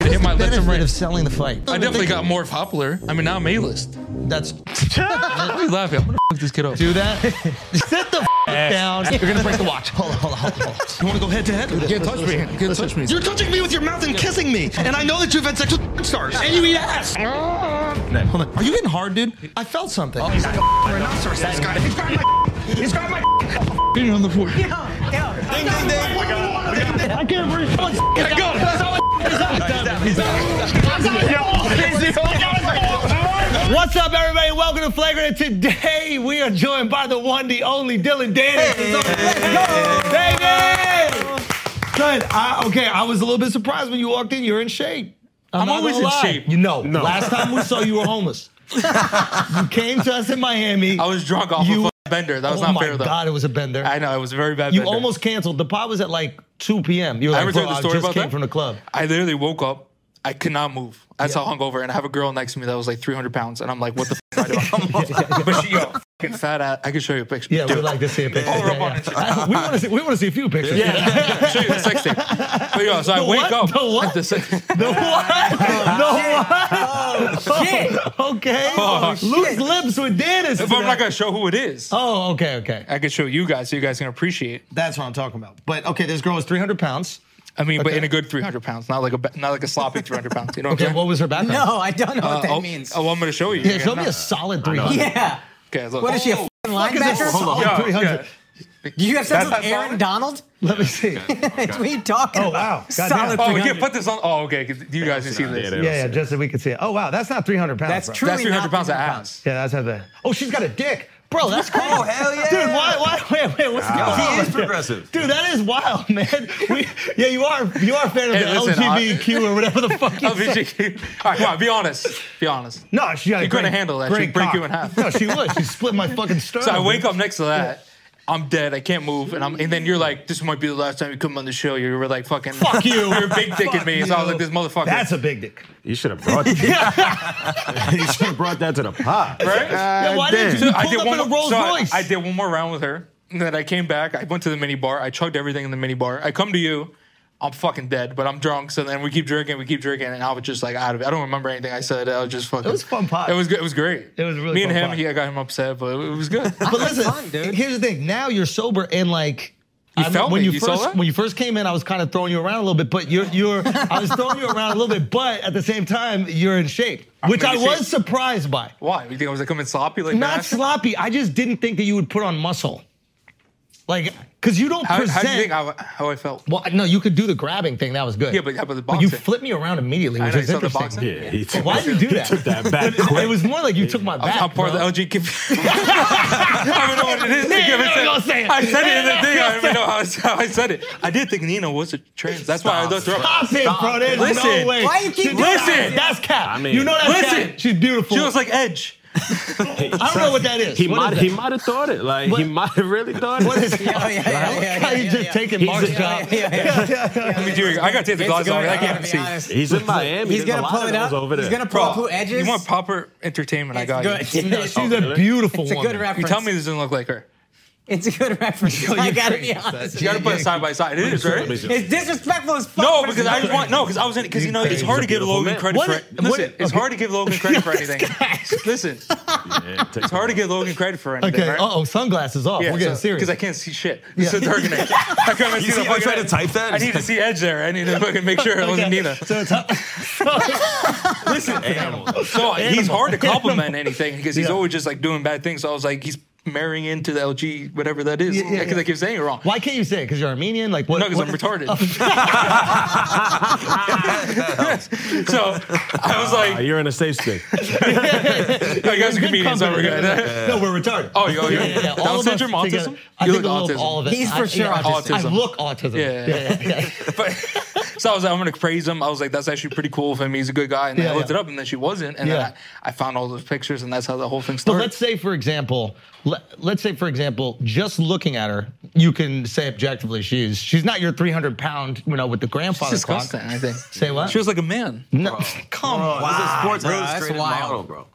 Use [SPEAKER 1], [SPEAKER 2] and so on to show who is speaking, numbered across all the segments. [SPEAKER 1] my
[SPEAKER 2] the
[SPEAKER 1] left and
[SPEAKER 2] benefit
[SPEAKER 1] right.
[SPEAKER 2] of selling the fight.
[SPEAKER 1] I definitely got more popular. I mean, now I'm A-list.
[SPEAKER 2] That's
[SPEAKER 1] Why are you laughing? I'm gonna fuck this kid up.
[SPEAKER 2] do that. Sit the f-
[SPEAKER 1] Eh,
[SPEAKER 2] down.
[SPEAKER 3] You're gonna break the watch.
[SPEAKER 2] Hold on, hold on, hold on, hold on.
[SPEAKER 1] You want to go head to head? You can't touch me. You can't touch me.
[SPEAKER 4] You're touching me with your mouth and kissing me, and I know that you've had sex with stars, and you eat ass.
[SPEAKER 1] Are you getting hard, dude? Oh,
[SPEAKER 2] I felt something.
[SPEAKER 4] Rhinoceros, this guy. He's got my. He's got my.
[SPEAKER 1] Beating on the floor.
[SPEAKER 4] Ding ding ding. I can't breathe. I go.
[SPEAKER 3] What's up, everybody? Welcome to Flagrant. Today we are joined by the one, the only Dylan Dennis. Let's go, baby. Good. I, okay, I was a little bit surprised when you walked in. You're in shape. I'm, not
[SPEAKER 1] always
[SPEAKER 3] gonna
[SPEAKER 1] in
[SPEAKER 3] lie.
[SPEAKER 1] shape.
[SPEAKER 3] You know. Last time we saw you were homeless. you came to us in Miami.
[SPEAKER 1] I was drunk off
[SPEAKER 3] You-
[SPEAKER 1] of a bender. That was
[SPEAKER 3] oh
[SPEAKER 1] not
[SPEAKER 3] my
[SPEAKER 1] fair, though.
[SPEAKER 3] God, it was a bender.
[SPEAKER 1] I know. It was a very bad
[SPEAKER 3] you
[SPEAKER 1] bender.
[SPEAKER 3] almost canceled. The pod was at like 2 p.m. You were
[SPEAKER 1] I
[SPEAKER 3] like,
[SPEAKER 1] ever
[SPEAKER 3] bro,
[SPEAKER 1] told the
[SPEAKER 3] I
[SPEAKER 1] story
[SPEAKER 3] just
[SPEAKER 1] about
[SPEAKER 3] came
[SPEAKER 1] that?
[SPEAKER 3] from the club.
[SPEAKER 1] I literally woke up. I could not move. That's how hungover. And I have a girl next to me that was like 300 pounds. And I'm like, what the f am I doing? but she, yo, fucking fat ass. I can show you a picture.
[SPEAKER 3] Yeah, we
[SPEAKER 1] Dude,
[SPEAKER 3] would like to see a picture.
[SPEAKER 1] Over
[SPEAKER 3] Yeah,
[SPEAKER 1] up on
[SPEAKER 3] yeah.
[SPEAKER 1] Instagram.
[SPEAKER 3] I- we want to see. We want to see a few pictures. Yeah.
[SPEAKER 1] I'll show you the sex tape. But yo, so I
[SPEAKER 3] The
[SPEAKER 1] wake
[SPEAKER 3] what?
[SPEAKER 1] up.
[SPEAKER 3] The what?
[SPEAKER 1] The sex-
[SPEAKER 3] The what? The
[SPEAKER 1] Oh,
[SPEAKER 3] what? Okay. Loose lips with Dennis.
[SPEAKER 1] if I'm
[SPEAKER 3] today.
[SPEAKER 1] not going to show who it is,
[SPEAKER 3] Oh, okay, okay.
[SPEAKER 1] I could show you guys so you guys can appreciate.
[SPEAKER 2] That's what I'm talking about. But okay, this girl was 300 pounds.
[SPEAKER 1] I mean, but in a good 300 pounds, not like a ba- not like a sloppy 300 pounds. You know what
[SPEAKER 3] Okay,
[SPEAKER 1] I'm saying?
[SPEAKER 3] what was her background?
[SPEAKER 5] No, I don't know what that
[SPEAKER 1] oh,
[SPEAKER 5] means.
[SPEAKER 1] oh, I'm going to show you.
[SPEAKER 3] Yeah, show me a solid 300.
[SPEAKER 5] yeah.
[SPEAKER 1] Okay, look.
[SPEAKER 5] What is she, a
[SPEAKER 1] Oh,
[SPEAKER 5] f***ing
[SPEAKER 3] Fuck is this
[SPEAKER 5] linebacker?
[SPEAKER 3] solid
[SPEAKER 1] Yeah, Oh,
[SPEAKER 3] 300?
[SPEAKER 5] Did you have sex
[SPEAKER 1] That's
[SPEAKER 5] with
[SPEAKER 1] not
[SPEAKER 5] Aaron
[SPEAKER 1] solid?
[SPEAKER 5] Donald?
[SPEAKER 3] Let me see.
[SPEAKER 5] what are you talking
[SPEAKER 3] Oh,
[SPEAKER 5] about?
[SPEAKER 3] wow. Goddamn.
[SPEAKER 5] Solid
[SPEAKER 1] Oh,
[SPEAKER 5] 300.
[SPEAKER 1] yeah, put this on. Oh, okay. 'cause You guys can see this.
[SPEAKER 3] Yeah, yeah, just so we can see it. Oh, wow, that's not 300 pounds.
[SPEAKER 5] That's
[SPEAKER 3] bro.
[SPEAKER 5] truly
[SPEAKER 1] That's 300
[SPEAKER 5] not
[SPEAKER 1] pounds of
[SPEAKER 5] 300
[SPEAKER 1] ass.
[SPEAKER 3] Yeah, that's not bad. Oh, she's got a dick. Bro, that's crazy.
[SPEAKER 5] Oh, hell yeah.
[SPEAKER 3] Dude, why, why, wait, wait, what's
[SPEAKER 2] Wow.
[SPEAKER 3] going on?
[SPEAKER 2] He is
[SPEAKER 3] with you?
[SPEAKER 2] progressive.
[SPEAKER 3] Dude, that is wild, man. We, yeah, you are, you are a fan of
[SPEAKER 1] Hey,
[SPEAKER 3] the
[SPEAKER 1] listen, I-
[SPEAKER 3] LGBTQ or whatever the fuck you say.
[SPEAKER 1] LBGQ. Oh, All right, come on, be honest. Be honest.
[SPEAKER 3] No, she got a
[SPEAKER 1] She couldn't
[SPEAKER 3] great-
[SPEAKER 1] handle that.
[SPEAKER 3] great
[SPEAKER 1] She'd break
[SPEAKER 3] cock.
[SPEAKER 1] you in half.
[SPEAKER 3] No, she would. She split my fucking sternum.
[SPEAKER 1] So I wake up next to that. I'm dead. I can't move. And I'm and then you're like, this might be the last time you come on the show. You were like fucking
[SPEAKER 3] Fuck you.
[SPEAKER 1] You're big dicking me. So I was like, this motherfucker.
[SPEAKER 3] That's a big dick.
[SPEAKER 6] You should have brought. you should have brought that to the pot.
[SPEAKER 1] right?
[SPEAKER 3] Yeah, why didn't
[SPEAKER 6] damn.
[SPEAKER 3] you
[SPEAKER 1] I
[SPEAKER 3] pull
[SPEAKER 1] did
[SPEAKER 3] up
[SPEAKER 1] one
[SPEAKER 3] in a
[SPEAKER 1] more-
[SPEAKER 3] Rolls
[SPEAKER 1] so I-
[SPEAKER 3] Royce?
[SPEAKER 1] I, did one more round with her. And then I came back. I went to the mini bar. I chugged everything in the mini bar. I come to you. I'm fucking dead, but I'm drunk. So then we keep drinking, we keep drinking, and I was just like out of it. I don't remember anything I said. I was just fucking.
[SPEAKER 3] It was a fun pot.
[SPEAKER 1] It was good. It was great.
[SPEAKER 3] It was a really
[SPEAKER 1] me and
[SPEAKER 3] fun
[SPEAKER 1] him.
[SPEAKER 3] pot.
[SPEAKER 1] He, I got him upset, but it was good.
[SPEAKER 3] But listen,
[SPEAKER 5] fun, dude.
[SPEAKER 3] here's the thing. Now you're sober and like.
[SPEAKER 1] You
[SPEAKER 3] I
[SPEAKER 1] felt
[SPEAKER 3] when
[SPEAKER 1] me.
[SPEAKER 3] you,
[SPEAKER 1] You saw
[SPEAKER 3] first
[SPEAKER 1] that?
[SPEAKER 3] when you first came in, I was kind of throwing you around a little bit, but you're you're I was throwing you around a little bit, but at the same time, you're in shape, which
[SPEAKER 1] in
[SPEAKER 3] I
[SPEAKER 1] shape.
[SPEAKER 3] was surprised by.
[SPEAKER 1] Why? You think I was like coming sloppy like
[SPEAKER 3] Not
[SPEAKER 1] that?
[SPEAKER 3] sloppy. I just didn't think that you would put on muscle, like because you don't
[SPEAKER 1] How,
[SPEAKER 3] present.
[SPEAKER 1] how do you think I, how I felt?
[SPEAKER 3] well, no, you could do the grabbing thing. That was good.
[SPEAKER 1] Yeah, but- yeah, but the
[SPEAKER 3] you
[SPEAKER 1] boxing.
[SPEAKER 3] flipped me around immediately,
[SPEAKER 1] I
[SPEAKER 3] which
[SPEAKER 1] know,
[SPEAKER 3] is
[SPEAKER 1] you saw the
[SPEAKER 3] interesting.
[SPEAKER 1] boxing?
[SPEAKER 6] Yeah, he took,
[SPEAKER 3] Why do you do that?
[SPEAKER 6] took that back
[SPEAKER 3] It
[SPEAKER 6] quick.
[SPEAKER 3] was more like you took my back.
[SPEAKER 1] I'm part
[SPEAKER 3] bro.
[SPEAKER 1] of the LG community. I don't know what it is.
[SPEAKER 3] Yeah,
[SPEAKER 1] Like,
[SPEAKER 3] you
[SPEAKER 1] I
[SPEAKER 3] know
[SPEAKER 1] said-
[SPEAKER 3] you gonna say it.
[SPEAKER 1] I said it in
[SPEAKER 3] Yeah,
[SPEAKER 1] the thing. I
[SPEAKER 3] you
[SPEAKER 1] don't even know how I, said- how I said it. I did think Nina was a trans. That's why I looked her up.
[SPEAKER 3] Stop it, bro. There's
[SPEAKER 1] Listen.
[SPEAKER 3] no way.
[SPEAKER 5] Why you keep
[SPEAKER 3] She-
[SPEAKER 5] doing
[SPEAKER 3] Listen,
[SPEAKER 1] that?
[SPEAKER 3] that's cat.
[SPEAKER 6] I mean-
[SPEAKER 3] you know that's
[SPEAKER 1] Listen.
[SPEAKER 3] Kat. She's beautiful.
[SPEAKER 1] She was like Edge.
[SPEAKER 3] I don't know what that is.
[SPEAKER 6] He
[SPEAKER 3] What
[SPEAKER 6] might.
[SPEAKER 3] is
[SPEAKER 6] He
[SPEAKER 3] that?
[SPEAKER 6] might have thought it. Like
[SPEAKER 3] What-
[SPEAKER 6] he might have really thought
[SPEAKER 3] What
[SPEAKER 6] it.
[SPEAKER 3] is he?
[SPEAKER 5] Oh, yeah, yeah, yeah, yeah,
[SPEAKER 3] He's
[SPEAKER 5] yeah,
[SPEAKER 3] just
[SPEAKER 5] yeah.
[SPEAKER 3] taking
[SPEAKER 6] He's
[SPEAKER 3] Mark's
[SPEAKER 6] a-
[SPEAKER 3] job.
[SPEAKER 5] Yeah, yeah, yeah.
[SPEAKER 1] Let me do it. I gotta take the
[SPEAKER 5] It's
[SPEAKER 1] glasses off.
[SPEAKER 5] going
[SPEAKER 1] I
[SPEAKER 5] down,
[SPEAKER 1] can't
[SPEAKER 5] to be
[SPEAKER 1] see.
[SPEAKER 5] honest.
[SPEAKER 6] He's in Miami.
[SPEAKER 5] He's
[SPEAKER 6] There's a
[SPEAKER 5] gonna
[SPEAKER 6] lot
[SPEAKER 5] pull
[SPEAKER 6] of
[SPEAKER 5] it
[SPEAKER 6] those
[SPEAKER 5] up.
[SPEAKER 6] Over there.
[SPEAKER 5] He's gonna pull up who edges.
[SPEAKER 1] You want proper entertainment? I
[SPEAKER 5] It's
[SPEAKER 1] got
[SPEAKER 5] good.
[SPEAKER 1] you.
[SPEAKER 5] Oh, It's
[SPEAKER 3] She's a beautiful
[SPEAKER 5] a
[SPEAKER 3] woman.
[SPEAKER 5] good
[SPEAKER 1] You
[SPEAKER 5] reference.
[SPEAKER 1] tell me this doesn't look like her.
[SPEAKER 5] It's a good reference. I gotta be honest.
[SPEAKER 1] You gotta put it side by side. It is
[SPEAKER 6] Let me
[SPEAKER 1] right.
[SPEAKER 6] see.
[SPEAKER 5] It's disrespectful as fuck.
[SPEAKER 1] No,
[SPEAKER 5] but it's
[SPEAKER 1] because I just
[SPEAKER 5] not.
[SPEAKER 1] want no, because I was in because you know it's hard to give Logan credit
[SPEAKER 3] What
[SPEAKER 1] for.
[SPEAKER 3] is-
[SPEAKER 1] it.
[SPEAKER 3] what-
[SPEAKER 1] Listen, it's
[SPEAKER 3] okay.
[SPEAKER 1] hard to give Logan credit for anything. Listen, it's
[SPEAKER 6] Yeah, take it.
[SPEAKER 1] hard to give Logan credit for anything.
[SPEAKER 3] Okay.
[SPEAKER 1] right?
[SPEAKER 3] Uh oh, sunglasses off. We're getting serious.
[SPEAKER 1] Because I can't see shit. It's so dark in it. I can't even see, the
[SPEAKER 6] see- I
[SPEAKER 1] fucking
[SPEAKER 6] tried to
[SPEAKER 1] edge.
[SPEAKER 6] type that.
[SPEAKER 1] I need to see Edge there. I need to fucking make sure it wasn't
[SPEAKER 3] Okay.
[SPEAKER 1] Nina.
[SPEAKER 3] So it's
[SPEAKER 1] Listen, so he's hard to compliment anything because he's always just like doing bad things. So I was like, he's marrying into the LG, whatever that is. Because
[SPEAKER 3] yeah, yeah.
[SPEAKER 1] I keep saying it wrong.
[SPEAKER 3] why can't you say it? Because you're Armenian. Like what?
[SPEAKER 1] No, because
[SPEAKER 3] what- Oh,
[SPEAKER 1] I'm retarded. so I was
[SPEAKER 6] Uh,
[SPEAKER 1] like,
[SPEAKER 6] You're in a safe space.
[SPEAKER 1] I guys are
[SPEAKER 3] Good
[SPEAKER 1] comedians, so we're
[SPEAKER 3] company.
[SPEAKER 1] good.
[SPEAKER 3] No, we're retarded.
[SPEAKER 1] Oh, you- oh, you- Down
[SPEAKER 3] All of us
[SPEAKER 1] syndrome, autism?
[SPEAKER 3] together. I
[SPEAKER 1] You
[SPEAKER 3] think a
[SPEAKER 1] look
[SPEAKER 3] little of
[SPEAKER 1] autism.
[SPEAKER 3] all of it.
[SPEAKER 5] He's
[SPEAKER 3] I-
[SPEAKER 5] for
[SPEAKER 3] yeah,
[SPEAKER 5] sure
[SPEAKER 3] I-
[SPEAKER 1] autism.
[SPEAKER 3] I look autism.
[SPEAKER 1] Yeah. But so I was like, I'm gonna praise him. I was like, that's actually pretty cool of him. He's a good guy. And then
[SPEAKER 3] Yeah,
[SPEAKER 1] I looked
[SPEAKER 3] yeah.
[SPEAKER 1] it up, and then she wasn't. And
[SPEAKER 3] Yeah.
[SPEAKER 1] then I, I found all those pictures, and that's how the whole thing
[SPEAKER 3] But
[SPEAKER 1] started.
[SPEAKER 3] let's say, for example, let, let's say, for example, just looking at her, you can say objectively she's she's not your 300 pound, you know, with the grandfather
[SPEAKER 1] it's
[SPEAKER 3] clock.
[SPEAKER 1] disgusting. I think
[SPEAKER 3] Say what?
[SPEAKER 1] she was like a man.
[SPEAKER 3] no, come on.
[SPEAKER 7] Sports
[SPEAKER 5] bro, that's
[SPEAKER 7] Illustrated
[SPEAKER 5] wild.
[SPEAKER 7] model, bro.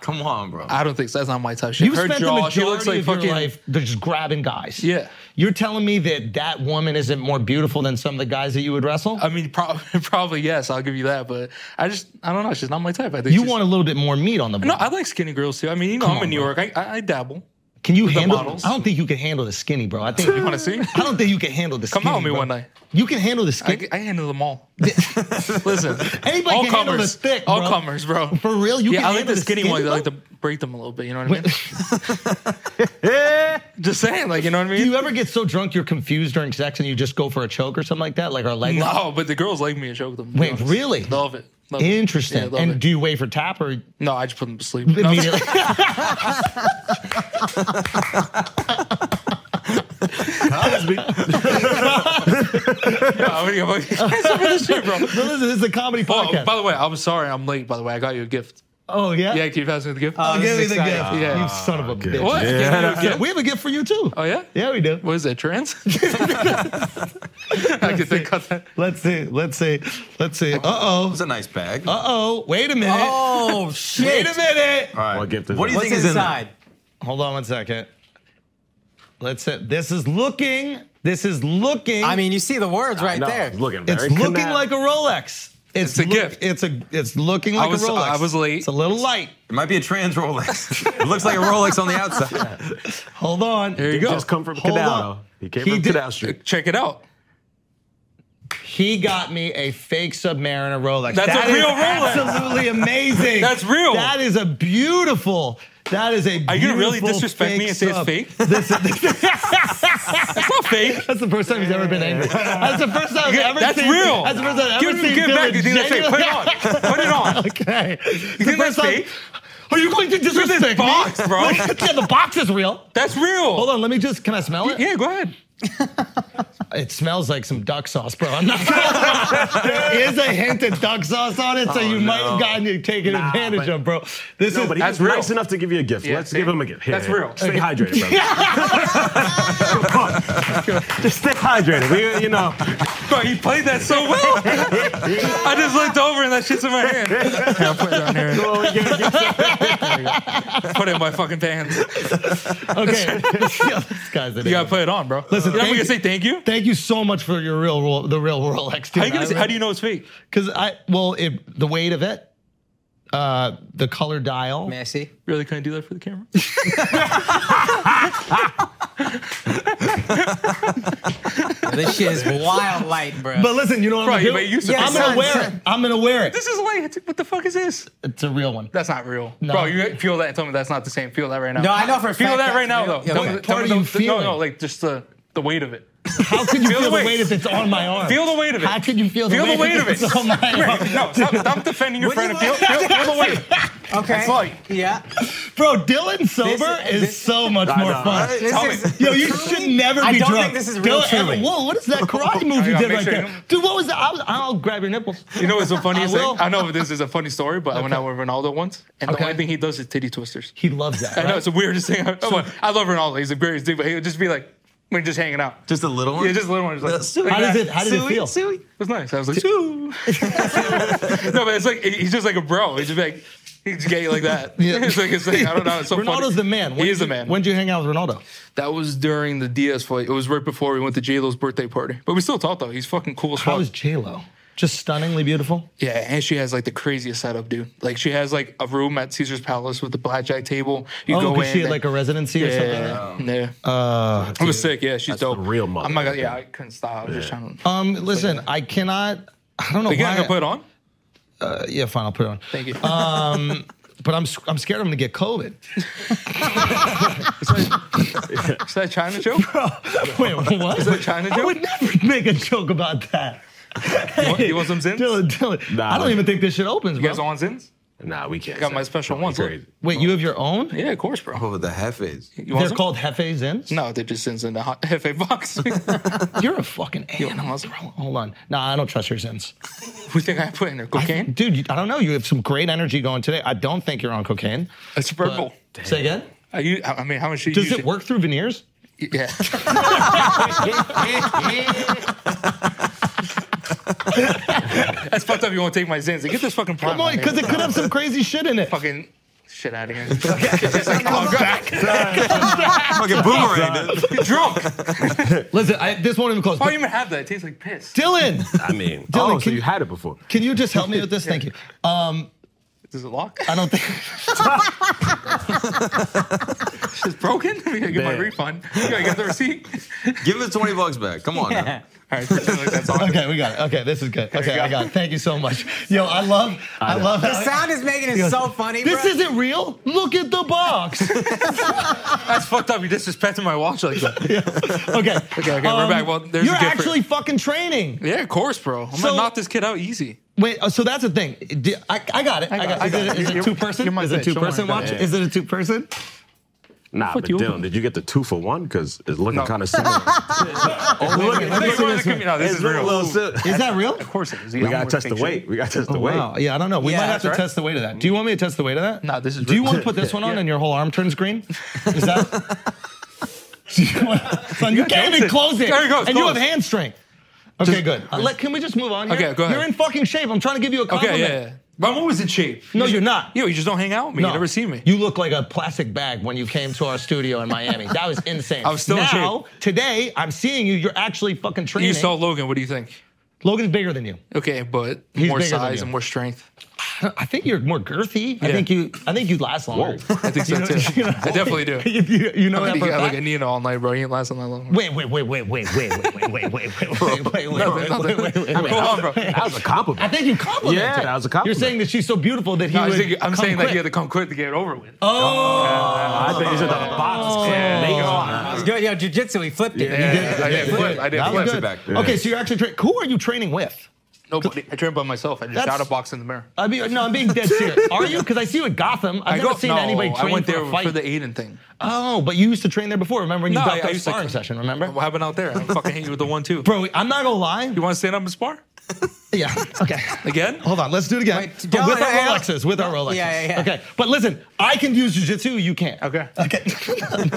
[SPEAKER 7] Come on, bro.
[SPEAKER 1] I don't think so. That's not my type. She,
[SPEAKER 3] You
[SPEAKER 1] her
[SPEAKER 3] spent the
[SPEAKER 1] jaw,
[SPEAKER 3] majority
[SPEAKER 1] she looks like
[SPEAKER 3] of
[SPEAKER 1] fucking
[SPEAKER 3] your life just grabbing guys.
[SPEAKER 1] yeah.
[SPEAKER 3] You're telling me that that woman isn't more beautiful than some of the guys that you would wrestle?
[SPEAKER 1] I mean, prob- probably yes. I'll give you that. But I just, I don't know. She's not my type. I think
[SPEAKER 3] you
[SPEAKER 1] she's-
[SPEAKER 3] want a little bit more meat on the bone.
[SPEAKER 1] No, I like skinny girls too. I mean, you know, I'm in New York. I, I, I dabble.
[SPEAKER 3] Can you handle?
[SPEAKER 1] models.
[SPEAKER 3] I don't think you can handle the skinny, bro. I think you
[SPEAKER 1] wanna see?
[SPEAKER 3] I don't think you can handle the.
[SPEAKER 1] Come
[SPEAKER 3] skinny,
[SPEAKER 1] out with me
[SPEAKER 3] bro.
[SPEAKER 1] one night.
[SPEAKER 3] You can handle
[SPEAKER 1] I,
[SPEAKER 3] the skinny.
[SPEAKER 1] I handle them all. Listen,
[SPEAKER 3] Anybody
[SPEAKER 1] all
[SPEAKER 3] can handle
[SPEAKER 1] comers,
[SPEAKER 3] the thick,
[SPEAKER 1] all
[SPEAKER 3] bro.
[SPEAKER 1] comers, bro.
[SPEAKER 3] For real, you
[SPEAKER 1] yeah,
[SPEAKER 3] can
[SPEAKER 1] I like
[SPEAKER 3] handle
[SPEAKER 1] the
[SPEAKER 3] the
[SPEAKER 1] skinny,
[SPEAKER 3] skinny,
[SPEAKER 1] ones. I like to
[SPEAKER 3] bro?
[SPEAKER 1] break them a little bit. You know what I mean? Just saying, like you know what I mean.
[SPEAKER 3] Do you ever get so drunk you're confused during sex and you just go for a choke or something like that, like our leg? lock?
[SPEAKER 1] no, but the girls like me and choke them. to be
[SPEAKER 3] Wait,
[SPEAKER 1] honest.
[SPEAKER 3] really?
[SPEAKER 1] Love it. Love it. Yeah,
[SPEAKER 3] Interesting.
[SPEAKER 1] love
[SPEAKER 3] and
[SPEAKER 1] it.
[SPEAKER 3] do you wait for tap or
[SPEAKER 1] no, I just put them to sleep. No,
[SPEAKER 3] immediately?
[SPEAKER 1] I'm gonna go cancel for this shit, bro.
[SPEAKER 3] No, listen, this is a comedy
[SPEAKER 1] Oh,
[SPEAKER 3] podcast.
[SPEAKER 1] by the way, I'm sorry I'm late. By the way, I got you a gift.
[SPEAKER 3] Oh, yeah?
[SPEAKER 1] Yeah, can you pass me the gift?
[SPEAKER 5] Oh, this
[SPEAKER 3] Give me
[SPEAKER 5] is
[SPEAKER 3] the gift.
[SPEAKER 5] exciting.
[SPEAKER 1] Yeah.
[SPEAKER 3] You son of a bitch.
[SPEAKER 1] what?
[SPEAKER 6] Yeah.
[SPEAKER 1] Can you-
[SPEAKER 3] We have a gift for you, too.
[SPEAKER 1] Oh yeah.
[SPEAKER 3] Yeah, we do.
[SPEAKER 1] What is that? Trans? I could think cut that.
[SPEAKER 3] Let's see. Let's see. Let's see. Uh
[SPEAKER 8] It
[SPEAKER 3] oh.
[SPEAKER 8] was a nice bag.
[SPEAKER 3] Uh oh. Wait a minute.
[SPEAKER 5] Oh shit!
[SPEAKER 3] Wait a minute.
[SPEAKER 8] All right.
[SPEAKER 6] What gift is
[SPEAKER 8] what
[SPEAKER 6] it?
[SPEAKER 8] do you
[SPEAKER 5] What's
[SPEAKER 8] think is
[SPEAKER 5] inside?
[SPEAKER 3] Hold on one second. Let's see. This is looking. This is looking.
[SPEAKER 5] I mean, you see the words right
[SPEAKER 6] No,
[SPEAKER 5] there.
[SPEAKER 6] looking
[SPEAKER 3] it's
[SPEAKER 6] very
[SPEAKER 3] looking
[SPEAKER 6] conniving.
[SPEAKER 3] like a Rolex. It's,
[SPEAKER 1] It's a gift.
[SPEAKER 3] It's a. It's looking like
[SPEAKER 1] was-
[SPEAKER 3] a Rolex.
[SPEAKER 1] I was late.
[SPEAKER 3] It's a little light.
[SPEAKER 8] It might be a trans Rolex. it looks like a Rolex on the outside.
[SPEAKER 3] Hold on.
[SPEAKER 1] There you go.
[SPEAKER 6] Just come from
[SPEAKER 3] Hold
[SPEAKER 6] Canal.
[SPEAKER 3] on.
[SPEAKER 6] He came
[SPEAKER 3] He
[SPEAKER 6] from
[SPEAKER 3] did-
[SPEAKER 6] Canal Street.
[SPEAKER 1] Check it out.
[SPEAKER 3] He got me a fake Submariner Rolex.
[SPEAKER 1] That's
[SPEAKER 3] That
[SPEAKER 1] a
[SPEAKER 3] is
[SPEAKER 1] real Rolex.
[SPEAKER 3] Absolutely amazing.
[SPEAKER 1] That's real.
[SPEAKER 3] That is a beautiful. That is a.
[SPEAKER 1] Are you gonna really
[SPEAKER 3] beautiful
[SPEAKER 1] disrespect me
[SPEAKER 3] fake
[SPEAKER 1] and say it's
[SPEAKER 3] sub.
[SPEAKER 1] fake?
[SPEAKER 3] This is-
[SPEAKER 1] That's not fake.
[SPEAKER 3] That's the first time he's ever been angry. That's the first time I've
[SPEAKER 1] Yeah,
[SPEAKER 3] ever
[SPEAKER 1] that's
[SPEAKER 3] seen.
[SPEAKER 1] real.
[SPEAKER 3] That's the first time I've
[SPEAKER 1] Give
[SPEAKER 3] ever
[SPEAKER 1] it
[SPEAKER 3] seen.
[SPEAKER 1] give it back. You
[SPEAKER 3] Dylan
[SPEAKER 1] think that's fake? Put it on. Put
[SPEAKER 3] genuinely-
[SPEAKER 1] it on.
[SPEAKER 3] Okay.
[SPEAKER 1] You think that's fake?
[SPEAKER 3] Are you going to disrespect
[SPEAKER 1] this box,
[SPEAKER 3] me?
[SPEAKER 1] bro.
[SPEAKER 3] yeah, the box is real.
[SPEAKER 1] That's real.
[SPEAKER 3] Hold on, let me just. Can I smell it?
[SPEAKER 1] Yeah, go ahead.
[SPEAKER 3] It smells like some duck sauce, bro. I'm not. there is a hint of duck sauce on it, so
[SPEAKER 1] Oh,
[SPEAKER 3] you might have gotten it taken advantage of, bro. This
[SPEAKER 6] No,
[SPEAKER 3] is.
[SPEAKER 6] but he
[SPEAKER 1] That's
[SPEAKER 6] was
[SPEAKER 1] real.
[SPEAKER 6] nice enough to give you a gift.
[SPEAKER 1] Yeah,
[SPEAKER 6] Let's
[SPEAKER 1] see?
[SPEAKER 6] give him a gift. Here,
[SPEAKER 1] That's
[SPEAKER 6] here.
[SPEAKER 1] real.
[SPEAKER 6] Stay hydrated, brother. Just stay hydrated. We, you know,
[SPEAKER 1] Bro, you played that so well. I just looked over and that shit's in my hand. Yeah, I'll put it on here.
[SPEAKER 6] well, we gotta get-
[SPEAKER 1] Put it in my fucking pants.
[SPEAKER 3] okay. Yeah, this guy's an
[SPEAKER 1] You
[SPEAKER 3] idiot.
[SPEAKER 1] gotta put it on, bro. Listen, you know,
[SPEAKER 3] thank
[SPEAKER 1] I'm gonna
[SPEAKER 3] you-
[SPEAKER 1] say thank you.
[SPEAKER 3] Thank you so much for your real, Ro- the real Rolex. Dude.
[SPEAKER 1] How you gonna say? How do you know it's fake?
[SPEAKER 3] Because I well, it, the weight of it, uh, the color dial.
[SPEAKER 5] May I see?
[SPEAKER 1] Really couldn't do that for the camera.
[SPEAKER 5] This shit is wild light, bro.
[SPEAKER 3] But listen, you know what
[SPEAKER 1] Bro,
[SPEAKER 3] I'm gonna
[SPEAKER 1] but
[SPEAKER 3] do?
[SPEAKER 1] you said-
[SPEAKER 3] I'm gonna
[SPEAKER 5] Son,
[SPEAKER 3] wear
[SPEAKER 5] son.
[SPEAKER 3] it. I'm gonna wear it.
[SPEAKER 1] This is late. What the fuck is this?
[SPEAKER 3] It's a real one.
[SPEAKER 1] That's not real, bro. You feel that? and Tell me that's not the same. Feel that right now.
[SPEAKER 5] No, I know for a
[SPEAKER 1] Feel
[SPEAKER 5] fact
[SPEAKER 1] that
[SPEAKER 5] that's
[SPEAKER 1] right now,
[SPEAKER 5] real.
[SPEAKER 1] though.
[SPEAKER 5] Yeah,
[SPEAKER 1] Tell
[SPEAKER 5] what
[SPEAKER 1] me-
[SPEAKER 5] part
[SPEAKER 1] tell me
[SPEAKER 3] are
[SPEAKER 1] the-
[SPEAKER 3] you
[SPEAKER 1] the- No,
[SPEAKER 3] feeling?
[SPEAKER 1] no, like just the the weight of it.
[SPEAKER 3] How could you
[SPEAKER 1] Feel
[SPEAKER 3] feel,
[SPEAKER 1] the
[SPEAKER 3] the
[SPEAKER 1] weight.
[SPEAKER 3] weight. if it's on my arm?
[SPEAKER 1] Feel the weight of it.
[SPEAKER 3] How could you feel the
[SPEAKER 1] Feel
[SPEAKER 3] weight?
[SPEAKER 1] the weight
[SPEAKER 3] if
[SPEAKER 1] of it.
[SPEAKER 3] it's on my arm?
[SPEAKER 1] No, stop, stop defending your
[SPEAKER 5] Would you
[SPEAKER 1] friend. Feel, feel,
[SPEAKER 5] like-
[SPEAKER 1] feel the weight.
[SPEAKER 5] okay.
[SPEAKER 1] It's like-
[SPEAKER 5] yeah.
[SPEAKER 3] Bro, Dylan sober
[SPEAKER 5] This-
[SPEAKER 3] is
[SPEAKER 5] this-
[SPEAKER 3] so much more
[SPEAKER 6] know,
[SPEAKER 3] fun.
[SPEAKER 5] This
[SPEAKER 1] Tell
[SPEAKER 5] is,
[SPEAKER 1] me.
[SPEAKER 3] Yo, you should never be
[SPEAKER 5] I don't
[SPEAKER 3] drunk.
[SPEAKER 5] think this is real
[SPEAKER 3] Dylan,
[SPEAKER 5] truly.
[SPEAKER 3] Whoa, what is that karate move you
[SPEAKER 1] I gotta
[SPEAKER 3] did
[SPEAKER 1] make
[SPEAKER 3] right
[SPEAKER 1] sure you-
[SPEAKER 3] there? Dude, what was that? I was, I'll grab your nipples.
[SPEAKER 1] You know what's the funniest
[SPEAKER 3] I
[SPEAKER 1] thing?
[SPEAKER 3] will.
[SPEAKER 1] I know this is a funny story, but I went out with Ronaldo once, and
[SPEAKER 3] Okay.
[SPEAKER 1] the only thing he does is titty twisters.
[SPEAKER 3] He loves that.
[SPEAKER 1] I know
[SPEAKER 3] right?
[SPEAKER 1] it's the weirdest thing. I, I love Ronaldo. He's the greatest dude, but he would just be like, we're just hanging out.
[SPEAKER 8] Just a little one.
[SPEAKER 1] Yeah, just a little one. Just like-
[SPEAKER 8] Uh, Suey.
[SPEAKER 3] How does it- how does it
[SPEAKER 8] Suey,
[SPEAKER 3] feel?
[SPEAKER 8] Suey.
[SPEAKER 1] It was nice. I was like, "Ooh." no, but it's like he's just like a bro. He's just like he's gay like that.
[SPEAKER 3] Yeah.
[SPEAKER 1] it's like it's like I don't know. It's so
[SPEAKER 3] Ronaldo's
[SPEAKER 1] funny.
[SPEAKER 3] the man.
[SPEAKER 1] he
[SPEAKER 3] When
[SPEAKER 1] is
[SPEAKER 3] did
[SPEAKER 1] the
[SPEAKER 3] you-
[SPEAKER 1] man.
[SPEAKER 3] When did you hang out with Ronaldo?
[SPEAKER 1] that was during the Diaz fight. It was right before we went to J Lo's birthday party. But we still talked though. He's fucking cool as
[SPEAKER 3] How
[SPEAKER 1] fuck.
[SPEAKER 3] was J Lo? Just stunningly beautiful.
[SPEAKER 1] yeah, and she has like the craziest setup, dude. Like she has like a room at Caesar's Palace with the blackjack table. You
[SPEAKER 3] Oh,
[SPEAKER 1] go in.
[SPEAKER 3] because she had
[SPEAKER 1] they-
[SPEAKER 3] like a Uh, residency or something.
[SPEAKER 1] yeah, yeah. I was sick. Yeah, she's dope.
[SPEAKER 6] the real mother.
[SPEAKER 1] I'm not gonna. Yeah, I couldn't stop. I was just trying to.
[SPEAKER 3] Um, listen, I cannot. I don't know
[SPEAKER 1] Again,
[SPEAKER 3] why.
[SPEAKER 1] I gonna put it on.
[SPEAKER 3] uh, yeah, fine, I'll put it on. Um,
[SPEAKER 1] Thank you.
[SPEAKER 3] But I'm s- I'm scared I'm gonna get COVID.
[SPEAKER 1] Is that a China joke?
[SPEAKER 3] Wait, what?
[SPEAKER 1] Is that a China
[SPEAKER 3] I
[SPEAKER 1] joke?
[SPEAKER 3] would never make a joke about that.
[SPEAKER 1] You want- you want some zins?
[SPEAKER 3] Dylan, Dylan,
[SPEAKER 6] Nah.
[SPEAKER 3] I don't even think this shit opens,
[SPEAKER 1] You
[SPEAKER 3] bro.
[SPEAKER 1] guys on zins?
[SPEAKER 6] nah, we can't.
[SPEAKER 1] Got my special ones, look.
[SPEAKER 6] Crazy.
[SPEAKER 3] Wait, you have your own?
[SPEAKER 1] Yeah, of course, bro.
[SPEAKER 8] Oh, the half is.
[SPEAKER 1] You want
[SPEAKER 3] Uh-huh. They're
[SPEAKER 1] some?
[SPEAKER 3] called Hefe Zins?
[SPEAKER 1] No, they're just sins in the hot FA box.
[SPEAKER 3] You're a fucking animal.
[SPEAKER 1] want some?
[SPEAKER 3] bro. Hold on. Nah, I don't trust your Zins.
[SPEAKER 1] we think I put in there cocaine.
[SPEAKER 3] Dude, you- I don't know. You have some great energy going today. I don't think you're on cocaine.
[SPEAKER 1] It's purple.
[SPEAKER 3] Say again?
[SPEAKER 1] Are you, I I mean, how much do you
[SPEAKER 3] Does
[SPEAKER 1] use
[SPEAKER 3] it work through veneers?
[SPEAKER 1] Yeah. That's fucked up. You won't take my zins. Get this fucking prime.
[SPEAKER 3] Come on,
[SPEAKER 1] out
[SPEAKER 3] because
[SPEAKER 1] here.
[SPEAKER 3] it could have some crazy shit in it.
[SPEAKER 1] fucking shit out of here. It's just like, oh, God.
[SPEAKER 8] Fucking boomerang, dude.
[SPEAKER 1] You're drunk.
[SPEAKER 3] Listen, I, this won't even close.
[SPEAKER 1] Why
[SPEAKER 3] But
[SPEAKER 1] do you even have that? It tastes like piss.
[SPEAKER 3] Dylan,
[SPEAKER 8] I mean,
[SPEAKER 3] Dylan,
[SPEAKER 6] Oh, so
[SPEAKER 3] can,
[SPEAKER 6] you had it before.
[SPEAKER 3] can you just help me with this? Thank you. Um,
[SPEAKER 1] Does it lock?
[SPEAKER 3] I don't think.
[SPEAKER 1] It's broken? I mean, I get my
[SPEAKER 6] Man.
[SPEAKER 1] refund. You gotta get the receipt.
[SPEAKER 8] give us 20 bucks back. Come on. now.
[SPEAKER 1] All right, pretend like that's on.
[SPEAKER 3] Okay, we got it. Okay, this is good. Okay, I got it. Thank you so much. Yo, I love, I, love
[SPEAKER 5] The
[SPEAKER 3] how.
[SPEAKER 5] sound is making it so funny,
[SPEAKER 3] This
[SPEAKER 5] bro.
[SPEAKER 3] isn't real. Look at the box.
[SPEAKER 1] That's fucked up. You disrespected my watch like that.
[SPEAKER 3] Okay. um,
[SPEAKER 1] Okay, okay, we're back. Well, there's
[SPEAKER 3] you're
[SPEAKER 1] a gift for-
[SPEAKER 3] actually fucking training.
[SPEAKER 1] Yeah, of course, bro. I'm
[SPEAKER 3] So-
[SPEAKER 1] gonna knock this kid out easy.
[SPEAKER 3] Wait, oh, so that's the thing. Di- I, I got it. I got, it. Is it, is it
[SPEAKER 1] You're-
[SPEAKER 3] two person?
[SPEAKER 1] you're my
[SPEAKER 3] Is it
[SPEAKER 1] bitch.
[SPEAKER 3] two
[SPEAKER 1] Don't worry
[SPEAKER 3] person
[SPEAKER 1] about
[SPEAKER 3] watch?
[SPEAKER 6] it.
[SPEAKER 3] Is it a two person?
[SPEAKER 6] Nah, but
[SPEAKER 1] you
[SPEAKER 6] Dylan, did you get the two for one? Because it's looking
[SPEAKER 1] No.
[SPEAKER 6] kind of similar. oh, look,
[SPEAKER 1] Let me
[SPEAKER 6] look,
[SPEAKER 1] go to
[SPEAKER 6] look,
[SPEAKER 1] the commu- No, this
[SPEAKER 6] It's
[SPEAKER 1] is
[SPEAKER 6] real.
[SPEAKER 1] real.
[SPEAKER 6] little si-
[SPEAKER 3] Is that real?
[SPEAKER 1] Of course it Oh, is.
[SPEAKER 6] We gotta test the weight. We gotta test the weight.
[SPEAKER 3] Wow. Oh, Yeah, I don't know. We
[SPEAKER 5] Yeah,
[SPEAKER 3] might have
[SPEAKER 5] that's
[SPEAKER 3] to
[SPEAKER 5] right.
[SPEAKER 3] test the weight of that. Do you want me to test the weight of that?
[SPEAKER 1] No, this is
[SPEAKER 3] Do you
[SPEAKER 1] real.
[SPEAKER 3] want to put this one on and your whole arm turns green? Is that? Do you want- Son, you can't even
[SPEAKER 1] it.
[SPEAKER 3] close it.
[SPEAKER 1] There it goes,
[SPEAKER 3] And you have
[SPEAKER 1] close.
[SPEAKER 3] hand strength. Okay, good. Uh, let- can we just move on? Here?
[SPEAKER 1] Okay, go ahead.
[SPEAKER 3] You're in fucking shape. I'm trying to give you a compliment.
[SPEAKER 1] Okay, yeah, yeah. But I'm always in shape.
[SPEAKER 3] No, you're not.
[SPEAKER 1] Yeah, you just don't hang out with me.
[SPEAKER 3] No.
[SPEAKER 1] You never see me.
[SPEAKER 3] You look like a plastic bag when you came to our studio in Miami. That was insane.
[SPEAKER 1] I was still in
[SPEAKER 3] now, today, I'm seeing you. You're actually fucking training.
[SPEAKER 1] You saw Logan. What do you think?
[SPEAKER 3] Logan's bigger than you.
[SPEAKER 1] Okay, but
[SPEAKER 3] He's
[SPEAKER 1] more
[SPEAKER 3] bigger than
[SPEAKER 1] size
[SPEAKER 3] you.
[SPEAKER 1] and more strength.
[SPEAKER 3] I think you're more girthy. I
[SPEAKER 1] Yeah.
[SPEAKER 3] think you. I think you last longer.
[SPEAKER 1] I think so too. I definitely do.
[SPEAKER 3] you, you, you know
[SPEAKER 1] I
[SPEAKER 3] that
[SPEAKER 1] think
[SPEAKER 3] for
[SPEAKER 1] I
[SPEAKER 3] a
[SPEAKER 1] got like a
[SPEAKER 3] fact?
[SPEAKER 1] Nina all night, bro. You ain't lasting that long.
[SPEAKER 3] Wait, wait, wait, wait, wait, wait, wait, wait, wait, wait, wait, wait, wait, wait,
[SPEAKER 1] Nothing,
[SPEAKER 3] wait,
[SPEAKER 1] nothing.
[SPEAKER 3] wait, wait, wait.
[SPEAKER 1] Hold on, bro.
[SPEAKER 6] That was a
[SPEAKER 3] I
[SPEAKER 6] compliment.
[SPEAKER 3] think you complimented.
[SPEAKER 6] Yeah, that was a compliment.
[SPEAKER 3] You're saying that she's so beautiful that he
[SPEAKER 1] No, I
[SPEAKER 3] would.
[SPEAKER 1] think, I'm
[SPEAKER 3] come
[SPEAKER 1] saying
[SPEAKER 3] quick.
[SPEAKER 1] that you had to come quick to get it over with.
[SPEAKER 3] Oh,
[SPEAKER 6] I think these are the box.
[SPEAKER 5] Yo, yo, jujitsu, he flipped it.
[SPEAKER 1] Yeah, I did.
[SPEAKER 3] Good.
[SPEAKER 1] flip. I did.
[SPEAKER 3] That was
[SPEAKER 1] flip.
[SPEAKER 3] good.
[SPEAKER 8] back.
[SPEAKER 3] Okay, so you're actually training. Who are you training with?
[SPEAKER 1] Nobody. I trained by myself. I just
[SPEAKER 3] That's-
[SPEAKER 1] out of box in the mirror.
[SPEAKER 3] I mean, no, I'm being dead serious. Are you? Because I see you at Gotham. I've
[SPEAKER 1] I
[SPEAKER 3] never
[SPEAKER 1] go-
[SPEAKER 3] seen
[SPEAKER 1] no,
[SPEAKER 3] anybody train
[SPEAKER 1] I went
[SPEAKER 3] for
[SPEAKER 1] there
[SPEAKER 3] a fight.
[SPEAKER 1] for the Aiden thing.
[SPEAKER 3] oh, but you used to train there before. Remember when you
[SPEAKER 1] No,
[SPEAKER 3] got
[SPEAKER 1] I- I
[SPEAKER 3] that
[SPEAKER 1] used to-
[SPEAKER 3] sparring session? Remember?
[SPEAKER 1] What happened out there? I fucking hit you with the one two.
[SPEAKER 3] Bro, I'm not gonna lie.
[SPEAKER 1] You want to stand up and spar
[SPEAKER 3] Yeah. Okay.
[SPEAKER 1] again?
[SPEAKER 3] Hold on, let's do it again.
[SPEAKER 5] Wait,
[SPEAKER 3] But with
[SPEAKER 5] no,
[SPEAKER 3] our
[SPEAKER 5] no, no.
[SPEAKER 3] Rolexes, with our Rolexes.
[SPEAKER 5] Yeah, yeah, yeah.
[SPEAKER 3] Okay, but listen, I can use jujitsu, you can't.
[SPEAKER 1] Okay.
[SPEAKER 3] Okay.
[SPEAKER 1] There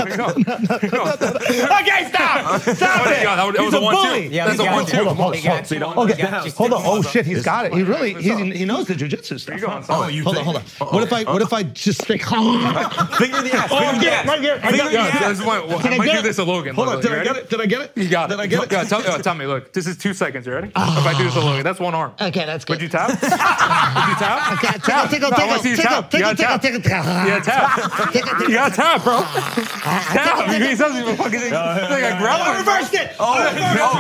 [SPEAKER 1] you go. There you go.
[SPEAKER 3] okay, stop! Stop
[SPEAKER 1] There
[SPEAKER 3] it!
[SPEAKER 1] you go. That was- that
[SPEAKER 3] He's
[SPEAKER 1] was a
[SPEAKER 3] a
[SPEAKER 1] one-two.
[SPEAKER 3] bully.
[SPEAKER 5] Yeah,
[SPEAKER 1] That's
[SPEAKER 5] we
[SPEAKER 1] a
[SPEAKER 5] got
[SPEAKER 1] one
[SPEAKER 5] you.
[SPEAKER 1] two.
[SPEAKER 5] We got you. We
[SPEAKER 3] Okay,
[SPEAKER 5] got you.
[SPEAKER 3] hold on.
[SPEAKER 5] Stick
[SPEAKER 3] Oh
[SPEAKER 5] it.
[SPEAKER 3] shit, he's got it. He really,
[SPEAKER 1] What's
[SPEAKER 3] he's,
[SPEAKER 1] up?
[SPEAKER 3] he knows the jujitsu stuff.
[SPEAKER 1] go.
[SPEAKER 3] Hold
[SPEAKER 8] Oh, you
[SPEAKER 3] on,
[SPEAKER 8] think-
[SPEAKER 3] hold on.
[SPEAKER 8] Oh,
[SPEAKER 3] What if I, what if I just think? oh,
[SPEAKER 8] Finger the ass.
[SPEAKER 3] I
[SPEAKER 8] Finger the
[SPEAKER 3] get it,
[SPEAKER 8] ass.
[SPEAKER 3] right here. I
[SPEAKER 8] Finger
[SPEAKER 3] got it.
[SPEAKER 8] the
[SPEAKER 1] Yeah,
[SPEAKER 8] ass.
[SPEAKER 1] this is why-
[SPEAKER 3] Did
[SPEAKER 1] I might
[SPEAKER 3] get
[SPEAKER 1] do
[SPEAKER 3] it?
[SPEAKER 1] this to Logan.
[SPEAKER 3] Hold
[SPEAKER 1] Look,
[SPEAKER 3] on,
[SPEAKER 1] look,
[SPEAKER 3] did I
[SPEAKER 1] ready?
[SPEAKER 3] get it? Did I get it?
[SPEAKER 1] You got it.
[SPEAKER 3] Did I get it?
[SPEAKER 1] Yeah, tell, yeah, tell me. Look, this is two seconds. You ready? if I do this to Logan, that's one arm.
[SPEAKER 3] Okay, that's
[SPEAKER 1] Would
[SPEAKER 3] good.
[SPEAKER 1] you tap? Would you tap?
[SPEAKER 3] Okay, tickle, tickle,
[SPEAKER 1] No, I wanna see you
[SPEAKER 3] tickle,
[SPEAKER 1] tap. You
[SPEAKER 3] tickle,
[SPEAKER 1] gotta
[SPEAKER 3] tickle,
[SPEAKER 1] tap.
[SPEAKER 3] tickle, tickle.
[SPEAKER 1] You gotta tap. You gotta tap, bro. Tap. You mean something you fucking think like a
[SPEAKER 3] I
[SPEAKER 1] gremlin?
[SPEAKER 3] reversed it.
[SPEAKER 1] Oh,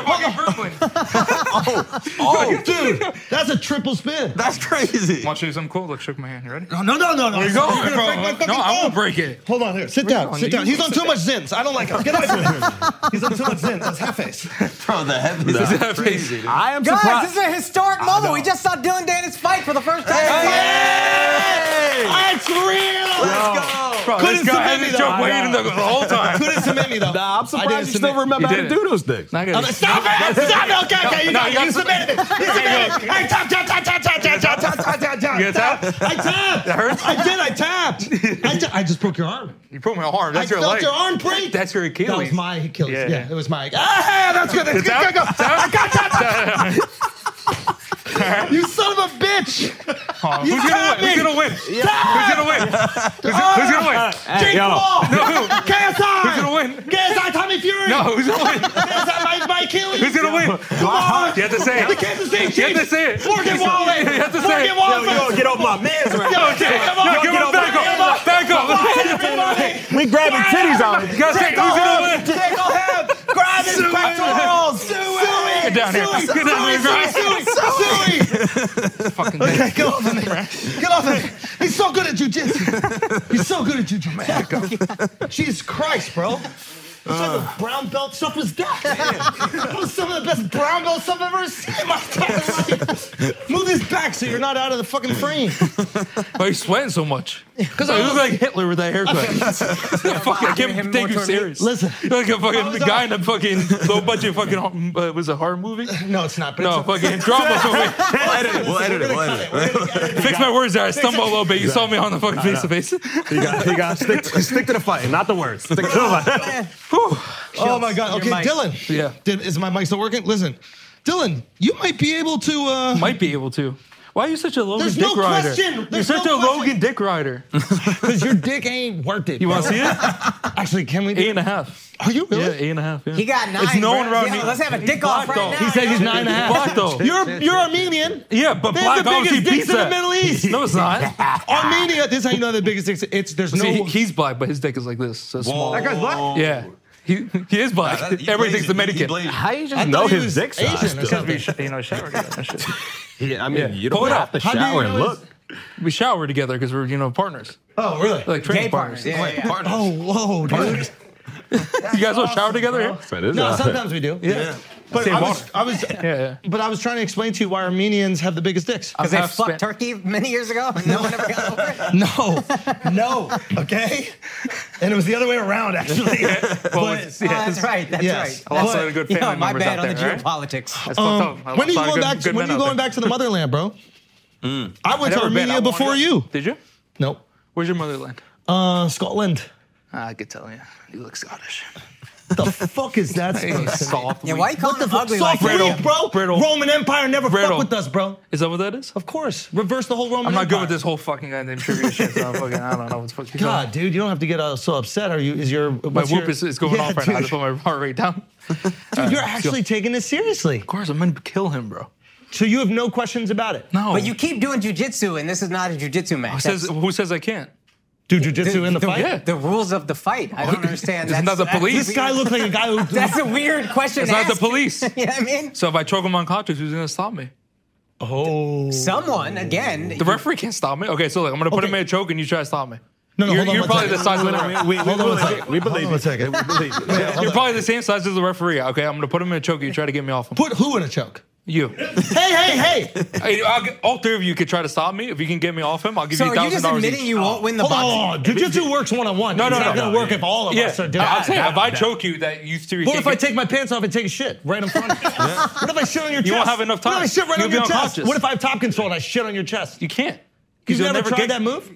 [SPEAKER 1] fucking gremlin.
[SPEAKER 8] Oh,
[SPEAKER 3] Dude, that's a triple spin.
[SPEAKER 8] that's crazy.
[SPEAKER 1] Want to show you something cool? Look, shook my hand. You ready?
[SPEAKER 3] No, no, no, no, no.
[SPEAKER 1] Where you going,
[SPEAKER 3] gonna
[SPEAKER 1] bro?
[SPEAKER 3] break my fucking
[SPEAKER 1] No, I won't
[SPEAKER 3] phone.
[SPEAKER 1] break it.
[SPEAKER 3] Hold on here. Sit down.
[SPEAKER 1] on,
[SPEAKER 3] Sit
[SPEAKER 1] you
[SPEAKER 3] down. He's
[SPEAKER 1] can
[SPEAKER 3] on too much zins. I don't like him. Get away from him. He's on too much zins. That's half face.
[SPEAKER 8] Bro, the heavy is
[SPEAKER 1] that
[SPEAKER 8] crazy. dude.
[SPEAKER 6] I am
[SPEAKER 5] Guys, this
[SPEAKER 6] surprised.
[SPEAKER 5] is a historic moment. We just saw Dylan Dennis fight for the first time.
[SPEAKER 3] That's real.
[SPEAKER 8] Let's go.
[SPEAKER 1] Bro, this
[SPEAKER 3] Couldn't
[SPEAKER 1] guy
[SPEAKER 3] submit
[SPEAKER 1] had
[SPEAKER 3] me,
[SPEAKER 1] this
[SPEAKER 3] though.
[SPEAKER 1] joke waiting the the whole time.
[SPEAKER 3] Couldn't submit me though.
[SPEAKER 6] Nah,
[SPEAKER 3] I
[SPEAKER 6] I'm
[SPEAKER 3] didn't
[SPEAKER 6] surprised you still
[SPEAKER 3] submit.
[SPEAKER 6] remember
[SPEAKER 1] You
[SPEAKER 6] how to
[SPEAKER 1] did
[SPEAKER 6] do those things.
[SPEAKER 1] Not
[SPEAKER 3] I'm
[SPEAKER 1] gonna-
[SPEAKER 3] like, Stop it! Stop it! Okay, okay, you
[SPEAKER 1] No,
[SPEAKER 3] got
[SPEAKER 1] you got
[SPEAKER 3] it. You
[SPEAKER 1] some-
[SPEAKER 3] submitted it. You submitted it. Hey, tap, tap, tap, tap, tap, tap, tap, tap, tap, tap, tap.
[SPEAKER 1] You gonna tap?
[SPEAKER 3] I tapped.
[SPEAKER 1] That hurts?
[SPEAKER 3] I did. I tapped. I, ta- I just broke your arm.
[SPEAKER 1] You broke my arm. That's
[SPEAKER 3] I
[SPEAKER 1] your
[SPEAKER 3] felt
[SPEAKER 1] leg.
[SPEAKER 3] your arm break.
[SPEAKER 1] That's your
[SPEAKER 3] That was
[SPEAKER 1] Achilles.
[SPEAKER 3] my Achilles.
[SPEAKER 1] Yeah.
[SPEAKER 3] Yeah, it was my. Ah, that's good. That's good.
[SPEAKER 1] Tap?
[SPEAKER 3] Go, go.
[SPEAKER 1] Tap?
[SPEAKER 3] You son of a bitch!
[SPEAKER 1] Who's gonna win?
[SPEAKER 3] tapped
[SPEAKER 1] Who's
[SPEAKER 3] me.
[SPEAKER 1] gonna win? Who's gonna win? Who's gonna- Who's gonna win?
[SPEAKER 3] Jake
[SPEAKER 6] yo.
[SPEAKER 3] Paul!
[SPEAKER 1] No, who? Who's
[SPEAKER 3] KSI!
[SPEAKER 1] gonna win?
[SPEAKER 3] KSI Tommy Fury!
[SPEAKER 1] No, who's gonna win?
[SPEAKER 3] KSI Mike, Mike Achilles!
[SPEAKER 1] Who's gonna win?
[SPEAKER 3] Come on!
[SPEAKER 1] You have to say
[SPEAKER 3] The
[SPEAKER 1] it.
[SPEAKER 3] Kansas City Chiefs!
[SPEAKER 1] You have to say it.
[SPEAKER 3] Morgan Wallen!
[SPEAKER 1] You have to say it.
[SPEAKER 3] Morgan Wallen!
[SPEAKER 6] get off my man's right
[SPEAKER 3] Yo, Jake, come on!
[SPEAKER 1] Yo, give him back up. Back up.
[SPEAKER 3] Everybody!
[SPEAKER 6] We grabbing titties on
[SPEAKER 1] You gotta say it. who's gonna win?
[SPEAKER 3] Tickle him! Grab his pectorals! Suey!
[SPEAKER 1] Get down here. Get down here,
[SPEAKER 3] Suey!
[SPEAKER 1] guys.
[SPEAKER 3] Suey! Suey!
[SPEAKER 1] Fucking
[SPEAKER 3] Okay, get off of me. Get off of me. He's so good at jujitsu. He's so good at jujitsu. Jesus Christ, bro. It's like the brown belt stuff was that. That was some of the best brown belt stuff I've ever seen in my entire life. Move this back so you're not out of the fucking frame.
[SPEAKER 1] Why are you sweating so much? Because I look like Hitler with that haircut. Fuck, I
[SPEAKER 5] Him
[SPEAKER 1] can't take you
[SPEAKER 5] more toward
[SPEAKER 1] serious.
[SPEAKER 3] Listen.
[SPEAKER 1] You're like a fucking
[SPEAKER 3] was
[SPEAKER 1] guy
[SPEAKER 3] on-
[SPEAKER 1] in a fucking low budget fucking um, uh, was a horror movie.
[SPEAKER 3] No, it's not. But
[SPEAKER 1] No,
[SPEAKER 3] it's a,
[SPEAKER 1] fucking drama movie.
[SPEAKER 8] We'll edit it. We'll edit it. We'll edit it.
[SPEAKER 1] Fix my words there. I stumbled a little bit. You saw me on the fucking face to face.
[SPEAKER 6] You got, you got stick, to, stick to the fight, not the words. Stick to the fight.
[SPEAKER 3] oh my God. Okay,
[SPEAKER 5] Your mic.
[SPEAKER 3] Dylan.
[SPEAKER 1] Yeah.
[SPEAKER 3] Did, is my mic still working? Listen, Dylan, you might be able to. Uh,
[SPEAKER 1] Might be able to. Why are you such a Logan
[SPEAKER 4] There's
[SPEAKER 1] Dick
[SPEAKER 4] no
[SPEAKER 1] Rider?
[SPEAKER 4] question.
[SPEAKER 1] You're
[SPEAKER 4] There's
[SPEAKER 1] such
[SPEAKER 4] no
[SPEAKER 1] a
[SPEAKER 4] question.
[SPEAKER 1] Logan Dick Rider.
[SPEAKER 3] Because your dick ain't worth it.
[SPEAKER 1] You want to see it?
[SPEAKER 3] Actually, can we?
[SPEAKER 1] Eight and a half.
[SPEAKER 3] Are you
[SPEAKER 1] Yeah,
[SPEAKER 3] really?
[SPEAKER 1] eight and a half. Yeah.
[SPEAKER 5] He got nine.
[SPEAKER 1] It's known
[SPEAKER 5] bro.
[SPEAKER 1] around
[SPEAKER 5] Yo,
[SPEAKER 1] me.
[SPEAKER 5] Let's have a dick
[SPEAKER 1] Black
[SPEAKER 5] off right
[SPEAKER 1] dog.
[SPEAKER 5] now.
[SPEAKER 1] He
[SPEAKER 3] said he's
[SPEAKER 5] yo.
[SPEAKER 3] nine and a half.
[SPEAKER 1] Black though.
[SPEAKER 3] You're you're Armenian.
[SPEAKER 1] yeah, but
[SPEAKER 3] They
[SPEAKER 1] black
[SPEAKER 3] have the
[SPEAKER 1] obviously
[SPEAKER 3] biggest
[SPEAKER 1] beats
[SPEAKER 3] dicks in the
[SPEAKER 1] that.
[SPEAKER 3] Middle East.
[SPEAKER 1] No, it's not.
[SPEAKER 3] Armenia. This is how you know the biggest dicks. It's there's
[SPEAKER 1] See, he-
[SPEAKER 3] no.
[SPEAKER 1] he's black, but his dick is like this. So it's small.
[SPEAKER 6] That guy's black?
[SPEAKER 1] Yeah. He, he is black.
[SPEAKER 8] That- he
[SPEAKER 1] Everything's
[SPEAKER 8] blazed-
[SPEAKER 1] Dominican.
[SPEAKER 8] he blazed-
[SPEAKER 9] How you
[SPEAKER 3] I
[SPEAKER 9] just
[SPEAKER 3] thought
[SPEAKER 9] know?
[SPEAKER 6] No,
[SPEAKER 3] he
[SPEAKER 6] his
[SPEAKER 3] was
[SPEAKER 6] dick's
[SPEAKER 3] Asian
[SPEAKER 6] size,
[SPEAKER 3] or
[SPEAKER 6] though.
[SPEAKER 3] something.
[SPEAKER 9] You know, shower that shit.
[SPEAKER 6] Yeah, I mean,
[SPEAKER 1] Yeah.
[SPEAKER 6] you
[SPEAKER 1] Pull
[SPEAKER 6] don't
[SPEAKER 1] it
[SPEAKER 6] have
[SPEAKER 1] up.
[SPEAKER 6] to
[SPEAKER 1] How
[SPEAKER 3] do you
[SPEAKER 6] shower and
[SPEAKER 3] know
[SPEAKER 6] look.
[SPEAKER 3] his-
[SPEAKER 1] We shower together because we're, you know, partners.
[SPEAKER 3] Oh, really?
[SPEAKER 1] Like
[SPEAKER 5] Gay
[SPEAKER 1] training
[SPEAKER 5] partners.
[SPEAKER 1] partners.
[SPEAKER 5] Yeah, yeah, yeah.
[SPEAKER 3] Oh, whoa, dude.
[SPEAKER 1] You guys all shower together here?
[SPEAKER 6] That is
[SPEAKER 3] No,
[SPEAKER 6] a-
[SPEAKER 3] sometimes we do. Yeah. But
[SPEAKER 1] Save
[SPEAKER 3] I was,
[SPEAKER 1] water.
[SPEAKER 3] I was,
[SPEAKER 1] Yeah, yeah.
[SPEAKER 3] but I was trying to explain to you why Armenians have the biggest dicks.
[SPEAKER 5] Because they
[SPEAKER 1] Half
[SPEAKER 5] fucked
[SPEAKER 1] span-
[SPEAKER 5] Turkey many years ago. No one ever got over it.
[SPEAKER 3] No, no, okay. And it was the other way around, actually.
[SPEAKER 1] Well, it's-
[SPEAKER 5] Oh,
[SPEAKER 1] yeah.
[SPEAKER 5] that's right. That's
[SPEAKER 3] Yes.
[SPEAKER 5] right.
[SPEAKER 1] Lots of good family
[SPEAKER 5] Yo, my
[SPEAKER 1] members out
[SPEAKER 5] bad
[SPEAKER 1] there,
[SPEAKER 5] on the
[SPEAKER 1] right?
[SPEAKER 5] geopolitics.
[SPEAKER 1] That's
[SPEAKER 3] Um,
[SPEAKER 1] fucked up.
[SPEAKER 3] when are you
[SPEAKER 1] Lots of
[SPEAKER 3] going
[SPEAKER 1] good-
[SPEAKER 3] back?
[SPEAKER 1] good
[SPEAKER 3] when
[SPEAKER 1] men
[SPEAKER 3] are you
[SPEAKER 1] out
[SPEAKER 3] going
[SPEAKER 1] there.
[SPEAKER 3] back to the motherland, bro? I went
[SPEAKER 1] I've
[SPEAKER 3] to
[SPEAKER 1] never been. I
[SPEAKER 3] Armenia
[SPEAKER 1] wanna
[SPEAKER 3] before
[SPEAKER 1] go.
[SPEAKER 3] you.
[SPEAKER 1] Did you?
[SPEAKER 3] Nope.
[SPEAKER 1] Where's your motherland?
[SPEAKER 3] Uh, Scotland.
[SPEAKER 1] I could tell you. You look Scottish.
[SPEAKER 3] The fuck is that? supposed to mean?
[SPEAKER 1] Soft.
[SPEAKER 5] Yeah, why you calling them ugly like
[SPEAKER 3] Soft
[SPEAKER 5] that?
[SPEAKER 1] Brittle.
[SPEAKER 3] weak, bro.
[SPEAKER 1] Brittle.
[SPEAKER 3] Roman Empire never
[SPEAKER 1] Brittle.
[SPEAKER 3] fuck with us, bro.
[SPEAKER 1] Is that what that is?
[SPEAKER 3] Of course, reverse the whole Roman.
[SPEAKER 1] I'm not good with
[SPEAKER 3] Empire.
[SPEAKER 1] this whole fucking goddamn trivia shit. So I'm fucking, I don't know what's fucking going on.
[SPEAKER 3] God, dude, you don't have to get uh, so upset. Are you? Is your
[SPEAKER 1] My
[SPEAKER 3] what's
[SPEAKER 1] whoop
[SPEAKER 3] your-
[SPEAKER 1] is, is going
[SPEAKER 3] Yeah,
[SPEAKER 1] off right now. I
[SPEAKER 3] dude.
[SPEAKER 1] just put my heart rate down. Of
[SPEAKER 3] Dude, you're actually taking this seriously.
[SPEAKER 1] course, I'm gonna kill him, bro.
[SPEAKER 3] So you have no questions about it.
[SPEAKER 1] No.
[SPEAKER 5] But you keep doing jujitsu, and this is not a jujitsu match.
[SPEAKER 1] who says who says I can't?
[SPEAKER 3] Do jujitsu in the fight?
[SPEAKER 1] yeah.
[SPEAKER 5] The rules of the fight. I don't understand.
[SPEAKER 1] Isn't that the
[SPEAKER 5] that's-
[SPEAKER 1] police?
[SPEAKER 3] This guy looked like a guy who.
[SPEAKER 5] That's a weird question.
[SPEAKER 1] It's
[SPEAKER 5] to
[SPEAKER 1] not the
[SPEAKER 5] ask.
[SPEAKER 1] police.
[SPEAKER 5] you know what I mean?
[SPEAKER 1] So if I choke him on contracts, who's gonna stop me?
[SPEAKER 3] oh.
[SPEAKER 5] Someone again.
[SPEAKER 1] The referee can't stop me. Okay, so look, I'm gonna put
[SPEAKER 3] Okay.
[SPEAKER 1] him in a choke and you try to stop me.
[SPEAKER 3] No, no,
[SPEAKER 1] you're,
[SPEAKER 3] hold on
[SPEAKER 1] you're
[SPEAKER 3] one
[SPEAKER 1] probably
[SPEAKER 3] second.
[SPEAKER 1] the size of the referee.
[SPEAKER 6] We, we,
[SPEAKER 3] on
[SPEAKER 6] we,
[SPEAKER 3] a
[SPEAKER 6] believe
[SPEAKER 3] second.
[SPEAKER 6] it. we
[SPEAKER 3] Hold
[SPEAKER 6] believe
[SPEAKER 3] on a
[SPEAKER 6] it.
[SPEAKER 3] second.
[SPEAKER 6] We believe it. Yeah.
[SPEAKER 1] You're probably the same size as the referee. Okay, I'm gonna put him in a choke. You try to get me off him.
[SPEAKER 3] Put who in a choke?
[SPEAKER 1] You,
[SPEAKER 3] Hey, hey, hey!
[SPEAKER 1] I, I'll, get- all three of you could try to stop me. If you can get me off him, I'll give
[SPEAKER 5] so
[SPEAKER 1] you
[SPEAKER 5] are you
[SPEAKER 1] thousand
[SPEAKER 5] just
[SPEAKER 1] dollars.
[SPEAKER 5] admitting you won't win the
[SPEAKER 3] Hold
[SPEAKER 5] boxing?
[SPEAKER 3] on. Oh, Jujitsu works one on one.
[SPEAKER 1] No, no,
[SPEAKER 3] it's not
[SPEAKER 1] no,
[SPEAKER 3] gonna
[SPEAKER 1] no,
[SPEAKER 3] work if all of
[SPEAKER 1] Yeah,
[SPEAKER 3] us are doing
[SPEAKER 1] I'm saying
[SPEAKER 3] it.
[SPEAKER 1] if I choke you, that you three.
[SPEAKER 3] What
[SPEAKER 1] can't
[SPEAKER 3] if I
[SPEAKER 1] get-
[SPEAKER 3] take my pants off and take a shit right in front of you? What if I shit on your chest?
[SPEAKER 1] won't have enough
[SPEAKER 3] What if I
[SPEAKER 1] time.
[SPEAKER 3] shit right
[SPEAKER 1] You'll
[SPEAKER 3] on
[SPEAKER 1] be
[SPEAKER 3] your chest?
[SPEAKER 1] unconscious.
[SPEAKER 3] What if I have top control and I shit on your chest?
[SPEAKER 1] You can't. 'Cause
[SPEAKER 3] You've
[SPEAKER 1] you'll
[SPEAKER 3] never, tried
[SPEAKER 1] get-
[SPEAKER 3] that move?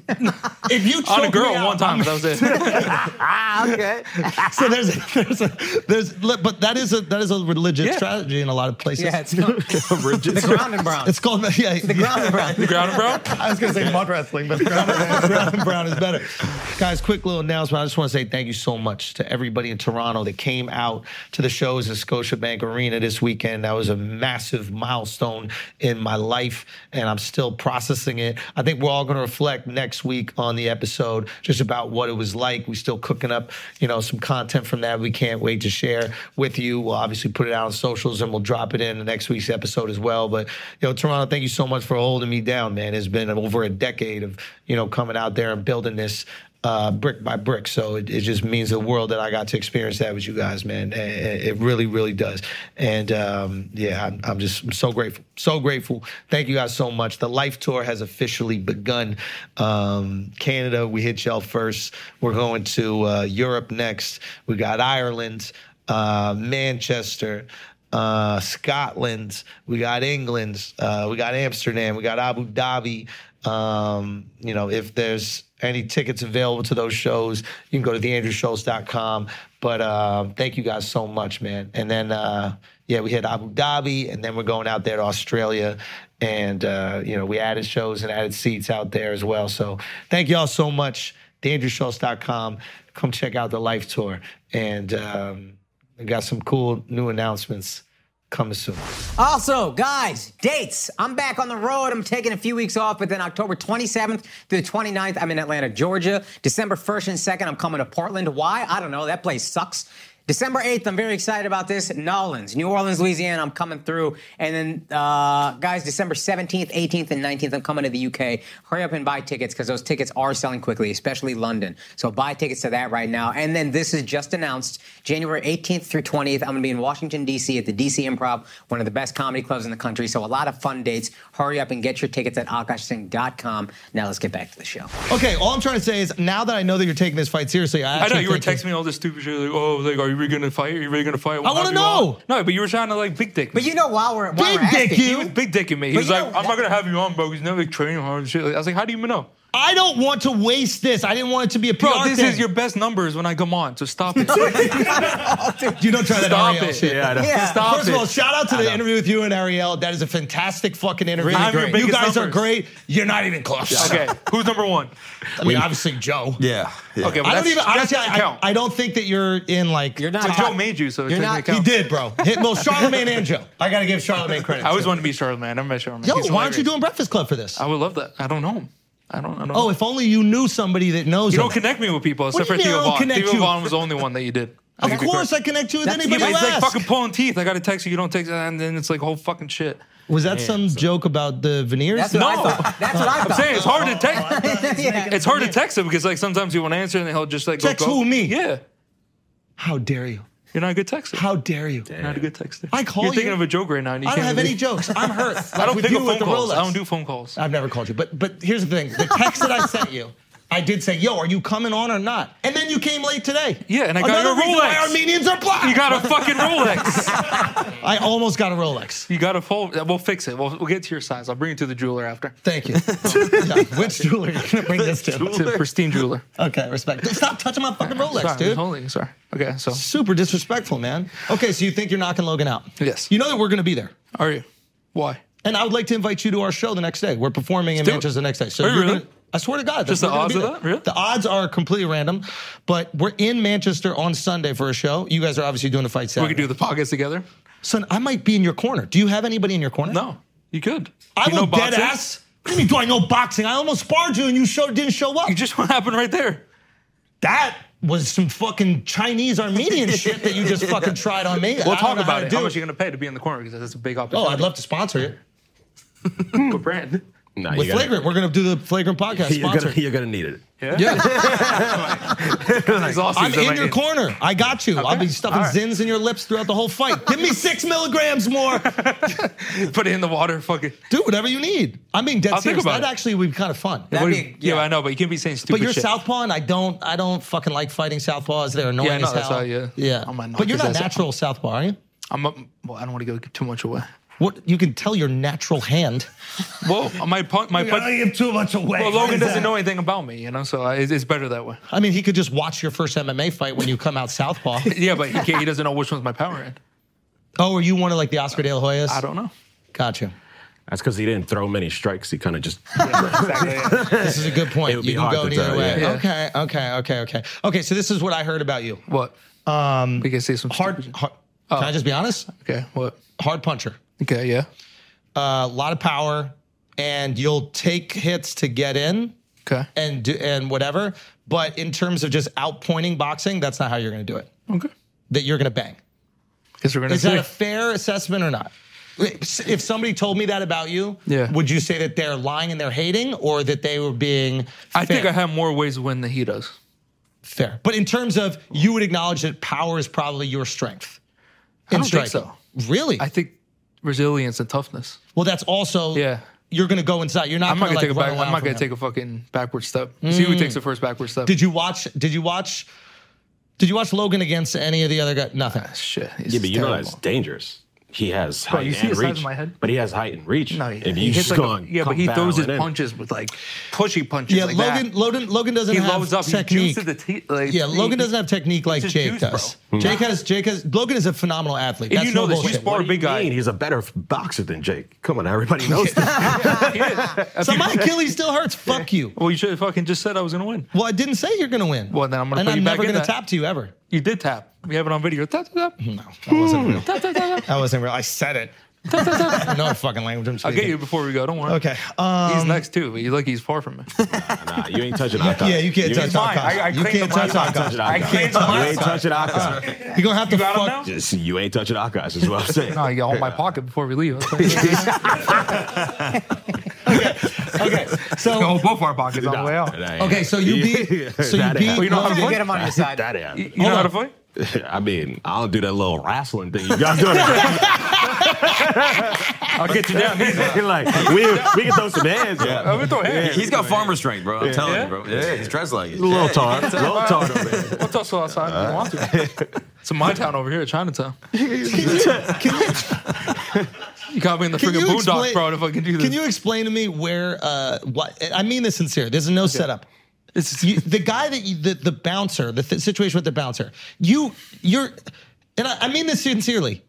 [SPEAKER 3] if you choke
[SPEAKER 1] on a girl
[SPEAKER 3] me out,
[SPEAKER 1] one time. That was it.
[SPEAKER 5] Ah, okay.
[SPEAKER 3] so there's there's a, there's but that is a that is a religious
[SPEAKER 1] Yeah.
[SPEAKER 3] strategy in a lot of places.
[SPEAKER 5] Yeah, it's not, the ground and brown.
[SPEAKER 3] It's called yeah. yeah.
[SPEAKER 5] ground and brown.
[SPEAKER 1] Ground him, bro.
[SPEAKER 3] I was gonna say mud wrestling, but brown, brown, brown is better. Guys, quick little announcement. I just want to say thank you so much to everybody in Toronto that came out to the shows at Scotiabank Arena this weekend. That was a massive milestone in my life, and I'm still processing it. I think we're all gonna reflect next week on the episode just about what it was like. We're still cooking up, you know, some content from that. We can't wait to share with you. We'll obviously put it out on socials and we'll drop it in the next week's episode as well. But you know, Toronto, thank you so much for holding me down, man. It's been over a decade of you know coming out there and building this uh, brick by brick. So it, it just means the world that I got to experience that with you guys, man. It, it- it really, really does. And um, yeah, I'm, I'm just I'm so grateful, so grateful. Thank you guys so much. The Life Tour has officially begun. Um, Canada, we hit y'all first. We're going to uh, Europe next. We got Ireland, uh, Manchester uh, Scotland, we got England, uh, we got Amsterdam, we got Abu Dhabi. Um, you know, if there's any tickets available to those shows, you can go to theandrewschultz.com. But uh, thank you guys so much, man. And then, uh, yeah, we hit Abu Dhabi, and then we're going out there to Australia. And, uh, you know, we added shows and added seats out there as well. So thank y'all so much. TheAndrewSchultz.com. Come check out the Life Tour. And, um, we got some cool new announcements coming soon.
[SPEAKER 5] Also, guys, dates. I'm back on the road. I'm taking a few weeks off, but then October 27th through the 29th, I'm in Atlanta, Georgia. December 1st and 2nd, I'm coming to Portland. Why? I don't know. That place sucks. December 8th, I'm very excited about this. Nolans, New Orleans, Louisiana, I'm coming through. And then, uh, guys, December 17th, 18th, and 19th, I'm coming to the UK. Hurry up and buy tickets because those tickets are selling quickly, especially London. So buy tickets to that right now. And then this is just announced January 18th through 20th. I'm going to be in Washington, D.C. at the D.C. Improv, one of the best comedy clubs in the country. So a lot of fun dates. Hurry up and get your tickets at akashsing.com. Now let's get back to the show.
[SPEAKER 3] Okay, all I'm trying to say is now that I know that you're taking this fight seriously, I,
[SPEAKER 1] I know
[SPEAKER 3] actually
[SPEAKER 1] you were
[SPEAKER 3] think-
[SPEAKER 1] texting me all this stupid shit. Like, oh, like, are you really gonna fight? Are you really gonna fight?
[SPEAKER 3] wanna
[SPEAKER 1] However you
[SPEAKER 3] know.
[SPEAKER 1] want. No, but you were trying to like big dick.
[SPEAKER 5] But you know, while we're, while
[SPEAKER 3] Big
[SPEAKER 5] we're at
[SPEAKER 3] dick,
[SPEAKER 5] it,
[SPEAKER 3] you-
[SPEAKER 1] he was big dicking me. He
[SPEAKER 5] But
[SPEAKER 1] was
[SPEAKER 5] you
[SPEAKER 1] like,
[SPEAKER 5] know
[SPEAKER 1] I'm not
[SPEAKER 5] that-
[SPEAKER 1] gonna have you on, bro. He's never like, training hard and shit. Like, I was like, how do you even know?
[SPEAKER 3] I don't want to waste this. I didn't want it to be a PR
[SPEAKER 1] Bro, this
[SPEAKER 3] thing.
[SPEAKER 1] is your best numbers when I come on, so stop it.
[SPEAKER 3] You don't try that
[SPEAKER 1] Stop
[SPEAKER 3] Ariel
[SPEAKER 1] it.
[SPEAKER 3] shit.
[SPEAKER 6] Yeah, I know.
[SPEAKER 5] Yeah.
[SPEAKER 1] Stop
[SPEAKER 3] First of
[SPEAKER 1] it.
[SPEAKER 3] all, shout out to the interview with you and Ariel. That is a fantastic fucking interview.
[SPEAKER 1] Really I'm your
[SPEAKER 3] You
[SPEAKER 1] biggest
[SPEAKER 3] guys are
[SPEAKER 1] numbers.
[SPEAKER 3] great. You're not even close.
[SPEAKER 1] okay, who's number one?
[SPEAKER 3] I mean, obviously Joe.
[SPEAKER 8] Yeah. yeah.
[SPEAKER 1] Okay, well,
[SPEAKER 3] I don't
[SPEAKER 1] that's-
[SPEAKER 3] even.
[SPEAKER 1] that
[SPEAKER 3] Honestly,
[SPEAKER 1] doesn't
[SPEAKER 3] I, I,
[SPEAKER 1] count.
[SPEAKER 3] I don't think that you're in like.
[SPEAKER 5] You're not
[SPEAKER 1] But
[SPEAKER 5] top-
[SPEAKER 1] Joe made you, so it
[SPEAKER 5] You're
[SPEAKER 1] doesn't
[SPEAKER 5] not-
[SPEAKER 1] count.
[SPEAKER 3] He did, bro. Hit both Charlemagne and Joe. I gotta give Charlemagne credit.
[SPEAKER 1] I always wanted to be Charlemagne. I never met Charlemagne.
[SPEAKER 3] Yo,
[SPEAKER 1] He's
[SPEAKER 3] why aren't you
[SPEAKER 1] hilarious.
[SPEAKER 3] doing Breakfast Club for this?
[SPEAKER 1] I would love that. I don't know him. I don't. I don't.
[SPEAKER 3] Oh,
[SPEAKER 1] know.
[SPEAKER 3] if only you knew somebody that knows.
[SPEAKER 1] you don't
[SPEAKER 3] him.
[SPEAKER 1] connect me with people
[SPEAKER 3] do
[SPEAKER 1] except for
[SPEAKER 3] you mean I
[SPEAKER 1] Theo
[SPEAKER 3] don't
[SPEAKER 1] Vaughn.
[SPEAKER 3] connect
[SPEAKER 1] Theo
[SPEAKER 3] you?
[SPEAKER 1] Vaughn was the only one that you did. I'm
[SPEAKER 3] Of
[SPEAKER 1] gonna be
[SPEAKER 3] course,
[SPEAKER 1] correct.
[SPEAKER 3] I connect you with
[SPEAKER 5] That's-
[SPEAKER 1] Yeah,
[SPEAKER 3] anybody.
[SPEAKER 1] but it's
[SPEAKER 3] I'll
[SPEAKER 1] like
[SPEAKER 3] ask.
[SPEAKER 1] fucking pulling teeth. I got to text you. You don't text, and then it's like whole fucking shit.
[SPEAKER 3] Was that some joke about the veneers?
[SPEAKER 5] That's what I
[SPEAKER 1] No.
[SPEAKER 5] thought. That's what I
[SPEAKER 1] I'm
[SPEAKER 5] thought.
[SPEAKER 1] saying it's hard to text.
[SPEAKER 5] Yeah.
[SPEAKER 1] It's hard to text him because like sometimes he won't answer and he'll just like go,
[SPEAKER 3] Text
[SPEAKER 1] go.
[SPEAKER 3] who, me?
[SPEAKER 1] Yeah,
[SPEAKER 3] How dare you?
[SPEAKER 1] you're not a good texter.
[SPEAKER 3] How dare you?
[SPEAKER 1] You're not a good texter.
[SPEAKER 3] I call
[SPEAKER 1] You're thinking
[SPEAKER 3] you.
[SPEAKER 1] of a joke right now. And you
[SPEAKER 3] I don't
[SPEAKER 1] can't
[SPEAKER 3] have
[SPEAKER 1] really-
[SPEAKER 3] any jokes. I'm hurt.
[SPEAKER 1] I don't
[SPEAKER 3] Like with
[SPEAKER 1] pick
[SPEAKER 3] you
[SPEAKER 1] up
[SPEAKER 3] with
[SPEAKER 1] phone
[SPEAKER 3] the
[SPEAKER 1] calls. I
[SPEAKER 3] Rolex.
[SPEAKER 1] don't do phone calls.
[SPEAKER 3] I've never called you, but but here's the thing: the text that I sent you, I did say, "Yo, are you coming on or not?" And then you came late today.
[SPEAKER 1] Yeah, and I got
[SPEAKER 3] Another
[SPEAKER 1] you a
[SPEAKER 3] reason why
[SPEAKER 1] Rolex.
[SPEAKER 3] Armenians are black.
[SPEAKER 1] You got a fucking Rolex.
[SPEAKER 3] I almost got a Rolex.
[SPEAKER 1] You got a full. We'll fix it. We'll, we'll get to your size. I'll bring it to the jeweler after.
[SPEAKER 3] Thank you. Yeah, Which jeweler are you gonna bring this to?
[SPEAKER 1] To the pristine jeweler.
[SPEAKER 3] Okay, respect. Dude, Stop touching my fucking Rolex,
[SPEAKER 1] sorry,
[SPEAKER 3] dude.
[SPEAKER 1] Holding, sorry. Okay, so
[SPEAKER 3] Super disrespectful, man. Okay, so you think you're knocking Logan out?
[SPEAKER 1] Yes.
[SPEAKER 3] You know that we're gonna be there.
[SPEAKER 1] are you? Why?
[SPEAKER 3] And I would like to invite you to our show the next day. We're performing in
[SPEAKER 1] do it.
[SPEAKER 3] Manchester the next day. So
[SPEAKER 1] Are you
[SPEAKER 3] you're
[SPEAKER 1] really?
[SPEAKER 3] gonna- I swear to God,
[SPEAKER 1] Just
[SPEAKER 3] that
[SPEAKER 1] the
[SPEAKER 3] we're gonna
[SPEAKER 1] odds
[SPEAKER 3] be
[SPEAKER 1] of
[SPEAKER 3] there.
[SPEAKER 1] that? Really?
[SPEAKER 3] The odds are completely random, but we're in Manchester on Sunday for a show. You guys are obviously doing a fight
[SPEAKER 1] We
[SPEAKER 3] Saturday.
[SPEAKER 1] could do the pockets together.
[SPEAKER 3] Son, I might be in your corner. Do you have anybody in your corner?
[SPEAKER 1] No, you could.
[SPEAKER 3] I
[SPEAKER 1] you
[SPEAKER 3] will
[SPEAKER 1] know
[SPEAKER 3] dead
[SPEAKER 1] boxing?
[SPEAKER 3] ass. What do you mean? Do I know boxing? I almost sparred you and you showed didn't show up.
[SPEAKER 1] You just what happened right there.
[SPEAKER 3] that was some fucking Chinese Armenian shit that you just fucking tried on me.
[SPEAKER 1] We'll talk about it. How much are you going to pay to be in the corner? Because that's a big
[SPEAKER 3] Oh,
[SPEAKER 1] opportunity.
[SPEAKER 3] I'd love to sponsor it.
[SPEAKER 1] Good brand.
[SPEAKER 6] Nah,
[SPEAKER 3] With
[SPEAKER 6] you gotta-
[SPEAKER 3] Flagrant, we're gonna do the Flagrant podcast.
[SPEAKER 6] You're
[SPEAKER 3] sponsor.
[SPEAKER 6] gonna, you're gonna need it.
[SPEAKER 1] It's awesome.
[SPEAKER 3] I'm in your corner. I got you. I'll be stuffing
[SPEAKER 1] All right.
[SPEAKER 3] zins in your lips throughout the whole fight. Give me six milligrams more.
[SPEAKER 1] Put it in the water. Fuck it.
[SPEAKER 3] Do whatever you need. I'm being dead
[SPEAKER 1] I'll think
[SPEAKER 3] serious.
[SPEAKER 1] about
[SPEAKER 3] That
[SPEAKER 1] it.
[SPEAKER 3] actually would be kind of fun.
[SPEAKER 5] That'd
[SPEAKER 1] What
[SPEAKER 5] be-
[SPEAKER 1] do you- yeah.
[SPEAKER 5] yeah.
[SPEAKER 1] I know, but you can't be saying stupid
[SPEAKER 3] but you're
[SPEAKER 1] shit.
[SPEAKER 3] southpaw, and I don't. I don't fucking like fighting southpaws. They're annoying
[SPEAKER 1] Yeah, I know,
[SPEAKER 3] as
[SPEAKER 1] that's
[SPEAKER 3] hell.
[SPEAKER 1] why, yeah.
[SPEAKER 3] yeah.
[SPEAKER 1] I'm a knock
[SPEAKER 3] but you're
[SPEAKER 1] his
[SPEAKER 3] not
[SPEAKER 1] ass out.
[SPEAKER 3] natural southpaw, are you?
[SPEAKER 1] I'm up. Well, I don't want to go too much away.
[SPEAKER 3] What you can tell your natural hand.
[SPEAKER 1] Whoa, my pun, my
[SPEAKER 4] I
[SPEAKER 1] pun.
[SPEAKER 4] give too much away.
[SPEAKER 1] Well, Logan doesn't know anything about me, you know, so I, it's it's better that way.
[SPEAKER 3] I mean, he could just watch your first MMA fight when you come out southpaw.
[SPEAKER 1] Yeah, but he, can't, he doesn't know which one's my power end.
[SPEAKER 3] oh, are you one of like the Oscar De La Hoyas?
[SPEAKER 1] I don't know.
[SPEAKER 3] Gotcha.
[SPEAKER 6] That's because he didn't throw many strikes. He kind of just
[SPEAKER 3] This is a good point.
[SPEAKER 6] It would
[SPEAKER 3] you
[SPEAKER 6] be
[SPEAKER 3] can
[SPEAKER 6] hard
[SPEAKER 3] go
[SPEAKER 6] to
[SPEAKER 3] either
[SPEAKER 6] tell,
[SPEAKER 3] way.
[SPEAKER 1] yeah.
[SPEAKER 3] Okay, okay, okay, okay. Okay, so this is what I heard about you.
[SPEAKER 1] What? Um, we can say some
[SPEAKER 3] Hard,
[SPEAKER 1] stupid- Oh.
[SPEAKER 3] hard can I just be honest?
[SPEAKER 1] Okay. What?
[SPEAKER 3] Hard puncher.
[SPEAKER 1] Okay. Yeah.
[SPEAKER 3] A lot of power, and you'll take hits to get in
[SPEAKER 1] Okay.
[SPEAKER 3] and do and whatever. But in terms of just outpointing boxing, that's not how you're gonna do it.
[SPEAKER 1] Okay.
[SPEAKER 3] That you're gonna bang.
[SPEAKER 1] Guess we're gonna
[SPEAKER 3] Is
[SPEAKER 1] see.
[SPEAKER 3] that a fair assessment or not? If somebody told me that about you,
[SPEAKER 1] Yeah.
[SPEAKER 3] would you say that they're lying and they're hating, or that they were being?
[SPEAKER 1] I think
[SPEAKER 3] fair?
[SPEAKER 1] I have more ways to win than he does.
[SPEAKER 3] Fair. But in terms of you would acknowledge that power is probably your strength.
[SPEAKER 1] I
[SPEAKER 3] in
[SPEAKER 1] don't think
[SPEAKER 3] striking.
[SPEAKER 1] so.
[SPEAKER 3] Really?
[SPEAKER 1] I think resilience and toughness.
[SPEAKER 3] well, that's also
[SPEAKER 1] Yeah.
[SPEAKER 3] you're going to go inside. You're not
[SPEAKER 1] I'm not
[SPEAKER 3] going
[SPEAKER 1] gonna
[SPEAKER 3] to
[SPEAKER 1] take
[SPEAKER 3] like
[SPEAKER 1] a
[SPEAKER 3] run
[SPEAKER 1] back,
[SPEAKER 3] around
[SPEAKER 1] I'm not
[SPEAKER 3] from
[SPEAKER 1] gonna
[SPEAKER 3] him.
[SPEAKER 1] take a fucking backward step. See who takes the first backward step.
[SPEAKER 3] Did you watch did you watch did you watch Logan against any of the other guys? Nothing.
[SPEAKER 1] Shit.
[SPEAKER 6] yeah, but you know that's dangerous. He has height
[SPEAKER 1] you see
[SPEAKER 6] and
[SPEAKER 1] the size of
[SPEAKER 6] reach.
[SPEAKER 1] my head?
[SPEAKER 6] But he has height and reach.
[SPEAKER 1] No,
[SPEAKER 6] if you
[SPEAKER 1] hits
[SPEAKER 6] just
[SPEAKER 1] like a-
[SPEAKER 6] gone,
[SPEAKER 1] yeah, but
[SPEAKER 6] come
[SPEAKER 1] he throws his
[SPEAKER 6] barreling in.
[SPEAKER 1] punches with like pushy punches.
[SPEAKER 3] Yeah,
[SPEAKER 1] like
[SPEAKER 3] Logan,
[SPEAKER 1] that.
[SPEAKER 3] Logan Logan doesn't
[SPEAKER 1] He
[SPEAKER 3] have
[SPEAKER 1] loads up. He
[SPEAKER 3] technique.
[SPEAKER 1] juices the te- like,
[SPEAKER 3] yeah,
[SPEAKER 1] he-
[SPEAKER 3] Logan doesn't have technique like
[SPEAKER 1] just
[SPEAKER 3] Jake
[SPEAKER 1] juice, bro.
[SPEAKER 3] does. Jake has Jake has Logan is a phenomenal athlete.
[SPEAKER 1] And
[SPEAKER 3] That's
[SPEAKER 1] you know
[SPEAKER 3] no
[SPEAKER 1] this. You
[SPEAKER 3] bullshit.
[SPEAKER 1] spar a
[SPEAKER 6] What do you
[SPEAKER 1] big guy.
[SPEAKER 6] mean? He's a better boxer than Jake. Come on, everybody knows that.
[SPEAKER 3] So my Achilles still hurts. Fuck you.
[SPEAKER 1] Well, you should have fucking just said I was gonna win.
[SPEAKER 3] Well, I didn't say you're going to win.
[SPEAKER 1] Well, then I'm gonna
[SPEAKER 3] and
[SPEAKER 1] put
[SPEAKER 3] I'm
[SPEAKER 1] you back
[SPEAKER 3] never
[SPEAKER 1] in
[SPEAKER 3] gonna
[SPEAKER 1] that.
[SPEAKER 3] tap to you ever.
[SPEAKER 1] You did tap. We have it on video. Tap tap tap.
[SPEAKER 3] No, that wasn't real.
[SPEAKER 1] Tap tap tap. tap.
[SPEAKER 3] That wasn't real. I said it. no fucking language. I'm
[SPEAKER 1] I'll
[SPEAKER 3] speaking.
[SPEAKER 1] get you before we go. Don't worry.
[SPEAKER 3] Okay. Um,
[SPEAKER 1] He's next too. But you look, he's far from me.
[SPEAKER 6] nah, you ain't touching Akka.
[SPEAKER 3] yeah, you can't touch
[SPEAKER 6] ain't
[SPEAKER 1] mine.
[SPEAKER 3] Akka.
[SPEAKER 1] I- I
[SPEAKER 3] you
[SPEAKER 1] claim
[SPEAKER 3] can't
[SPEAKER 1] the
[SPEAKER 3] touch
[SPEAKER 1] mine.
[SPEAKER 3] Akka.
[SPEAKER 6] touching
[SPEAKER 1] I
[SPEAKER 6] Akka.
[SPEAKER 1] can't touch
[SPEAKER 6] You ain't touching Akka.
[SPEAKER 3] You're gonna have to
[SPEAKER 1] got him
[SPEAKER 3] fuck.
[SPEAKER 1] now?
[SPEAKER 6] Just- You ain't touching Akka. That's just what I'm saying.
[SPEAKER 1] No, I get all in my pocket before we leave. That's what I'm saying.
[SPEAKER 3] Okay. So
[SPEAKER 1] Oh, both our pockets on the way out.
[SPEAKER 6] That ain't-
[SPEAKER 3] okay, so you beat. So you
[SPEAKER 6] That ain't-
[SPEAKER 3] beat.
[SPEAKER 6] Well,
[SPEAKER 1] you know how to
[SPEAKER 3] Logan.
[SPEAKER 5] You get him on your side.
[SPEAKER 6] That ain't.
[SPEAKER 1] You know how to
[SPEAKER 3] Hold
[SPEAKER 1] fight?
[SPEAKER 6] I mean, I don't do that little wrestling thing. You guys doing
[SPEAKER 1] I'll get you down. He's like,
[SPEAKER 6] like we we can throw some hands. Yeah.
[SPEAKER 1] "Oh, we throw hands."
[SPEAKER 8] He's got farmer strength, bro. I'm telling
[SPEAKER 1] Yeah?
[SPEAKER 8] you, bro. Yeah, he's dressed like it.
[SPEAKER 6] A little
[SPEAKER 8] Yeah.
[SPEAKER 6] tart, a little tart over there.
[SPEAKER 1] We'll tussle outside if you want to. It's in my town over here, Chinatown. You caught me in the freaking boondock, bro, to fucking do this.
[SPEAKER 3] Can you explain to me where? Uh, what? I mean this sincere. There's no setup. It's you, the guy that you, the the bouncer, the th- situation with the bouncer. You you're, and I, I mean this sincerely.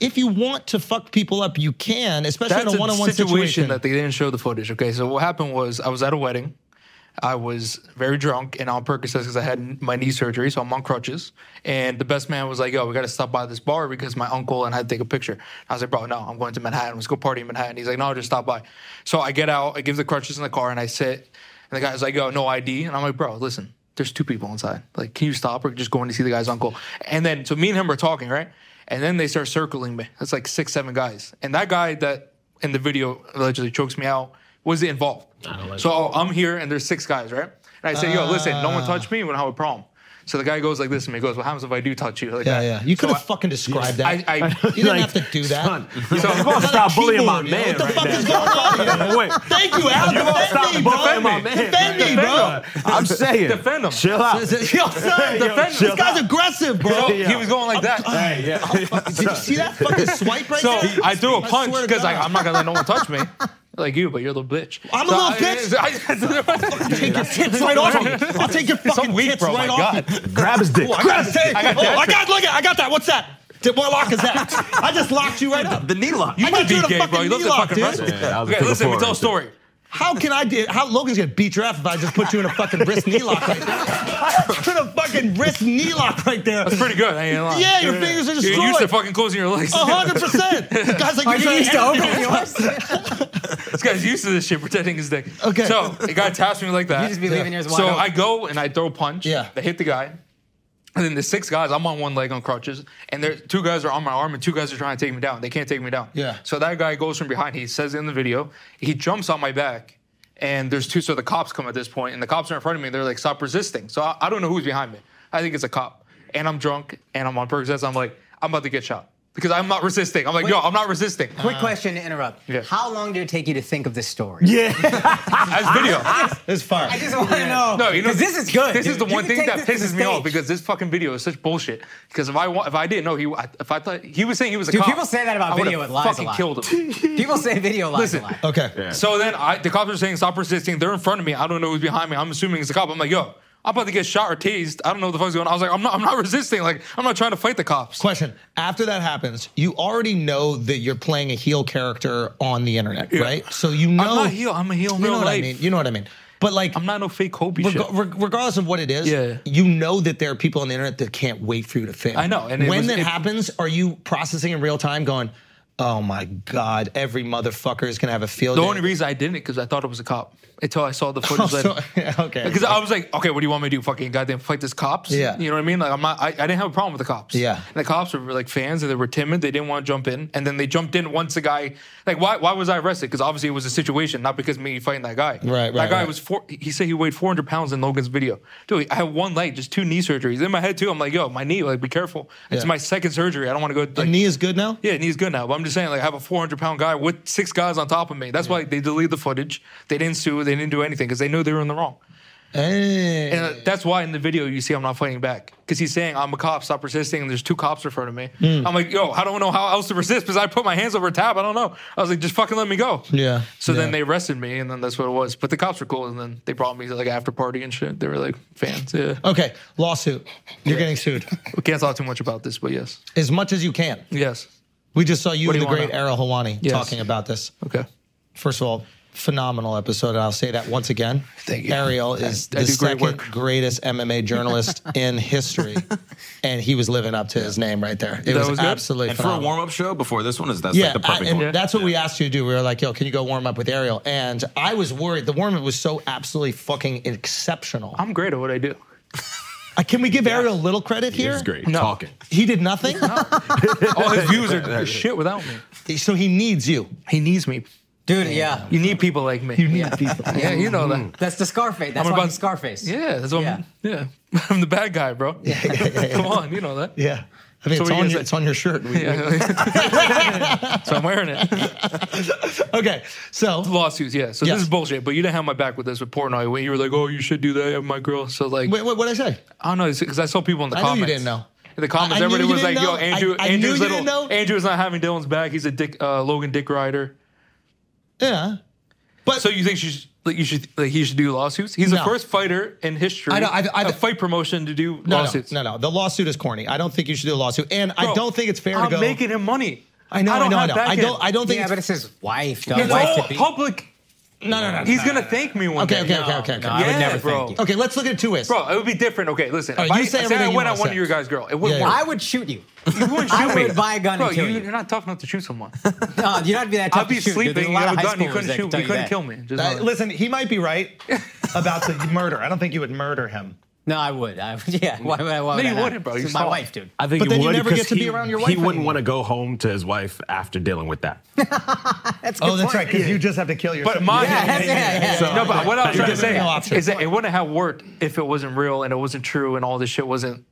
[SPEAKER 3] If you want to fuck people up, you can, especially
[SPEAKER 1] That's
[SPEAKER 3] in a one-on-one situation.
[SPEAKER 1] that they didn't show the footage. Okay, so what happened was I was at a wedding. I was very drunk and on Percocets because I had my knee surgery, so I'm on crutches. And the best man was like, "Yo, we got to stop by this bar because my uncle and I had to take a picture." I was like, "Bro, no, I'm going to Manhattan. Let's go party in Manhattan." He's like, "No, just stop by." So I get out, I give the crutches in the car, and I sit. And the guy's like, "Yo, no ID," and I'm like, "Bro, listen, there's two people inside. Like, can you stop or just going to see the guy's uncle?" And then, so me and him are talking, right? And then they start circling me. That's like six, seven guys. And that guy that in the video allegedly chokes me out was involved. so I'm here and there's six guys, right? And I say, yo, listen, no one touched me. We don't have a problem. So the guy goes like this to me. He goes, what happens if I do touch you? Like
[SPEAKER 3] yeah,
[SPEAKER 1] that.
[SPEAKER 3] yeah. You
[SPEAKER 1] So
[SPEAKER 3] could have fucking described
[SPEAKER 1] I,
[SPEAKER 3] that.
[SPEAKER 1] I, I,
[SPEAKER 3] you didn't
[SPEAKER 6] like,
[SPEAKER 3] have to do that.
[SPEAKER 6] Son,
[SPEAKER 1] so,
[SPEAKER 6] you gotta stop bullying my
[SPEAKER 3] What
[SPEAKER 6] man.
[SPEAKER 3] the
[SPEAKER 6] right
[SPEAKER 3] fuck
[SPEAKER 6] now.
[SPEAKER 3] is going on here?
[SPEAKER 6] Wait,
[SPEAKER 3] Thank you, Al.
[SPEAKER 6] you gotta
[SPEAKER 3] Defend
[SPEAKER 6] stop
[SPEAKER 3] me, bro.
[SPEAKER 6] bullying my man.
[SPEAKER 3] Defend me, bro.
[SPEAKER 6] I'm saying,
[SPEAKER 1] Defend him.
[SPEAKER 6] Chill out.
[SPEAKER 3] Yo, son,
[SPEAKER 1] defend him.
[SPEAKER 3] this guy's aggressive, bro.
[SPEAKER 1] so he was going like that.
[SPEAKER 6] Hey, yeah.
[SPEAKER 3] Did you see that fucking swipe right
[SPEAKER 1] So
[SPEAKER 3] there?
[SPEAKER 1] I threw a punch
[SPEAKER 3] swear to
[SPEAKER 1] because
[SPEAKER 3] God.
[SPEAKER 1] I'm not gonna let no one touch me. Like you, but you're a little bitch.
[SPEAKER 3] I'm a
[SPEAKER 1] So
[SPEAKER 3] little
[SPEAKER 1] I-
[SPEAKER 3] bitch?
[SPEAKER 1] I,
[SPEAKER 3] I'll take your tits right off you. I'll take your fucking
[SPEAKER 1] weak,
[SPEAKER 3] tits
[SPEAKER 1] bro,
[SPEAKER 3] right
[SPEAKER 1] my
[SPEAKER 3] off
[SPEAKER 1] God.
[SPEAKER 3] you.
[SPEAKER 6] Grab his dick.
[SPEAKER 3] Oh, I got his dick. Oh, I got, look at, I got that. What's that? Did, what lock is that? I just locked you right up.
[SPEAKER 8] The knee lock.
[SPEAKER 1] you
[SPEAKER 3] I
[SPEAKER 1] might
[SPEAKER 3] got you
[SPEAKER 1] be
[SPEAKER 3] in a
[SPEAKER 1] gay, bro.
[SPEAKER 3] fucking
[SPEAKER 1] You look
[SPEAKER 3] knee lock,
[SPEAKER 1] like fucking
[SPEAKER 3] dude.
[SPEAKER 1] wrestling.
[SPEAKER 8] Yeah, I was
[SPEAKER 1] okay,
[SPEAKER 8] looking
[SPEAKER 1] listen, we
[SPEAKER 8] forward
[SPEAKER 1] tell a
[SPEAKER 8] to it.
[SPEAKER 1] story.
[SPEAKER 3] How can I do? How Logan's gonna beat your ass if I just put you in a fucking wrist knee lock right there? I put a fucking wrist knee lock right there.
[SPEAKER 1] It's pretty good. I ain't gonna lie.
[SPEAKER 3] Yeah, your fingers are
[SPEAKER 1] You're used to
[SPEAKER 3] destroyed.
[SPEAKER 1] fucking closing your legs.
[SPEAKER 3] hundred percent. The guy's like,
[SPEAKER 5] Are you
[SPEAKER 3] trying
[SPEAKER 5] used to
[SPEAKER 3] edit
[SPEAKER 5] opening
[SPEAKER 3] me.
[SPEAKER 5] yours? You
[SPEAKER 1] this guy's used to this shit, pretending his dick.
[SPEAKER 3] Okay.
[SPEAKER 1] So the guy taps me like that.
[SPEAKER 5] just be leaving yours wide
[SPEAKER 1] so
[SPEAKER 5] open.
[SPEAKER 1] I go and I throw a punch.
[SPEAKER 3] Yeah.
[SPEAKER 1] They hit the guy. And then the six guys, I'm on one leg on crutches, and there two guys are on my arm, and two guys are trying to take me down. They can't take me down.
[SPEAKER 3] Yeah.
[SPEAKER 1] So that guy goes from behind. He says in the video, he jumps on my back, and there's two. So the cops come at this point, and the cops are in front of me. And they're like, "Stop resisting." So I, I don't know who's behind me. I think it's a cop, and I'm drunk, and I'm on Percocets. I'm like, I'm about to get shot because I'm not resisting. I'm like, yo, I'm not resisting.
[SPEAKER 5] Quick question to interrupt.
[SPEAKER 1] Yeah.
[SPEAKER 5] How long did it take you to think of this story?
[SPEAKER 1] As video.
[SPEAKER 3] It's fire.
[SPEAKER 5] I just want to know.
[SPEAKER 1] No, you know
[SPEAKER 5] 'cause this is good.
[SPEAKER 1] This is the
[SPEAKER 5] You
[SPEAKER 1] one
[SPEAKER 5] can
[SPEAKER 1] thing
[SPEAKER 5] take
[SPEAKER 1] that
[SPEAKER 5] this to
[SPEAKER 1] pisses
[SPEAKER 5] the
[SPEAKER 1] me off
[SPEAKER 5] stage.
[SPEAKER 1] because this fucking video is such bullshit. Because if I wa- if I didn't know he I- if I thought he was saying he was a
[SPEAKER 5] Dude,
[SPEAKER 1] cop,
[SPEAKER 5] people say that about
[SPEAKER 1] I would've
[SPEAKER 5] video, it lies a
[SPEAKER 1] fucking
[SPEAKER 5] lot.
[SPEAKER 1] killed him.
[SPEAKER 5] people say video lies
[SPEAKER 1] Listen.
[SPEAKER 5] a lot.
[SPEAKER 3] Okay.
[SPEAKER 1] so then I, the cops are saying stop resisting. They're in front of me. I don't know who's behind me. I'm assuming it's a cop. I'm like yo. I'm about to get shot or tased. I don't know what the fuck's going on. I was like, I'm not, I'm not resisting. Like, I'm not trying to fight the cops.
[SPEAKER 3] Question: After that happens, you already know that you're playing a heel character on the internet, right? So you know
[SPEAKER 1] not heel, I'm a heel in
[SPEAKER 3] You know
[SPEAKER 1] real
[SPEAKER 3] what I
[SPEAKER 1] life.
[SPEAKER 3] mean. You know what I mean. But like,
[SPEAKER 1] I'm not no fake Kobe
[SPEAKER 3] reg-
[SPEAKER 1] shit.
[SPEAKER 3] reg- regardless of what it is,
[SPEAKER 1] Yeah.
[SPEAKER 3] you know that there are people on the internet that can't wait for you to fail.
[SPEAKER 1] I know, and it
[SPEAKER 3] when
[SPEAKER 1] was-
[SPEAKER 3] that
[SPEAKER 1] it-
[SPEAKER 3] happens, are you processing in real time, going, "Oh my god, every motherfucker is gonna have a field"?
[SPEAKER 1] the
[SPEAKER 3] day."
[SPEAKER 1] only reason I didn't because I thought it was a cop until I saw the footage
[SPEAKER 3] Oh,
[SPEAKER 1] later.
[SPEAKER 3] so- yeah, okay.
[SPEAKER 1] Because I was like, okay, what do you want me to do? Fucking goddamn fight this cops?
[SPEAKER 3] Yeah.
[SPEAKER 1] You know what I mean? Like I'm not I, I didn't have a problem with the cops.
[SPEAKER 3] Yeah.
[SPEAKER 1] And the cops were like fans and they were timid. They didn't want to jump in. And then they jumped in once the guy like why why was I arrested? Because obviously it was a situation, not because me fighting that guy.
[SPEAKER 3] Right, right,
[SPEAKER 1] That guy
[SPEAKER 3] right.
[SPEAKER 1] was four he said he weighed four hundred pounds in Logan's video. Dude, I had one leg, just two knee surgeries. In my head too, I'm like, yo, my knee, like be careful. It's
[SPEAKER 3] Yeah.
[SPEAKER 1] my second surgery. I don't want to go
[SPEAKER 3] The
[SPEAKER 1] like,
[SPEAKER 3] knee is good now.
[SPEAKER 1] yeah, knee's good now. But I'm just saying, like, I have a 400 pound guy with six guys on top of me. That's why they deleted the footage. They didn't sue. They didn't do anything because they knew they were in the wrong.
[SPEAKER 3] Hey.
[SPEAKER 1] And uh, that's why in the video you see I'm not fighting back because he's saying I'm a cop. Stop resisting. And there's two cops in front of me. I'm like, yo, I don't know how else to resist because I put my hands over a tab. I don't know. I was like, just fucking let me go.
[SPEAKER 3] Yeah,
[SPEAKER 1] So
[SPEAKER 3] yeah.
[SPEAKER 1] then they arrested me, and then that's what it was. But the cops were cool, and then they brought me to like after party and shit. They were like fans. Yeah,
[SPEAKER 3] Okay, lawsuit. You're getting sued.
[SPEAKER 1] we can't talk too much about this, but yes,
[SPEAKER 3] As much as you can.
[SPEAKER 1] yes,
[SPEAKER 3] We just saw you
[SPEAKER 1] What
[SPEAKER 3] and
[SPEAKER 1] do
[SPEAKER 3] the
[SPEAKER 1] you wanna
[SPEAKER 3] great
[SPEAKER 1] know?
[SPEAKER 3] Errol Hawani
[SPEAKER 1] Yes.
[SPEAKER 3] talking about this.
[SPEAKER 1] okay.
[SPEAKER 3] First of all, phenomenal episode. And I'll say that once again.
[SPEAKER 1] Thank you.
[SPEAKER 3] Ariel is
[SPEAKER 1] I
[SPEAKER 3] the
[SPEAKER 1] do great
[SPEAKER 3] second
[SPEAKER 1] work.
[SPEAKER 3] greatest MMA journalist in history. And he was living up to his name right there. It
[SPEAKER 1] That
[SPEAKER 3] was,
[SPEAKER 1] was good.
[SPEAKER 3] absolutely
[SPEAKER 8] And for a
[SPEAKER 3] phenomenal.
[SPEAKER 8] warm up show before this one, is that's
[SPEAKER 3] yeah,
[SPEAKER 8] like the
[SPEAKER 3] I-
[SPEAKER 8] perfect
[SPEAKER 3] and
[SPEAKER 8] one.
[SPEAKER 3] that's what we asked you to do. We were like, "Yo, can you go warm up with Ariel?" And I was worried. The warm up was so absolutely fucking exceptional.
[SPEAKER 1] I'm great at what I do.
[SPEAKER 3] Uh, can we give Ariel a little credit here?
[SPEAKER 8] It's great.
[SPEAKER 1] No.
[SPEAKER 8] Talking.
[SPEAKER 3] He did nothing,
[SPEAKER 1] All his views are shit without me.
[SPEAKER 3] so he needs you.
[SPEAKER 1] He needs me.
[SPEAKER 5] Dude, yeah.
[SPEAKER 1] You need people like me.
[SPEAKER 3] need people.
[SPEAKER 1] yeah, you know that.
[SPEAKER 5] That's the Scarface. That's
[SPEAKER 1] I'm
[SPEAKER 5] why
[SPEAKER 1] about-
[SPEAKER 5] I'm Scarface.
[SPEAKER 1] Yeah, that's what
[SPEAKER 5] Yeah.
[SPEAKER 1] I'm, yeah. I'm the bad guy, bro. Come on, you know that.
[SPEAKER 3] Yeah. I mean,
[SPEAKER 1] So
[SPEAKER 3] it's,
[SPEAKER 1] what do you
[SPEAKER 3] on
[SPEAKER 1] guys
[SPEAKER 3] your,
[SPEAKER 1] say?
[SPEAKER 3] it's on your shirt. We-
[SPEAKER 1] Yeah. so I'm wearing it.
[SPEAKER 3] Okay, so
[SPEAKER 1] Lawsuits, yeah. So
[SPEAKER 3] Yes.
[SPEAKER 1] this is bullshit. But you didn't have my back with this with Portnoy. When you were like, "Oh, you should do that, my girl." So like,
[SPEAKER 3] wait, what did I say?
[SPEAKER 1] I don't know, because I saw people in the
[SPEAKER 3] I knew
[SPEAKER 1] comments.
[SPEAKER 3] you didn't know.
[SPEAKER 1] in the comments,
[SPEAKER 3] I knew
[SPEAKER 1] everybody
[SPEAKER 3] you
[SPEAKER 1] was
[SPEAKER 3] didn't
[SPEAKER 1] like, "Yo,
[SPEAKER 3] know. I-
[SPEAKER 1] Andrew,
[SPEAKER 3] I knew
[SPEAKER 1] Andrew's
[SPEAKER 3] you
[SPEAKER 1] little,
[SPEAKER 3] didn't know.
[SPEAKER 1] Andrew's not having Dylan's back. He's a Dick uh, Logan Dick Rider."
[SPEAKER 3] Yeah.
[SPEAKER 1] So you think she should, like you should like he should do lawsuits? He's the
[SPEAKER 3] No.
[SPEAKER 1] first fighter in history,
[SPEAKER 3] I know, I've- I've-
[SPEAKER 1] a fight promotion to do
[SPEAKER 3] No,
[SPEAKER 1] lawsuits.
[SPEAKER 3] no, no, no. The lawsuit is corny. I don't think you should do a lawsuit, and I
[SPEAKER 1] Bro,
[SPEAKER 3] don't think it's fair
[SPEAKER 1] I'm
[SPEAKER 3] to go.
[SPEAKER 1] making him money.
[SPEAKER 3] I know, I,
[SPEAKER 1] don't
[SPEAKER 3] know, I
[SPEAKER 1] have
[SPEAKER 3] know.
[SPEAKER 1] back
[SPEAKER 3] I
[SPEAKER 1] end.
[SPEAKER 3] don't. I don't think.
[SPEAKER 5] Yeah, but
[SPEAKER 3] it's,
[SPEAKER 5] it's his wife. The
[SPEAKER 1] It's
[SPEAKER 5] wife
[SPEAKER 1] all
[SPEAKER 5] to be.
[SPEAKER 1] public.
[SPEAKER 3] no, no, no.
[SPEAKER 1] He's gonna thank me one
[SPEAKER 3] Okay,
[SPEAKER 1] day.
[SPEAKER 3] okay, okay, okay, okay.
[SPEAKER 5] No, I would
[SPEAKER 1] Yeah,
[SPEAKER 5] never
[SPEAKER 1] bro.
[SPEAKER 5] thank you.
[SPEAKER 3] Okay, let's look at it two ways.
[SPEAKER 1] Bro, it would be different. Okay, listen.
[SPEAKER 3] All
[SPEAKER 1] if
[SPEAKER 3] right,
[SPEAKER 1] I,
[SPEAKER 3] you
[SPEAKER 1] say
[SPEAKER 3] say
[SPEAKER 1] I
[SPEAKER 3] everything
[SPEAKER 1] went
[SPEAKER 3] you wanna
[SPEAKER 1] on one
[SPEAKER 3] say.
[SPEAKER 1] of your guys' girl, it wouldn't
[SPEAKER 3] Yeah,
[SPEAKER 1] work.
[SPEAKER 5] I would shoot you.
[SPEAKER 1] You wouldn't
[SPEAKER 5] I
[SPEAKER 1] shoot me.
[SPEAKER 5] would buy a gun
[SPEAKER 1] Bro,
[SPEAKER 5] and kill
[SPEAKER 1] you,
[SPEAKER 5] you.
[SPEAKER 1] are not tough enough to shoot someone.
[SPEAKER 5] No, you're not be that tough
[SPEAKER 1] I'd be
[SPEAKER 5] to shoot, dude.
[SPEAKER 1] sleeping.
[SPEAKER 5] There's a
[SPEAKER 1] You
[SPEAKER 5] lot
[SPEAKER 1] have a
[SPEAKER 5] of high
[SPEAKER 1] gun. You
[SPEAKER 5] schoolers
[SPEAKER 1] couldn't
[SPEAKER 5] that
[SPEAKER 1] shoot.
[SPEAKER 5] can
[SPEAKER 1] me. You
[SPEAKER 5] tell
[SPEAKER 1] couldn't
[SPEAKER 5] that.
[SPEAKER 1] kill me. Just
[SPEAKER 3] Uh,
[SPEAKER 1] know that.
[SPEAKER 3] listen, he might be right about the murder. I don't think you would murder him.
[SPEAKER 5] No, I would. I would. Yeah. Why, why, why
[SPEAKER 1] No,
[SPEAKER 5] would I
[SPEAKER 1] you
[SPEAKER 5] not?
[SPEAKER 1] wouldn't, bro. You
[SPEAKER 5] She's my
[SPEAKER 1] saw it.
[SPEAKER 5] wife, dude.
[SPEAKER 9] I think
[SPEAKER 3] But
[SPEAKER 9] he
[SPEAKER 3] then you
[SPEAKER 9] would
[SPEAKER 3] never get
[SPEAKER 9] because
[SPEAKER 3] to be
[SPEAKER 9] he-
[SPEAKER 3] around your wife
[SPEAKER 9] He wouldn't
[SPEAKER 3] anymore.
[SPEAKER 9] want to go home to his wife after dealing with that.
[SPEAKER 5] That's a
[SPEAKER 3] Oh,
[SPEAKER 5] good
[SPEAKER 3] that's
[SPEAKER 5] point.
[SPEAKER 3] right, because you just have to kill yourself.
[SPEAKER 1] But my
[SPEAKER 5] Yeah, yeah, yeah, yeah.
[SPEAKER 9] So-
[SPEAKER 1] no, but what I was trying to say
[SPEAKER 3] No option.
[SPEAKER 1] is that it wouldn't have worked if it wasn't real and it wasn't true and all this shit wasn't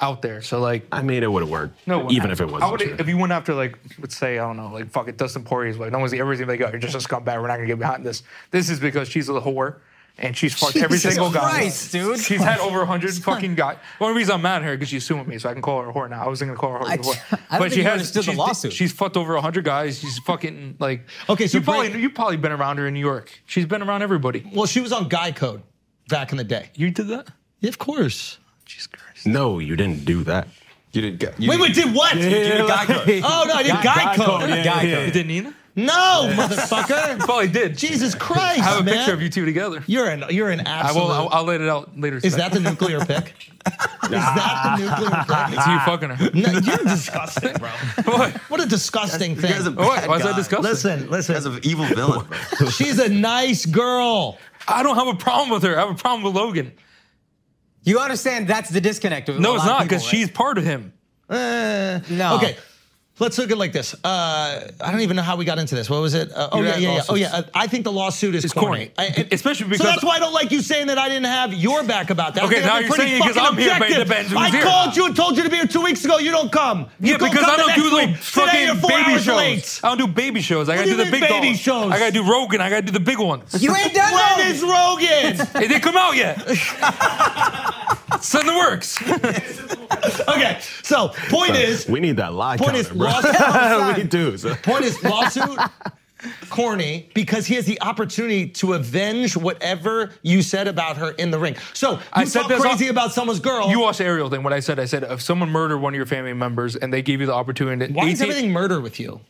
[SPEAKER 1] out there. So like,
[SPEAKER 9] I mean, it would have worked.
[SPEAKER 1] no, one-
[SPEAKER 9] even if it
[SPEAKER 1] I
[SPEAKER 9] wasn't.
[SPEAKER 1] would,
[SPEAKER 9] true.
[SPEAKER 1] if you went after like, let's say I don't know, like fucking Dustin Poirier's like, no one's everything they got. You're just a scumbag. We're not gonna get behind this. This is because she's a whore. And she's fucked every
[SPEAKER 5] Jesus
[SPEAKER 1] single guy.
[SPEAKER 5] Christ, dude.
[SPEAKER 1] She's had over 100 fucking guy. The only reason I'm mad at her because she's suing me, so I can call her a whore now. I wasn't gonna call her a whore
[SPEAKER 5] I-
[SPEAKER 1] before.
[SPEAKER 5] I don't think you understood the
[SPEAKER 1] she's-
[SPEAKER 5] lawsuit.
[SPEAKER 1] She's fucked over 100 guys. She's fucking like.
[SPEAKER 3] Okay, so
[SPEAKER 1] you probably
[SPEAKER 3] Brit-
[SPEAKER 1] you probably been around her in New York. She's been around everybody.
[SPEAKER 3] well, she was on Guy Code back in the day.
[SPEAKER 1] You did that?
[SPEAKER 3] Yeah, of course.
[SPEAKER 1] Jesus Christ.
[SPEAKER 9] no, you didn't do that.
[SPEAKER 8] You didn't get. You
[SPEAKER 3] Wait,
[SPEAKER 8] didn't-
[SPEAKER 3] wait, did what? Oh no, I did Guy, Code.
[SPEAKER 5] Guy code.
[SPEAKER 1] You did Nina?
[SPEAKER 3] No, motherfucker.
[SPEAKER 1] Probably did.
[SPEAKER 3] Jesus Christ,
[SPEAKER 1] I have a
[SPEAKER 3] man.
[SPEAKER 1] picture of you two together.
[SPEAKER 3] You're an you're an
[SPEAKER 1] I
[SPEAKER 3] absolute.
[SPEAKER 1] will. I'll, I'll let it out later.
[SPEAKER 3] is that the nuclear pick? Is that the nuclear pick?
[SPEAKER 1] It's you fucking her.
[SPEAKER 3] No, you're disgusting, bro.
[SPEAKER 1] what?
[SPEAKER 3] What a disgusting thing.
[SPEAKER 8] guys are-
[SPEAKER 1] What? Why is
[SPEAKER 8] God.
[SPEAKER 1] that disgusting?
[SPEAKER 3] listen,
[SPEAKER 8] That's
[SPEAKER 3] listen.
[SPEAKER 8] an evil villain. bro.
[SPEAKER 3] She's a nice girl.
[SPEAKER 1] I don't have a problem with her. I have a problem with Logan.
[SPEAKER 5] You understand that's the disconnect. with a
[SPEAKER 1] No, it's
[SPEAKER 5] lot
[SPEAKER 1] not
[SPEAKER 5] of
[SPEAKER 1] because
[SPEAKER 5] people,
[SPEAKER 1] she's part of him.
[SPEAKER 3] Eh,
[SPEAKER 5] No.
[SPEAKER 3] Okay. Let's look at it like this. Uh, I don't even know how we got into this. What was it? Uh, oh
[SPEAKER 1] You're
[SPEAKER 3] yeah,
[SPEAKER 1] at
[SPEAKER 3] yeah, yeah. Oh
[SPEAKER 1] lawsuits.
[SPEAKER 3] yeah. Uh, I think the lawsuit is
[SPEAKER 1] It's
[SPEAKER 3] corny.
[SPEAKER 1] corny.
[SPEAKER 3] I- I-
[SPEAKER 1] Especially because-
[SPEAKER 3] so that's why I don't like you saying that I didn't have your back about that. I
[SPEAKER 1] Okay,
[SPEAKER 3] think
[SPEAKER 1] now
[SPEAKER 3] I'm
[SPEAKER 1] you're
[SPEAKER 3] pretty
[SPEAKER 1] saying it 'cause
[SPEAKER 3] fucking
[SPEAKER 1] I'm here, but
[SPEAKER 3] objective.
[SPEAKER 1] the Benz was
[SPEAKER 3] I
[SPEAKER 1] here.
[SPEAKER 3] called you and told you to be here two weeks ago. You don't come. You
[SPEAKER 1] yeah,
[SPEAKER 3] don't
[SPEAKER 1] because
[SPEAKER 3] come
[SPEAKER 1] I
[SPEAKER 3] the
[SPEAKER 1] don't
[SPEAKER 3] next
[SPEAKER 1] do the
[SPEAKER 3] week. Today you're
[SPEAKER 1] fucking
[SPEAKER 3] four
[SPEAKER 1] baby
[SPEAKER 3] hours
[SPEAKER 1] shows.
[SPEAKER 3] late.
[SPEAKER 1] I don't do baby shows. I
[SPEAKER 3] What
[SPEAKER 1] gotta do,
[SPEAKER 3] do you
[SPEAKER 1] the
[SPEAKER 3] mean
[SPEAKER 1] big
[SPEAKER 3] baby
[SPEAKER 1] dogs.
[SPEAKER 3] shows?
[SPEAKER 1] I gotta do Rogan. I gotta do the big ones.
[SPEAKER 5] You ain't done
[SPEAKER 3] When
[SPEAKER 5] that.
[SPEAKER 3] is Rogan?
[SPEAKER 1] it didn't come out yet. it's in the works.
[SPEAKER 3] okay, so point is,
[SPEAKER 9] we need that lie
[SPEAKER 3] point
[SPEAKER 9] counter,
[SPEAKER 3] is,
[SPEAKER 9] bro.
[SPEAKER 3] lawsuit.
[SPEAKER 9] we do. So.
[SPEAKER 3] Point is lawsuit corny because he has the opportunity to avenge whatever you said about her in the ring. So you
[SPEAKER 1] I said
[SPEAKER 3] talk
[SPEAKER 1] this
[SPEAKER 3] crazy
[SPEAKER 1] on-
[SPEAKER 3] about someone's girl.
[SPEAKER 1] You watched the aerial thing. What I said, I said if someone murdered one of your family members and they gave you the opportunity,
[SPEAKER 3] Why is
[SPEAKER 1] 18
[SPEAKER 3] everything murder with you?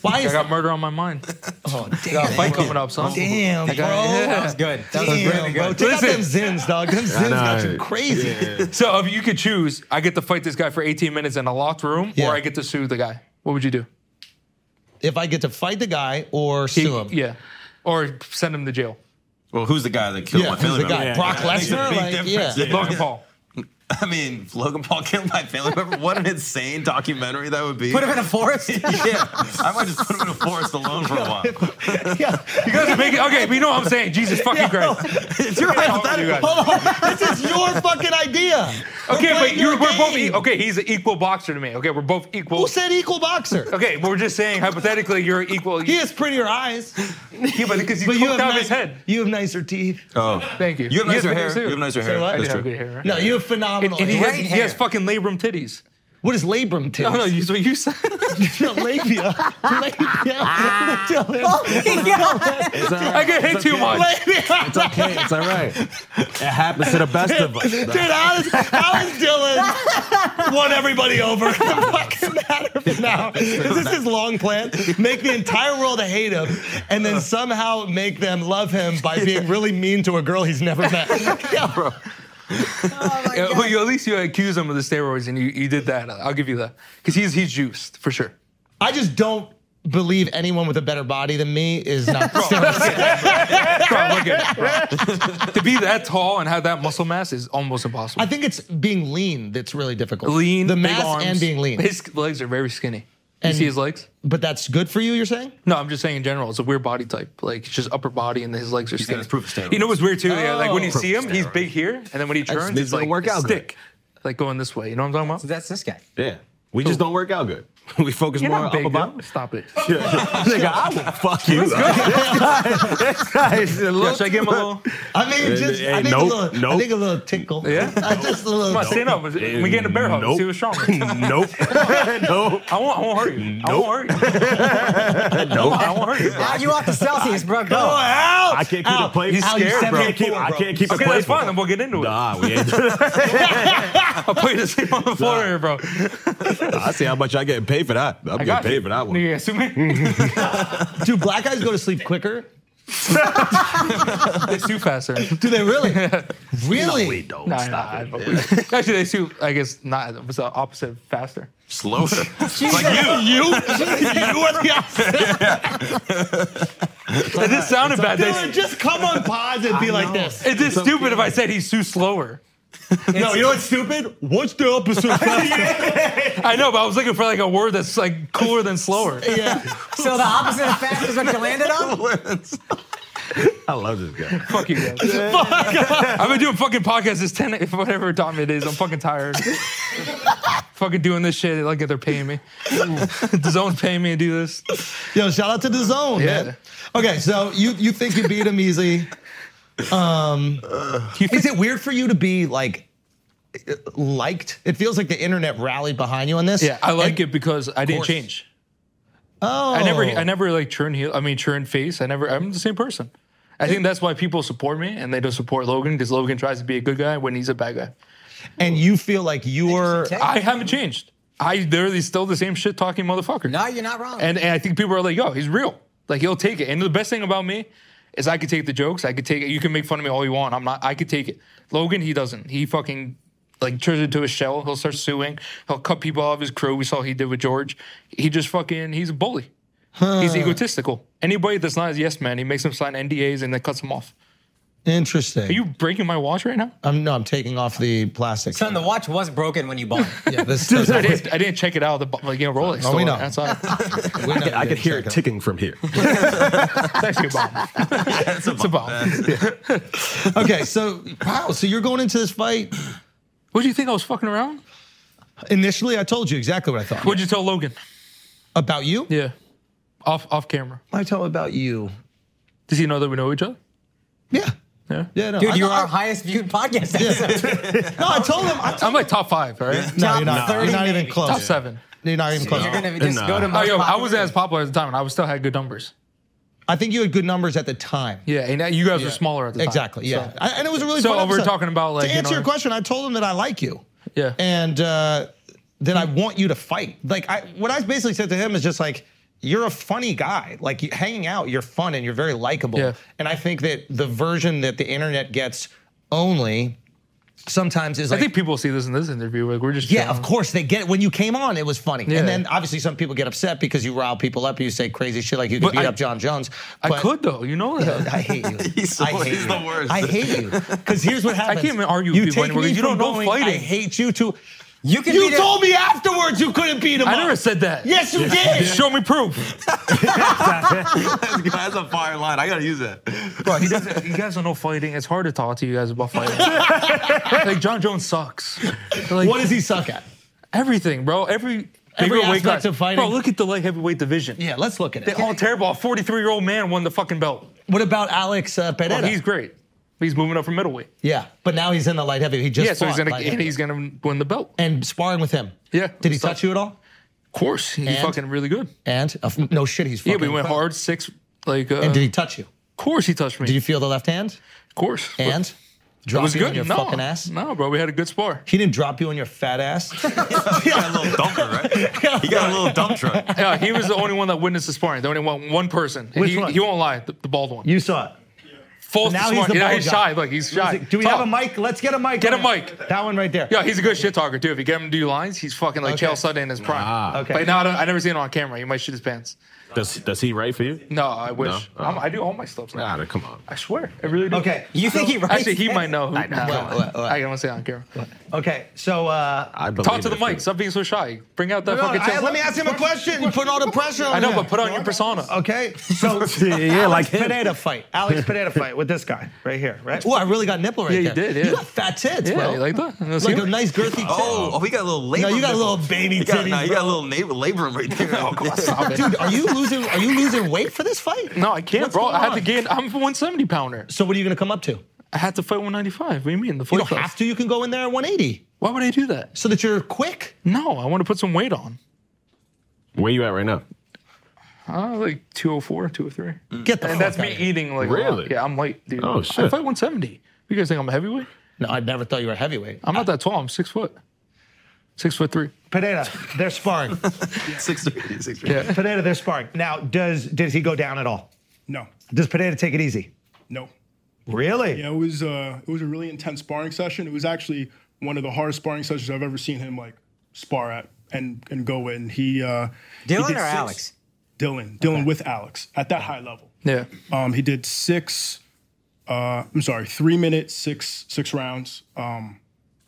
[SPEAKER 3] Why
[SPEAKER 1] E I
[SPEAKER 3] is
[SPEAKER 1] got murder on my mind.
[SPEAKER 3] oh,
[SPEAKER 1] Got a
[SPEAKER 3] damn,
[SPEAKER 1] fight coming up, son.
[SPEAKER 3] damn, bro?
[SPEAKER 5] That was good. That was really
[SPEAKER 3] Damn, bro.
[SPEAKER 5] good.
[SPEAKER 3] Take out them
[SPEAKER 1] Listen.
[SPEAKER 3] zins, dog. Them zins got
[SPEAKER 9] know.
[SPEAKER 3] you crazy.
[SPEAKER 1] So if you could choose, I get to fight this guy for 18 minutes in a locked room,
[SPEAKER 3] Yeah.
[SPEAKER 1] or I get to sue the guy. What would you do?
[SPEAKER 3] If I get to fight the guy or sue him,
[SPEAKER 1] Yeah. Or send him to jail.
[SPEAKER 8] Well, who's the guy that killed
[SPEAKER 3] yeah,
[SPEAKER 8] my
[SPEAKER 3] who's
[SPEAKER 8] family
[SPEAKER 3] the
[SPEAKER 8] member?
[SPEAKER 3] guy? Brock
[SPEAKER 8] Makes a
[SPEAKER 3] Lesnar,
[SPEAKER 8] big
[SPEAKER 3] like, yeah.
[SPEAKER 8] difference. Yeah.
[SPEAKER 1] Logan Paul.
[SPEAKER 8] I mean, if Logan Paul killed my family member. What an insane documentary that would be.
[SPEAKER 5] Put him in a forest.
[SPEAKER 8] yeah, I might just put him in a forest alone for a while.
[SPEAKER 3] yeah.
[SPEAKER 1] You guys are making okay, but you know what I'm saying. Jesus fucking Christ.
[SPEAKER 8] It's your
[SPEAKER 1] How are you guys?
[SPEAKER 3] this is your fucking idea.
[SPEAKER 1] Okay, but
[SPEAKER 3] playing your
[SPEAKER 1] you're, we're both
[SPEAKER 3] game.
[SPEAKER 1] e- okay. He's an equal boxer to me. Okay, we're both equal.
[SPEAKER 3] Who said equal boxer?
[SPEAKER 1] Okay, but we're just saying hypothetically you're equal.
[SPEAKER 3] He has prettier eyes,
[SPEAKER 1] yeah, but because you
[SPEAKER 3] but you
[SPEAKER 1] cooked
[SPEAKER 3] have,
[SPEAKER 1] out of
[SPEAKER 3] ni-
[SPEAKER 1] his head.
[SPEAKER 3] you have nicer teeth.
[SPEAKER 8] Oh,
[SPEAKER 1] Thank you.
[SPEAKER 8] You have
[SPEAKER 1] He has
[SPEAKER 8] nicer
[SPEAKER 1] good
[SPEAKER 8] hair.
[SPEAKER 1] too.
[SPEAKER 8] You have nicer
[SPEAKER 3] Say
[SPEAKER 8] hair.
[SPEAKER 3] what?
[SPEAKER 1] I do
[SPEAKER 8] That's
[SPEAKER 1] have
[SPEAKER 8] true.
[SPEAKER 1] good hair. Right?
[SPEAKER 3] No, you have phenomenal.
[SPEAKER 1] and he
[SPEAKER 3] hair.
[SPEAKER 1] has, he has fucking labrum titties.
[SPEAKER 3] what is labrum tits?
[SPEAKER 1] Oh no, that's what you said.
[SPEAKER 3] labia. labia. Tell him.
[SPEAKER 9] It's all
[SPEAKER 1] I
[SPEAKER 9] right.
[SPEAKER 1] get hit too much.
[SPEAKER 3] Labia.
[SPEAKER 9] It's okay. It's all right. It happens to the best of us.
[SPEAKER 3] Dude, how is, how is Dylan won everybody over? It doesn't fucking matter for now. Is this his long plan? Make the entire world hate him and then somehow make them love him by being really mean to a girl he's never met. Yeah, bro.
[SPEAKER 1] Yeah, well, you, at least you accuse him of the steroids, and you, you did that. I'll give you that because he's he's juiced for sure.
[SPEAKER 3] I just don't believe anyone with a better body than me is not steroids.
[SPEAKER 1] Bro, look at it, bro. to be that tall and have that muscle mass is almost impossible.
[SPEAKER 3] I think it's being lean that's really difficult.
[SPEAKER 1] lean,
[SPEAKER 3] the
[SPEAKER 1] big
[SPEAKER 3] mass
[SPEAKER 1] arms.
[SPEAKER 3] and being lean.
[SPEAKER 1] His legs are very skinny.
[SPEAKER 3] And-
[SPEAKER 1] you see his legs?
[SPEAKER 3] but that's good for you. You're saying?
[SPEAKER 1] No, I'm just saying in general, it's a weird body type. Like it's just upper body, and his legs are skinny.
[SPEAKER 8] gotta prove steroids.
[SPEAKER 1] You know what's weird too? Yeah, like when you
[SPEAKER 3] Oh.
[SPEAKER 1] see him, he's big here, and then when he turns,
[SPEAKER 9] they
[SPEAKER 1] it's
[SPEAKER 9] don't
[SPEAKER 1] like
[SPEAKER 9] work
[SPEAKER 1] a
[SPEAKER 9] out good.
[SPEAKER 1] stick, like going this way. You know what I'm talking about?
[SPEAKER 5] That's this guy.
[SPEAKER 9] Yeah. We just don't work out good. We focus
[SPEAKER 1] You're
[SPEAKER 9] more
[SPEAKER 1] not
[SPEAKER 9] on
[SPEAKER 1] big,
[SPEAKER 9] Uncle Bob.
[SPEAKER 1] dude. Stop it.
[SPEAKER 9] Nigga, I will fuck you. This guy, this guy is a
[SPEAKER 1] Yo,
[SPEAKER 9] little.
[SPEAKER 1] should I give him a little?
[SPEAKER 3] I mean, just
[SPEAKER 9] Hey,
[SPEAKER 3] I need a
[SPEAKER 9] nope,
[SPEAKER 3] little, I
[SPEAKER 9] nope.
[SPEAKER 3] need a little tinkle.
[SPEAKER 1] Yeah?
[SPEAKER 3] I just a little.
[SPEAKER 1] Come on, stand up. We get in a bear hug.
[SPEAKER 9] Nope.
[SPEAKER 1] See what's stronger.
[SPEAKER 9] nope. nope.
[SPEAKER 1] I won't. I won't hurt you. I won't hurt you. no, I won't hurt you.
[SPEAKER 5] Now you off the Celsius, bro. Go.
[SPEAKER 9] I can't keep the place.
[SPEAKER 8] you scared,
[SPEAKER 9] I
[SPEAKER 8] bro.
[SPEAKER 9] can't keep, I can't keep
[SPEAKER 1] Okay,
[SPEAKER 9] it
[SPEAKER 1] that's
[SPEAKER 9] playful.
[SPEAKER 1] fine. Then we'll get into it.
[SPEAKER 9] Nah, we ain't.
[SPEAKER 1] I'll put you to sleep on the floor here, bro.
[SPEAKER 9] I see how much I get paid for that. I'm
[SPEAKER 1] I
[SPEAKER 9] getting
[SPEAKER 1] got you.
[SPEAKER 9] paid for that one.
[SPEAKER 1] Nigga, sue me.
[SPEAKER 3] Do black guys go to sleep quicker?
[SPEAKER 1] they sue faster.
[SPEAKER 3] Do they really? really?
[SPEAKER 1] Nah, nah, nah, Actually, they sue. I guess not. It was the opposite of faster.
[SPEAKER 8] Slower.
[SPEAKER 5] Jesus.
[SPEAKER 1] It just sounded bad. They-
[SPEAKER 3] Dylan, just come on pause and be like this.
[SPEAKER 1] It's just stupid if I said he sues slower.
[SPEAKER 3] No, you know what's stupid? What's the opposite of faster?
[SPEAKER 1] I know, but I was looking for like a word that's like cooler than slower.
[SPEAKER 3] yeah.
[SPEAKER 5] So the opposite of fast is what you landed on?
[SPEAKER 9] I love this guy.
[SPEAKER 1] Fuck you guys. I've been doing fucking podcasts this 10, if whatever time it is. I'm fucking tired. fucking doing this shit like if they're paying me. Zone's paying me to do this.
[SPEAKER 3] Yo, shout out to the zone,
[SPEAKER 1] Yeah.
[SPEAKER 3] man. Okay, so you you think you beat him easy? Um, is it weird for you to be like liked? It feels like the internet rallied behind you on this.
[SPEAKER 1] Yeah, I like
[SPEAKER 3] And-
[SPEAKER 1] it because I didn't change.
[SPEAKER 3] Oh,
[SPEAKER 1] I never, I never like turn heel. I mean, turn face. I never. I'm the same person. I think that's why people support me and they don't support Logan because Logan tries to be a good guy when he's a bad guy.
[SPEAKER 3] And you feel like you're.
[SPEAKER 1] I haven't changed. I literally still the same shit talking motherfucker.
[SPEAKER 5] No, you're not wrong.
[SPEAKER 1] And, and I think people are like, yo, he's real. Like he'll take it. And the best thing about me is I could take the jokes. I could take it. You can make fun of me all you want. I'm not. I could take it. Logan, he doesn't. He fucking like turns into a shell. He'll start suing. He'll cut people out of his crew. We saw he did with George. He just fucking. He's a bully. He's egotistical. Anybody that's not his yes man, he makes them sign NDAs and then cuts them off.
[SPEAKER 3] Interesting.
[SPEAKER 1] Are you breaking my watch right now?
[SPEAKER 3] I'm no, I'm taking off the plastic.
[SPEAKER 5] Son, the watch was broken when you bought it.
[SPEAKER 3] Yeah, this
[SPEAKER 1] I didn't, I didn't check it out. of The bu- like, you know, Rolex.
[SPEAKER 3] Oh, we
[SPEAKER 1] store
[SPEAKER 3] know.
[SPEAKER 1] Outside.
[SPEAKER 9] I could hear it ticking from here.
[SPEAKER 1] It's actually a bomb. it's a bomb.
[SPEAKER 3] Okay, so wow, so you're going into this fight.
[SPEAKER 1] What do you think I was fucking around?
[SPEAKER 3] Initially, I told you exactly what I thought
[SPEAKER 1] What'd you tell Logan?
[SPEAKER 3] about you.
[SPEAKER 1] Yeah. Off off camera.
[SPEAKER 3] I told him about you.
[SPEAKER 1] Does he know that we know each other?
[SPEAKER 3] Yeah,
[SPEAKER 1] Yeah.
[SPEAKER 3] yeah. No,
[SPEAKER 5] Dude,
[SPEAKER 3] I-
[SPEAKER 5] you're
[SPEAKER 3] I-
[SPEAKER 5] our highest viewed podcast episode.
[SPEAKER 3] No, I told him. I told
[SPEAKER 1] I'm like top five, right?
[SPEAKER 3] No, you're not.
[SPEAKER 5] Top
[SPEAKER 3] you're
[SPEAKER 5] 30
[SPEAKER 3] not even
[SPEAKER 5] maybe.
[SPEAKER 3] close.
[SPEAKER 1] Top seven.
[SPEAKER 3] You're not even close.
[SPEAKER 5] You're gonna just go to
[SPEAKER 1] Oh,
[SPEAKER 5] my
[SPEAKER 1] yo, I wasn't as popular at the time, and I was still had good numbers.
[SPEAKER 3] I think you had good numbers at the time.
[SPEAKER 1] Yeah, and you guys were smaller at the time.
[SPEAKER 3] Exactly. Yeah.
[SPEAKER 1] So-
[SPEAKER 3] I- and it was a really
[SPEAKER 1] So
[SPEAKER 3] fun
[SPEAKER 1] we're
[SPEAKER 3] episode.
[SPEAKER 1] talking about, like,
[SPEAKER 3] to
[SPEAKER 1] you
[SPEAKER 3] answer
[SPEAKER 1] know-
[SPEAKER 3] your question. I told him that I like you.
[SPEAKER 1] Yeah.
[SPEAKER 3] And uh, that I want you to fight. Like I, what I basically said to him is just like. You're a funny guy. Like you, hanging out, you're fun and you're very likable.
[SPEAKER 1] Yeah.
[SPEAKER 3] And I think that the version that the internet gets only sometimes is
[SPEAKER 1] I
[SPEAKER 3] like
[SPEAKER 1] think people see this in this interview. Like we're just
[SPEAKER 3] Yeah,
[SPEAKER 1] chilling.
[SPEAKER 3] of course they get it. When you came on, it was funny.
[SPEAKER 1] Yeah.
[SPEAKER 3] And then obviously some people get upset because you rile people up, you say crazy shit like you could
[SPEAKER 1] But
[SPEAKER 3] beat
[SPEAKER 1] I-
[SPEAKER 3] up John Jones.
[SPEAKER 1] I
[SPEAKER 3] but-
[SPEAKER 1] could though, you know that.
[SPEAKER 3] I hate you.
[SPEAKER 8] He's
[SPEAKER 3] I
[SPEAKER 8] the-
[SPEAKER 3] hate
[SPEAKER 8] he's
[SPEAKER 3] you.
[SPEAKER 8] the worst.
[SPEAKER 3] I hate you. Because here's what happens.
[SPEAKER 1] can't even argue with
[SPEAKER 3] you
[SPEAKER 1] people
[SPEAKER 3] take
[SPEAKER 1] anymore
[SPEAKER 3] me
[SPEAKER 1] 'cause you
[SPEAKER 3] from
[SPEAKER 1] don't know
[SPEAKER 3] going, I
[SPEAKER 1] fighting.
[SPEAKER 3] hate you too.
[SPEAKER 5] You can
[SPEAKER 3] You
[SPEAKER 5] beat
[SPEAKER 3] told me afterwards you couldn't beat him.
[SPEAKER 1] I
[SPEAKER 3] up.
[SPEAKER 1] never said that.
[SPEAKER 3] Yes, you did.
[SPEAKER 1] Show me proof.
[SPEAKER 8] That's, that's a fire line. I gotta use that.
[SPEAKER 1] Bro, he doesn't. You guys don't know fighting. It's hard to talk to you guys about fighting. like John Jones sucks. Like
[SPEAKER 3] What does he suck at?
[SPEAKER 1] everything, bro? Every
[SPEAKER 3] Every
[SPEAKER 1] heavyweight
[SPEAKER 3] aspect
[SPEAKER 1] class.
[SPEAKER 3] of fighting.
[SPEAKER 1] Bro, look at the light heavyweight division.
[SPEAKER 3] Yeah, let's look at
[SPEAKER 1] They're
[SPEAKER 3] it.
[SPEAKER 1] all Oh, terrible. A 43 year old man won the fucking belt.
[SPEAKER 3] What about Alex uh,
[SPEAKER 1] Oh,
[SPEAKER 3] Pereira?
[SPEAKER 1] he's great. He's moving up from middleweight.
[SPEAKER 3] yeah, but now he's in the light heavy. He just
[SPEAKER 1] yeah, so he's
[SPEAKER 3] fought
[SPEAKER 1] gonna
[SPEAKER 3] light
[SPEAKER 1] and
[SPEAKER 3] heavy.
[SPEAKER 1] he's gonna win the belt.
[SPEAKER 3] and sparring with him.
[SPEAKER 1] Yeah.
[SPEAKER 3] Did he
[SPEAKER 1] So-
[SPEAKER 3] touch you at all?
[SPEAKER 1] Of course, he's
[SPEAKER 3] And?
[SPEAKER 1] fucking really good.
[SPEAKER 3] And uh, no shit, he's
[SPEAKER 1] Yeah,
[SPEAKER 3] fucking.
[SPEAKER 1] we went
[SPEAKER 3] incredible.
[SPEAKER 1] hard six. Like, uh,
[SPEAKER 3] And did he touch you?
[SPEAKER 1] of course he touched me.
[SPEAKER 3] Did you feel the left hand?
[SPEAKER 1] of course,
[SPEAKER 3] And
[SPEAKER 1] it
[SPEAKER 3] drop
[SPEAKER 1] was
[SPEAKER 3] you
[SPEAKER 1] good.
[SPEAKER 3] on your
[SPEAKER 1] no,
[SPEAKER 3] fucking ass?
[SPEAKER 1] no, bro, we had a good spar.
[SPEAKER 3] He didn't drop you on your fat ass.
[SPEAKER 8] He got a little dumper, right? He got a little dump truck.
[SPEAKER 1] yeah, he was the only one that witnessed the sparring. The only one, one person.
[SPEAKER 3] Which
[SPEAKER 1] he,
[SPEAKER 3] one?
[SPEAKER 1] he won't lie. The, the bald one.
[SPEAKER 3] you saw it.
[SPEAKER 1] False
[SPEAKER 3] Now he's
[SPEAKER 1] smart.
[SPEAKER 3] the
[SPEAKER 1] yeah,
[SPEAKER 3] bald
[SPEAKER 1] he's
[SPEAKER 3] guy.
[SPEAKER 1] shy. Like he's shy.
[SPEAKER 3] Do we have a mic? Let's get a mic.
[SPEAKER 1] Get
[SPEAKER 3] on
[SPEAKER 1] a
[SPEAKER 3] there.
[SPEAKER 1] mic.
[SPEAKER 3] That one right there.
[SPEAKER 1] Yeah, he's a good shit talker too. If you get him to do lines, he's fucking like
[SPEAKER 3] Okay.
[SPEAKER 1] Chael Sutton in his prime.
[SPEAKER 9] Ah.
[SPEAKER 3] Okay.
[SPEAKER 1] But now I, don't- I never seen it on camera. He might shit his pants.
[SPEAKER 9] Does does he write for you?
[SPEAKER 1] No, I wish.
[SPEAKER 3] Oh.
[SPEAKER 9] No?
[SPEAKER 1] I'm- i do all my stuff now.
[SPEAKER 3] Ah.
[SPEAKER 9] Nah, come on.
[SPEAKER 1] I swear, I really do.
[SPEAKER 3] Okay.
[SPEAKER 5] You think he writes?
[SPEAKER 1] Actually, he might know. Who, I
[SPEAKER 3] know. What, what, what?
[SPEAKER 1] I don't want to say it on camera.
[SPEAKER 3] Okay. So uh,
[SPEAKER 9] I believe
[SPEAKER 1] Talk to
[SPEAKER 9] it
[SPEAKER 1] the
[SPEAKER 9] if you-
[SPEAKER 1] mic. Stop being so shy. Bring out that
[SPEAKER 3] no,
[SPEAKER 1] fucking.
[SPEAKER 3] I-
[SPEAKER 1] chest.
[SPEAKER 3] let me ask him a question. You're putting all the pressure on
[SPEAKER 1] I know,
[SPEAKER 3] him.
[SPEAKER 1] but put on your persona.
[SPEAKER 3] Okay. So
[SPEAKER 9] Yeah, like him.
[SPEAKER 3] Pineda fight. Alex Pineda fight. with this guy right here, right? Oh, I really got nipple right
[SPEAKER 1] Yeah, you
[SPEAKER 3] there.
[SPEAKER 1] did, yeah.
[SPEAKER 3] You got fat tits,
[SPEAKER 1] Yeah,
[SPEAKER 3] bro.
[SPEAKER 1] you like that? Let's
[SPEAKER 3] Like
[SPEAKER 1] see
[SPEAKER 3] a
[SPEAKER 1] it.
[SPEAKER 3] nice girthy tit.
[SPEAKER 8] Oh, oh, he got a little labor.
[SPEAKER 3] No, you got a
[SPEAKER 8] nipple.
[SPEAKER 3] little baby
[SPEAKER 8] You got,
[SPEAKER 3] titties,
[SPEAKER 8] no, you got a little neighbor, labrum right there.
[SPEAKER 3] Dude, are you losing? Are you losing weight for this fight?
[SPEAKER 1] No, I can't,
[SPEAKER 3] What's
[SPEAKER 1] bro.
[SPEAKER 3] going
[SPEAKER 1] I had
[SPEAKER 3] on?
[SPEAKER 1] to gain. I'm a 170 pounder.
[SPEAKER 3] So what are you gonna come up to? You
[SPEAKER 1] I had to fight 195. What do you mean? The fight
[SPEAKER 3] don't
[SPEAKER 1] class.
[SPEAKER 3] have to. You can go in there at 180,
[SPEAKER 1] Why would I do that?
[SPEAKER 3] so that you're quick.
[SPEAKER 1] No, I want to put some weight on.
[SPEAKER 6] Where you at right now?
[SPEAKER 1] Uh, like 204, 203.
[SPEAKER 3] Mm. Get the
[SPEAKER 1] And
[SPEAKER 3] fuck
[SPEAKER 1] that's
[SPEAKER 3] out
[SPEAKER 1] me
[SPEAKER 3] of here.
[SPEAKER 1] eating like a lot.
[SPEAKER 6] Really?
[SPEAKER 1] Yeah, I'm light, dude.
[SPEAKER 6] Oh, shit.
[SPEAKER 1] I fight 170. You guys think I'm a heavyweight?
[SPEAKER 3] No, I never thought you were a heavyweight.
[SPEAKER 1] I'm not that tall. I'm six foot. Six foot three.
[SPEAKER 3] Pineda, they're sparring.
[SPEAKER 8] Six thirty, six thirty.
[SPEAKER 1] Yeah.
[SPEAKER 3] Pineda, they're sparring. Now, does does he go down at all?
[SPEAKER 10] No,
[SPEAKER 3] Does Pineda take it easy?
[SPEAKER 10] no.
[SPEAKER 3] Really?
[SPEAKER 10] Yeah, it was uh, it was a really intense sparring session. It was actually one of the hardest sparring sessions I've ever seen him like spar at and and go in. He uh, he
[SPEAKER 5] Dylan
[SPEAKER 10] did
[SPEAKER 5] or
[SPEAKER 10] six-
[SPEAKER 5] Alex?
[SPEAKER 10] Dylan, Dylan with Alex at that high level.
[SPEAKER 1] Yeah.
[SPEAKER 10] Um, he did six. Uh, I'm sorry, three minutes, six six rounds. Um,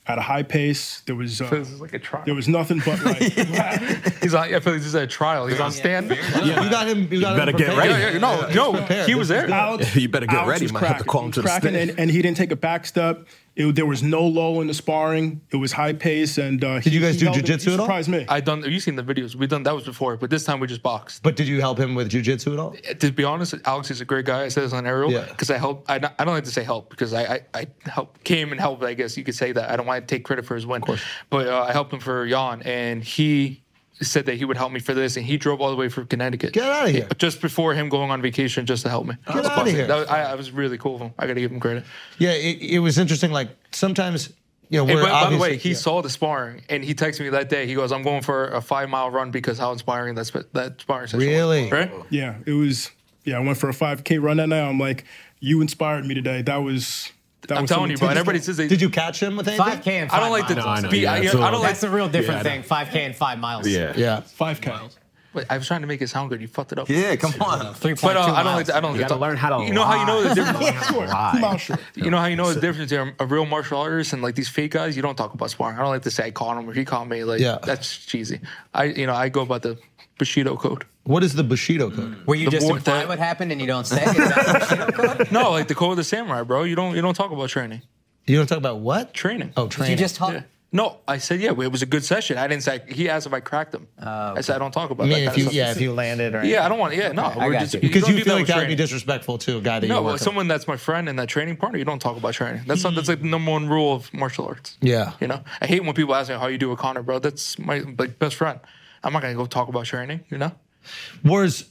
[SPEAKER 10] at a high pace. There was uh,
[SPEAKER 1] This is like a trial.
[SPEAKER 10] there was nothing but like
[SPEAKER 1] He's on. I feel like this is a trial. He's on stand. Yeah,
[SPEAKER 3] You got him. You, got him
[SPEAKER 6] better get
[SPEAKER 3] prepared.
[SPEAKER 6] ready.
[SPEAKER 1] yeah, no, no. He was there.
[SPEAKER 10] Alex,
[SPEAKER 6] You better get
[SPEAKER 10] Alex
[SPEAKER 6] ready,
[SPEAKER 10] was
[SPEAKER 6] might have to
[SPEAKER 10] cracking.
[SPEAKER 6] call him
[SPEAKER 10] He was
[SPEAKER 6] to the
[SPEAKER 10] cracking,
[SPEAKER 6] stage.
[SPEAKER 10] And, and he didn't take a back step. It- there was no lull in the sparring. It was high pace. And uh, did
[SPEAKER 3] you guys do jujitsu at all?
[SPEAKER 10] Surprised me.
[SPEAKER 1] I done. You seen the videos? We done that was before, but this time we just boxed.
[SPEAKER 3] But did you help him with jujitsu at all?
[SPEAKER 1] To be honest, Alex is a great guy. I said this on Ariel
[SPEAKER 3] Yeah.
[SPEAKER 1] because I help. I, don't- I don't like to say help because I, I I help came and helped. I guess you could say that. I don't want to take credit for his win, but uh, I helped him for Jan, and he said that he would help me for this, and he drove all the way from Connecticut.
[SPEAKER 3] Get outta here.
[SPEAKER 1] Just before him going on vacation, just to help me. That was
[SPEAKER 3] outta
[SPEAKER 1] awesome.
[SPEAKER 3] here.
[SPEAKER 1] That was, I, I was really cool of him. I got to give him credit.
[SPEAKER 3] Yeah, it, it was interesting. Like sometimes, you know,
[SPEAKER 1] Hey,
[SPEAKER 3] we're
[SPEAKER 1] but by the way,
[SPEAKER 3] obviously-
[SPEAKER 1] he saw the sparring and he texted me that day. He goes, "I'm going for a five mile run because how inspiring that sp- that sparring session." was."
[SPEAKER 3] Really?
[SPEAKER 1] Right?
[SPEAKER 10] yeah, it was. Yeah, I went for a 5K run that night. I'm like, you inspired me today. That was. That
[SPEAKER 6] Oh,
[SPEAKER 1] I'm
[SPEAKER 10] was
[SPEAKER 1] telling
[SPEAKER 10] some
[SPEAKER 1] you, bro. And
[SPEAKER 10] intense-
[SPEAKER 1] everybody says they.
[SPEAKER 3] Did you catch him with anything?
[SPEAKER 5] 5K and
[SPEAKER 1] I
[SPEAKER 5] five
[SPEAKER 1] don't like to
[SPEAKER 5] miles.
[SPEAKER 6] No, I know,
[SPEAKER 1] be.
[SPEAKER 6] yeah,
[SPEAKER 1] I, I
[SPEAKER 6] that's what
[SPEAKER 1] don't like.
[SPEAKER 5] That's the real different
[SPEAKER 6] Yeah,
[SPEAKER 5] thing.
[SPEAKER 6] I know.
[SPEAKER 5] 5K and five miles.
[SPEAKER 6] Yeah.
[SPEAKER 3] Yeah.
[SPEAKER 10] 5K.
[SPEAKER 1] Wait, I was trying to make it sound good. You fucked it up.
[SPEAKER 8] Yeah, come on.
[SPEAKER 5] Three
[SPEAKER 1] But
[SPEAKER 5] point
[SPEAKER 1] uh,
[SPEAKER 5] two
[SPEAKER 1] I don't like.
[SPEAKER 5] miles.
[SPEAKER 1] To, I don't.
[SPEAKER 9] You gotta learn how to
[SPEAKER 1] You know how you know the
[SPEAKER 9] lie.
[SPEAKER 1] difference.
[SPEAKER 10] Sure.
[SPEAKER 9] Why?
[SPEAKER 10] Two miles short.
[SPEAKER 1] You know how you know the difference between a real martial artist and like these fake guys. You don't talk about sparring. I don't like to say I caught him or he caught me. Like
[SPEAKER 3] Yeah.
[SPEAKER 1] that's cheesy. I you know I go about the Bushido code.
[SPEAKER 3] What is the Bushido code?
[SPEAKER 5] Where you
[SPEAKER 1] the
[SPEAKER 5] just
[SPEAKER 1] war-
[SPEAKER 5] imply
[SPEAKER 1] the-
[SPEAKER 5] what happened and you don't say. Is that what you do?
[SPEAKER 1] No, like the code of the samurai, bro. You don't you don't talk about training.
[SPEAKER 3] You don't talk about what?
[SPEAKER 1] Training.
[SPEAKER 3] Oh, training.
[SPEAKER 5] You just talk.
[SPEAKER 1] Yeah. No, I said yeah. It was a good session. I didn't say he asked if I cracked him. I said I don't talk about
[SPEAKER 3] I
[SPEAKER 1] that.
[SPEAKER 3] mean, if
[SPEAKER 1] Kind
[SPEAKER 3] you
[SPEAKER 1] of stuff.
[SPEAKER 3] yeah, if you landed or
[SPEAKER 1] yeah, I don't want. Yeah, no, we're
[SPEAKER 5] got
[SPEAKER 1] just,
[SPEAKER 5] you.
[SPEAKER 3] because
[SPEAKER 1] don't
[SPEAKER 3] you,
[SPEAKER 1] do
[SPEAKER 3] feel like
[SPEAKER 1] with
[SPEAKER 3] that would
[SPEAKER 1] training.
[SPEAKER 3] be disrespectful to a guy that
[SPEAKER 1] No,
[SPEAKER 3] you work
[SPEAKER 1] well, someone that's my friend in that training partner, you don't talk about training. That's not, that's like the number one rule of martial arts.
[SPEAKER 3] Yeah.
[SPEAKER 1] you know, I hate when people ask me how you do with Connor, bro. That's my like best friend. I'm not gonna go talk about training, you know.
[SPEAKER 3] With. Was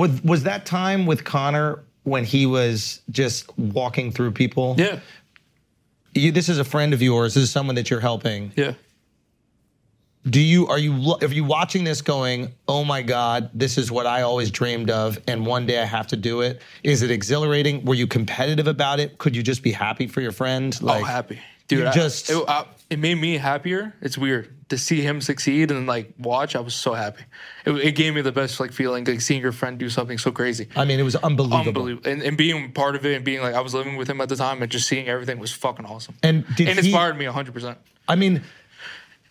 [SPEAKER 3] was was that time with Connor when he was just walking through people?
[SPEAKER 1] Yeah,
[SPEAKER 3] You, this is a friend of yours. This is someone that you're helping.
[SPEAKER 1] yeah.
[SPEAKER 3] Do you are you lo- are you watching this going, "Oh my god, this is what I always dreamed of and one day I have to do it"? Is it exhilarating? Were you competitive about it? Could you just be happy for your friend? Like
[SPEAKER 1] oh, happy, dude.
[SPEAKER 3] you
[SPEAKER 1] I-
[SPEAKER 3] just-
[SPEAKER 1] it, I- it made me happier. It's weird to see him succeed and like watch. I was so happy. It, it gave me the best like feeling like seeing your friend do something so crazy.
[SPEAKER 3] I mean, it was unbelievable.
[SPEAKER 1] Unbelievable, and, and being part of it, and being like I was living with him at the time, and just seeing everything was fucking awesome.
[SPEAKER 3] And did
[SPEAKER 1] and
[SPEAKER 3] he-
[SPEAKER 1] inspired me 100. percent
[SPEAKER 3] I mean,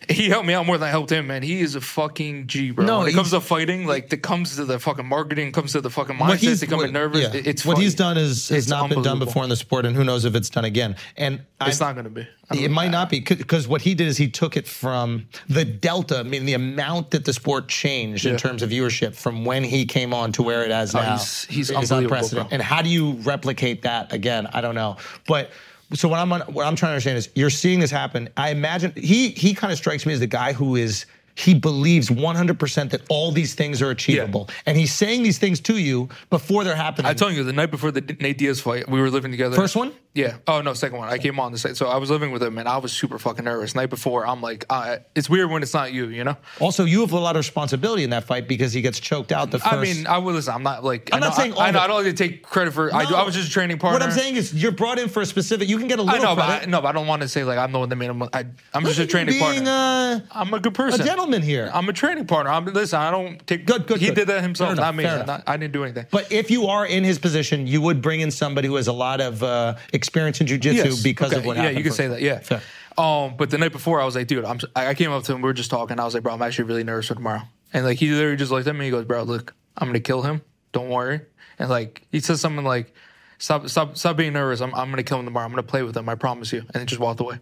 [SPEAKER 1] he helped me out more than I helped him, man. He is a fucking G, bro.
[SPEAKER 3] No,
[SPEAKER 1] when it
[SPEAKER 3] he's-
[SPEAKER 1] comes to fighting, like it comes to the fucking marketing, comes to the fucking
[SPEAKER 3] what
[SPEAKER 1] mindset,
[SPEAKER 3] he's
[SPEAKER 1] to coming
[SPEAKER 3] what-
[SPEAKER 1] nervous.
[SPEAKER 3] yeah,
[SPEAKER 1] it- It's
[SPEAKER 3] what
[SPEAKER 1] funny.
[SPEAKER 3] he's done is
[SPEAKER 1] It's
[SPEAKER 3] has not been done
[SPEAKER 1] unbelievable.
[SPEAKER 3] before in the sport, and who knows if it's done again. And
[SPEAKER 1] It's
[SPEAKER 3] I,
[SPEAKER 1] not gonna be. I
[SPEAKER 3] It
[SPEAKER 1] don't-
[SPEAKER 3] might not be because what he did is he took it from the delta, I mean the amount that the sport changed in
[SPEAKER 1] Yeah.
[SPEAKER 3] terms of viewership from when he came on to where it is
[SPEAKER 1] Oh,
[SPEAKER 3] now.
[SPEAKER 1] he's- he's
[SPEAKER 3] is
[SPEAKER 1] unbelievable,
[SPEAKER 3] unprecedented.
[SPEAKER 1] bro.
[SPEAKER 3] And how do you replicate that again? I don't know. But so what I'm on, what I'm trying to understand is you're seeing this happen. I imagine he he kind of strikes me as the guy who is he believes 100% that all these things are achievable and he's saying these things to you before they're happening.
[SPEAKER 1] I told you the night before the D- Nate Diaz fight, we were living together.
[SPEAKER 3] First one?
[SPEAKER 1] Yeah. Oh no, second one. I came on the site, so I was living with him, and I was super fucking nervous. Night before, I'm like, uh, it's weird when it's not you, you know.
[SPEAKER 3] also, you have a lot of responsibility in that fight because he gets choked out the first
[SPEAKER 1] I mean, I will listen. I'm not like
[SPEAKER 3] I'm
[SPEAKER 1] I know,
[SPEAKER 3] not saying all
[SPEAKER 1] I, I, know,
[SPEAKER 3] the-
[SPEAKER 1] I don't like to take credit for. I do.
[SPEAKER 3] No.
[SPEAKER 1] I was just a training partner.
[SPEAKER 3] What I'm saying is, you're brought in for a specific. You can get a
[SPEAKER 1] I
[SPEAKER 3] little
[SPEAKER 1] know, but I,
[SPEAKER 3] credit.
[SPEAKER 1] no, but I don't want to say like I'm the one that made him. I, I'm just
[SPEAKER 3] Look
[SPEAKER 1] a
[SPEAKER 3] at you
[SPEAKER 1] training
[SPEAKER 3] being,
[SPEAKER 1] partner.
[SPEAKER 3] uh,
[SPEAKER 1] I'm a good person.
[SPEAKER 3] gentleman here.
[SPEAKER 1] I'm a training partner. I'm listen. I don't take
[SPEAKER 3] Good, good,
[SPEAKER 1] He
[SPEAKER 3] good.
[SPEAKER 1] did that himself,
[SPEAKER 3] Fair enough,
[SPEAKER 1] not me.
[SPEAKER 3] fair enough.
[SPEAKER 1] Not- I didn't do anything.
[SPEAKER 3] but if you are in his position, you would bring in somebody who has a lot of uh, experience in jujitsu because
[SPEAKER 1] Okay,
[SPEAKER 3] of what
[SPEAKER 1] yeah,
[SPEAKER 3] happened.
[SPEAKER 1] you can
[SPEAKER 3] first.
[SPEAKER 1] say that. Yeah.
[SPEAKER 3] Fair.
[SPEAKER 1] Um, but the night before, I was like, dude, I'm. s- I I came up to him. We were just talking. I was like, bro, I'm actually really nervous for tomorrow. And like, he literally just looked at me. He goes, bro, look, I'm gonna kill him. Don't worry. And like, he says something like. stop, stop, stop being nervous. I'm, I'm gonna kill him tomorrow. I'm gonna play with him. I promise you." And then just walked away.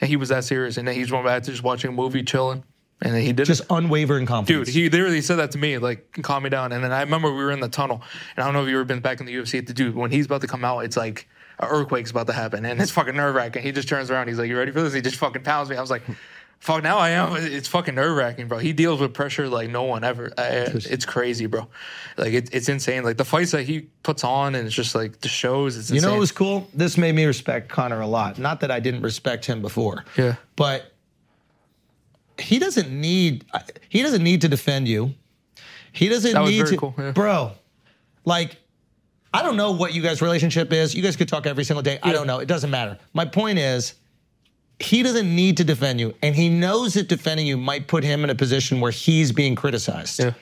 [SPEAKER 1] And he was that serious. And then he just went back to just watching a movie, chilling. And then he did it.
[SPEAKER 3] Just unwavering confidence.
[SPEAKER 1] Dude, he literally said that to me, like, calm me down. And then I remember we were in the tunnel, and I don't know if you ever been back in the UFC. The dude, when he's about to come out, it's like an earthquake's about to happen, and it's fucking nerve wracking. He just turns around, he's like, "You ready for this?" He just fucking pounds me. I was like, "Fuck, now I am." It's fucking nerve wracking, bro. He deals with pressure like no one ever. I- it's crazy, bro. Like it, it's insane. Like the fights that he puts on, and it's just like the shows. It's
[SPEAKER 3] You know
[SPEAKER 1] insane.
[SPEAKER 3] what was cool? This made me respect Connor a lot. Not that I didn't respect him before.
[SPEAKER 1] Yeah.
[SPEAKER 3] But he doesn't need I- he doesn't need to defend you. He doesn't
[SPEAKER 1] That was
[SPEAKER 3] need
[SPEAKER 1] very
[SPEAKER 3] to
[SPEAKER 1] cool, yeah.
[SPEAKER 3] Bro, like I don't know what you guys' relationship is. You guys could talk every single day. I don't know. It doesn't matter. My point is he doesn't need to defend you, and he knows that defending you might put him in a position where he's being criticized.
[SPEAKER 1] Yeah.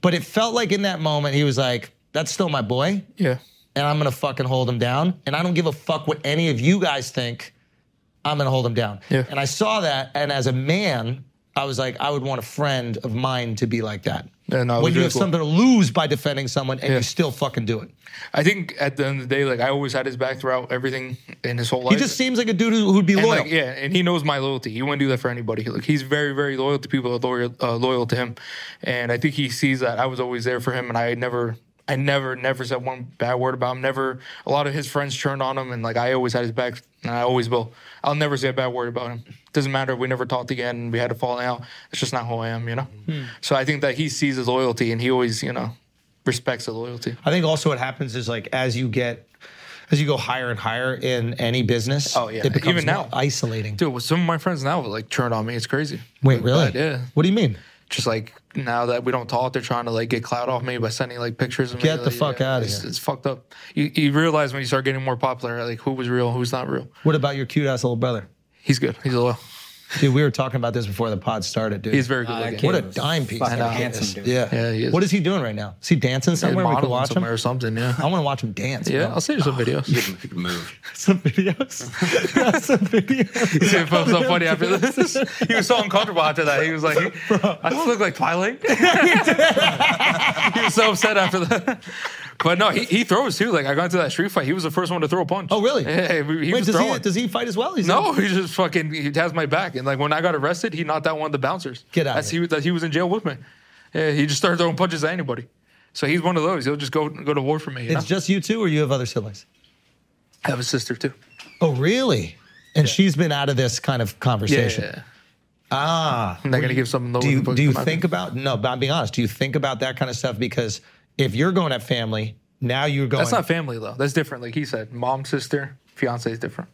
[SPEAKER 3] But it felt like in that moment he was like, "That's still my boy."
[SPEAKER 1] yeah,
[SPEAKER 3] and I'm gonna fucking hold him down. And I don't give a fuck what any of you guys think. I'm gonna hold him down.
[SPEAKER 1] Yeah.
[SPEAKER 3] And I saw that, and as a man, I was like, I would want a friend of mine to be like that.
[SPEAKER 1] Yeah, no, it
[SPEAKER 3] when
[SPEAKER 1] was
[SPEAKER 3] you
[SPEAKER 1] really
[SPEAKER 3] have
[SPEAKER 1] cool.
[SPEAKER 3] something to lose by defending someone and
[SPEAKER 1] Yeah.
[SPEAKER 3] you still fucking do it.
[SPEAKER 1] I think at the end of the day, like I always had his back throughout everything in his whole life.
[SPEAKER 3] He just seems like a dude who, who'd be
[SPEAKER 1] And
[SPEAKER 3] loyal.
[SPEAKER 1] like, yeah, and he knows my loyalty. He wouldn't do that for anybody. Like he's very, very loyal to people that are loyal, uh, loyal to him, and I think he sees that I was always there for him, and I never, I never, never said one bad word about him. Never. A lot of his friends turned on him, and like I always had his back, and I always will. I'll never say a bad word about him. Doesn't matter if we never talked again and we had to fall out. It's just not who I am, you know. So I think that he sees his loyalty, and he always, you know, respects the loyalty.
[SPEAKER 3] I think also what happens is like as you get, as you go higher and higher in any business,
[SPEAKER 1] Oh, yeah.
[SPEAKER 3] it becomes
[SPEAKER 1] Even
[SPEAKER 3] more
[SPEAKER 1] now.
[SPEAKER 3] isolating.
[SPEAKER 1] Dude, with some of my friends now like turned on me. It's crazy.
[SPEAKER 3] Wait, really?
[SPEAKER 1] But, yeah.
[SPEAKER 3] What do you mean?
[SPEAKER 1] just like now that we don't talk, they're trying to like get clout off me by sending like pictures. Of me.
[SPEAKER 3] Get the
[SPEAKER 1] Like,
[SPEAKER 3] fuck outta
[SPEAKER 1] it's,
[SPEAKER 3] here.
[SPEAKER 1] It's fucked up. You, you realize when you start getting more popular, like who was real, who's not real.
[SPEAKER 3] What about your cute ass little brother?
[SPEAKER 1] He's good. He's loyal.
[SPEAKER 3] Dude, we were talking about this before the pod started, dude.
[SPEAKER 1] He's very good.
[SPEAKER 5] Uh, that
[SPEAKER 1] looking.
[SPEAKER 5] kid
[SPEAKER 3] What a
[SPEAKER 5] was
[SPEAKER 3] dime piece.
[SPEAKER 5] Fucking
[SPEAKER 1] I know.
[SPEAKER 5] handsome dude.
[SPEAKER 3] Yeah.
[SPEAKER 1] Yeah, he is.
[SPEAKER 3] What is he doing right now? Is he dancing
[SPEAKER 1] He's
[SPEAKER 3] somewhere? We could
[SPEAKER 1] modeling
[SPEAKER 3] watch him.
[SPEAKER 1] somewhere or something. Yeah.
[SPEAKER 3] I want to watch him dance.
[SPEAKER 1] Yeah,
[SPEAKER 3] bro.
[SPEAKER 1] I'll send you some videos.
[SPEAKER 8] If you could move.
[SPEAKER 3] some videos. some videos.
[SPEAKER 1] It felt so funny after this. he was so uncomfortable after that. He was like, "I don't look like Twilight." he was so upset after that. But no, he, he throws too. Like I got into that street fight. He was the first one to throw a punch.
[SPEAKER 3] Oh, really?
[SPEAKER 1] Yeah, he, he
[SPEAKER 3] Wait,
[SPEAKER 1] was
[SPEAKER 3] does
[SPEAKER 1] throwing.
[SPEAKER 3] he, does he fight as well? He's
[SPEAKER 1] No,
[SPEAKER 3] like-
[SPEAKER 1] he just fucking he has my back. And like when I got arrested, he knocked out one of the bouncers.
[SPEAKER 3] Get outta
[SPEAKER 1] That's
[SPEAKER 3] here.
[SPEAKER 1] he that he was in jail with me. Yeah, he just started throwing punches at anybody. So he's one of those. He'll just go go to war for me. You know?
[SPEAKER 3] it's just you two, or you have other siblings?
[SPEAKER 1] I have a sister too.
[SPEAKER 3] Oh, really? And she's been out of this kind of
[SPEAKER 1] Yeah,
[SPEAKER 3] conversation.
[SPEAKER 1] yeah.
[SPEAKER 3] Ah.
[SPEAKER 1] I'm not gonna give something low.
[SPEAKER 3] Do you do you think about no? But I'm being honest. Do you think about that kind of stuff? Because if you're going at family, now you're going.
[SPEAKER 1] that's not family though? That's different. Like he said, mom, sister, fiance is different.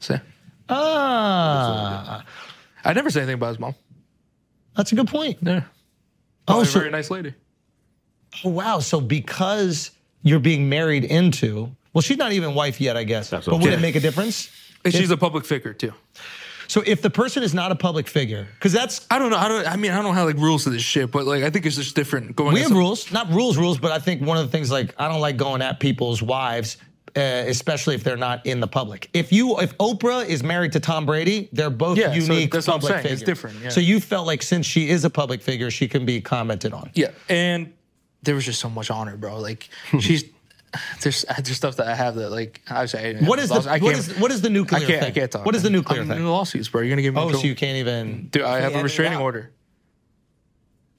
[SPEAKER 1] So
[SPEAKER 3] ah.
[SPEAKER 1] I never say anything about his mom.
[SPEAKER 3] That's a good point.
[SPEAKER 1] Yeah,
[SPEAKER 3] Oh,
[SPEAKER 1] oh,
[SPEAKER 3] so-
[SPEAKER 1] very nice lady.
[SPEAKER 3] Oh, wow. So because you're being married into, well, she's not even wife yet, I guess.
[SPEAKER 9] That's
[SPEAKER 3] but
[SPEAKER 9] okay.
[SPEAKER 3] would it make a difference?
[SPEAKER 1] And she's a public figure too.
[SPEAKER 3] So if the person is not a public figure, because that's
[SPEAKER 1] I don't know. I don't. I mean, I don't have like rules to this shit, but like I think it's just different. Going
[SPEAKER 3] we
[SPEAKER 1] at
[SPEAKER 3] have
[SPEAKER 1] some-
[SPEAKER 3] rules, not rules, rules, but I think one of the things like I don't like going at people's wives. Uh, especially if they're not in the public. If you, if Oprah is married to Tom Brady, they're both
[SPEAKER 1] Yeah, so
[SPEAKER 3] unique
[SPEAKER 1] that's what I'm
[SPEAKER 3] public
[SPEAKER 1] saying. It's
[SPEAKER 3] figures.
[SPEAKER 1] different, yeah.
[SPEAKER 3] So you felt like since she is a public figure, she can be commented on.
[SPEAKER 1] Yeah, and there was just so much honor, bro. Like she's there's there's stuff that I have that like I say.
[SPEAKER 3] What is the-
[SPEAKER 1] I
[SPEAKER 3] what
[SPEAKER 1] can't-
[SPEAKER 3] is- what is the nuclear
[SPEAKER 1] I can't,
[SPEAKER 3] thing?
[SPEAKER 1] I can't talk.
[SPEAKER 3] What is the nuclear
[SPEAKER 1] I'm
[SPEAKER 3] thing?
[SPEAKER 1] In lawsuits, bro. You're gonna give me.
[SPEAKER 3] Oh,
[SPEAKER 1] trouble.
[SPEAKER 3] so you can't even.
[SPEAKER 1] Dude, I have
[SPEAKER 5] Yeah,
[SPEAKER 1] a restraining
[SPEAKER 5] yeah.
[SPEAKER 1] order.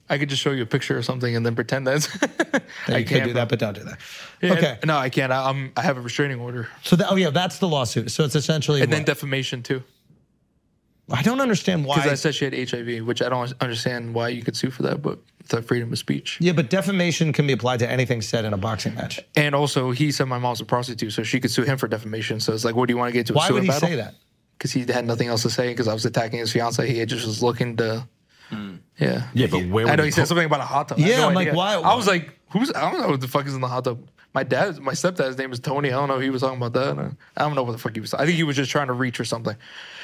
[SPEAKER 1] I could just show you a picture or something and then pretend that's.
[SPEAKER 3] You
[SPEAKER 1] I
[SPEAKER 3] could do that, but don't do that.
[SPEAKER 1] bro.
[SPEAKER 3] okay.
[SPEAKER 1] No, I can't. I, I'm. I have a restraining order,
[SPEAKER 3] So that, oh yeah, that's the lawsuit. So it's essentially.
[SPEAKER 1] and then
[SPEAKER 3] what?
[SPEAKER 1] defamation too,
[SPEAKER 3] I don't understand why.
[SPEAKER 1] because I said she had HIV, which I don't understand why you could sue for that, but the freedom of speech.
[SPEAKER 3] yeah, but defamation can be applied to anything said in a boxing match.
[SPEAKER 1] And also, he said my mom's a prostitute, so she could sue him for defamation. So it's like, what do you want to get to? a
[SPEAKER 3] Why would
[SPEAKER 1] suing
[SPEAKER 3] he
[SPEAKER 1] battle?
[SPEAKER 3] say that?
[SPEAKER 1] because he had nothing else to say because I was attacking his fiance. He had just was looking to, yeah.
[SPEAKER 9] Yeah, but where
[SPEAKER 1] I
[SPEAKER 9] would
[SPEAKER 1] know
[SPEAKER 9] he
[SPEAKER 1] he said
[SPEAKER 9] put-
[SPEAKER 1] something about a hot tub. I had
[SPEAKER 3] Yeah,
[SPEAKER 1] no
[SPEAKER 3] I'm like,
[SPEAKER 1] idea.
[SPEAKER 3] why-
[SPEAKER 1] I was like, who's? I don't know what the fuck is in the hot tub. My dad, my stepdad's name is Tony. I don't know. if He was talking about that. I don't know what the fuck he was. I think he was just trying to reach or something.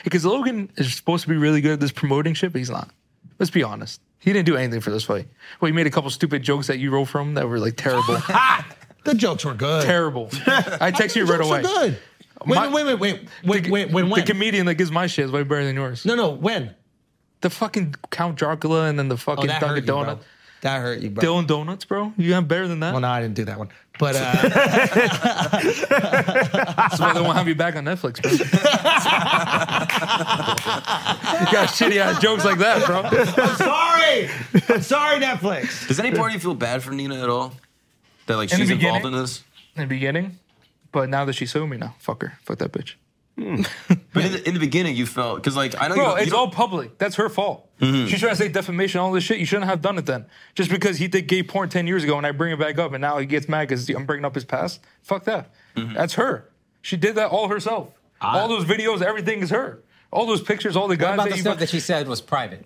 [SPEAKER 1] Because Logan is supposed to be really good at this promoting shit, but he's not. Let's be honest. He didn't do anything for this fight. Well, he made a couple stupid jokes that you wrote from that were like terrible,
[SPEAKER 3] The jokes were good.
[SPEAKER 1] terrible. I text you
[SPEAKER 3] The
[SPEAKER 1] right
[SPEAKER 3] jokes
[SPEAKER 1] away.
[SPEAKER 3] were good. Wait,
[SPEAKER 1] My-
[SPEAKER 3] wait, wait, wait, wait, wait, wait,
[SPEAKER 1] The
[SPEAKER 3] when?
[SPEAKER 1] comedian that gives my shit is way better than yours.
[SPEAKER 3] no, no, when?
[SPEAKER 1] the fucking Count Dracula and then the
[SPEAKER 3] Oh,
[SPEAKER 1] fucking
[SPEAKER 3] that hurt
[SPEAKER 1] Dunkin'
[SPEAKER 3] you, bro.
[SPEAKER 1] Donuts.
[SPEAKER 3] That hurt you, bro.
[SPEAKER 1] Dylan Donuts, bro. You have better than that.
[SPEAKER 3] Well, no, I didn't do that one. But uh,
[SPEAKER 1] That's why they won't have you back on Netflix, bro. you got shitty ass jokes like that, bro.
[SPEAKER 3] I'm sorry, I'm sorry, Netflix.
[SPEAKER 8] Does any part of you feel bad for Nina at all? That like
[SPEAKER 1] In the
[SPEAKER 8] she's involved in
[SPEAKER 1] beginning?
[SPEAKER 8] this.
[SPEAKER 1] In the beginning, but now that she sued me, now fuck her, fuck that bitch.
[SPEAKER 8] But in the, in the beginning, you felt because like I know
[SPEAKER 1] Bro,
[SPEAKER 8] you,
[SPEAKER 1] it's Mm-hmm.
[SPEAKER 8] you
[SPEAKER 1] all public. That's her fault. She's trying to say defamation, all this shit. You shouldn't have done it then. Just because he did gay porn 10 years ago and I bring it back up and now he gets mad because I'm bringing up his past. Fuck that. That's her. She did that all herself. all those videos, everything is her. All those pictures, all the guys
[SPEAKER 5] About
[SPEAKER 1] that
[SPEAKER 5] the
[SPEAKER 1] you.
[SPEAKER 5] stuff that she said was private.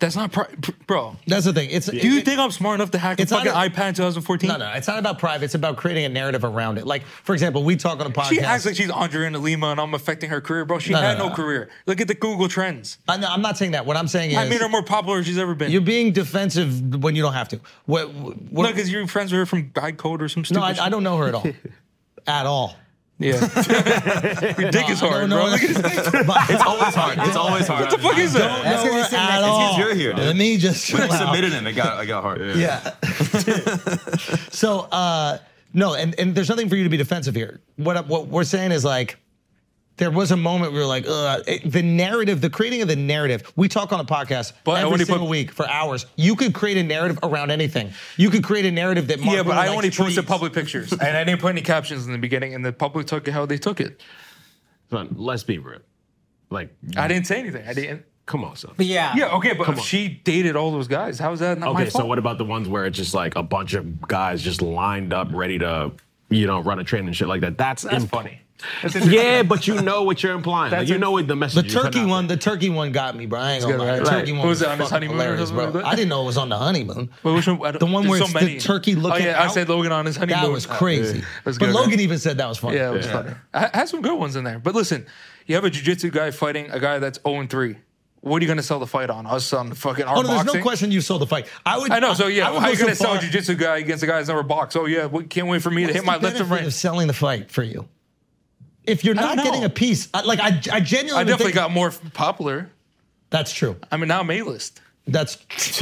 [SPEAKER 1] that's not. Pri- bro,
[SPEAKER 3] That's the thing. It's
[SPEAKER 1] do you think I'm smart enough to hack
[SPEAKER 3] It's
[SPEAKER 1] a fucking
[SPEAKER 3] not a-
[SPEAKER 1] iPad in 2014?
[SPEAKER 3] No, no, it's not about private. It's about creating a narrative around it. Like, for example, we talk on a podcast.
[SPEAKER 1] She acts like she's Andrea Lima and I'm affecting her career, bro. She
[SPEAKER 3] No, no,
[SPEAKER 1] had
[SPEAKER 3] no,
[SPEAKER 1] no,
[SPEAKER 3] no.
[SPEAKER 1] career. Look at the Google trends.
[SPEAKER 3] I know, I'm not saying that. What I'm saying is,
[SPEAKER 1] I made her more popular than she's ever been.
[SPEAKER 3] you're being defensive when you don't have to. What? what
[SPEAKER 1] no, because you're friends with her from Guide Code or some stupid
[SPEAKER 3] no, I, I don't know her at all, at all.
[SPEAKER 1] Yeah. Your dick is
[SPEAKER 3] I
[SPEAKER 1] hard,
[SPEAKER 3] don't
[SPEAKER 1] bro.
[SPEAKER 3] know
[SPEAKER 1] Look at
[SPEAKER 3] her-
[SPEAKER 1] this.
[SPEAKER 3] But-
[SPEAKER 8] it's always hard. It's always hard.
[SPEAKER 1] What the fuck is that?
[SPEAKER 3] That's
[SPEAKER 5] That's 'cause
[SPEAKER 3] her
[SPEAKER 5] he's sitting
[SPEAKER 3] at
[SPEAKER 5] next- it's
[SPEAKER 3] all.
[SPEAKER 8] you're here, dude.
[SPEAKER 3] Let me just chill
[SPEAKER 8] I
[SPEAKER 3] out.
[SPEAKER 8] submitted him. It got it got hard.
[SPEAKER 3] Yeah. so uh, no, and, and there's nothing for you to be defensive here. What I- what we're saying is like. There was a moment where we were like, Ugh. It- the narrative, the creating of the narrative. We talk on a podcast
[SPEAKER 1] But I
[SPEAKER 3] every
[SPEAKER 1] only
[SPEAKER 3] single
[SPEAKER 1] put-
[SPEAKER 3] week for hours. You could create a narrative around anything. You could create a narrative that Mark
[SPEAKER 1] Yeah, but
[SPEAKER 3] really
[SPEAKER 1] I
[SPEAKER 3] likes
[SPEAKER 1] only
[SPEAKER 3] trees.
[SPEAKER 1] posted public pictures. And I didn't put any captions in the beginning, and the public took it how they took it.
[SPEAKER 6] Son, let's be real. Like,
[SPEAKER 1] I didn't say anything. I didn't.
[SPEAKER 6] come on, son.
[SPEAKER 5] But yeah.
[SPEAKER 1] Yeah, okay, but if she dated all those guys. How is that not my
[SPEAKER 6] Okay,
[SPEAKER 1] fault?
[SPEAKER 6] so what about the ones where it's just like a bunch of guys just lined up, ready to, you know, run a train and shit like that? That's,
[SPEAKER 1] That's
[SPEAKER 6] imp-
[SPEAKER 1] funny.
[SPEAKER 6] Yeah, but you know what you're implying. Like,
[SPEAKER 1] That's
[SPEAKER 6] you
[SPEAKER 1] a-
[SPEAKER 6] know what the
[SPEAKER 3] The
[SPEAKER 6] message. you're
[SPEAKER 3] turkey
[SPEAKER 6] putting out
[SPEAKER 3] one, the turkey one got me, bro. I ain't gonna
[SPEAKER 1] good,
[SPEAKER 3] lie.
[SPEAKER 1] right?
[SPEAKER 3] The
[SPEAKER 1] Right.
[SPEAKER 3] turkey one
[SPEAKER 1] What was it, on
[SPEAKER 3] fucking
[SPEAKER 1] his honeymoon or
[SPEAKER 3] hilarious,
[SPEAKER 1] something like
[SPEAKER 3] bro.
[SPEAKER 1] that?
[SPEAKER 3] I didn't know it was on the honeymoon.
[SPEAKER 1] But which one- I don't-
[SPEAKER 3] the one
[SPEAKER 1] there's
[SPEAKER 3] where
[SPEAKER 1] so
[SPEAKER 3] it's
[SPEAKER 1] many.
[SPEAKER 3] the turkey looking.
[SPEAKER 1] Oh, yeah, I
[SPEAKER 3] out,
[SPEAKER 1] said Logan on his honeymoon.
[SPEAKER 3] That was crazy.
[SPEAKER 1] That's
[SPEAKER 3] but
[SPEAKER 1] good,
[SPEAKER 3] Logan
[SPEAKER 1] right?
[SPEAKER 3] even said that was funny.
[SPEAKER 1] Yeah, it was funny. I I had some good ones in there. But listen, you have a jiu-jitsu guy fighting a guy that's 0-3. What are you going to sell the fight on? Us on fucking arm
[SPEAKER 3] Oh, no, there's
[SPEAKER 1] boxing?
[SPEAKER 3] no question you sold the fight. I would.
[SPEAKER 1] I know. So yeah,
[SPEAKER 3] I would
[SPEAKER 1] how
[SPEAKER 3] go
[SPEAKER 1] you gonna
[SPEAKER 3] so
[SPEAKER 1] sell a
[SPEAKER 3] far-
[SPEAKER 1] jujitsu guy against a guy that's never boxed? Oh yeah, we can't wait for me to
[SPEAKER 3] What's
[SPEAKER 1] hit my
[SPEAKER 3] the
[SPEAKER 1] left and
[SPEAKER 3] benefit
[SPEAKER 1] right.
[SPEAKER 3] Of selling the fight for you, if you're not
[SPEAKER 1] don't
[SPEAKER 3] getting
[SPEAKER 1] know.
[SPEAKER 3] a piece, I, like I, I genuinely
[SPEAKER 1] I definitely
[SPEAKER 3] think,
[SPEAKER 1] got more f- popular.
[SPEAKER 3] That's true.
[SPEAKER 1] I mean, now I'm A list.
[SPEAKER 3] That's.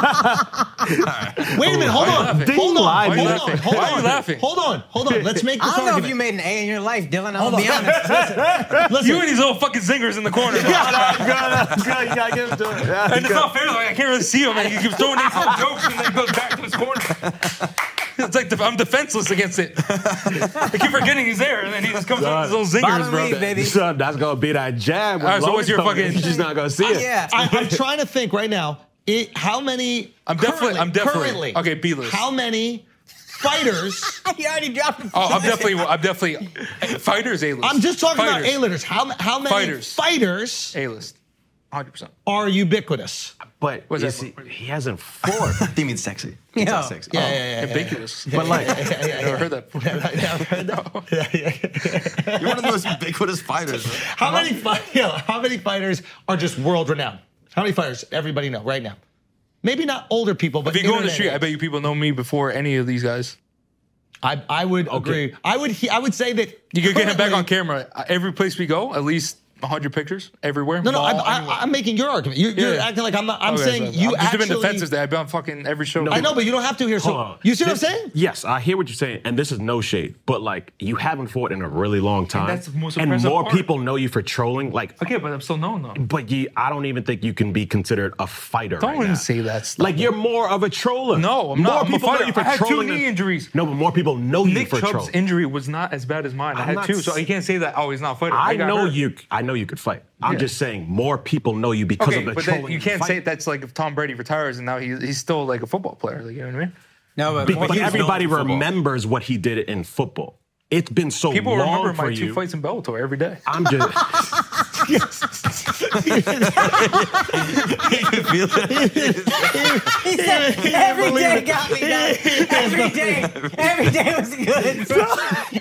[SPEAKER 3] Wait a minute. Hold
[SPEAKER 1] Why are you
[SPEAKER 3] on.
[SPEAKER 1] laughing?
[SPEAKER 3] Hold on.
[SPEAKER 1] Why are you
[SPEAKER 3] Hold on.
[SPEAKER 1] laughing?
[SPEAKER 3] Hold
[SPEAKER 1] Why are you
[SPEAKER 3] on.
[SPEAKER 1] laughing?
[SPEAKER 3] Hold on. Hold on. Let's make this
[SPEAKER 5] I don't know
[SPEAKER 3] argument.
[SPEAKER 5] if you made an A in your life, Dylan. I'll be honest.
[SPEAKER 3] Listen,
[SPEAKER 1] You and these little fucking zingers in the corner. bro.
[SPEAKER 9] you gotta give it to him.
[SPEAKER 1] And it's not fair. Like I can't really see him, and he keeps throwing these little jokes, and then he goes back to his corner. It's like def- I'm defenseless against it. I keep forgetting he's there, and then he just comes up with his little
[SPEAKER 5] Bottom
[SPEAKER 1] zingers, bro.
[SPEAKER 5] lead, baby.
[SPEAKER 6] Son, that's gonna be that jab.
[SPEAKER 1] All right, so
[SPEAKER 6] Logan's
[SPEAKER 1] what's your
[SPEAKER 6] coming in.
[SPEAKER 1] fucking-
[SPEAKER 6] She's not gonna see
[SPEAKER 1] Oh,
[SPEAKER 6] it.
[SPEAKER 5] yeah.
[SPEAKER 3] I, I'm trying to think right now. It, how many?
[SPEAKER 1] I'm definitely-
[SPEAKER 3] currently-
[SPEAKER 1] I'm definitely-
[SPEAKER 3] currently,
[SPEAKER 1] okay, B-list.
[SPEAKER 3] How many fighters?
[SPEAKER 5] you already dropped the
[SPEAKER 1] Oh, I'm definitely, I'm definitely uh, fighters A list.
[SPEAKER 3] I'm just talking
[SPEAKER 1] fighters.
[SPEAKER 3] about A-listers. How how many
[SPEAKER 1] Fighters.
[SPEAKER 3] fighters
[SPEAKER 1] A list, 100. percent
[SPEAKER 3] are ubiquitous?
[SPEAKER 6] But
[SPEAKER 1] What's
[SPEAKER 6] you
[SPEAKER 1] that?
[SPEAKER 6] see, he hasn't fought.
[SPEAKER 8] He means sexy. He
[SPEAKER 5] Yeah.
[SPEAKER 8] means sexy.
[SPEAKER 3] Yeah, yeah, yeah, yeah.
[SPEAKER 1] Ambiguous. But
[SPEAKER 6] like-
[SPEAKER 1] I never heard that. Before.
[SPEAKER 8] You're one of the most ubiquitous fighters. bro.
[SPEAKER 3] How many fi- yo, how many fighters are just world renowned? How many fighters everybody know right now? Maybe not older people, but
[SPEAKER 1] If you go on the
[SPEAKER 3] internet
[SPEAKER 1] street, I
[SPEAKER 3] age.
[SPEAKER 1] bet you people know me before any of these guys.
[SPEAKER 3] I, I would agree. I would he, I would say that
[SPEAKER 1] You could get him back
[SPEAKER 3] currently-
[SPEAKER 1] on camera. Every place we go, at least 100 pictures everywhere.
[SPEAKER 3] No, no, I,
[SPEAKER 1] mall, anywhere.
[SPEAKER 3] I, I'm making your argument. You're, you're
[SPEAKER 1] Yeah.
[SPEAKER 3] acting like I'm not. I'm
[SPEAKER 1] Okay,
[SPEAKER 3] saying
[SPEAKER 1] so
[SPEAKER 3] you
[SPEAKER 1] I've just
[SPEAKER 3] actually.
[SPEAKER 1] been defensive that I've been on fucking every show.
[SPEAKER 3] I know, but you don't have to here.
[SPEAKER 6] Hold
[SPEAKER 3] So
[SPEAKER 6] on.
[SPEAKER 3] you see what I'm
[SPEAKER 6] This-
[SPEAKER 3] saying?
[SPEAKER 6] Yes, I hear what you're saying, and this is no shade, but like you haven't fought in a really long time,
[SPEAKER 1] that's the most
[SPEAKER 6] and
[SPEAKER 1] impressive
[SPEAKER 6] more
[SPEAKER 1] part.
[SPEAKER 6] people know you for trolling. Like,
[SPEAKER 1] Okay, but I'm still known though.
[SPEAKER 6] but you, I don't even think you can be considered a fighter.
[SPEAKER 1] Don't
[SPEAKER 6] right
[SPEAKER 1] even
[SPEAKER 6] now.
[SPEAKER 1] say that stuff.
[SPEAKER 6] Like you're more of a troller.
[SPEAKER 1] No, I'm not.
[SPEAKER 6] More
[SPEAKER 1] I'm a
[SPEAKER 6] people know
[SPEAKER 1] fighter.
[SPEAKER 6] you for
[SPEAKER 1] I had two
[SPEAKER 6] trolling
[SPEAKER 1] knee
[SPEAKER 6] than-
[SPEAKER 1] injuries.
[SPEAKER 6] No, but more people know you
[SPEAKER 1] Nick
[SPEAKER 6] for
[SPEAKER 1] Chubb's
[SPEAKER 6] trolling.
[SPEAKER 1] injury was not as bad as mine. I
[SPEAKER 6] I'm
[SPEAKER 1] had
[SPEAKER 6] not
[SPEAKER 1] two,
[SPEAKER 6] s-
[SPEAKER 1] so you can't say that. Oh, he's not a fighter.
[SPEAKER 6] I
[SPEAKER 1] got
[SPEAKER 6] know
[SPEAKER 1] hurt.
[SPEAKER 6] you. I know you could fight. I'm
[SPEAKER 1] Yeah.
[SPEAKER 6] just saying more people know you because
[SPEAKER 1] Okay,
[SPEAKER 6] of the
[SPEAKER 1] but
[SPEAKER 6] trolling.
[SPEAKER 1] then you
[SPEAKER 6] and
[SPEAKER 1] can't
[SPEAKER 6] fight.
[SPEAKER 1] say that's like if Tom Brady retires and now he, he's still like a football player. Like you know what I mean?
[SPEAKER 5] No, but,
[SPEAKER 6] But,
[SPEAKER 5] more-
[SPEAKER 6] everybody remembers what he did in football. It's been so
[SPEAKER 1] People
[SPEAKER 6] long
[SPEAKER 1] remember
[SPEAKER 6] for
[SPEAKER 1] my
[SPEAKER 6] you.
[SPEAKER 1] two fights in Bellator every day.
[SPEAKER 6] I'm just.
[SPEAKER 5] He said, every day got me done. Every day. Every day was good.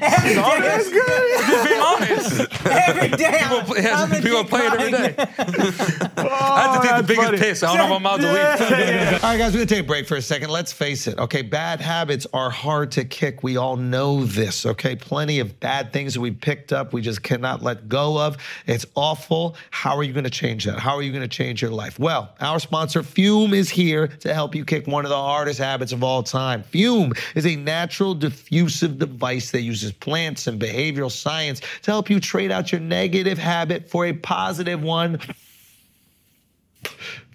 [SPEAKER 5] Every day was good.
[SPEAKER 1] Being honest.
[SPEAKER 5] Every every day. I'm-
[SPEAKER 1] People, yeah,
[SPEAKER 5] I'm a
[SPEAKER 1] people
[SPEAKER 5] dick
[SPEAKER 1] play it every
[SPEAKER 5] riding.
[SPEAKER 1] day. I had to take the biggest piss. I don't know if I'm out to leave.
[SPEAKER 3] All right, guys, we're gonna take a break for a second. Let's face it, okay? Bad habits are hard to kick. We all know this, okay? Plenty of bad things that we picked up, we just cannot let go of. It's awful. How are you gonna change that? How are you gonna change your life? Well, our sponsor, Fume, is here to help you kick one of the hardest habits of all time. Fume is a natural diffusive device that uses plants and behavioral science to help you trade out your negative habit for a positive one.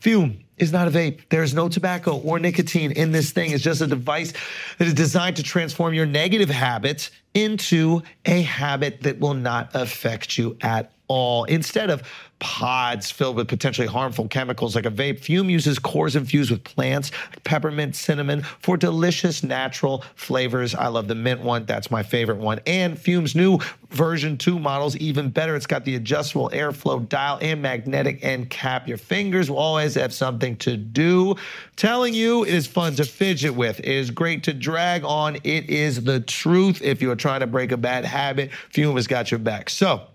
[SPEAKER 3] Fume is not a vape. There is no tobacco or nicotine in this thing. It's just a device that is designed to transform your negative habits into a habit that will not affect you at all. Instead of pods filled with potentially harmful chemicals like a vape, Fume uses cores infused with plants, peppermint, cinnamon for delicious natural flavors. I love the mint one. That's my favorite one. And Fume's new version 2 model's even better. It's got the adjustable airflow dial and magnetic end cap. Your fingers will always have something to do. Telling you, it is fun to fidget with. It is great to drag on. It is the truth. If you are trying to break a bad habit, Fume has got your back. So,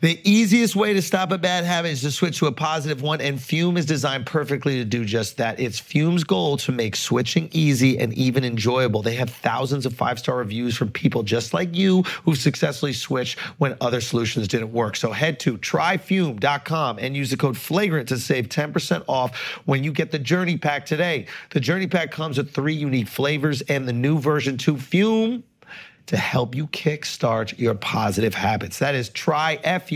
[SPEAKER 3] the easiest way to stop a bad habit is to switch to a positive one, and Fume is designed perfectly to do just that. It's Fume's goal to make switching easy and even enjoyable. They have thousands of five star reviews from people just like you who've successfully switched when other solutions didn't work. So head to tryfume.com and use the code FLAGRANT to save 10% off when you get the Journey Pack today. The Journey Pack comes with three unique flavors and the new version 2 Fume to help you kickstart your positive habits. That is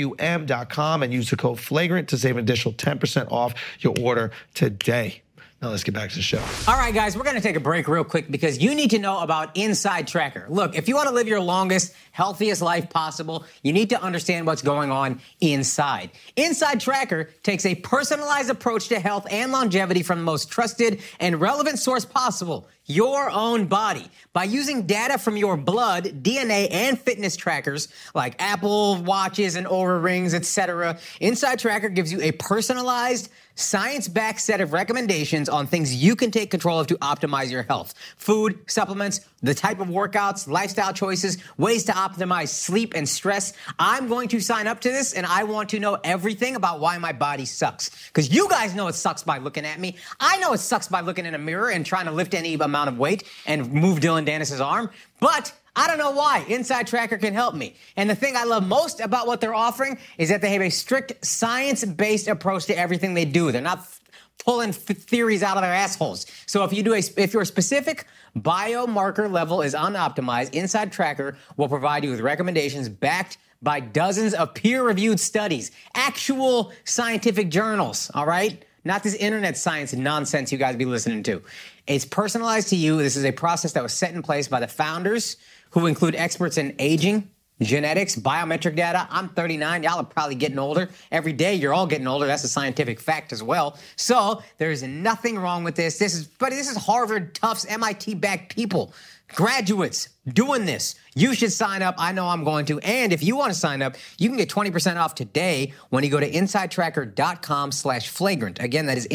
[SPEAKER 3] tryfum.com and use the code flagrant to save an additional 10% off your order today. Now let's get back to the show.
[SPEAKER 5] All right, guys, we're going to take a break real quick because you need to know about Inside Tracker. Look, if you want to live your longest, healthiest life possible, you need to understand what's going on inside. Inside Tracker takes a personalized approach to health and longevity from the most trusted and relevant source possible your own body by using data from your blood, DNA, and fitness trackers like Apple watches and Aura rings, etc. Inside Tracker gives you a personalized, science-backed set of recommendations on things you can take control of to optimize your health. Food, supplements, the type of workouts, lifestyle choices, ways to optimize sleep and stress. I'm going to sign up to this and I want to know everything about why my body sucks. Because you guys know it sucks by looking at me. I know it sucks by looking in a mirror and trying to lift any amount of weight and move Dylan Dennis's arm, but I don't know why. Inside Tracker can help me. And the thing I love most about what they're offering is that they have a strict science based approach to everything they do. They're not f- pulling f- theories out of their assholes. So if you do a, if your specific biomarker level is unoptimized, Inside Tracker will provide you with recommendations backed by dozens of peer-reviewed studies, actual scientific journals, all right? Not this internet science nonsense you guys be listening to. It's personalized to you. This is a process that was set in place by the founders who include experts in aging, genetics, biometric data. I'm 39. Y'all are probably getting older. Every day you're all getting older. That's a scientific fact as well. So there's nothing wrong with this. This is, buddy, this is Harvard, Tufts, MIT backed people, graduates doing this. You should sign up. I know I'm going to. And if you want to sign up, you can get 20% off today when you go to insidetracker.com slash flagrant. Again, that is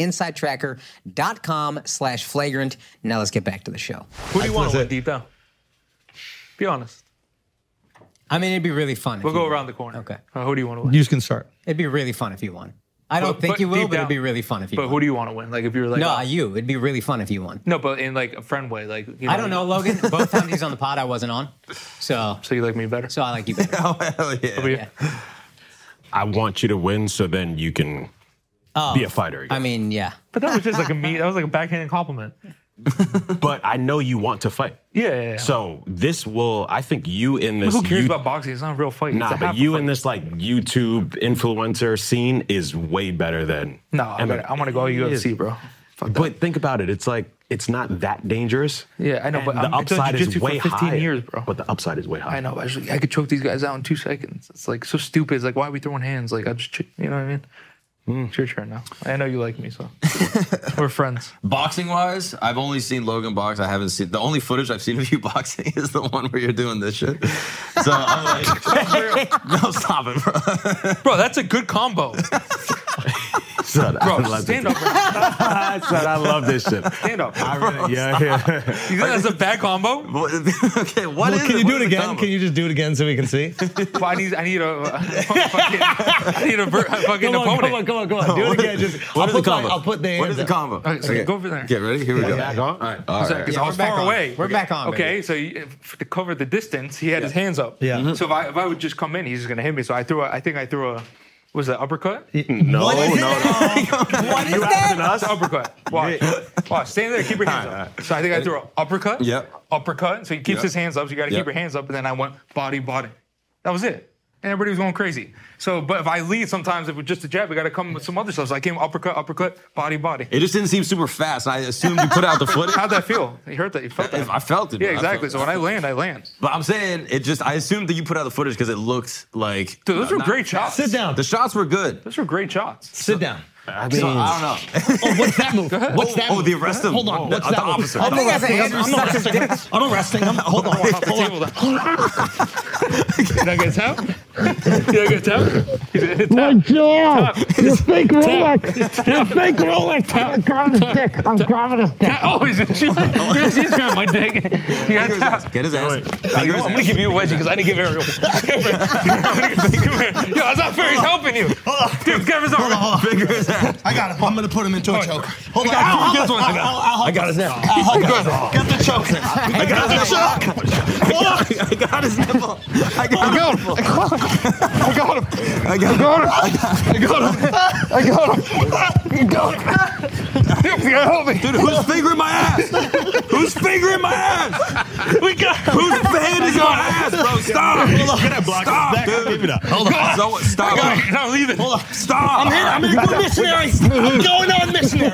[SPEAKER 5] insidetracker.com slash flagrant. Now let's get back to the show.
[SPEAKER 1] Who do you want to win deep down? Be honest.
[SPEAKER 5] I mean, it'd be really fun. if
[SPEAKER 1] We'll
[SPEAKER 5] you
[SPEAKER 1] go
[SPEAKER 5] won.
[SPEAKER 1] around the corner.
[SPEAKER 5] Okay.
[SPEAKER 1] Uh, who do you want to win?
[SPEAKER 3] You can start.
[SPEAKER 5] It'd be really fun if you won. I don't
[SPEAKER 1] But-
[SPEAKER 5] think
[SPEAKER 1] but
[SPEAKER 5] you will,
[SPEAKER 1] deep
[SPEAKER 5] but it'd
[SPEAKER 1] down-
[SPEAKER 5] be really fun if you
[SPEAKER 1] But
[SPEAKER 5] won.
[SPEAKER 1] who do you want to win? Like if you were like
[SPEAKER 5] no,
[SPEAKER 1] oh-
[SPEAKER 5] you. It'd be really fun if you won.
[SPEAKER 1] no, but in like a friend way, like you know,
[SPEAKER 5] I don't know, Logan. Both times he's on the pod, I wasn't on. So,
[SPEAKER 1] So you like me better?
[SPEAKER 5] so I like you better.
[SPEAKER 8] Oh, hell yeah.
[SPEAKER 1] yeah.
[SPEAKER 6] I want you to win so then you can be a fighter. Again.
[SPEAKER 5] I mean, yeah.
[SPEAKER 1] But that was just like a me. That was like a backhanded compliment.
[SPEAKER 6] but I know you want to fight.
[SPEAKER 1] Yeah. yeah, yeah.
[SPEAKER 6] So this will, I think you in this.
[SPEAKER 1] who cares
[SPEAKER 6] you-
[SPEAKER 1] about boxing? It's not a real fight.
[SPEAKER 6] Nah,
[SPEAKER 1] it's a
[SPEAKER 6] but
[SPEAKER 1] half a
[SPEAKER 6] you
[SPEAKER 1] fight.
[SPEAKER 6] in this like YouTube influencer scene is way better than.
[SPEAKER 1] No, I'm
[SPEAKER 6] MMA.
[SPEAKER 1] gonna, I'm gonna go
[SPEAKER 6] It is.
[SPEAKER 1] UFC, bro. Fuck that.
[SPEAKER 6] But think about it. It's like it's not that dangerous.
[SPEAKER 1] Yeah, I know,
[SPEAKER 6] And
[SPEAKER 1] but
[SPEAKER 6] the
[SPEAKER 1] I'm- I done
[SPEAKER 6] upside is
[SPEAKER 1] jujitsu for
[SPEAKER 6] way
[SPEAKER 1] 15
[SPEAKER 6] high.
[SPEAKER 1] years, bro.
[SPEAKER 6] But the upside is way high.
[SPEAKER 1] I know. I, just, I could choke these guys out in two seconds. It's like so stupid. It's like why are we throwing hands? Like I just, ch- you know what I mean?
[SPEAKER 6] Mm.
[SPEAKER 1] It's your turn now. I know you like me, so we're friends.
[SPEAKER 8] Boxing wise, I've only seen Logan box. I haven't seen the only footage I've seen of you boxing is the one where you're doing this shit. So I'm like, no, stop it, bro.
[SPEAKER 1] Bro, that's a good combo.
[SPEAKER 11] Son, I
[SPEAKER 12] Bro,
[SPEAKER 11] love this
[SPEAKER 12] stand up.
[SPEAKER 11] shit.
[SPEAKER 12] Bro.
[SPEAKER 11] Son, I love this shit.
[SPEAKER 12] Stand up.
[SPEAKER 11] I really, yeah, yeah.
[SPEAKER 12] You think that's a bad combo?
[SPEAKER 8] What- okay, what
[SPEAKER 4] Well,
[SPEAKER 8] is
[SPEAKER 4] can
[SPEAKER 8] it?
[SPEAKER 4] you
[SPEAKER 8] What
[SPEAKER 4] do
[SPEAKER 8] is
[SPEAKER 4] it
[SPEAKER 8] the
[SPEAKER 4] again?
[SPEAKER 8] combo?
[SPEAKER 4] Can you just do it again so we can see?
[SPEAKER 12] Well, I need I need a fucking, I need a, ver- a fucking
[SPEAKER 4] come on,
[SPEAKER 12] opponent.
[SPEAKER 4] come on, come on, come on. Do it again. Just,
[SPEAKER 8] What
[SPEAKER 4] I'll,
[SPEAKER 8] is the
[SPEAKER 4] put my,
[SPEAKER 8] combo?
[SPEAKER 4] I'll put the
[SPEAKER 8] What is
[SPEAKER 4] hands
[SPEAKER 8] the
[SPEAKER 4] up.
[SPEAKER 8] combo?
[SPEAKER 12] Okay, so go over there.
[SPEAKER 8] Get ready? Here we go.
[SPEAKER 11] Back on? All right.
[SPEAKER 8] All right.
[SPEAKER 12] Because
[SPEAKER 5] Yeah,
[SPEAKER 12] I
[SPEAKER 5] we're
[SPEAKER 12] was
[SPEAKER 5] back
[SPEAKER 12] far
[SPEAKER 5] on.
[SPEAKER 12] away.
[SPEAKER 5] We're back on,
[SPEAKER 12] Okay, so you, f- to cover the distance, he had his hands up.
[SPEAKER 4] Yeah. Mhm.
[SPEAKER 12] So if I if I would just come in, he's just gonna hit me. So I threw. A, I think I threw a. Was that uppercut? Yeah.
[SPEAKER 11] No,
[SPEAKER 1] Oh,
[SPEAKER 11] no, no.
[SPEAKER 5] What is that?
[SPEAKER 12] That's uppercut. Watch. Watch. Stand there. Keep your hands up. So I think I threw an uppercut.
[SPEAKER 8] Yep.
[SPEAKER 12] Uppercut. So he keeps
[SPEAKER 8] Yep.
[SPEAKER 12] his hands up. So you got to
[SPEAKER 8] Yep.
[SPEAKER 12] keep your hands up. And then I went body, body. That was it. And everybody was going crazy. So, but if I lead, sometimes if it's just a jab, we got to come with some other stuff. So I came uppercut, uppercut, body, body.
[SPEAKER 8] It just didn't seem super fast. and I assumed you put out the footage.
[SPEAKER 12] How'd that feel? You heard that? You felt that?
[SPEAKER 8] I felt it.
[SPEAKER 12] Yeah,
[SPEAKER 8] bro. I
[SPEAKER 12] exactly.
[SPEAKER 8] felt
[SPEAKER 12] So
[SPEAKER 8] it.
[SPEAKER 12] when I land, I land.
[SPEAKER 8] But I'm saying it just. I assumed that you put out the footage because it looked like.
[SPEAKER 12] Dude, those
[SPEAKER 8] No,
[SPEAKER 12] were
[SPEAKER 8] not-
[SPEAKER 12] great shots.
[SPEAKER 4] Sit down.
[SPEAKER 8] The shots were good.
[SPEAKER 12] Those were great shots.
[SPEAKER 4] Sit down.
[SPEAKER 11] I
[SPEAKER 8] So,
[SPEAKER 11] mean,
[SPEAKER 8] I don't know.
[SPEAKER 4] Oh, what's that move? What's
[SPEAKER 8] Oh,
[SPEAKER 4] that?
[SPEAKER 8] oh,
[SPEAKER 4] move?
[SPEAKER 8] the arrest of-
[SPEAKER 4] Hold on.
[SPEAKER 8] the-
[SPEAKER 4] What's
[SPEAKER 8] the
[SPEAKER 4] that move?
[SPEAKER 8] opposite.
[SPEAKER 4] I'm
[SPEAKER 5] I think
[SPEAKER 4] not
[SPEAKER 5] that's an
[SPEAKER 4] wrestling.
[SPEAKER 5] Andrew
[SPEAKER 4] I'm not
[SPEAKER 5] Sucker's
[SPEAKER 4] wrestling. I'm not wrestling. I'm hold on.
[SPEAKER 12] Off the table. Did I get tapped? Did I get tapped? He said, "Tap."
[SPEAKER 1] jaw! You fake Rolex! You fake Rolex! I'm grabbing a stick! I'm grabbing a stick!
[SPEAKER 12] Oh, he's, she's, she's, she's got my dick. You got tapped.
[SPEAKER 8] Get his ass.
[SPEAKER 12] Yo, I'm gonna give you a wedgie because I didn't give Ariel. Come here. Come here. Come here. Yo, that's not fair. He's helping you. Dude, Kevin's over.
[SPEAKER 8] Finger his ass.
[SPEAKER 4] I got him. I'm gonna put him into a choke. Hold on.
[SPEAKER 8] I'll- I'll- I'll-
[SPEAKER 4] I got his now. Get the choke.
[SPEAKER 8] I got his nipple. I got his nipple. I got his nipple.
[SPEAKER 1] I got him!
[SPEAKER 8] I got him.
[SPEAKER 1] I got him! I got him! You got him!
[SPEAKER 12] You gotta help me.
[SPEAKER 8] Dude, who's fingering my ass? Who's fingering my ass?
[SPEAKER 12] We got.
[SPEAKER 8] Whose hand is your ass, bro? Stop. Stop, dude.
[SPEAKER 4] Hold on.
[SPEAKER 8] So, stop.
[SPEAKER 12] No, leave it.
[SPEAKER 8] Stop. I'm here.
[SPEAKER 4] I'm gonna go missionary. I'm going on missionary.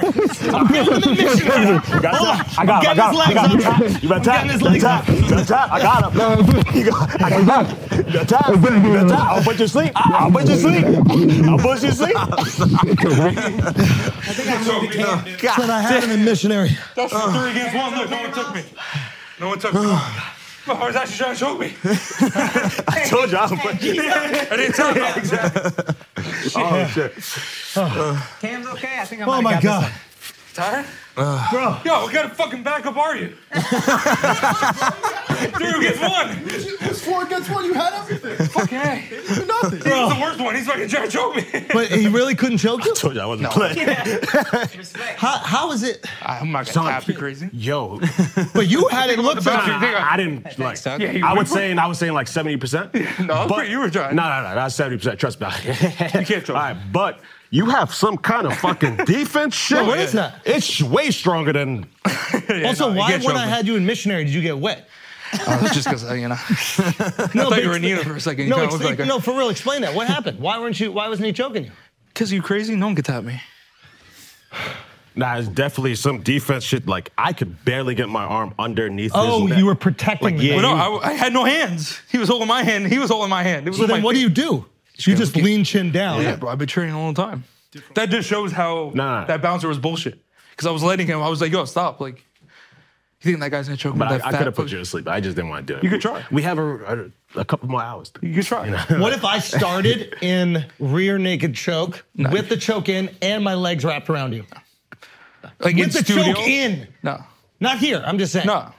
[SPEAKER 4] I'm going on missionary.
[SPEAKER 6] You got that? I got him. I
[SPEAKER 4] Get his legs
[SPEAKER 6] got him. I got him. You better tap.
[SPEAKER 4] Get his
[SPEAKER 6] You better
[SPEAKER 4] legs
[SPEAKER 6] tap. You better tap. I got him. You got- I got him. You better tap. You better tap. I'll put you to sleep. I'll put you to sleep. I'll put you to sleep.
[SPEAKER 4] But I had him in missionary.
[SPEAKER 12] That's three against one. Look, no one took me. No one took me. I was actually trying to choke me.
[SPEAKER 6] I told you I'll put you.
[SPEAKER 12] I didn't tell you.
[SPEAKER 6] Oh shit.
[SPEAKER 5] Cam's okay. I think I might
[SPEAKER 4] Oh
[SPEAKER 5] have
[SPEAKER 4] my
[SPEAKER 5] got this
[SPEAKER 4] god.
[SPEAKER 12] Tired? Bro. Yo, what kind of fucking backup are you? Three against one.
[SPEAKER 10] It was four against one. You had everything.
[SPEAKER 12] Okay.
[SPEAKER 10] Nothing.
[SPEAKER 12] He's the worst one. He's fucking trying to choke me.
[SPEAKER 4] But he really couldn't choke you.
[SPEAKER 6] I told you I wasn't playing.
[SPEAKER 4] How, how is it?
[SPEAKER 12] I'm not gonna tap you crazy.
[SPEAKER 6] Yo,
[SPEAKER 4] But you had it looked
[SPEAKER 12] about
[SPEAKER 4] like
[SPEAKER 12] you?
[SPEAKER 6] I, I didn't like.
[SPEAKER 12] Yeah, you
[SPEAKER 6] I
[SPEAKER 12] were-
[SPEAKER 6] was saying I was saying like seventy percent.
[SPEAKER 12] No, but, you were trying.
[SPEAKER 6] No, no, no, not seventy percent. Trust me. you
[SPEAKER 12] can't
[SPEAKER 6] All
[SPEAKER 12] choke.
[SPEAKER 6] right, but you have some kind of fucking defense shit.
[SPEAKER 4] Yo, what is that?
[SPEAKER 6] It's way stronger than.
[SPEAKER 4] Also,
[SPEAKER 12] no, you
[SPEAKER 4] why
[SPEAKER 12] can't
[SPEAKER 4] when
[SPEAKER 12] choke
[SPEAKER 4] I
[SPEAKER 12] me.
[SPEAKER 4] had you in missionary did you get wet?
[SPEAKER 12] Oh, that's just because you know.
[SPEAKER 4] No,
[SPEAKER 12] thought
[SPEAKER 4] but
[SPEAKER 12] you were
[SPEAKER 4] explain-
[SPEAKER 12] in Nina for a second. You
[SPEAKER 4] No,
[SPEAKER 12] kinda looked
[SPEAKER 4] explain-
[SPEAKER 12] like a-
[SPEAKER 4] no, for real, explain that. What happened? Why weren't you? Why wasn't he choking you?
[SPEAKER 12] Cause you crazy? No one could tap me.
[SPEAKER 6] Nah, it's definitely some defense shit. Like I could barely get my arm underneath.
[SPEAKER 4] Oh,
[SPEAKER 6] his neck.
[SPEAKER 4] you were protecting
[SPEAKER 6] Like,
[SPEAKER 4] the
[SPEAKER 6] yeah,
[SPEAKER 12] Well, no,
[SPEAKER 6] you-
[SPEAKER 12] I, I had no hands. He was holding my hand. He was holding my hand. It was
[SPEAKER 4] So
[SPEAKER 12] with
[SPEAKER 4] then,
[SPEAKER 12] my
[SPEAKER 4] what do
[SPEAKER 12] feet.
[SPEAKER 4] you do? You just
[SPEAKER 12] look at-
[SPEAKER 4] lean chin down.
[SPEAKER 12] Yeah, bro, I've been training a long time. That just shows how
[SPEAKER 6] Nah.
[SPEAKER 12] that bouncer was bullshit. Cause I was letting him. I was like, yo, stop. Like, you think that guy's gonna choke me?
[SPEAKER 6] But
[SPEAKER 12] with
[SPEAKER 6] I,
[SPEAKER 12] that
[SPEAKER 6] I could
[SPEAKER 12] fat
[SPEAKER 6] have put
[SPEAKER 12] pussy?
[SPEAKER 6] you to sleep. I just didn't want to do it.
[SPEAKER 12] You could try.
[SPEAKER 6] We have a, a, a couple more hours.
[SPEAKER 12] You could try.
[SPEAKER 4] What if I started in rear naked choke with the choke in and my legs wrapped around you?
[SPEAKER 12] Like in
[SPEAKER 4] With the
[SPEAKER 12] studio.
[SPEAKER 4] choke in,
[SPEAKER 12] No,
[SPEAKER 4] not here. I'm just saying.
[SPEAKER 12] no.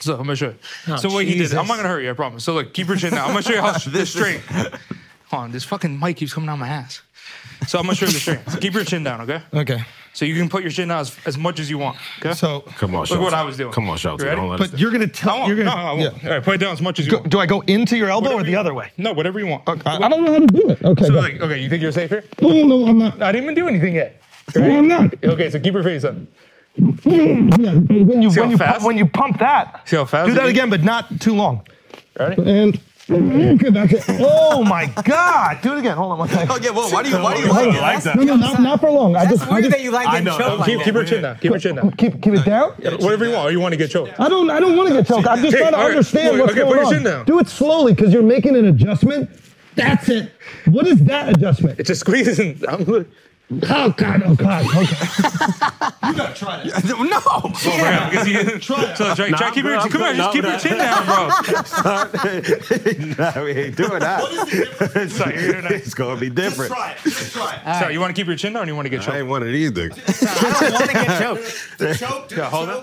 [SPEAKER 12] So I'm gonna show you. so what he did?
[SPEAKER 4] Jesus.
[SPEAKER 12] I'm not gonna hurt you. I promise. So look, keep your chin down. I'm gonna show you how this string. Hold on, this fucking mic keeps coming out my ass. So I'm gonna show you the string. So keep your chin down, okay?
[SPEAKER 4] Okay.
[SPEAKER 12] So you can put your chin out as, as much as you want. Okay.
[SPEAKER 4] So,
[SPEAKER 6] Come on,
[SPEAKER 12] Look what
[SPEAKER 6] Shelton.
[SPEAKER 12] I was doing.
[SPEAKER 6] Come on,
[SPEAKER 12] You
[SPEAKER 6] Shelton.
[SPEAKER 12] ready?
[SPEAKER 6] Don't let us
[SPEAKER 4] but you're gonna
[SPEAKER 12] I
[SPEAKER 4] tell.
[SPEAKER 12] won't.
[SPEAKER 4] You're
[SPEAKER 12] no,
[SPEAKER 4] gonna.
[SPEAKER 12] I won't.
[SPEAKER 4] yeah.
[SPEAKER 12] All right, put it down as much as you
[SPEAKER 4] Go-
[SPEAKER 12] want.
[SPEAKER 4] do I go into your elbow or
[SPEAKER 12] Whatever
[SPEAKER 4] the
[SPEAKER 12] you-
[SPEAKER 4] other way?
[SPEAKER 12] No, whatever you want.
[SPEAKER 4] I, I don't know.
[SPEAKER 1] how to do it. Okay.
[SPEAKER 12] So like, okay, you think you're safe here?
[SPEAKER 1] no, no, I'm not.
[SPEAKER 12] I didn't even do anything yet.
[SPEAKER 1] No, I'm not.
[SPEAKER 12] Okay, so keep your face up.
[SPEAKER 1] When you
[SPEAKER 12] See how fast?
[SPEAKER 4] When you pump that,
[SPEAKER 12] See how fast?
[SPEAKER 4] do
[SPEAKER 12] it
[SPEAKER 4] that
[SPEAKER 12] is?
[SPEAKER 4] again, but not too long.
[SPEAKER 1] and okay, that's it.
[SPEAKER 4] Oh my God! Do it again. Hold on one second.
[SPEAKER 8] Oh, yeah, well, why do you, why do you like it?
[SPEAKER 6] like that.
[SPEAKER 1] No, no, not, not for long. I just,
[SPEAKER 5] That's
[SPEAKER 1] I
[SPEAKER 5] weird
[SPEAKER 1] just
[SPEAKER 5] that you like getting
[SPEAKER 6] know.
[SPEAKER 5] choked like
[SPEAKER 12] Keep,
[SPEAKER 5] that.
[SPEAKER 12] keep your chin down. Keep your chin down.
[SPEAKER 1] keep keep it down.
[SPEAKER 12] Whatever you want, or you want to get choked.
[SPEAKER 3] Oh,
[SPEAKER 1] I don't I don't want to get choked. I'm just
[SPEAKER 12] Hey,
[SPEAKER 1] trying to
[SPEAKER 12] all right,
[SPEAKER 1] understand
[SPEAKER 12] wait,
[SPEAKER 1] what's
[SPEAKER 12] okay, put
[SPEAKER 1] going
[SPEAKER 12] your
[SPEAKER 1] on.
[SPEAKER 12] chin down.
[SPEAKER 1] Do it slowly because you're Oh, making an adjustment. That's it. What is that adjustment?
[SPEAKER 12] Just squeeze and I'm good. Oh God! Oh God! Oh God!
[SPEAKER 8] No.
[SPEAKER 1] Yeah, because he- so Drake, try
[SPEAKER 6] I'm
[SPEAKER 1] keep
[SPEAKER 6] good,
[SPEAKER 1] your,
[SPEAKER 6] I'm
[SPEAKER 1] come
[SPEAKER 6] good,
[SPEAKER 1] on, just
[SPEAKER 6] I'm
[SPEAKER 1] keep your
[SPEAKER 6] good.
[SPEAKER 1] chin down, bro.
[SPEAKER 13] nah, we ain't doing that.
[SPEAKER 1] It's like, you're not-
[SPEAKER 13] It's gonna be different.
[SPEAKER 14] Try it. Just try it.
[SPEAKER 1] Sorry, you want to keep your chin down, or you want to get
[SPEAKER 13] I
[SPEAKER 1] choked?
[SPEAKER 13] ain't one of these niggas.
[SPEAKER 5] I don't want to get choked.
[SPEAKER 14] Choke, do
[SPEAKER 1] Yeah, hold
[SPEAKER 14] choke.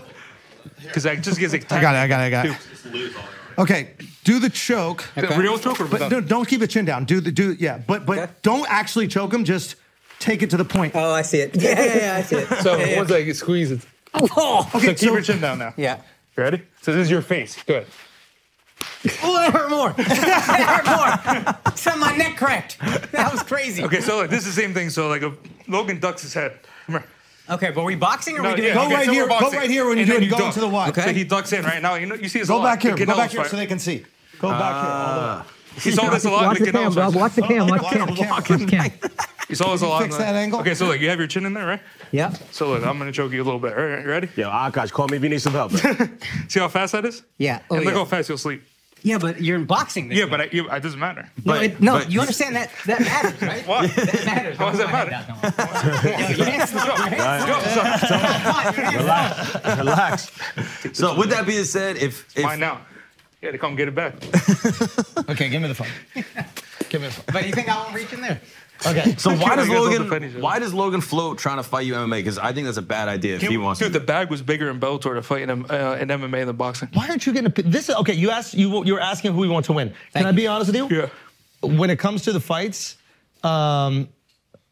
[SPEAKER 1] on. Because that just gives it.
[SPEAKER 3] I got it. I got it. I got it. Okay, do the choke,
[SPEAKER 1] The real choke or
[SPEAKER 3] but
[SPEAKER 1] without?
[SPEAKER 3] no, don't keep the chin down. Do the do yeah, but but
[SPEAKER 5] Okay.
[SPEAKER 3] don't actually choke him. Just take it to the point.
[SPEAKER 5] Oh, I see it. Yeah, yeah, yeah, I see it.
[SPEAKER 1] So
[SPEAKER 5] yeah,
[SPEAKER 1] once I get squeezed, it's-
[SPEAKER 5] Oh,
[SPEAKER 1] so keep your chin down now.
[SPEAKER 5] yeah.
[SPEAKER 1] You ready? So this is your face. Go ahead.
[SPEAKER 5] Oh, that hurt more. that hurt more. Some my neck cracked. That was crazy.
[SPEAKER 1] Okay, so like, this is the same thing. So like, if Logan ducks his head. Come here.
[SPEAKER 5] Okay, but we boxing or
[SPEAKER 1] No,
[SPEAKER 5] we doing?
[SPEAKER 1] yeah,
[SPEAKER 3] Go
[SPEAKER 1] okay,
[SPEAKER 3] right
[SPEAKER 1] so
[SPEAKER 3] here.
[SPEAKER 1] we're
[SPEAKER 3] Go
[SPEAKER 1] boxing.
[SPEAKER 3] right here when you
[SPEAKER 1] And
[SPEAKER 3] do
[SPEAKER 1] then
[SPEAKER 3] it.
[SPEAKER 1] you
[SPEAKER 3] Go
[SPEAKER 1] duck.
[SPEAKER 3] into the wide.
[SPEAKER 5] Okay.
[SPEAKER 1] So he ducks in right now. You know, you see his
[SPEAKER 3] Go
[SPEAKER 1] lot.
[SPEAKER 3] back here.
[SPEAKER 1] The
[SPEAKER 3] Go
[SPEAKER 1] Canelo's
[SPEAKER 3] back here
[SPEAKER 1] fight.
[SPEAKER 3] so they can see. Go back here. all the way.
[SPEAKER 1] He saw this a lot
[SPEAKER 12] Watch
[SPEAKER 1] in
[SPEAKER 12] the
[SPEAKER 1] the
[SPEAKER 12] cam,
[SPEAKER 1] Canelo's
[SPEAKER 12] Rob.
[SPEAKER 1] fight.
[SPEAKER 12] Watch the cam. Watch
[SPEAKER 3] Watch
[SPEAKER 12] the cam.
[SPEAKER 3] the
[SPEAKER 12] Watch the cam.
[SPEAKER 1] He saw this a lot.
[SPEAKER 3] fix
[SPEAKER 1] in the-
[SPEAKER 3] that angle?
[SPEAKER 1] Okay, so look, you have your chin in there, right?
[SPEAKER 5] Yeah.
[SPEAKER 1] So look, I'm gonna choke you a little bit. All right, you ready?
[SPEAKER 6] Yo, Akash, call me if you need some help.
[SPEAKER 1] See how fast that is?
[SPEAKER 5] Yeah. Oh,
[SPEAKER 1] and look
[SPEAKER 5] yeah.
[SPEAKER 1] how fast you'll sleep.
[SPEAKER 5] Yeah, but you're in boxing. This
[SPEAKER 1] Yeah,
[SPEAKER 5] time.
[SPEAKER 1] but I, you, it doesn't matter.
[SPEAKER 5] no,
[SPEAKER 8] But-
[SPEAKER 5] it, no
[SPEAKER 8] but-
[SPEAKER 5] you understand that that matters, right?
[SPEAKER 1] What?
[SPEAKER 5] That matters.
[SPEAKER 1] How does that
[SPEAKER 5] Don't put my
[SPEAKER 1] matter?
[SPEAKER 5] hand down, don't worry. Yo, your hands not- your hands
[SPEAKER 1] Yo,
[SPEAKER 5] not-
[SPEAKER 1] so- so-
[SPEAKER 5] Come on, your hands not-
[SPEAKER 6] Relax. Relax.
[SPEAKER 8] So with that being said, if if
[SPEAKER 1] Mine now. Yeah, to come get it back.
[SPEAKER 3] Okay, give me the phone. give me the phone.
[SPEAKER 5] But you think I won't reach in there?
[SPEAKER 3] Okay.
[SPEAKER 8] so why does
[SPEAKER 1] I guess I'll defend each
[SPEAKER 8] Logan
[SPEAKER 1] other.
[SPEAKER 8] why does Logan float trying to fight you MMA? Because I think that's a bad idea if he wants
[SPEAKER 1] Dude,
[SPEAKER 8] to.
[SPEAKER 1] the bag was bigger in Bellator to fight in, um, uh, in MMA than boxing.
[SPEAKER 3] Why aren't you gonna? pick- This is okay. You asked. You you were asking who we want to win. Can
[SPEAKER 5] Thank
[SPEAKER 3] I be honest with you?
[SPEAKER 1] Yeah.
[SPEAKER 3] when it comes to the fights, um,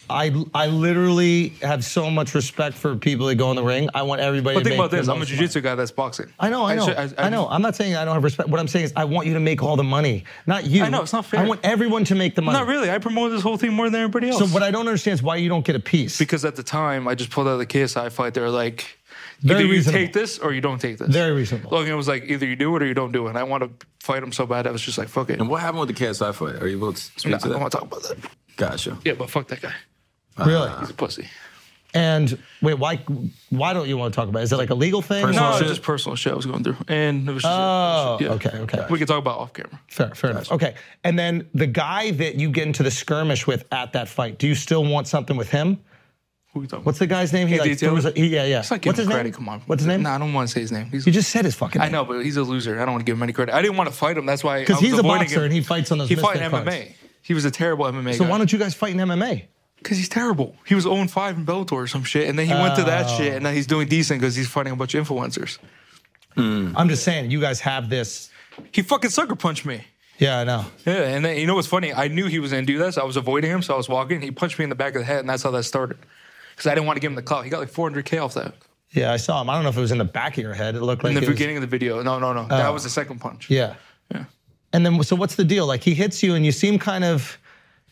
[SPEAKER 3] I I literally have so much respect for people that go in the ring. I want everybody.
[SPEAKER 1] But
[SPEAKER 3] to
[SPEAKER 1] think
[SPEAKER 3] make
[SPEAKER 1] about this.
[SPEAKER 3] the
[SPEAKER 1] I'm a
[SPEAKER 3] most
[SPEAKER 1] jiu-jitsu guy that's boxing.
[SPEAKER 3] I know, I know, I,
[SPEAKER 1] should-
[SPEAKER 3] know. I'm not saying I don't have respect. What I'm saying is, I want you to make all the money, not you.
[SPEAKER 1] I know, it's not fair.
[SPEAKER 3] I want everyone to make the money.
[SPEAKER 1] Not really. I promote this whole thing more than everybody else.
[SPEAKER 3] So what I don't understand is why you don't get a piece.
[SPEAKER 1] because at the time I just pulled out of the KSI fight. They were like,
[SPEAKER 3] Very
[SPEAKER 1] either you
[SPEAKER 3] reasonable.
[SPEAKER 1] take this or you don't take this.
[SPEAKER 3] Very reasonable.
[SPEAKER 1] Logan was like, either you do it or you don't do it. And I want to fight him so bad. I was just like, fuck it.
[SPEAKER 8] And what happened with the KSI fight? Are you able to speak
[SPEAKER 1] Nah, I
[SPEAKER 8] to that?
[SPEAKER 1] don't want to talk about that.
[SPEAKER 8] Gotcha.
[SPEAKER 1] Yeah, but fuck that guy.
[SPEAKER 3] really.
[SPEAKER 1] He's a pussy.
[SPEAKER 3] And wait, why why don't you want to talk about? it? Is it like a legal thing?
[SPEAKER 1] No,
[SPEAKER 8] shit.
[SPEAKER 1] just personal shit I was going through, and it was just
[SPEAKER 3] Oh,
[SPEAKER 1] yeah.
[SPEAKER 3] okay, okay.
[SPEAKER 1] We can talk about off camera.
[SPEAKER 3] Fair, fair enough. Okay, and then the guy that you get into the skirmish with at that fight, do you still want something with him?
[SPEAKER 1] Who we talking
[SPEAKER 3] What's the guy's name? He
[SPEAKER 1] Andy
[SPEAKER 3] like, threw his-
[SPEAKER 1] Taylor?
[SPEAKER 3] he- yeah, yeah.
[SPEAKER 1] It's not
[SPEAKER 3] What's
[SPEAKER 1] giving
[SPEAKER 3] his
[SPEAKER 1] him
[SPEAKER 3] name?
[SPEAKER 1] credit. Come on.
[SPEAKER 3] What's his name?
[SPEAKER 1] No, I don't want to say his name. He's,
[SPEAKER 3] You just said his fucking
[SPEAKER 1] I
[SPEAKER 3] name.
[SPEAKER 1] know, but he's a loser. I don't want to give him any credit. I didn't want to fight him. That's why. I
[SPEAKER 3] Because
[SPEAKER 1] was
[SPEAKER 3] he's a
[SPEAKER 1] avoiding
[SPEAKER 3] boxer
[SPEAKER 1] him.
[SPEAKER 3] and he fights on those
[SPEAKER 1] He fought in
[SPEAKER 3] listed cards.
[SPEAKER 1] MMA. He was a terrible MMA.
[SPEAKER 3] So why don't you guys fight in MMA?
[SPEAKER 1] Because he's terrible. He was 0 5 in Bellator or some shit, and then he went to that shit, and now he's doing decent because he's fighting a bunch of influencers.
[SPEAKER 3] I'm just saying, you guys have this.
[SPEAKER 1] He fucking sucker punched me.
[SPEAKER 3] Yeah, I know.
[SPEAKER 1] Yeah, and then you know what's funny? I knew he was gonna do this. I was avoiding him, so I was walking. He punched me in the back of the head, and that's how that started. Because I didn't want to give him the clout. He got like 400k off that
[SPEAKER 3] Yeah, I saw him. I don't know if it was in the back of your head. It looked like
[SPEAKER 1] in the
[SPEAKER 3] it was-
[SPEAKER 1] beginning of the video. No, no, no. that was the second punch.
[SPEAKER 3] Yeah.
[SPEAKER 1] Yeah.
[SPEAKER 3] And then, so what's the deal? Like he hits you, and you seem kind of,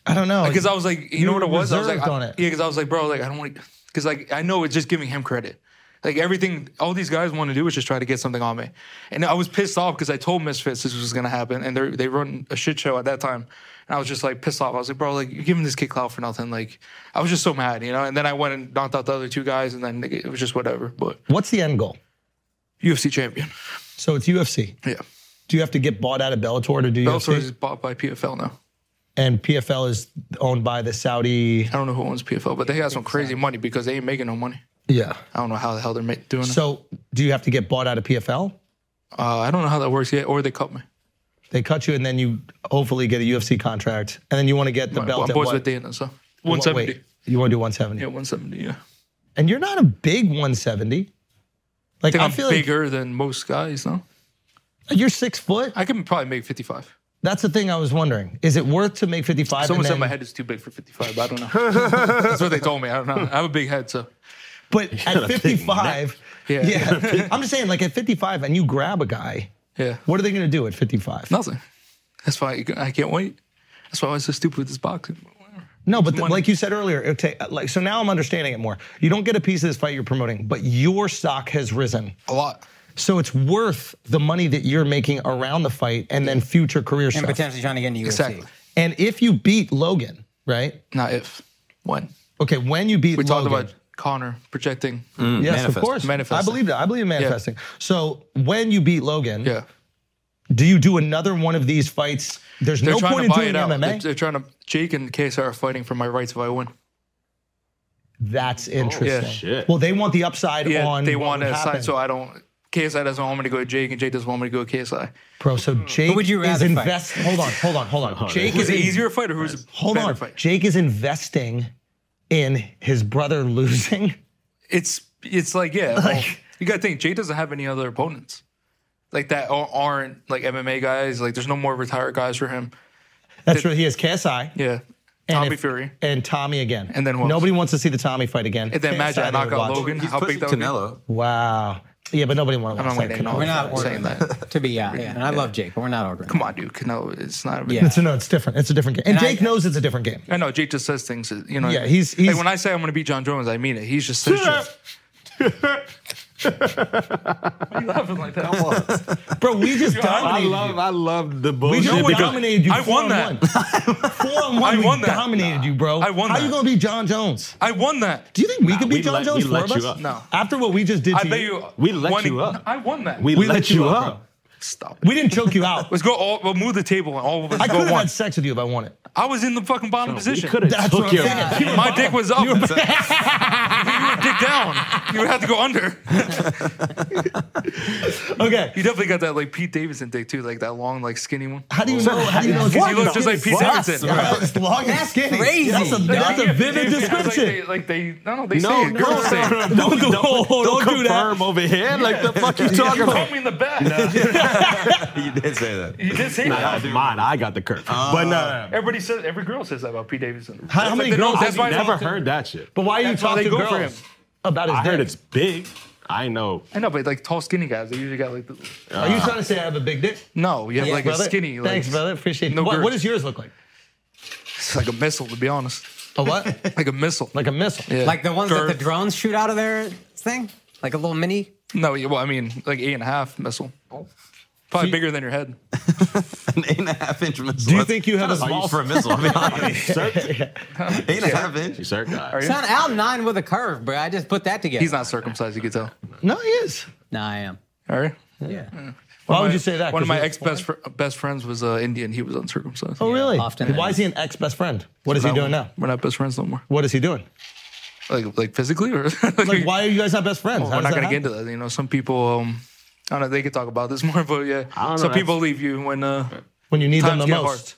[SPEAKER 3] I don't know.
[SPEAKER 1] Because I was like, you,
[SPEAKER 3] You
[SPEAKER 1] know what it was? I was like,
[SPEAKER 3] reserved
[SPEAKER 1] I-
[SPEAKER 3] on it.
[SPEAKER 1] yeah. Because I was like, bro, like I don't want to. Because like I know it's just giving him credit. Like everything, all these guys want to do is just try to get something on me. And I was pissed off because I told Misfits this was gonna happen, and they they run a shit show at that time. And I was just like pissed off. I was like, bro, like you're giving this kid clout for nothing. Like I was just so mad, you know. And then I went and knocked out the other two guys, and then it was just whatever. But
[SPEAKER 3] what's the end goal?
[SPEAKER 1] UFC champion,
[SPEAKER 3] So it's UFC.
[SPEAKER 1] yeah.
[SPEAKER 3] Do you have to get bought out of Bellator to do
[SPEAKER 1] Bellator
[SPEAKER 3] UFC?
[SPEAKER 1] is bought by PFL now.
[SPEAKER 3] and PFL is owned by the Saudi.
[SPEAKER 1] I don't know who owns PFL, but they got some crazy money because they ain't making no money.
[SPEAKER 3] Yeah.
[SPEAKER 1] I don't know how the hell they're ma- doing it.
[SPEAKER 3] So do you have to get bought out of PFL?
[SPEAKER 1] Uh, I don't know how that works yet, or they cut me.
[SPEAKER 3] They cut you, and then you hopefully get a UFC contract, and then you want to get the
[SPEAKER 1] But
[SPEAKER 3] belt.
[SPEAKER 1] I'm
[SPEAKER 3] at
[SPEAKER 1] boys
[SPEAKER 3] what-
[SPEAKER 1] with Dana, so
[SPEAKER 3] what
[SPEAKER 1] 170.
[SPEAKER 3] weight? You want to do 170,
[SPEAKER 1] Yeah, 170. Yeah,
[SPEAKER 3] and you're not a big 170. Like
[SPEAKER 1] I
[SPEAKER 3] I,
[SPEAKER 1] think I am
[SPEAKER 3] feel
[SPEAKER 1] bigger than most guys. No,
[SPEAKER 3] like you're six foot.
[SPEAKER 1] I can probably make 55.
[SPEAKER 3] That's the thing I was wondering. Is it worth to make 55? and
[SPEAKER 1] Someone said
[SPEAKER 3] then-
[SPEAKER 1] my head is too big for 55. But I don't know. That's what they told me. I don't know. I have a big head, so
[SPEAKER 3] But at 55, yeah.
[SPEAKER 1] Yeah.
[SPEAKER 3] I'm just saying, like at 55, and you grab a guy,
[SPEAKER 1] yeah,
[SPEAKER 3] what are they going to do at 55?
[SPEAKER 1] nothing. That's why I can't wait. That's why I was so stupid with this boxing.
[SPEAKER 3] No, but the-
[SPEAKER 1] Money.
[SPEAKER 3] like you said earlier, it ta- like so now I'm understanding it more. You don't get a piece of this fight you're promoting, but your stock has risen
[SPEAKER 1] A lot.
[SPEAKER 3] So it's worth the money that you're making around the fight and then future career
[SPEAKER 5] And
[SPEAKER 3] stuff.
[SPEAKER 5] potentially trying to get into UFC.
[SPEAKER 1] Exactly.
[SPEAKER 3] and if you beat Logan, right?
[SPEAKER 1] Not if, when.
[SPEAKER 3] Okay, when you beat
[SPEAKER 1] We
[SPEAKER 3] Logan,
[SPEAKER 1] talked about Connor projecting.
[SPEAKER 3] yes, of
[SPEAKER 8] manifesting.
[SPEAKER 3] course, I
[SPEAKER 1] Manifesting.
[SPEAKER 3] believe that. I believe in manifesting. So when you beat Logan,
[SPEAKER 1] Yeah.
[SPEAKER 3] do you do another one of these fights? There's
[SPEAKER 1] They're
[SPEAKER 3] no
[SPEAKER 1] trying
[SPEAKER 3] point
[SPEAKER 1] to
[SPEAKER 3] in
[SPEAKER 1] buy
[SPEAKER 3] doing
[SPEAKER 1] it out. They're,
[SPEAKER 3] MMA.
[SPEAKER 1] they're trying to. Jake and KSR are fighting for my rights if I win.
[SPEAKER 3] That's interesting.
[SPEAKER 6] shit.
[SPEAKER 3] Well, they want the upside
[SPEAKER 1] Yeah,
[SPEAKER 3] on.
[SPEAKER 1] they
[SPEAKER 3] what
[SPEAKER 1] want
[SPEAKER 3] would
[SPEAKER 1] to sign,
[SPEAKER 3] happen.
[SPEAKER 1] so I don't. KSI doesn't want me to go to Jake, and Jake doesn't want me to go to KSI.
[SPEAKER 3] Bro,
[SPEAKER 1] Hmm.
[SPEAKER 3] so Jake
[SPEAKER 5] would you
[SPEAKER 3] is
[SPEAKER 5] rather fight?
[SPEAKER 3] invest. Hold on, hold on, hold on. Jake
[SPEAKER 1] Who's
[SPEAKER 3] is
[SPEAKER 1] the
[SPEAKER 3] in-
[SPEAKER 1] easier fighter? Who's a
[SPEAKER 3] Hold
[SPEAKER 1] better
[SPEAKER 3] on.
[SPEAKER 1] fight?
[SPEAKER 3] Jake is investing in his brother losing.
[SPEAKER 1] It's it's like yeah, well, you gotta think Jake doesn't have any other opponents like that a- aren't like MMA guys. Like there's no more retired guys for him.
[SPEAKER 3] That's where he has KSI.
[SPEAKER 1] Yeah,
[SPEAKER 3] and
[SPEAKER 1] Tommy
[SPEAKER 3] if-
[SPEAKER 1] Fury,
[SPEAKER 3] And Tommy again.
[SPEAKER 1] And then who else?
[SPEAKER 3] Nobody wants to see the Tommy fight again.
[SPEAKER 1] and then imagine
[SPEAKER 3] KSI
[SPEAKER 1] I
[SPEAKER 3] they
[SPEAKER 1] knock
[SPEAKER 3] would
[SPEAKER 1] out
[SPEAKER 3] watch.
[SPEAKER 1] Logan.
[SPEAKER 8] He's
[SPEAKER 1] How big
[SPEAKER 8] pushing
[SPEAKER 1] that would be?
[SPEAKER 8] Canelo.
[SPEAKER 3] Wow. Yeah, but nobody want to
[SPEAKER 1] I'm
[SPEAKER 3] watch
[SPEAKER 1] not
[SPEAKER 3] that.
[SPEAKER 1] waiting. No,
[SPEAKER 3] Canelo.
[SPEAKER 1] we're
[SPEAKER 5] We're not
[SPEAKER 1] not
[SPEAKER 5] ordering
[SPEAKER 1] saying that.
[SPEAKER 5] To be uh, yeah, yeah. And I love Jake, but we're not ordering.
[SPEAKER 1] Come on, dude. Canelo, it's not. A big
[SPEAKER 5] Yeah.
[SPEAKER 3] It's a, no, it's different. It's a different game. And,
[SPEAKER 5] And I-
[SPEAKER 3] Jake knows it's a different game.
[SPEAKER 1] I know Jake just says things. that, You know.
[SPEAKER 3] Yeah, he's-
[SPEAKER 1] like,
[SPEAKER 3] he's-
[SPEAKER 1] when I say I'm going to beat John Jones, I mean it. He's just says shit. Why you laughing like that?
[SPEAKER 3] Bro, we just
[SPEAKER 6] I
[SPEAKER 3] dominated
[SPEAKER 6] love,
[SPEAKER 3] you.
[SPEAKER 6] I love the
[SPEAKER 3] We
[SPEAKER 6] bullshit.
[SPEAKER 3] just
[SPEAKER 6] because-
[SPEAKER 3] dominated you.
[SPEAKER 1] I
[SPEAKER 3] four
[SPEAKER 1] won
[SPEAKER 3] on
[SPEAKER 1] that.
[SPEAKER 3] one. four on one.
[SPEAKER 1] I won
[SPEAKER 3] we
[SPEAKER 1] that.
[SPEAKER 3] dominated you, bro.
[SPEAKER 1] I won
[SPEAKER 3] How
[SPEAKER 1] that.
[SPEAKER 3] you going to beat John Jones?
[SPEAKER 1] I won that.
[SPEAKER 3] Do you think we
[SPEAKER 6] Nah,
[SPEAKER 3] could beat
[SPEAKER 6] we
[SPEAKER 3] John
[SPEAKER 6] let-
[SPEAKER 3] Jones?
[SPEAKER 6] we
[SPEAKER 3] four
[SPEAKER 6] let
[SPEAKER 3] of
[SPEAKER 6] you
[SPEAKER 3] us?
[SPEAKER 6] up.
[SPEAKER 1] No.
[SPEAKER 3] After what we just did
[SPEAKER 1] I
[SPEAKER 3] to
[SPEAKER 1] bet
[SPEAKER 3] you,
[SPEAKER 1] you.
[SPEAKER 6] We let
[SPEAKER 1] one-
[SPEAKER 6] you up.
[SPEAKER 1] I won that.
[SPEAKER 6] we, let, you up.
[SPEAKER 1] stop. It.
[SPEAKER 3] we didn't choke you out.
[SPEAKER 1] Let's go. All, we'll move the table and all of us
[SPEAKER 3] I could
[SPEAKER 1] go
[SPEAKER 3] have
[SPEAKER 1] one.
[SPEAKER 3] had sex with you if I wanted.
[SPEAKER 1] I was in the fucking bottom position.
[SPEAKER 6] could have
[SPEAKER 3] That's
[SPEAKER 6] took
[SPEAKER 3] what I'm
[SPEAKER 6] your
[SPEAKER 3] saying.
[SPEAKER 6] ass.
[SPEAKER 1] My dick was up. You were dick down. You would have to go under.
[SPEAKER 3] Okay.
[SPEAKER 1] You definitely got that like Pete Davidson dick too, like that long, like skinny one.
[SPEAKER 3] How do you know? How do you know?
[SPEAKER 1] Because he looks just like Pete Davidson.
[SPEAKER 3] It's long and
[SPEAKER 5] That's
[SPEAKER 3] skinny.
[SPEAKER 5] crazy.
[SPEAKER 3] That's a, that's a vivid description.
[SPEAKER 1] Like they, like they no, no, they
[SPEAKER 6] No,
[SPEAKER 1] say it.
[SPEAKER 6] no,
[SPEAKER 1] Girls say it.
[SPEAKER 6] no, no,
[SPEAKER 3] Don't do- don't do that.
[SPEAKER 6] confirm over here. Like the fuck you talking
[SPEAKER 1] You
[SPEAKER 6] about?
[SPEAKER 1] caught me in the back.
[SPEAKER 8] You did say that.
[SPEAKER 1] You did say
[SPEAKER 6] Nah,
[SPEAKER 1] that.
[SPEAKER 6] that's mine. I got the curve. but no,
[SPEAKER 1] Everybody says every girl says that about Pete Davidson.
[SPEAKER 3] How, how
[SPEAKER 1] That's like
[SPEAKER 3] many
[SPEAKER 1] the-
[SPEAKER 3] girls?
[SPEAKER 1] no,
[SPEAKER 3] have
[SPEAKER 1] that's
[SPEAKER 3] you-
[SPEAKER 1] why
[SPEAKER 6] I
[SPEAKER 1] I
[SPEAKER 6] never
[SPEAKER 1] talked to-
[SPEAKER 6] heard that shit.
[SPEAKER 3] but why do you
[SPEAKER 1] that's why
[SPEAKER 3] talk
[SPEAKER 1] they
[SPEAKER 3] to
[SPEAKER 1] go for
[SPEAKER 3] girls
[SPEAKER 1] him.
[SPEAKER 3] about his
[SPEAKER 6] I heard
[SPEAKER 3] dick?
[SPEAKER 6] it's big. I know.
[SPEAKER 1] I know, but like tall, skinny guys, they usually got like. The,
[SPEAKER 3] Are you trying to say I have a big dick?
[SPEAKER 1] no, you have like
[SPEAKER 3] brother?
[SPEAKER 1] a skinny. Like,
[SPEAKER 3] Thanks, brother. Appreciate it.
[SPEAKER 1] no
[SPEAKER 3] what,
[SPEAKER 1] girth.
[SPEAKER 3] what does yours look like?
[SPEAKER 1] It's like a missile, to be honest.
[SPEAKER 3] A what?
[SPEAKER 1] Like a missile.
[SPEAKER 3] like a missile.
[SPEAKER 1] Yeah.
[SPEAKER 5] Like the ones that
[SPEAKER 1] Girth.
[SPEAKER 5] the drones shoot out of their thing, like a little mini.
[SPEAKER 1] No, yeah, well, I mean, like eight and a half missile. Probably bigger than your head.
[SPEAKER 8] An eight and a half inch missile.
[SPEAKER 3] Do you
[SPEAKER 8] That's
[SPEAKER 3] think you have
[SPEAKER 8] kinda
[SPEAKER 3] a-
[SPEAKER 8] small for a missile? I mean, honestly. eight and a half
[SPEAKER 6] You
[SPEAKER 8] inch.
[SPEAKER 6] sir, guys.
[SPEAKER 5] Son, Al nine with a curve, bro. I just put that together.
[SPEAKER 1] He's not circumcised, you could tell.
[SPEAKER 3] No, he is.
[SPEAKER 5] No, I am.
[SPEAKER 1] All right.
[SPEAKER 3] Why
[SPEAKER 5] Yeah.
[SPEAKER 1] One of
[SPEAKER 3] would
[SPEAKER 1] my-
[SPEAKER 3] you say that?
[SPEAKER 1] One of
[SPEAKER 3] 'Cause
[SPEAKER 1] my
[SPEAKER 3] you-
[SPEAKER 1] ex best fr- best friends was uh, Indian. He was uncircumcised.
[SPEAKER 3] Oh, really?
[SPEAKER 5] often it
[SPEAKER 3] Why is
[SPEAKER 5] is.
[SPEAKER 3] he an ex best friend? What is he
[SPEAKER 1] That
[SPEAKER 3] doing
[SPEAKER 1] one.
[SPEAKER 3] now?
[SPEAKER 1] We're not best friends no more.
[SPEAKER 3] What is he doing?
[SPEAKER 1] Like like physically or
[SPEAKER 3] Like, why are you guys not best friends?
[SPEAKER 1] We're not gonna get into that. You know, some people. Um, I don't know. They could talk about this more, but yeah,
[SPEAKER 6] I don't know,
[SPEAKER 1] some people
[SPEAKER 6] that's-
[SPEAKER 1] leave you when uh,
[SPEAKER 3] when you need them
[SPEAKER 1] times
[SPEAKER 3] the
[SPEAKER 1] get
[SPEAKER 3] most.
[SPEAKER 1] hard.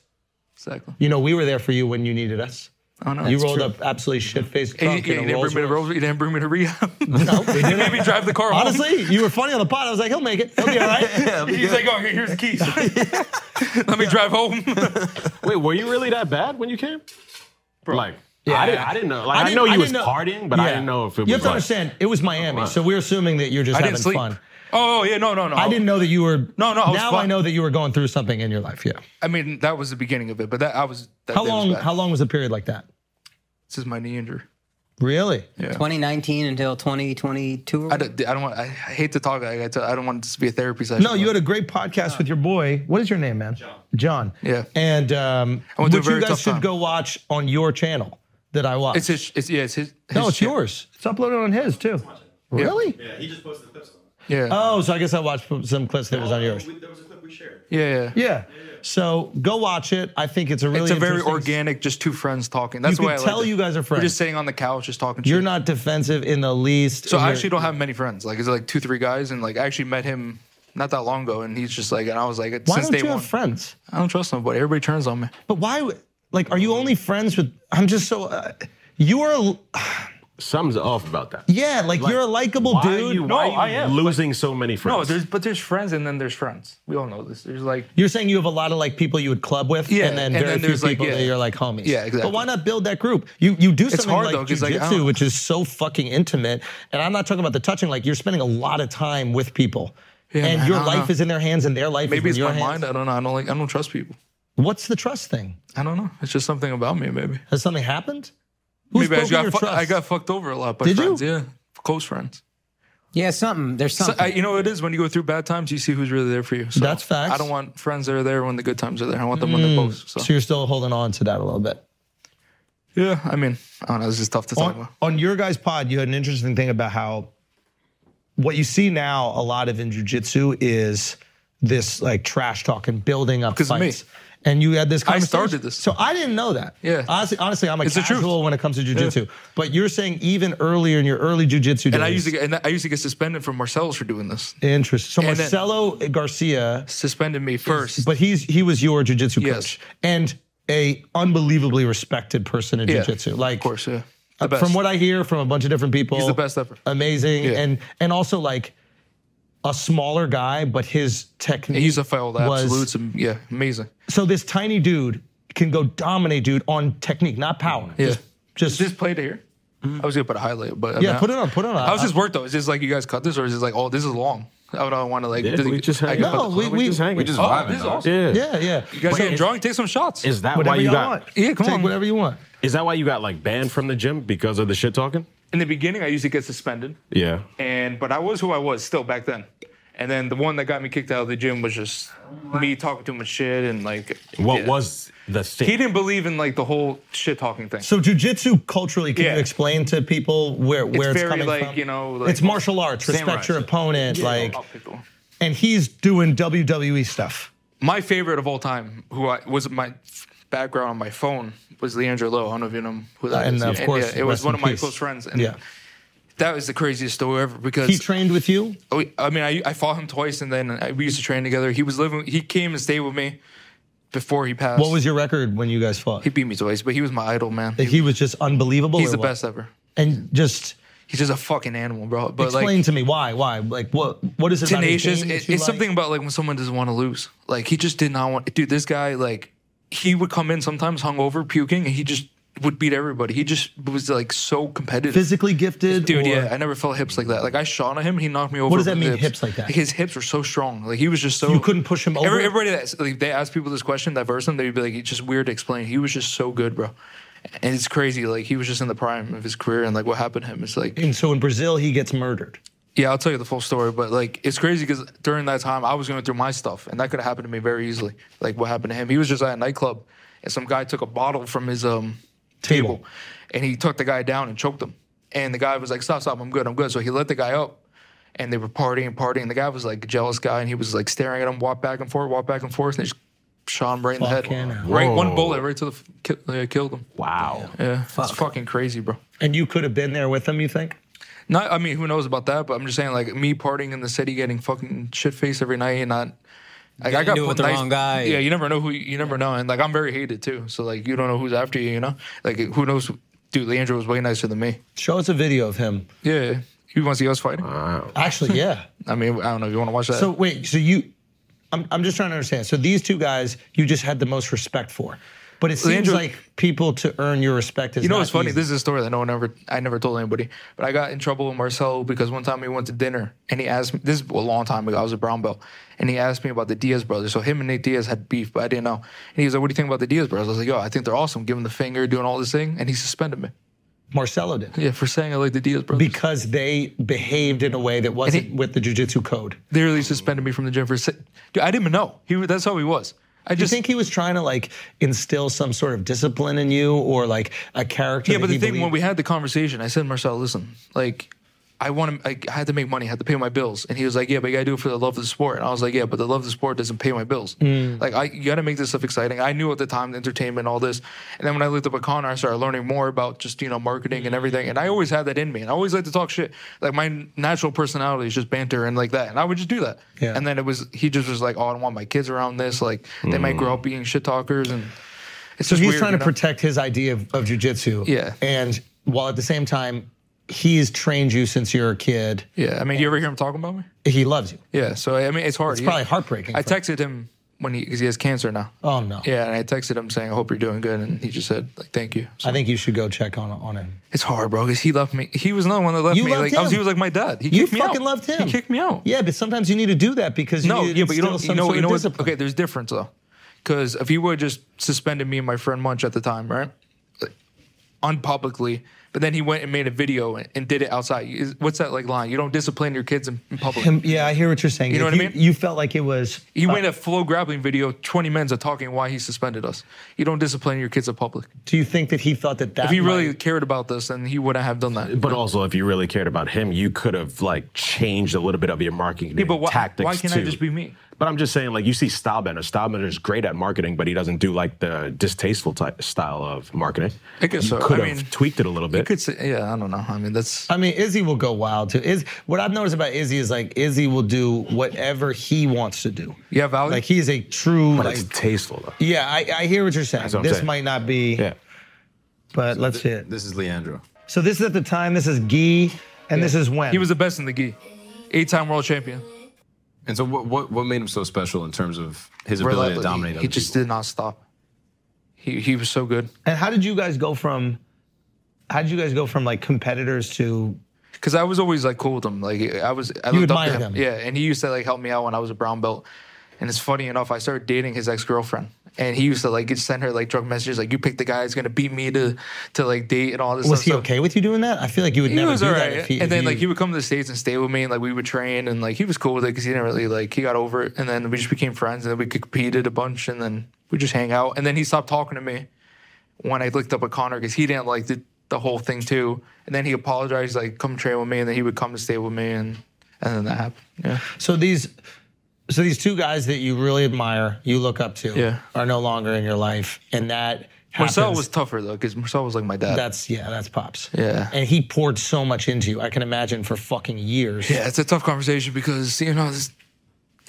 [SPEAKER 1] Exactly.
[SPEAKER 3] You know, we were there for you when you needed us.
[SPEAKER 1] I don't know.
[SPEAKER 3] you
[SPEAKER 1] It's
[SPEAKER 3] rolled
[SPEAKER 1] Oh, true.
[SPEAKER 3] up absolutely shit faced
[SPEAKER 1] Hey,
[SPEAKER 3] drunk.
[SPEAKER 1] yeah,
[SPEAKER 3] in
[SPEAKER 1] you
[SPEAKER 3] a
[SPEAKER 1] didn't bring me to
[SPEAKER 3] Rolls-Royce.
[SPEAKER 1] Rolls. You didn't bring me to rehab.
[SPEAKER 3] No, we didn't.
[SPEAKER 1] Maybe drive the car. home.
[SPEAKER 3] Honestly, you were funny on the pod. I was like, he'll make it. He'll be all right.
[SPEAKER 1] he's like, "Oh, here- here's the keys. Let me drive home."
[SPEAKER 6] Wait, were you really that bad when you came? Like, I, didn't, I didn't know. Like, I,
[SPEAKER 3] didn't-
[SPEAKER 6] know you was
[SPEAKER 3] didn't know-
[SPEAKER 6] partying, but I
[SPEAKER 3] Yeah.
[SPEAKER 6] didn't know if it was.
[SPEAKER 3] You have to
[SPEAKER 6] like-
[SPEAKER 3] understand, it was Miami, so we're assuming that you're just
[SPEAKER 1] I
[SPEAKER 3] having
[SPEAKER 1] didn't sleep.
[SPEAKER 3] fun.
[SPEAKER 1] Oh yeah, no, no, no.
[SPEAKER 3] I didn't know that you were.
[SPEAKER 1] No, no, I was
[SPEAKER 3] now I
[SPEAKER 1] fine.
[SPEAKER 3] know that you were going through something in your life. Yeah.
[SPEAKER 1] I mean, that was the beginning of it, but that I was. That
[SPEAKER 3] How
[SPEAKER 1] day was
[SPEAKER 3] long?
[SPEAKER 1] bad.
[SPEAKER 3] How long was the period like that?
[SPEAKER 1] This is my knee injury.
[SPEAKER 3] Really?
[SPEAKER 5] 2019 until 2022. Or
[SPEAKER 1] I don't, I don't want. I hate to talk. I, I don't want this to be a therapy session.
[SPEAKER 3] No, you had a great podcast with your boy. What is your name, man? John. John.
[SPEAKER 1] Yeah.
[SPEAKER 3] And um,
[SPEAKER 1] went
[SPEAKER 3] which
[SPEAKER 1] through a very
[SPEAKER 3] you guys
[SPEAKER 1] tough
[SPEAKER 3] should
[SPEAKER 1] time.
[SPEAKER 3] go watch on your channel that I watch.
[SPEAKER 1] It's his. It's, yeah, it's his.
[SPEAKER 3] no,
[SPEAKER 1] his
[SPEAKER 3] it's
[SPEAKER 1] shit.
[SPEAKER 3] yours. It's uploaded on his too. Really?
[SPEAKER 1] Yeah.
[SPEAKER 3] Oh, so I guess I watched some clips that was on yours.
[SPEAKER 1] yeah. Yeah.
[SPEAKER 3] Yeah. So go watch it. I think it's a really
[SPEAKER 1] It's a very
[SPEAKER 3] interesting-
[SPEAKER 1] organic, just two friends talking. That's
[SPEAKER 3] You
[SPEAKER 1] why I
[SPEAKER 3] can tell
[SPEAKER 1] like it.
[SPEAKER 3] you guys are
[SPEAKER 1] We're
[SPEAKER 3] friends.
[SPEAKER 1] just sitting on the couch, just talking.
[SPEAKER 3] You're
[SPEAKER 1] shit.
[SPEAKER 3] not defensive in the least.
[SPEAKER 1] So
[SPEAKER 3] You're-
[SPEAKER 1] I actually don't have many friends. Like it's like two, three guys, and like I actually met him not that long ago, and he's just like, and I was like,
[SPEAKER 3] Why
[SPEAKER 1] since
[SPEAKER 3] don't
[SPEAKER 1] day
[SPEAKER 3] you
[SPEAKER 1] one,
[SPEAKER 3] have friends?
[SPEAKER 1] I don't trust nobody. Everybody turns on me.
[SPEAKER 3] But why? would- Like, are you only friends with? I'm just so. Uh, you're
[SPEAKER 6] Something's off about that.
[SPEAKER 3] yeah, like, you're a likable
[SPEAKER 6] why are
[SPEAKER 3] dude.
[SPEAKER 6] you, why
[SPEAKER 1] No,
[SPEAKER 6] are
[SPEAKER 1] I
[SPEAKER 6] you
[SPEAKER 1] am.
[SPEAKER 6] losing so many
[SPEAKER 1] No,
[SPEAKER 6] friends.
[SPEAKER 1] there's but there's friends, and then there's friends. We all know this. There's like
[SPEAKER 3] You're saying you have a lot of like people you would club with,
[SPEAKER 1] Yeah,
[SPEAKER 3] and then
[SPEAKER 1] and
[SPEAKER 3] very
[SPEAKER 1] then
[SPEAKER 3] few
[SPEAKER 1] there's, like,
[SPEAKER 3] people
[SPEAKER 1] yeah.
[SPEAKER 3] that you're like homies.
[SPEAKER 1] Yeah, exactly.
[SPEAKER 3] But why not build that group? You you do something
[SPEAKER 1] hard,
[SPEAKER 3] like
[SPEAKER 1] though, 'cause, like, I
[SPEAKER 3] jujitsu,
[SPEAKER 1] don't-
[SPEAKER 3] which is so fucking intimate. And I'm not talking about the touching. Like you're spending a lot of time with people, and
[SPEAKER 1] man,
[SPEAKER 3] your
[SPEAKER 1] I don't
[SPEAKER 3] life
[SPEAKER 1] know.
[SPEAKER 3] is in their hands, and their life
[SPEAKER 1] maybe it's
[SPEAKER 3] is in your
[SPEAKER 1] my
[SPEAKER 3] hands.
[SPEAKER 1] mind. I don't know. I don't like. I don't trust people.
[SPEAKER 3] What's the trust thing?
[SPEAKER 1] I don't know. It's just something about me. Maybe.
[SPEAKER 3] Has something happened? Who's
[SPEAKER 1] maybe I
[SPEAKER 3] broken
[SPEAKER 1] just got
[SPEAKER 3] your
[SPEAKER 1] fu-
[SPEAKER 3] trust?
[SPEAKER 1] I got fucked over a lot by
[SPEAKER 3] Did you?
[SPEAKER 1] friends. Yeah, close friends.
[SPEAKER 5] yeah, something. There's
[SPEAKER 1] So, uh,
[SPEAKER 5] something.
[SPEAKER 1] I, you know what it is when you go through bad times, you see who's really there for you. So
[SPEAKER 3] That's facts. Hmm.
[SPEAKER 1] I don't want friends that are there when the good times are there. I want them when they're both. So.
[SPEAKER 3] So you're still holding on to that a little bit.
[SPEAKER 1] yeah, I mean, I don't know. This is tough to talk
[SPEAKER 3] on,
[SPEAKER 1] about.
[SPEAKER 3] on your guys' pod, you had an interesting thing about how what you see now a lot of in jujitsu is this like trash talk and building up
[SPEAKER 1] 'Cause of me.
[SPEAKER 3] fights. And you had this
[SPEAKER 1] I
[SPEAKER 3] conversation.
[SPEAKER 1] started this.
[SPEAKER 3] So I didn't know that.
[SPEAKER 1] Yeah.
[SPEAKER 3] Honestly, honestly I'm a
[SPEAKER 1] It's the truth.
[SPEAKER 3] casual when it comes to jujitsu. But you're saying even earlier in your early jujitsu days.
[SPEAKER 1] And I used to get and I used to get suspended from Marcellus for doing this.
[SPEAKER 3] Interesting. So
[SPEAKER 1] And then-
[SPEAKER 3] Marcelo Garcia,
[SPEAKER 1] Suspended me first.
[SPEAKER 3] but he's he was your jujitsu
[SPEAKER 1] Yes.
[SPEAKER 3] coach and a unbelievably respected person in
[SPEAKER 1] Yeah.
[SPEAKER 3] jujitsu. Like
[SPEAKER 1] Of course, yeah.
[SPEAKER 3] uh,
[SPEAKER 1] The best.
[SPEAKER 3] from what I hear from a bunch of different people,
[SPEAKER 1] He's the best ever.
[SPEAKER 3] Amazing,
[SPEAKER 1] Yeah.
[SPEAKER 3] and and also like a smaller guy, but his technique.
[SPEAKER 1] He used to fail the
[SPEAKER 3] was-
[SPEAKER 1] absolutes and yeah, amazing.
[SPEAKER 3] So this tiny dude can go dominate dude on technique, not power.
[SPEAKER 1] Yeah.
[SPEAKER 3] Just, just-
[SPEAKER 1] Just played it here. Mm-hmm. I was gonna put a highlight, but uh, I
[SPEAKER 3] Yeah,
[SPEAKER 1] mean,
[SPEAKER 3] put it on, put it on.
[SPEAKER 1] How's this work though? Is this like you guys cut this, or is this like, oh, this is long? I would want to like.
[SPEAKER 6] Yeah,
[SPEAKER 1] does it-
[SPEAKER 6] we just
[SPEAKER 1] I
[SPEAKER 6] hang
[SPEAKER 1] can
[SPEAKER 6] out.
[SPEAKER 1] put
[SPEAKER 3] no,
[SPEAKER 1] the-
[SPEAKER 3] we we,
[SPEAKER 15] We just
[SPEAKER 1] Oh,
[SPEAKER 15] vibing.
[SPEAKER 1] this is
[SPEAKER 15] dog.
[SPEAKER 1] awesome.
[SPEAKER 3] yeah yeah.
[SPEAKER 1] You guys getting drunk? Take some shots.
[SPEAKER 6] Is that
[SPEAKER 3] Whatever
[SPEAKER 6] why you
[SPEAKER 3] y'all
[SPEAKER 6] got?
[SPEAKER 3] want.
[SPEAKER 1] yeah, come
[SPEAKER 3] Take
[SPEAKER 1] on.
[SPEAKER 3] whatever you want.
[SPEAKER 6] Is that why you got like banned from the gym because of the shit talking?
[SPEAKER 1] In the beginning, I used to get suspended,
[SPEAKER 6] Yeah.
[SPEAKER 1] and but I was who I was still back then. And then the one that got me kicked out of the gym was just me talking too much shit and like.
[SPEAKER 6] What
[SPEAKER 1] yeah.
[SPEAKER 6] was the thing?
[SPEAKER 1] He didn't believe in like the whole shit talking thing.
[SPEAKER 3] So jujitsu culturally, can
[SPEAKER 1] Yeah.
[SPEAKER 3] you explain to people where where it's,
[SPEAKER 1] very,
[SPEAKER 3] coming
[SPEAKER 1] like,
[SPEAKER 3] from?
[SPEAKER 1] you know, like-
[SPEAKER 3] it's martial arts.
[SPEAKER 6] Samurai
[SPEAKER 3] Respect your
[SPEAKER 6] shit.
[SPEAKER 3] opponent. Like,
[SPEAKER 1] I'll pick the one.
[SPEAKER 3] and he's doing WWE stuff.
[SPEAKER 1] my favorite of all time, who I was my background on my phone was Leandro Lowe. I don't know if you know who that is.
[SPEAKER 3] And, uh, of course,
[SPEAKER 1] it was
[SPEAKER 3] rest
[SPEAKER 1] one
[SPEAKER 3] in
[SPEAKER 1] of my
[SPEAKER 3] peace.
[SPEAKER 1] close friends. And
[SPEAKER 3] Yeah.
[SPEAKER 1] that was the craziest story ever because
[SPEAKER 3] He trained with you.
[SPEAKER 1] we- I mean, I, I fought him twice, and then I, we used to train together. He was living. He came and stayed with me before he passed.
[SPEAKER 3] What was your record when you guys fought?
[SPEAKER 1] He beat me twice, but he was my idol, man.
[SPEAKER 3] Like, he was just unbelievable.
[SPEAKER 1] He's
[SPEAKER 3] or
[SPEAKER 1] the
[SPEAKER 3] what?
[SPEAKER 1] best ever.
[SPEAKER 3] And just
[SPEAKER 1] He's just a fucking animal, bro. But
[SPEAKER 3] explain
[SPEAKER 1] like
[SPEAKER 3] to me why? Why? Like what? What is it? about his
[SPEAKER 1] tenacious,
[SPEAKER 3] game
[SPEAKER 1] it-
[SPEAKER 3] that
[SPEAKER 1] it's
[SPEAKER 3] you like?
[SPEAKER 1] something about like when someone doesn't want to lose. Like he just did not want. Dude, this guy like he would come in sometimes hungover, puking, and he just would beat everybody. He just was like so competitive.
[SPEAKER 3] physically gifted.
[SPEAKER 1] Dude,
[SPEAKER 3] or-
[SPEAKER 1] yeah, I never felt hips like that. Like I shot at him, he knocked me over.
[SPEAKER 3] does that
[SPEAKER 1] with
[SPEAKER 3] mean,
[SPEAKER 1] hips.
[SPEAKER 3] hips like that?
[SPEAKER 1] his hips were so strong. Like he was just so
[SPEAKER 3] You couldn't push him over?
[SPEAKER 1] Every, everybody that like, they ask people this question, that verse, and they'd be like, "It's just weird to explain." He was just so good, bro. And it's crazy. Like he was just in the prime of his career, and like what happened to him is like,
[SPEAKER 3] And so in Brazil, he gets murdered.
[SPEAKER 1] yeah, I'll tell you the full story. But like it's crazy because during that time, I was going through my stuff, and that could have happened to me very easily. Like what happened to him? He was just at a nightclub, and some guy took a bottle from his um
[SPEAKER 3] Table.
[SPEAKER 1] table, and he took the guy down and choked him. And the guy was like, "Stop, stop! I'm good, I'm good." So he let the guy up, and they were partying, partying. The guy was like a jealous guy, and he was like staring at him, walk back and forth, walk back and forth, and they just shot him right in the head,
[SPEAKER 3] Fucking hell.
[SPEAKER 1] right one
[SPEAKER 6] Whoa.
[SPEAKER 1] bullet right to the f- ki- uh, killed him.
[SPEAKER 6] Wow.
[SPEAKER 1] Yeah, it's fucking crazy, bro.
[SPEAKER 3] And you could have been there with him. You think?
[SPEAKER 1] Not, I mean, who knows about that? But I'm just saying, like me partying in the city, getting fucking shit faced every night, and not. Like, I
[SPEAKER 5] Getting
[SPEAKER 1] got
[SPEAKER 5] into it with the
[SPEAKER 1] nice-
[SPEAKER 5] wrong guy.
[SPEAKER 1] Yeah, you never know who you never know, and like I'm very hated too. So like you don't know who's after you, you know. Like who knows? Dude, Leandro was way nicer than me.
[SPEAKER 3] Show us a video of him.
[SPEAKER 1] Yeah, you want to see us fighting?
[SPEAKER 3] Actually, yeah.
[SPEAKER 1] I mean, I don't know if you want to watch that.
[SPEAKER 3] So wait, so you, I'm, I'm just trying to understand. So these two guys, you just had the most respect for, but it seems
[SPEAKER 1] Leandro-
[SPEAKER 3] like people to earn your respect is
[SPEAKER 1] you know
[SPEAKER 3] not
[SPEAKER 1] what's funny?
[SPEAKER 3] easy.
[SPEAKER 1] This is a story that no one ever I never told anybody. But I got in trouble with Marcelo because one time we went to dinner and he asked me this is a long time ago, I was a brown belt, and he asked me about the Diaz brothers. So him and Nate Diaz had beef, but I didn't know. And he was like, What do you think about the Diaz brothers? I was like, Yo, I think they're awesome, giving the finger, doing all this thing, and he suspended me.
[SPEAKER 3] Marcelo did
[SPEAKER 1] Yeah, for saying I like the Diaz brothers.
[SPEAKER 3] because they behaved in a way that wasn't with the jujitsu code. Do
[SPEAKER 1] they really suspended me from the gym for si- Dude, I didn't even know. He was- that's how he was. I
[SPEAKER 3] you
[SPEAKER 1] just
[SPEAKER 3] think he was trying to like instill some sort of discipline in you or like a character?
[SPEAKER 1] Yeah,
[SPEAKER 3] that
[SPEAKER 1] but the
[SPEAKER 3] he
[SPEAKER 1] thing
[SPEAKER 3] believed-
[SPEAKER 1] when we had the conversation, I said, Marcel, listen, like, I want to. I, I had to make money. I had to pay my bills. And he was like, "Yeah, but you gotta do it for the love of the sport." And I was like, "Yeah, but the love of the sport doesn't pay my bills.
[SPEAKER 3] Mm.
[SPEAKER 1] Like, I you gotta make this stuff exciting." I knew at the time the entertainment, all this. And then when I looked up at Connor, I started learning more about just you know marketing and everything. And I always had that in me. And I always like to talk shit. Like my natural personality is just banter and like that. And I would just do that.
[SPEAKER 3] Yeah.
[SPEAKER 1] And then it was he just was like, "Oh, I don't want my kids around this. Like, they might grow up being shit talkers." And it's
[SPEAKER 3] Mm. So
[SPEAKER 1] just
[SPEAKER 3] he's
[SPEAKER 1] weird,
[SPEAKER 3] trying to
[SPEAKER 1] you know?
[SPEAKER 3] protect his idea of, of jujitsu.
[SPEAKER 1] Yeah.
[SPEAKER 3] and while at the same time, he's trained you since you're a kid.
[SPEAKER 1] Yeah, I mean, do you ever hear him talking about me?
[SPEAKER 3] He loves you.
[SPEAKER 1] Yeah, so I mean, it's hard.
[SPEAKER 3] It's probably heartbreaking
[SPEAKER 1] I
[SPEAKER 3] for him.
[SPEAKER 1] texted him when he because he has cancer now.
[SPEAKER 3] Oh no.
[SPEAKER 1] Yeah, and I texted him saying, "I hope you're doing good," and he just said, "Like, thank you." So
[SPEAKER 3] I think you should go check on on him.
[SPEAKER 1] it's hard, bro, because he left me. He was another one that left
[SPEAKER 3] You
[SPEAKER 1] me.
[SPEAKER 3] loved
[SPEAKER 1] like I was,
[SPEAKER 3] him.
[SPEAKER 1] he was like my dad. He
[SPEAKER 3] You
[SPEAKER 1] kicked me
[SPEAKER 3] fucking
[SPEAKER 1] out.
[SPEAKER 3] loved him.
[SPEAKER 1] He kicked me out.
[SPEAKER 3] Yeah, but sometimes you need to do that because you
[SPEAKER 1] No,
[SPEAKER 3] need to
[SPEAKER 1] yeah, but you
[SPEAKER 3] instill
[SPEAKER 1] don't. You
[SPEAKER 3] some
[SPEAKER 1] know,
[SPEAKER 3] sort
[SPEAKER 1] you
[SPEAKER 3] of
[SPEAKER 1] know what?
[SPEAKER 3] discipline.
[SPEAKER 1] Okay, there's difference though, because if he would have just suspended me and my friend Munch at the time, right, unpublicly, uh, But then he went and made a video and, and did it outside. Is- What's that like line? You don't discipline your kids in, in public.
[SPEAKER 3] Him- yeah, I hear what you're saying.
[SPEAKER 1] You know
[SPEAKER 3] If
[SPEAKER 1] what I mean?
[SPEAKER 3] You felt like it was.
[SPEAKER 1] He went a flow grappling video. Twenty men's are talking why he suspended us. You don't discipline your kids in public.
[SPEAKER 3] Do you think that he thought that that?
[SPEAKER 1] If he
[SPEAKER 3] might-
[SPEAKER 1] really cared about this, then he wouldn't have done that.
[SPEAKER 6] But also, if you really cared about him, you could have like changed a little bit of your marketing
[SPEAKER 1] Yeah, but why,
[SPEAKER 6] tactics
[SPEAKER 1] why can't
[SPEAKER 6] too.
[SPEAKER 1] I just be me?
[SPEAKER 6] But I'm just saying, like you see Stylebender. Stylebender's great at marketing, but he doesn't do like the distasteful type style of marketing.
[SPEAKER 1] I guess
[SPEAKER 6] you
[SPEAKER 1] so.
[SPEAKER 6] could
[SPEAKER 1] I
[SPEAKER 6] have
[SPEAKER 1] mean,
[SPEAKER 6] tweaked it a little bit.
[SPEAKER 1] Could say, yeah, I don't know. I mean, that's
[SPEAKER 3] I mean, Izzy will go wild too. Is what I've noticed about Izzy is like Izzy will do whatever he wants to do.
[SPEAKER 1] yeah, value.
[SPEAKER 3] Like he is a true.
[SPEAKER 6] but
[SPEAKER 3] Like,
[SPEAKER 6] it's tasteful though.
[SPEAKER 3] yeah, I, I hear what you're saying.
[SPEAKER 6] That's what I'm
[SPEAKER 3] this
[SPEAKER 6] saying.
[SPEAKER 3] might not be,
[SPEAKER 6] Yeah.
[SPEAKER 3] but let's see it.
[SPEAKER 8] This is Leandro.
[SPEAKER 3] So this is at the time. This is Gee, and this is when
[SPEAKER 1] he was the best in the gi, eight-time world champion.
[SPEAKER 8] And so, what, what what made him so special in terms of his ability to
[SPEAKER 1] Relentless.
[SPEAKER 8] dominate?
[SPEAKER 1] He,
[SPEAKER 8] other
[SPEAKER 1] he just
[SPEAKER 8] people?
[SPEAKER 1] did not stop. He he was so good.
[SPEAKER 3] And how did you guys go from? How did you guys go from like competitors to?
[SPEAKER 1] Cause I was always like cool with him. Like I was, I
[SPEAKER 3] You
[SPEAKER 1] looked up to
[SPEAKER 3] admired
[SPEAKER 1] him.
[SPEAKER 3] him.
[SPEAKER 1] Yeah, and he used to like help me out when I was a brown belt. And it's funny enough, I started dating his ex girlfriend, and he used to like just send her like drunk messages, like you pick the guy who's gonna beat me to to like date and all this.
[SPEAKER 3] Was
[SPEAKER 1] stuff.
[SPEAKER 3] he
[SPEAKER 1] So-
[SPEAKER 3] okay with you doing that? I feel like you would
[SPEAKER 1] He
[SPEAKER 3] never
[SPEAKER 1] was
[SPEAKER 3] do
[SPEAKER 1] all
[SPEAKER 3] that
[SPEAKER 1] right.
[SPEAKER 3] if he.
[SPEAKER 1] and
[SPEAKER 3] if
[SPEAKER 1] then
[SPEAKER 3] you-
[SPEAKER 1] like he would come to the states and stay with me, and like we would train, and like he was cool with it because he didn't really like he got over it. And then we just became friends, and then we competed a bunch, and then we just hang out. And then he stopped talking to me when I looked up at Connor because he didn't like the, the whole thing too. And then he apologized, like come train with me, and then he would come to stay with me, and and then that happened. Yeah,
[SPEAKER 3] So these, so these two guys that you really admire, you look up to,
[SPEAKER 1] Yeah.
[SPEAKER 3] are no longer in your life, and that.
[SPEAKER 1] Marcel
[SPEAKER 3] happens.
[SPEAKER 1] was tougher though because Marcel was like my dad.
[SPEAKER 3] That's yeah, that's pops.
[SPEAKER 1] Uh, Yeah.
[SPEAKER 3] and he poured so much into you. I can imagine for fucking years.
[SPEAKER 1] Yeah, it's a tough conversation because you know, this,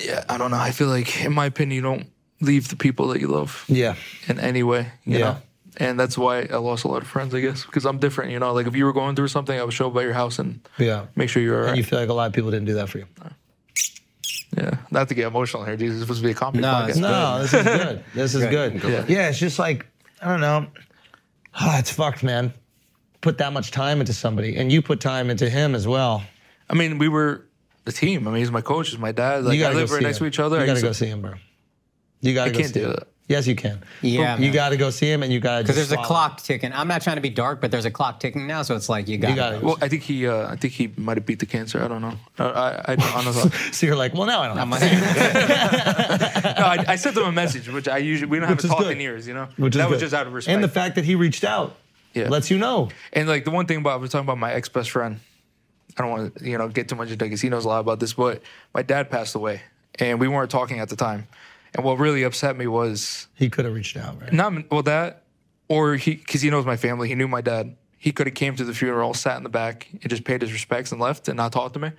[SPEAKER 1] yeah, I don't know. I feel like, in my opinion, you don't leave the people that you love.
[SPEAKER 3] yeah.
[SPEAKER 1] in any way, you
[SPEAKER 3] Yeah.
[SPEAKER 1] know. And that's why I lost a lot of friends, I guess, because I'm different, you know. Like if you were going through something, I would show up at your house and
[SPEAKER 3] Yeah.
[SPEAKER 1] make sure you're all
[SPEAKER 3] And
[SPEAKER 1] right.
[SPEAKER 3] you feel like a lot of people didn't do that for you.
[SPEAKER 1] yeah, not to get emotional here, dude. This is supposed to be a comedy
[SPEAKER 8] No,
[SPEAKER 1] podcast.
[SPEAKER 8] it's-
[SPEAKER 3] No, this is good. This is good. Yeah. it's just like I don't know. Ah, it's fucked, man. Put that much time into somebody, and you put time into him as well.
[SPEAKER 1] I mean, we were the team. I mean, he's my coach, he's my dad. Like
[SPEAKER 3] you
[SPEAKER 1] I
[SPEAKER 3] gotta
[SPEAKER 1] live
[SPEAKER 3] go
[SPEAKER 1] right
[SPEAKER 3] see
[SPEAKER 1] next
[SPEAKER 3] him.
[SPEAKER 1] to each other.
[SPEAKER 3] You
[SPEAKER 1] I
[SPEAKER 3] gotta
[SPEAKER 1] used to-
[SPEAKER 3] go see him, bro. You gotta
[SPEAKER 1] I
[SPEAKER 3] go
[SPEAKER 1] can't
[SPEAKER 3] see
[SPEAKER 1] do
[SPEAKER 3] him.
[SPEAKER 1] that.
[SPEAKER 3] Yes, you can.
[SPEAKER 5] Yeah,
[SPEAKER 3] you
[SPEAKER 5] man.
[SPEAKER 3] gotta go see him, and you gotta
[SPEAKER 5] Because
[SPEAKER 3] because
[SPEAKER 5] there's a clock ticking. I'm not trying to be dark, but there's a clock ticking now, so it's like you got.
[SPEAKER 3] You gotta.
[SPEAKER 1] Well, I think he, uh, I think he might have beat the cancer. I don't know. I, I, I don't honestly.
[SPEAKER 3] so you're like, well, now I don't. Have to.
[SPEAKER 1] no, I, I sent him a message, which I usually we don't have
[SPEAKER 3] Which
[SPEAKER 1] a
[SPEAKER 3] is
[SPEAKER 1] talk
[SPEAKER 3] good.
[SPEAKER 1] in years, you know.
[SPEAKER 3] Which is
[SPEAKER 1] that was
[SPEAKER 3] good.
[SPEAKER 1] just out of respect.
[SPEAKER 3] And the fact that he reached out
[SPEAKER 1] Yeah.
[SPEAKER 3] lets you know.
[SPEAKER 1] And like the one thing about I was talking about my ex best friend. I don't want to you know get too much into because he knows a lot about this, but my dad passed away, and we weren't talking at the time. And what really upset me was
[SPEAKER 3] He could have reached out, right?
[SPEAKER 1] not well that, or he because he knows my family. He knew my dad. He could have came to the funeral, sat in the back, and just paid his respects and left, and not talked to me.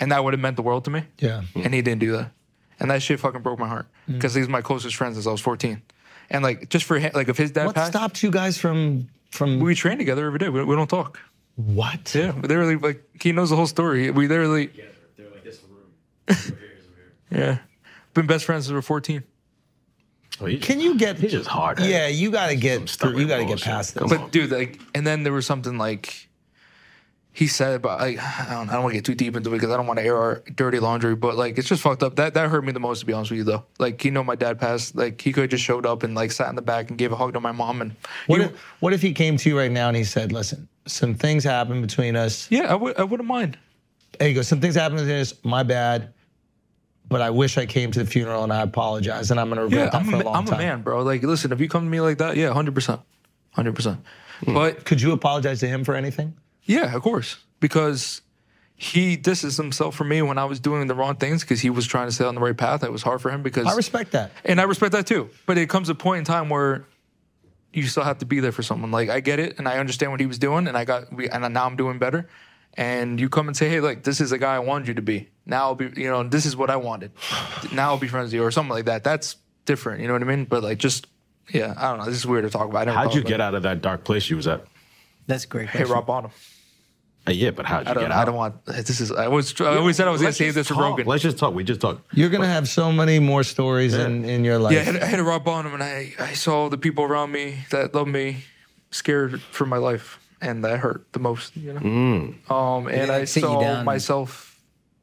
[SPEAKER 1] And that would have meant the world to me.
[SPEAKER 3] Yeah. Hmm.
[SPEAKER 1] And he didn't do that. And that shit fucking broke my heart because he's my closest friend since I was 14. And like just for him, like if his dad
[SPEAKER 3] What
[SPEAKER 1] passed,
[SPEAKER 3] stopped you guys from from
[SPEAKER 1] we train together every day. We, we don't talk.
[SPEAKER 3] what?
[SPEAKER 1] Yeah, we literally like he knows the whole story. We literally
[SPEAKER 16] They're like this room.
[SPEAKER 1] yeah, been best friends since we were fourteen.
[SPEAKER 6] Oh, he's-
[SPEAKER 3] Can you get?
[SPEAKER 6] He's just hard. at it.
[SPEAKER 3] Yeah, you gotta get.
[SPEAKER 6] stubborn
[SPEAKER 3] Through, you gotta get
[SPEAKER 6] bullshit.
[SPEAKER 3] past this.
[SPEAKER 6] Come
[SPEAKER 1] But dude, like, and then there was something like he said about like I don't, I don't want to get too deep into it because I don't want to air our dirty laundry. But like, it's just fucked up. That that hurt me the most, to be honest with you. Though, like, you know, my dad passed. Like, he could have just showed up and like sat in the back and gave a hug to my mom. And
[SPEAKER 3] What
[SPEAKER 1] you-
[SPEAKER 3] if, what if he came to you right now and he said, "Listen, some things happened between us.
[SPEAKER 1] yeah, I would I wouldn't mind.
[SPEAKER 3] Hey, he goes, some things happened between us. My bad, but I wish I came to the funeral and I apologize, and I'm gonna regret
[SPEAKER 1] Yeah,
[SPEAKER 3] that
[SPEAKER 1] I'm
[SPEAKER 3] for
[SPEAKER 1] a,
[SPEAKER 3] a
[SPEAKER 1] ma-
[SPEAKER 3] long
[SPEAKER 1] I'm
[SPEAKER 3] time."
[SPEAKER 1] a man, bro. Like, listen, if you come to me like that, yeah, hundred percent, hundred percent.
[SPEAKER 3] Hmm.
[SPEAKER 1] But
[SPEAKER 3] Could you apologize to him for anything?
[SPEAKER 1] Yeah, of course. Because he distanced himself from me when I was doing the wrong things because he was trying to stay on the right path. It was hard for him because
[SPEAKER 3] I respect that.
[SPEAKER 1] and I respect that too. But it comes a point in time where you still have to be there for someone. Like I get it and I understand what he was doing and I got we and now I'm doing better. And you come and say, Hey, look, this is the guy I wanted you to be. Now I'll be you know, this is what I wanted. Now I'll be friends with you or something like that. That's different, you know what I mean? But like just yeah, I don't know. This is weird to talk about. I never
[SPEAKER 6] How'd
[SPEAKER 1] thought
[SPEAKER 6] you
[SPEAKER 1] about it.
[SPEAKER 6] get out of that dark place you was at?
[SPEAKER 5] That's a great.
[SPEAKER 1] Hey,
[SPEAKER 5] Question.
[SPEAKER 1] Rob Bottom.
[SPEAKER 6] Uh, yeah, but how'd you
[SPEAKER 1] I don't.
[SPEAKER 6] get out?
[SPEAKER 1] I don't want. This is. I always. I always said I was gonna
[SPEAKER 6] Let's
[SPEAKER 1] save
[SPEAKER 6] just
[SPEAKER 1] this for
[SPEAKER 6] talk.
[SPEAKER 1] Rogan.
[SPEAKER 6] Let's just talk. We just talk.
[SPEAKER 3] You're gonna have so many more stories in, in your life.
[SPEAKER 1] Yeah, I had, I had a raw bottom, and I, I saw the people around me that loved me scared for my life, and that hurt the most. You know.
[SPEAKER 3] Mm.
[SPEAKER 1] Um, and
[SPEAKER 5] like,
[SPEAKER 1] I
[SPEAKER 5] sit you
[SPEAKER 1] saw
[SPEAKER 5] down.
[SPEAKER 1] myself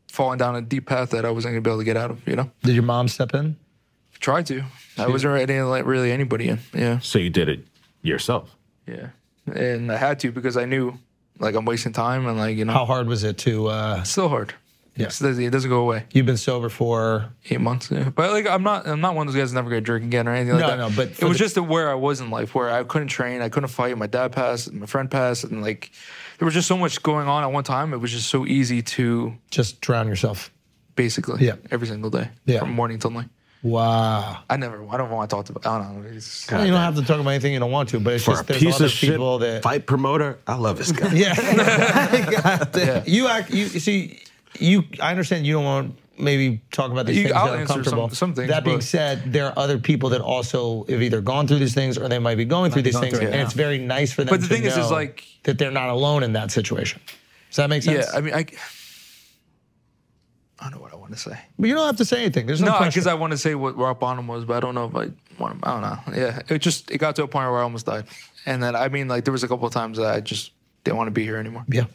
[SPEAKER 1] falling down a deep path that I wasn't gonna be able to get out of. You know.
[SPEAKER 3] Did your mom step in?
[SPEAKER 1] Tried to. I wasn't ready to let really anybody in. Yeah.
[SPEAKER 6] So you did it yourself.
[SPEAKER 1] Yeah. and I had to because I knew like I'm wasting time and like you know
[SPEAKER 3] How hard was it to? Uh,
[SPEAKER 1] still hard.
[SPEAKER 3] Yeah.
[SPEAKER 1] It's- it doesn't go away.
[SPEAKER 3] you've been sober for
[SPEAKER 1] Eight months, yeah. but like I'm not, I'm not one of those guys that never gonna drink again or anything like
[SPEAKER 3] No,
[SPEAKER 1] that.
[SPEAKER 3] no, but
[SPEAKER 1] it
[SPEAKER 3] for
[SPEAKER 1] was
[SPEAKER 3] the-
[SPEAKER 1] just that where I was in life, where I couldn't train, I couldn't fight. My dad passed, my friend passed, and like there was just so much going on at one time. It was just so easy to
[SPEAKER 3] just drown yourself.
[SPEAKER 1] basically,
[SPEAKER 3] Yeah.
[SPEAKER 1] every single day,
[SPEAKER 3] Yeah.
[SPEAKER 1] from morning till night.
[SPEAKER 3] Wow.
[SPEAKER 1] I never, I don't want to talk about. I don't know. It's,
[SPEAKER 3] Well, you don't have to talk about anything you don't want to, but it's
[SPEAKER 6] For
[SPEAKER 3] just
[SPEAKER 6] a
[SPEAKER 3] there's
[SPEAKER 6] piece
[SPEAKER 3] other
[SPEAKER 6] of shit
[SPEAKER 3] people that
[SPEAKER 6] fight promoter, I love this guy.
[SPEAKER 3] Yeah. God damn. You act. You you see. You. I understand you don't want maybe talk about these
[SPEAKER 1] You-
[SPEAKER 3] things
[SPEAKER 1] I'll
[SPEAKER 3] that are
[SPEAKER 1] answer some-
[SPEAKER 3] comfortable.
[SPEAKER 1] some things,
[SPEAKER 3] that being
[SPEAKER 1] but-
[SPEAKER 3] said, there are other people that also have either gone through these things or they might be going through these
[SPEAKER 5] going
[SPEAKER 3] things,
[SPEAKER 5] through it
[SPEAKER 3] and
[SPEAKER 5] now.
[SPEAKER 3] it's very nice for them.
[SPEAKER 1] But the
[SPEAKER 3] to
[SPEAKER 1] thing is, is
[SPEAKER 3] know
[SPEAKER 1] like-
[SPEAKER 3] that they're not alone in that situation. Does that make sense?
[SPEAKER 1] yeah, I mean, I, I don't know what I want to say.
[SPEAKER 3] but you don't have to say anything. There's no,
[SPEAKER 1] No,
[SPEAKER 3] pressure.
[SPEAKER 1] because I want to say what rock bottom was, but I don't know if I want to. I don't know. Yeah, it just it got to a point where I almost died, and then I mean, like there was a couple of times that I just didn't want to be here anymore.
[SPEAKER 3] yeah.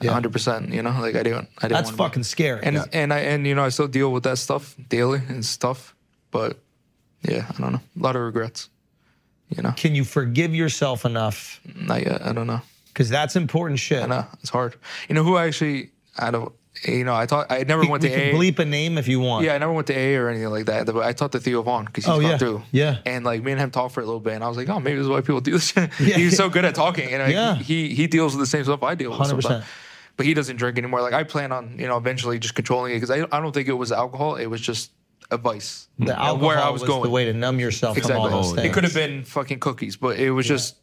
[SPEAKER 1] Yeah, hundred percent. You know, like I didn't. I didn't.
[SPEAKER 3] That's
[SPEAKER 1] wanna be-
[SPEAKER 3] fucking scary.
[SPEAKER 1] And and I and you know I still deal with that stuff daily and stuff, but yeah, I don't know. A lot of regrets. You know,
[SPEAKER 3] Can you forgive yourself enough?
[SPEAKER 1] not yet. I don't know.
[SPEAKER 3] Because that's important shit.
[SPEAKER 1] I know it's hard. You know who I actually I don't. You know, I thought I never
[SPEAKER 3] We,
[SPEAKER 1] went
[SPEAKER 3] we
[SPEAKER 1] to
[SPEAKER 3] can
[SPEAKER 1] AA.
[SPEAKER 3] bleep a name if you want.
[SPEAKER 1] Yeah, I never went to A or anything like that. But I talked to Theo Vaughn because he's
[SPEAKER 3] Oh,
[SPEAKER 1] gone
[SPEAKER 3] yeah.
[SPEAKER 1] through.
[SPEAKER 3] Yeah.
[SPEAKER 1] And like me and him talked for a little bit, and I was like, oh, maybe this is why people do this. shit.
[SPEAKER 3] Yeah.
[SPEAKER 1] he's so good at talking, and like,
[SPEAKER 3] Yeah.
[SPEAKER 1] he he deals with the same stuff I deal with.
[SPEAKER 3] 100%.
[SPEAKER 1] sometimes. But he doesn't drink anymore. Like I plan on you know eventually just controlling it because I I don't think it was alcohol. It was just a vice.
[SPEAKER 3] The
[SPEAKER 1] and
[SPEAKER 3] alcohol
[SPEAKER 1] where I was, going.
[SPEAKER 3] the way to numb yourself
[SPEAKER 1] Exactly.
[SPEAKER 3] from all those things.
[SPEAKER 1] It could have been fucking cookies, but it was just,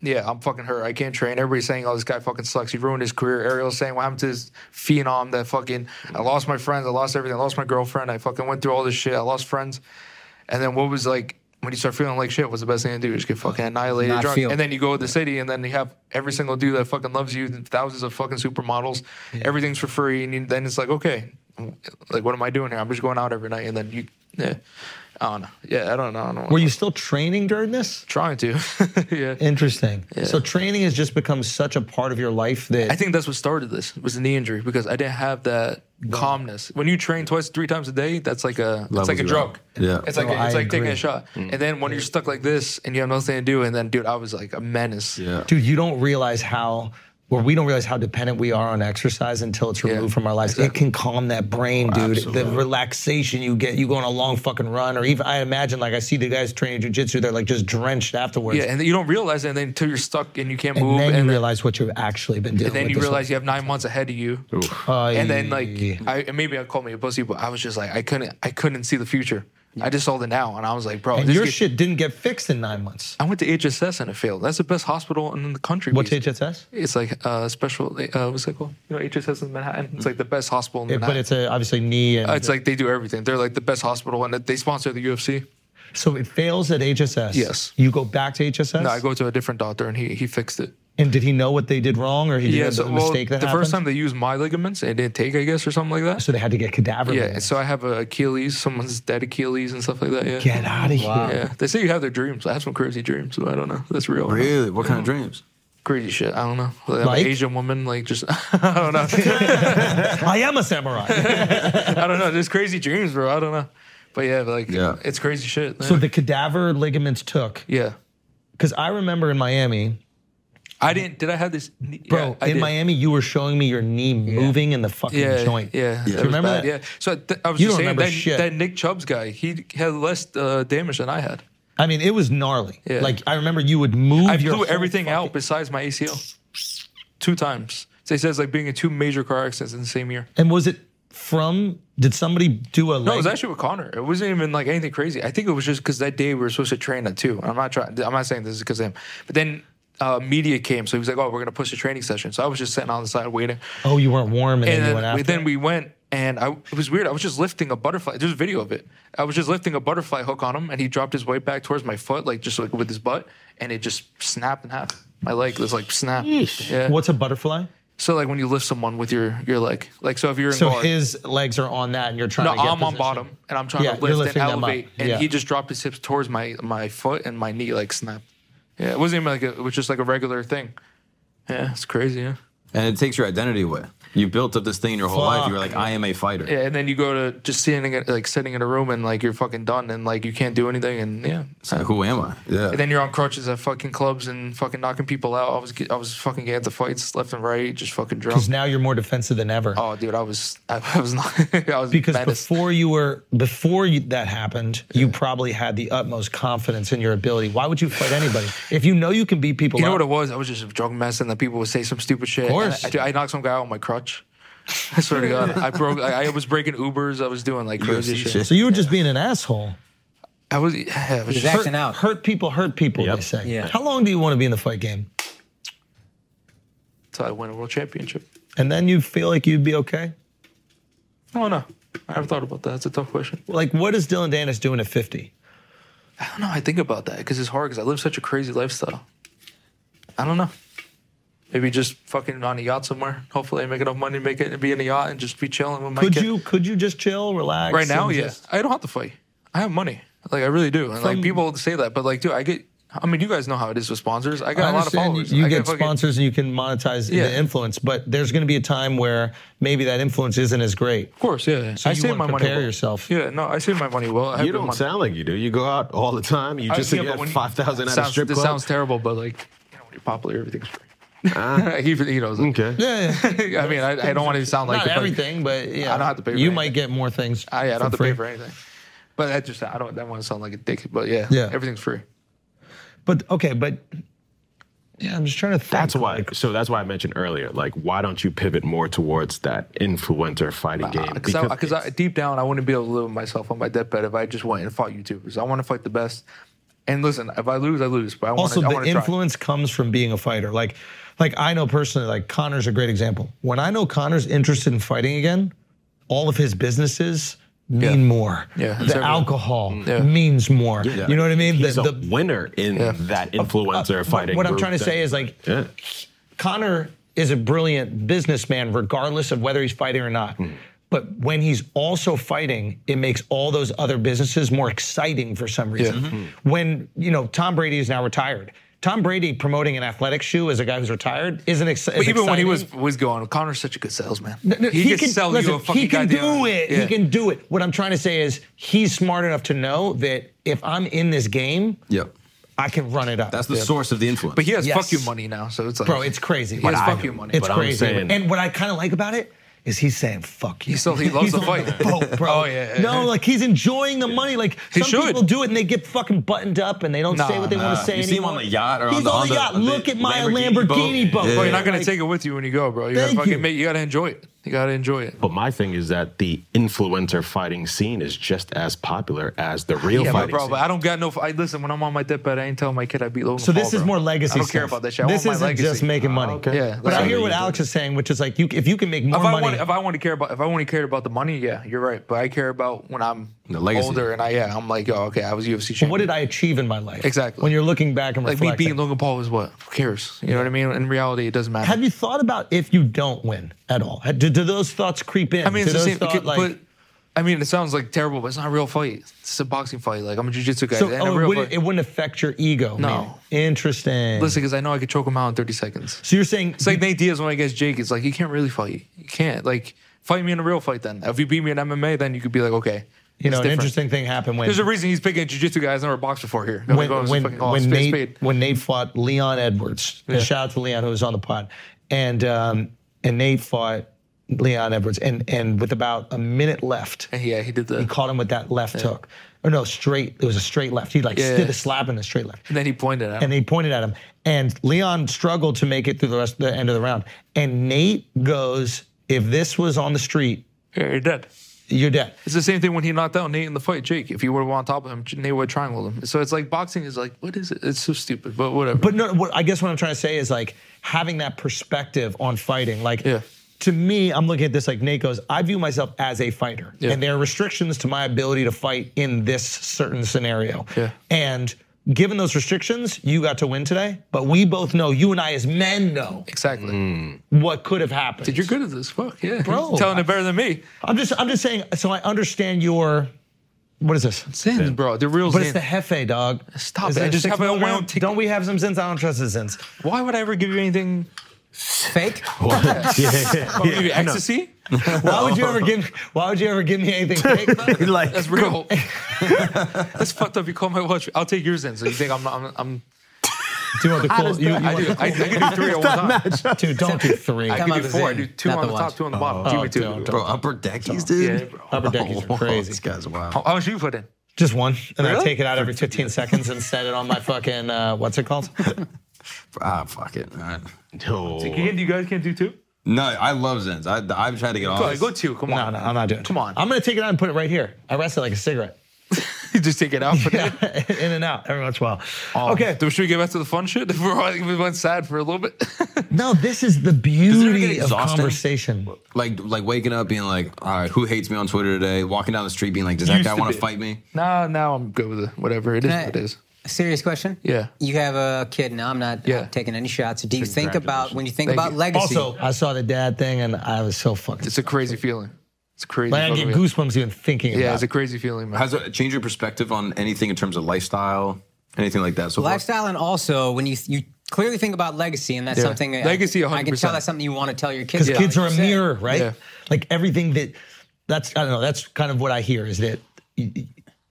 [SPEAKER 1] yeah, I'm fucking hurt. I can't train. Everybody's saying, oh, this guy fucking sucks. He ruined his career. Ariel's saying, what happened to this phenom that fucking, I lost my friends. I lost everything. I lost my girlfriend. I fucking went through all this shit. I lost friends. And then what was like, when you start feeling like shit, what's the best thing to do? Just get fucking annihilated,
[SPEAKER 5] Not
[SPEAKER 1] drunk.
[SPEAKER 5] feel.
[SPEAKER 1] And then you go to the city and then you have every single dude that fucking loves you, thousands of fucking supermodels. Everything's for free. And you, then it's like, okay, like, what am I doing here? I'm just going out every night. And then you, yeah. I don't know. Yeah, I don't know. I don't
[SPEAKER 3] Were you still training during this?
[SPEAKER 1] trying to. yeah.
[SPEAKER 3] Interesting. So training has just become such a part of your life that
[SPEAKER 1] I think that's what started this was the knee injury because I didn't have that calmness. When you train twice, three times a day, that's like a it's
[SPEAKER 8] Levels
[SPEAKER 1] like a
[SPEAKER 8] you
[SPEAKER 1] drug.
[SPEAKER 8] up. Yeah. Mm.
[SPEAKER 1] it's like
[SPEAKER 3] No,
[SPEAKER 1] a, it's
[SPEAKER 3] I
[SPEAKER 1] like taking
[SPEAKER 3] agree.
[SPEAKER 1] a shot. And then when you're stuck like this and you have nothing to do, and then dude, I was like a menace.
[SPEAKER 8] Yeah.
[SPEAKER 3] dude, you don't realize how or we don't realize how dependent we are on exercise until it's removed from our lives. It can calm that brain, dude. The relaxation you get, you go on a long fucking run, or even I imagine like I see the guys training jujitsu, they're like just drenched afterwards.
[SPEAKER 1] Yeah, and you don't realize it until you're stuck and you can't
[SPEAKER 3] and
[SPEAKER 1] move,
[SPEAKER 3] then
[SPEAKER 1] and,
[SPEAKER 3] you
[SPEAKER 1] then,
[SPEAKER 3] realize what you've actually been doing.
[SPEAKER 1] and then you realize you have nine months ahead of you. And then like I and maybe I called me a pussy, but I was just like I couldn't I couldn't see the future. I just saw the now, and I was like, bro,
[SPEAKER 3] and
[SPEAKER 1] this
[SPEAKER 3] your
[SPEAKER 1] kid-
[SPEAKER 3] shit didn't get fixed in nine months.
[SPEAKER 1] I went to HSS and it failed. That's the best hospital in the country.
[SPEAKER 3] What's
[SPEAKER 1] basically.
[SPEAKER 3] HSS?
[SPEAKER 1] It's like uh, special. Uh, what's it called? You know, HSS in Manhattan. It's like the best hospital in
[SPEAKER 3] It-
[SPEAKER 1] Manhattan.
[SPEAKER 3] but it's a, obviously knee and
[SPEAKER 1] Uh, it's like they do everything. They're like the best hospital, and they sponsor the UFC.
[SPEAKER 3] So it fails at HSS.
[SPEAKER 1] Yes.
[SPEAKER 3] You go back to HSS.
[SPEAKER 1] No, I go to a different doctor, and he he fixed it.
[SPEAKER 3] And did he know what they did wrong, or he did
[SPEAKER 1] so-
[SPEAKER 3] a mistake that
[SPEAKER 1] the
[SPEAKER 3] happened?
[SPEAKER 1] first time they used my ligaments, it didn't take, I guess, or something like that.
[SPEAKER 3] so they had to get cadaver.
[SPEAKER 1] yeah,
[SPEAKER 3] ligaments.
[SPEAKER 1] so I have a Achilles, someone's dead Achilles, and stuff like that. Yeah,
[SPEAKER 3] get out of here.
[SPEAKER 1] yeah. They say you have their dreams. I have some crazy dreams, but I don't know. That's real.
[SPEAKER 8] Really? What kind of dreams?
[SPEAKER 1] Crazy shit. I don't know. Like, I'm
[SPEAKER 3] Like?
[SPEAKER 1] an Asian woman, like just I don't know.
[SPEAKER 3] I am a samurai.
[SPEAKER 1] I don't know. There's crazy dreams, bro. I don't know. But yeah, but like
[SPEAKER 8] Yeah.
[SPEAKER 1] it's crazy shit.
[SPEAKER 3] so
[SPEAKER 1] man.
[SPEAKER 3] the cadaver ligaments took
[SPEAKER 1] yeah.
[SPEAKER 3] because I remember in Miami,
[SPEAKER 1] I didn't did I have this knee-
[SPEAKER 3] bro.
[SPEAKER 1] yeah, I
[SPEAKER 3] in
[SPEAKER 1] did.
[SPEAKER 3] Miami, you were showing me your knee moving in the fucking
[SPEAKER 1] yeah,
[SPEAKER 3] joint.
[SPEAKER 1] Yeah.
[SPEAKER 3] Do you
[SPEAKER 1] was
[SPEAKER 3] remember
[SPEAKER 1] bad,
[SPEAKER 3] that?
[SPEAKER 1] Yeah. So th- I was
[SPEAKER 3] You
[SPEAKER 1] just
[SPEAKER 3] don't
[SPEAKER 1] saying
[SPEAKER 3] remember
[SPEAKER 1] that,
[SPEAKER 3] shit.
[SPEAKER 1] that Nick Chubb's guy, he had less uh, damage than I had.
[SPEAKER 3] I mean, it was gnarly.
[SPEAKER 1] Yeah.
[SPEAKER 3] Like I remember you would move.
[SPEAKER 1] I
[SPEAKER 3] your
[SPEAKER 1] blew
[SPEAKER 3] whole
[SPEAKER 1] everything
[SPEAKER 3] fucking-
[SPEAKER 1] out besides my ACL. Two times. So he says like being in two major car accidents in the same year.
[SPEAKER 3] And was it from? Did somebody do a?
[SPEAKER 1] No, it was actually with Connor. It wasn't even like anything crazy. I think it was just because that day we were supposed to train at two. I'm not trying. I'm not saying this is because of him. But then uh, media came, so he was like, "Oh, we're gonna push the training session." So I was just sitting on the side waiting,
[SPEAKER 3] oh, you weren't warm, and,
[SPEAKER 1] and
[SPEAKER 3] then you
[SPEAKER 1] then,
[SPEAKER 3] went
[SPEAKER 1] we,
[SPEAKER 3] after.
[SPEAKER 1] then we went, and I it was weird. I was just lifting a butterfly. There's a video of it. I was just lifting a butterfly hook on him, and he dropped his weight back towards my foot, like just like with his butt, and it just snapped in half. My leg was like snap. Yeah.
[SPEAKER 3] What's a butterfly?
[SPEAKER 1] So like when you lift someone with your your leg, like so if you're in
[SPEAKER 3] So
[SPEAKER 1] guard,
[SPEAKER 3] his legs are on that, and you're trying
[SPEAKER 1] No,
[SPEAKER 3] to get
[SPEAKER 1] I'm on
[SPEAKER 3] position.
[SPEAKER 1] bottom and I'm trying
[SPEAKER 3] Yeah,
[SPEAKER 1] to
[SPEAKER 3] you're
[SPEAKER 1] lift and
[SPEAKER 3] lifting them up.
[SPEAKER 1] elevate. And
[SPEAKER 3] Yeah.
[SPEAKER 1] he just dropped his hips towards my my foot and my knee like snapped. Yeah, it wasn't even like a, it was just like a regular thing. Yeah, it's crazy. Yeah,
[SPEAKER 8] And it takes your identity away. You built up this thing your whole life. You were like, I am a fighter.
[SPEAKER 1] Yeah, and then you go to just sitting in- like sitting in a room and like you're fucking done and like you can't do anything and yeah.
[SPEAKER 8] It's like, who am I? Yeah.
[SPEAKER 1] And then you're on crutches at fucking clubs and fucking knocking people out. I was get- I was fucking getting into fights left and right, just fucking drunk.
[SPEAKER 3] Because now you're more defensive than ever.
[SPEAKER 1] Oh, dude, I was I, I was not I was
[SPEAKER 3] because
[SPEAKER 1] menaced.
[SPEAKER 3] before you were before you, that happened, you probably had the utmost confidence in your ability. Why would you fight anybody if you know you can beat people?
[SPEAKER 1] you know
[SPEAKER 3] up?
[SPEAKER 1] what it was? I was just a drunk mess, and the people would say some stupid shit. Of
[SPEAKER 3] course.
[SPEAKER 1] I, dude, I knocked some guy out on my crutch. I swear to God, I broke. I, I was breaking Ubers. I was doing like crazy
[SPEAKER 8] UFC
[SPEAKER 1] shit.
[SPEAKER 8] shit.
[SPEAKER 3] So you were just being an asshole.
[SPEAKER 1] I was. Yeah, I was
[SPEAKER 5] He's
[SPEAKER 1] just,
[SPEAKER 5] acting out.
[SPEAKER 3] Hurt people, hurt people. They say.
[SPEAKER 5] Yeah.
[SPEAKER 3] How long do you want to be in the fight game?
[SPEAKER 1] until I won a world championship.
[SPEAKER 3] And then you feel like you'd be okay.
[SPEAKER 1] Oh no, I never thought about that. That's a tough question.
[SPEAKER 3] Like, what is Dylan Danis doing at 50?
[SPEAKER 1] I don't know. I think about that because it's hard because I live such a crazy lifestyle. I don't know. Maybe just fucking on a yacht somewhere. Hopefully, I make enough money, to make it, and be in a yacht, and just be chilling with my
[SPEAKER 3] Could
[SPEAKER 1] kid.
[SPEAKER 3] you could you just chill, relax?
[SPEAKER 1] right now,
[SPEAKER 3] and
[SPEAKER 1] yeah.
[SPEAKER 3] just-
[SPEAKER 1] I don't have to fight. I have money. Like I really do. And like
[SPEAKER 3] From-
[SPEAKER 1] people say that, but like, dude, I get. I mean, you guys know how it is with sponsors. I
[SPEAKER 3] I
[SPEAKER 1] got a lot of
[SPEAKER 3] understand
[SPEAKER 1] followers.
[SPEAKER 3] You, you
[SPEAKER 1] I
[SPEAKER 3] get
[SPEAKER 1] fucking-
[SPEAKER 3] sponsors and you can monetize
[SPEAKER 1] Yeah.
[SPEAKER 3] the influence, but there's going to be a time where maybe that influence isn't as great.
[SPEAKER 1] Of course, yeah.
[SPEAKER 3] So
[SPEAKER 1] I
[SPEAKER 3] you
[SPEAKER 1] save
[SPEAKER 3] wanna
[SPEAKER 1] my money.
[SPEAKER 3] prepare
[SPEAKER 1] well.
[SPEAKER 3] yourself.
[SPEAKER 1] Yeah, no, I save my money well. I have
[SPEAKER 6] You
[SPEAKER 1] good
[SPEAKER 6] don't
[SPEAKER 1] money.
[SPEAKER 6] sound like you do. You go out all the time. You
[SPEAKER 1] I-
[SPEAKER 6] just
[SPEAKER 1] yeah,
[SPEAKER 6] said you
[SPEAKER 1] but
[SPEAKER 6] had
[SPEAKER 1] when-
[SPEAKER 6] 5,000 at a
[SPEAKER 1] sounds-
[SPEAKER 6] strip
[SPEAKER 1] This
[SPEAKER 6] club.
[SPEAKER 1] sounds terrible, but like, you know, when you're popular, everything's free. he, he knows. that.
[SPEAKER 6] Ah. okay.
[SPEAKER 3] Yeah, yeah.
[SPEAKER 1] I mean, I, I don't want it to sound like
[SPEAKER 3] Not
[SPEAKER 1] the fucking-
[SPEAKER 3] everything, but yeah,
[SPEAKER 1] I don't have to pay for
[SPEAKER 3] You
[SPEAKER 1] anything.
[SPEAKER 3] might get more things.
[SPEAKER 1] I, yeah, I
[SPEAKER 3] for
[SPEAKER 1] don't have to
[SPEAKER 3] free.
[SPEAKER 1] pay for anything. But that just I don't that want to sound like a dick, but yeah,
[SPEAKER 3] Yeah.
[SPEAKER 1] everything's free.
[SPEAKER 3] But okay, but yeah, I'm just trying to. Think.
[SPEAKER 6] That's why. So that's why I mentioned earlier. Like, why don't you pivot more towards that influencer fighting game?
[SPEAKER 1] Because Uh, I, because I, deep down, I wouldn't be able to live with myself on my deathbed if I just went and fought YouTubers. I want to fight the best. And listen, if I lose, I lose. But I want
[SPEAKER 3] also
[SPEAKER 1] to. I
[SPEAKER 3] the
[SPEAKER 1] want to try.
[SPEAKER 3] influence comes from being a fighter. Like, like I know personally, like Connor's a great example. When I know Connor's interested in fighting again, all of his businesses mean
[SPEAKER 1] Yeah.
[SPEAKER 3] more.
[SPEAKER 1] Yeah.
[SPEAKER 3] the
[SPEAKER 1] Certainly.
[SPEAKER 3] alcohol
[SPEAKER 1] Yeah.
[SPEAKER 3] means more.
[SPEAKER 6] Yeah.
[SPEAKER 3] You know what I mean?
[SPEAKER 6] He's
[SPEAKER 3] the,
[SPEAKER 6] a winner in that influencer fighting.
[SPEAKER 3] What I'm
[SPEAKER 6] group
[SPEAKER 3] trying to
[SPEAKER 6] that-
[SPEAKER 3] say is like
[SPEAKER 6] Yeah.
[SPEAKER 3] Connor is a brilliant businessman, regardless of whether he's fighting or not.
[SPEAKER 1] Mm-hmm.
[SPEAKER 3] But when he's also fighting, it makes all those other businesses more exciting for some reason.
[SPEAKER 1] Mm-hmm.
[SPEAKER 3] When, you know, Tom Brady is now retired. Tom Brady promoting an athletic shoe as a guy who's retired isn't ex- as
[SPEAKER 1] But even when he
[SPEAKER 3] exciting.
[SPEAKER 1] was was going, Connor's such a good salesman.
[SPEAKER 3] No,
[SPEAKER 1] he, can, sell
[SPEAKER 3] listen,
[SPEAKER 1] you a fucking
[SPEAKER 3] He can
[SPEAKER 1] goddamn-
[SPEAKER 3] do it.
[SPEAKER 1] Yeah.
[SPEAKER 3] He can do it. What I'm trying to say is he's smart enough to know that if I'm in this game,
[SPEAKER 8] Yep.
[SPEAKER 3] I can run it up.
[SPEAKER 8] That's the
[SPEAKER 3] Yeah.
[SPEAKER 8] source of the influence.
[SPEAKER 1] But he has
[SPEAKER 3] Yes.
[SPEAKER 1] fuck you money now, so it's like,
[SPEAKER 3] Bro, it's crazy.
[SPEAKER 1] He has
[SPEAKER 6] I-
[SPEAKER 1] fuck you money.
[SPEAKER 3] It's
[SPEAKER 6] But I'm
[SPEAKER 3] crazy.
[SPEAKER 6] saying-
[SPEAKER 3] and what I kind of like about it is he's saying "fuck you."
[SPEAKER 1] He still- he loves
[SPEAKER 3] he's
[SPEAKER 1] the
[SPEAKER 3] on
[SPEAKER 1] fight.
[SPEAKER 3] boat, bro.
[SPEAKER 1] Oh, yeah, yeah,
[SPEAKER 3] No,
[SPEAKER 1] yeah.
[SPEAKER 3] like he's enjoying the money. Like
[SPEAKER 1] He
[SPEAKER 3] some
[SPEAKER 1] should.
[SPEAKER 3] people do it and they get fucking buttoned up and they don't
[SPEAKER 1] Nah,
[SPEAKER 3] say what they want
[SPEAKER 8] nah.
[SPEAKER 3] to say
[SPEAKER 8] Uh, You see him
[SPEAKER 3] anymore.
[SPEAKER 8] on the yacht or on
[SPEAKER 3] he's
[SPEAKER 8] the-
[SPEAKER 3] on the
[SPEAKER 8] on
[SPEAKER 3] yacht.
[SPEAKER 8] the-
[SPEAKER 3] Look
[SPEAKER 8] the
[SPEAKER 3] at my
[SPEAKER 8] Lamborghini
[SPEAKER 3] Lamborghini boat.
[SPEAKER 8] boat. Yeah.
[SPEAKER 1] Bro, you're not gonna
[SPEAKER 3] Like,
[SPEAKER 1] take it with you when you go, bro. You gotta
[SPEAKER 3] Thank
[SPEAKER 1] fucking
[SPEAKER 3] you.
[SPEAKER 1] make. You gotta enjoy it. You gotta enjoy it.
[SPEAKER 6] But my thing is that the influencer fighting scene is just as popular as the real
[SPEAKER 1] Yeah, but
[SPEAKER 6] fighting
[SPEAKER 1] bro,
[SPEAKER 6] scene.
[SPEAKER 1] but I don't got no. I listen when I'm on my deathbed. I ain't telling my kid I beat Logan.
[SPEAKER 3] So this
[SPEAKER 1] Paul,
[SPEAKER 3] is
[SPEAKER 1] bro.
[SPEAKER 3] more legacy.
[SPEAKER 1] I don't care
[SPEAKER 3] stuff.
[SPEAKER 1] about that shit. I
[SPEAKER 3] this
[SPEAKER 1] want
[SPEAKER 3] isn't
[SPEAKER 1] my legacy.
[SPEAKER 3] just making money.
[SPEAKER 6] okay.
[SPEAKER 1] Yeah,
[SPEAKER 3] but
[SPEAKER 1] that's
[SPEAKER 3] I hear
[SPEAKER 6] what
[SPEAKER 3] what
[SPEAKER 6] you do.
[SPEAKER 3] Alex is saying, which is like, you if you can make more
[SPEAKER 1] If I
[SPEAKER 3] money,
[SPEAKER 1] want, if I want to care about, if I want to care about the money, yeah, you're right. But I care about when I'm
[SPEAKER 8] The legacy.
[SPEAKER 1] older and I, yeah, I'm like, oh, okay, I was UFC champion.
[SPEAKER 3] what did I achieve in my life?
[SPEAKER 1] Exactly.
[SPEAKER 3] When you're looking back and
[SPEAKER 1] like
[SPEAKER 3] reflecting,
[SPEAKER 1] me beating Logan Paul was what? Who cares? You know what I mean? In reality, it doesn't matter.
[SPEAKER 3] Have you thought about if you don't win at all? Do, do those thoughts creep in?
[SPEAKER 1] I mean, it's
[SPEAKER 3] do
[SPEAKER 1] the
[SPEAKER 3] those
[SPEAKER 1] same.
[SPEAKER 3] thought,
[SPEAKER 1] but- but, I mean, it sounds like terrible, but it's not a real fight. It's a boxing fight. Like I'm a jujitsu guy.
[SPEAKER 3] so,
[SPEAKER 1] it ain't a
[SPEAKER 3] oh, it,
[SPEAKER 1] real
[SPEAKER 3] wouldn't,
[SPEAKER 1] fight.
[SPEAKER 3] it wouldn't affect your ego.
[SPEAKER 1] No.
[SPEAKER 3] man. Interesting.
[SPEAKER 1] Listen, because I know I could choke him out in 30 seconds.
[SPEAKER 3] so you're saying
[SPEAKER 1] It's like Nate Diaz when I guess Jake. It's like you can't really fight. You can't like fight me in a real fight. Then if you beat me in MMA, then you could be like, okay,
[SPEAKER 3] you
[SPEAKER 1] it's
[SPEAKER 3] know an
[SPEAKER 1] different.
[SPEAKER 3] interesting thing happened when
[SPEAKER 1] There's a reason he's picking jiu-jitsu guys never boxed before here.
[SPEAKER 3] when
[SPEAKER 1] Like, oh, it's
[SPEAKER 3] when,
[SPEAKER 1] fucking all
[SPEAKER 3] when
[SPEAKER 1] spade,
[SPEAKER 3] Nate
[SPEAKER 1] spade.
[SPEAKER 3] when Nate fought Leon Edwards. And
[SPEAKER 1] Yeah.
[SPEAKER 3] Shout out to Leon who was on the pod, and um, and Nate fought Leon Edwards, and and with about a minute left,
[SPEAKER 1] And yeah, he did the.
[SPEAKER 3] he caught him with that left hook, or no straight. It was a straight left. He like
[SPEAKER 1] Yeah.
[SPEAKER 3] did a slap and a straight left.
[SPEAKER 1] and then he pointed at him.
[SPEAKER 3] and they pointed at him. And Leon struggled to make it through the rest the end of the round. And Nate goes, if this was on the street,
[SPEAKER 1] Yeah, you're dead.
[SPEAKER 3] you're dead.
[SPEAKER 1] It's the same thing when he knocked out Nate in the fight, Jake. If he would have went on top of him, Nate would have triangled him. So it's like boxing is like, what is it? It's so stupid, but whatever.
[SPEAKER 3] But no, what, I guess what I'm trying to say is like having that perspective on fighting. Like
[SPEAKER 1] Yeah.
[SPEAKER 3] to me, I'm looking at this like Nate goes, I view myself as a fighter.
[SPEAKER 1] Yeah.
[SPEAKER 3] And there are restrictions to my ability to fight in this certain scenario.
[SPEAKER 1] Yeah.
[SPEAKER 3] And given those restrictions, you got to win today. But we both know, you and I as men know
[SPEAKER 1] exactly.
[SPEAKER 3] what could have happened.
[SPEAKER 1] Dude, you're good at this. Fuck yeah,
[SPEAKER 3] Bro,
[SPEAKER 1] You're telling it better than me.
[SPEAKER 3] I'm just I'm just saying. So I understand your. What is this?
[SPEAKER 1] Zins, bro. The real
[SPEAKER 3] But it's
[SPEAKER 1] Zins.
[SPEAKER 3] the hefe, dog.
[SPEAKER 1] Stop
[SPEAKER 3] Is
[SPEAKER 1] it.
[SPEAKER 3] that
[SPEAKER 1] I just
[SPEAKER 3] six
[SPEAKER 1] have my own
[SPEAKER 3] milligram?
[SPEAKER 1] ticket.
[SPEAKER 3] Don't we have some zins? I don't trust the zins.
[SPEAKER 1] Why would I ever give you anything
[SPEAKER 5] Fake?
[SPEAKER 6] What? Yeah,
[SPEAKER 1] What,
[SPEAKER 6] yeah,
[SPEAKER 1] give you
[SPEAKER 6] no.
[SPEAKER 1] ecstasy?
[SPEAKER 3] Why would you ever give? Why would you ever give me anything fake? man?
[SPEAKER 6] like,
[SPEAKER 1] That's real. That's fucked up. You call my watch. I'll take yours then. So you think I'm? I'm, I'm
[SPEAKER 3] Do you want the cool? You, you
[SPEAKER 1] I,
[SPEAKER 3] want
[SPEAKER 1] do, I, I can do three at one time.
[SPEAKER 3] the, dude, don't do three.
[SPEAKER 1] I
[SPEAKER 5] Come
[SPEAKER 1] can
[SPEAKER 5] out
[SPEAKER 1] do
[SPEAKER 5] of the
[SPEAKER 1] four. I do
[SPEAKER 5] Zane,
[SPEAKER 1] two
[SPEAKER 5] not
[SPEAKER 1] on
[SPEAKER 5] the
[SPEAKER 1] the Oh,
[SPEAKER 5] watch.
[SPEAKER 1] top, two on the bottom. Give me two.
[SPEAKER 8] Bro, upper deckies,
[SPEAKER 1] Yeah,
[SPEAKER 8] dude.
[SPEAKER 1] bro.
[SPEAKER 3] Upper deckies
[SPEAKER 8] wow,
[SPEAKER 3] are crazy.
[SPEAKER 8] This guy's
[SPEAKER 1] How
[SPEAKER 8] wild.
[SPEAKER 1] how much you put in?
[SPEAKER 3] Just one, and I take it out every 15 seconds and set it on my fucking uh, what's it called?
[SPEAKER 8] Ah, fuck it. All right.
[SPEAKER 1] You, can, you guys can't do two.
[SPEAKER 8] No, I love Zens. I, I've tried to get
[SPEAKER 1] Go, ahead,
[SPEAKER 8] off.
[SPEAKER 1] go two. Come
[SPEAKER 3] No,
[SPEAKER 1] on.
[SPEAKER 3] no, I'm not doing. it.
[SPEAKER 1] Come on.
[SPEAKER 3] I'm gonna take it out and put it right here. I rest it like a cigarette.
[SPEAKER 1] You just take it out. Put it in.
[SPEAKER 3] in and out every once in a while. okay.
[SPEAKER 1] Then should we get back to the fun shit? We're all- we went sad for a little bit.
[SPEAKER 3] No, this is the
[SPEAKER 8] ever get
[SPEAKER 3] beauty of
[SPEAKER 8] exhausting?
[SPEAKER 3] conversation.
[SPEAKER 8] Like, like waking up being like, all right, who hates me on Twitter today? Walking down the street being like, does that
[SPEAKER 1] Used
[SPEAKER 8] guy
[SPEAKER 1] to
[SPEAKER 8] want
[SPEAKER 1] be.
[SPEAKER 8] to fight me?
[SPEAKER 1] no, now I'm good with it. Whatever it is,
[SPEAKER 5] Can I-
[SPEAKER 1] it is.
[SPEAKER 5] Serious question?
[SPEAKER 1] Yeah.
[SPEAKER 5] You have a kid now. I'm not
[SPEAKER 1] Yeah.
[SPEAKER 5] taking any shots. Do you think about when you think
[SPEAKER 1] Thank
[SPEAKER 5] about
[SPEAKER 1] you.
[SPEAKER 5] legacy?
[SPEAKER 3] Also, I saw the dad thing and I was so fucking.
[SPEAKER 1] It's a crazy feeling. It's a crazy.
[SPEAKER 3] like I
[SPEAKER 1] fucking
[SPEAKER 3] get
[SPEAKER 1] feeling.
[SPEAKER 3] goosebumps even thinking
[SPEAKER 1] Yeah,
[SPEAKER 3] about.
[SPEAKER 1] it's
[SPEAKER 3] it.
[SPEAKER 1] a crazy feeling, man.
[SPEAKER 8] Has it changed your perspective on anything in terms of lifestyle, anything like that? So far?
[SPEAKER 5] lifestyle, and also when you you clearly think about legacy, and that's
[SPEAKER 1] Yeah.
[SPEAKER 5] something I-
[SPEAKER 1] Legacy,
[SPEAKER 5] I can tell
[SPEAKER 1] 100%.
[SPEAKER 5] that's something you want to tell your kids.
[SPEAKER 3] because
[SPEAKER 5] about,
[SPEAKER 3] kids
[SPEAKER 5] like
[SPEAKER 3] are a
[SPEAKER 5] you said.
[SPEAKER 3] mirror, right?
[SPEAKER 1] Yeah.
[SPEAKER 3] Like everything that that's I don't know. That's kind of what I hear is that y- y-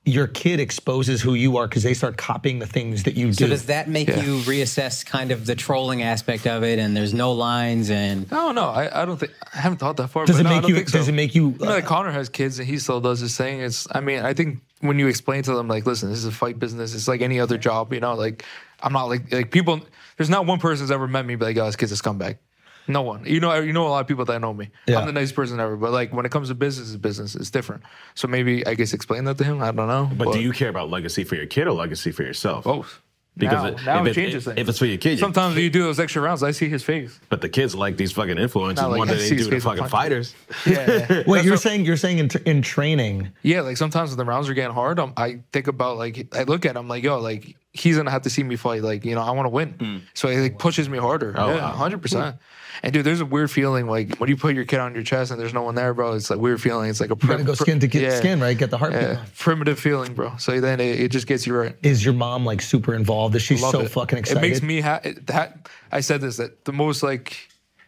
[SPEAKER 3] your kid exposes who you are because they start copying the things that you
[SPEAKER 5] So
[SPEAKER 3] do.
[SPEAKER 5] does that make
[SPEAKER 1] Yeah.
[SPEAKER 5] you reassess kind of the trolling aspect of it? And there's no lines, and
[SPEAKER 1] I don't know. I, I don't think I haven't thought that far.
[SPEAKER 3] Does
[SPEAKER 1] but
[SPEAKER 3] it
[SPEAKER 1] no, I
[SPEAKER 3] make
[SPEAKER 1] don't
[SPEAKER 3] you-
[SPEAKER 1] think so.
[SPEAKER 3] does it make you,
[SPEAKER 1] You know,
[SPEAKER 3] uh,
[SPEAKER 1] like Connor has kids and he still does his thing. It's. I mean, I think when you explain to them, like, listen, this is a fight business. It's like any other job. You know, like I'm not like like people. There's not one person that's ever met me, but like, oh, this kid's a scumbag. No one. You know, you know a lot of people that know me.
[SPEAKER 3] Yeah.
[SPEAKER 1] I'm the nicest person ever. But like when it comes to business, it's business. It's different. So maybe I guess explain that to him. I don't know.
[SPEAKER 6] But do you care about legacy for your kid or legacy for yourself?
[SPEAKER 1] both?
[SPEAKER 6] Because
[SPEAKER 1] Oh, Now-
[SPEAKER 6] it,
[SPEAKER 1] now
[SPEAKER 6] if
[SPEAKER 1] it
[SPEAKER 6] it-
[SPEAKER 1] changes
[SPEAKER 6] if,
[SPEAKER 1] things.
[SPEAKER 6] it's for your kid, you
[SPEAKER 1] Sometimes when you do those extra rounds, I see his face.
[SPEAKER 6] But the kids like these fucking influencers
[SPEAKER 1] Not like
[SPEAKER 6] more than
[SPEAKER 1] I
[SPEAKER 6] they
[SPEAKER 1] see
[SPEAKER 6] do the
[SPEAKER 1] space
[SPEAKER 6] fucking
[SPEAKER 1] punch.
[SPEAKER 6] fighters.
[SPEAKER 1] Yeah.
[SPEAKER 3] Wait, you're saying you're saying in, tr- in training,
[SPEAKER 1] Yeah, like sometimes when the rounds are getting hard, i I think about like I look at him like, yo, like he's gonna have to see me fight. Like you know, I want to win, so it like pushes me harder.
[SPEAKER 6] Mm. Oh,
[SPEAKER 1] yeah,
[SPEAKER 6] wow.
[SPEAKER 1] hundred percent. And dude, there's a weird feeling like when you put your kid on your chest and there's no one there, bro. It's like weird feeling. It's like a
[SPEAKER 3] you gotta
[SPEAKER 1] prim-
[SPEAKER 3] go skin to
[SPEAKER 1] prim-
[SPEAKER 3] get
[SPEAKER 1] yeah,
[SPEAKER 3] skin, right? Get the heartbeat.
[SPEAKER 1] Yeah, primitive feeling, bro. So then it, it just gets you right.
[SPEAKER 3] Is your mom like super involved? Is she
[SPEAKER 1] Love
[SPEAKER 3] so
[SPEAKER 1] it.
[SPEAKER 3] fucking excited?
[SPEAKER 1] It makes me ha- it- that I said this that the most like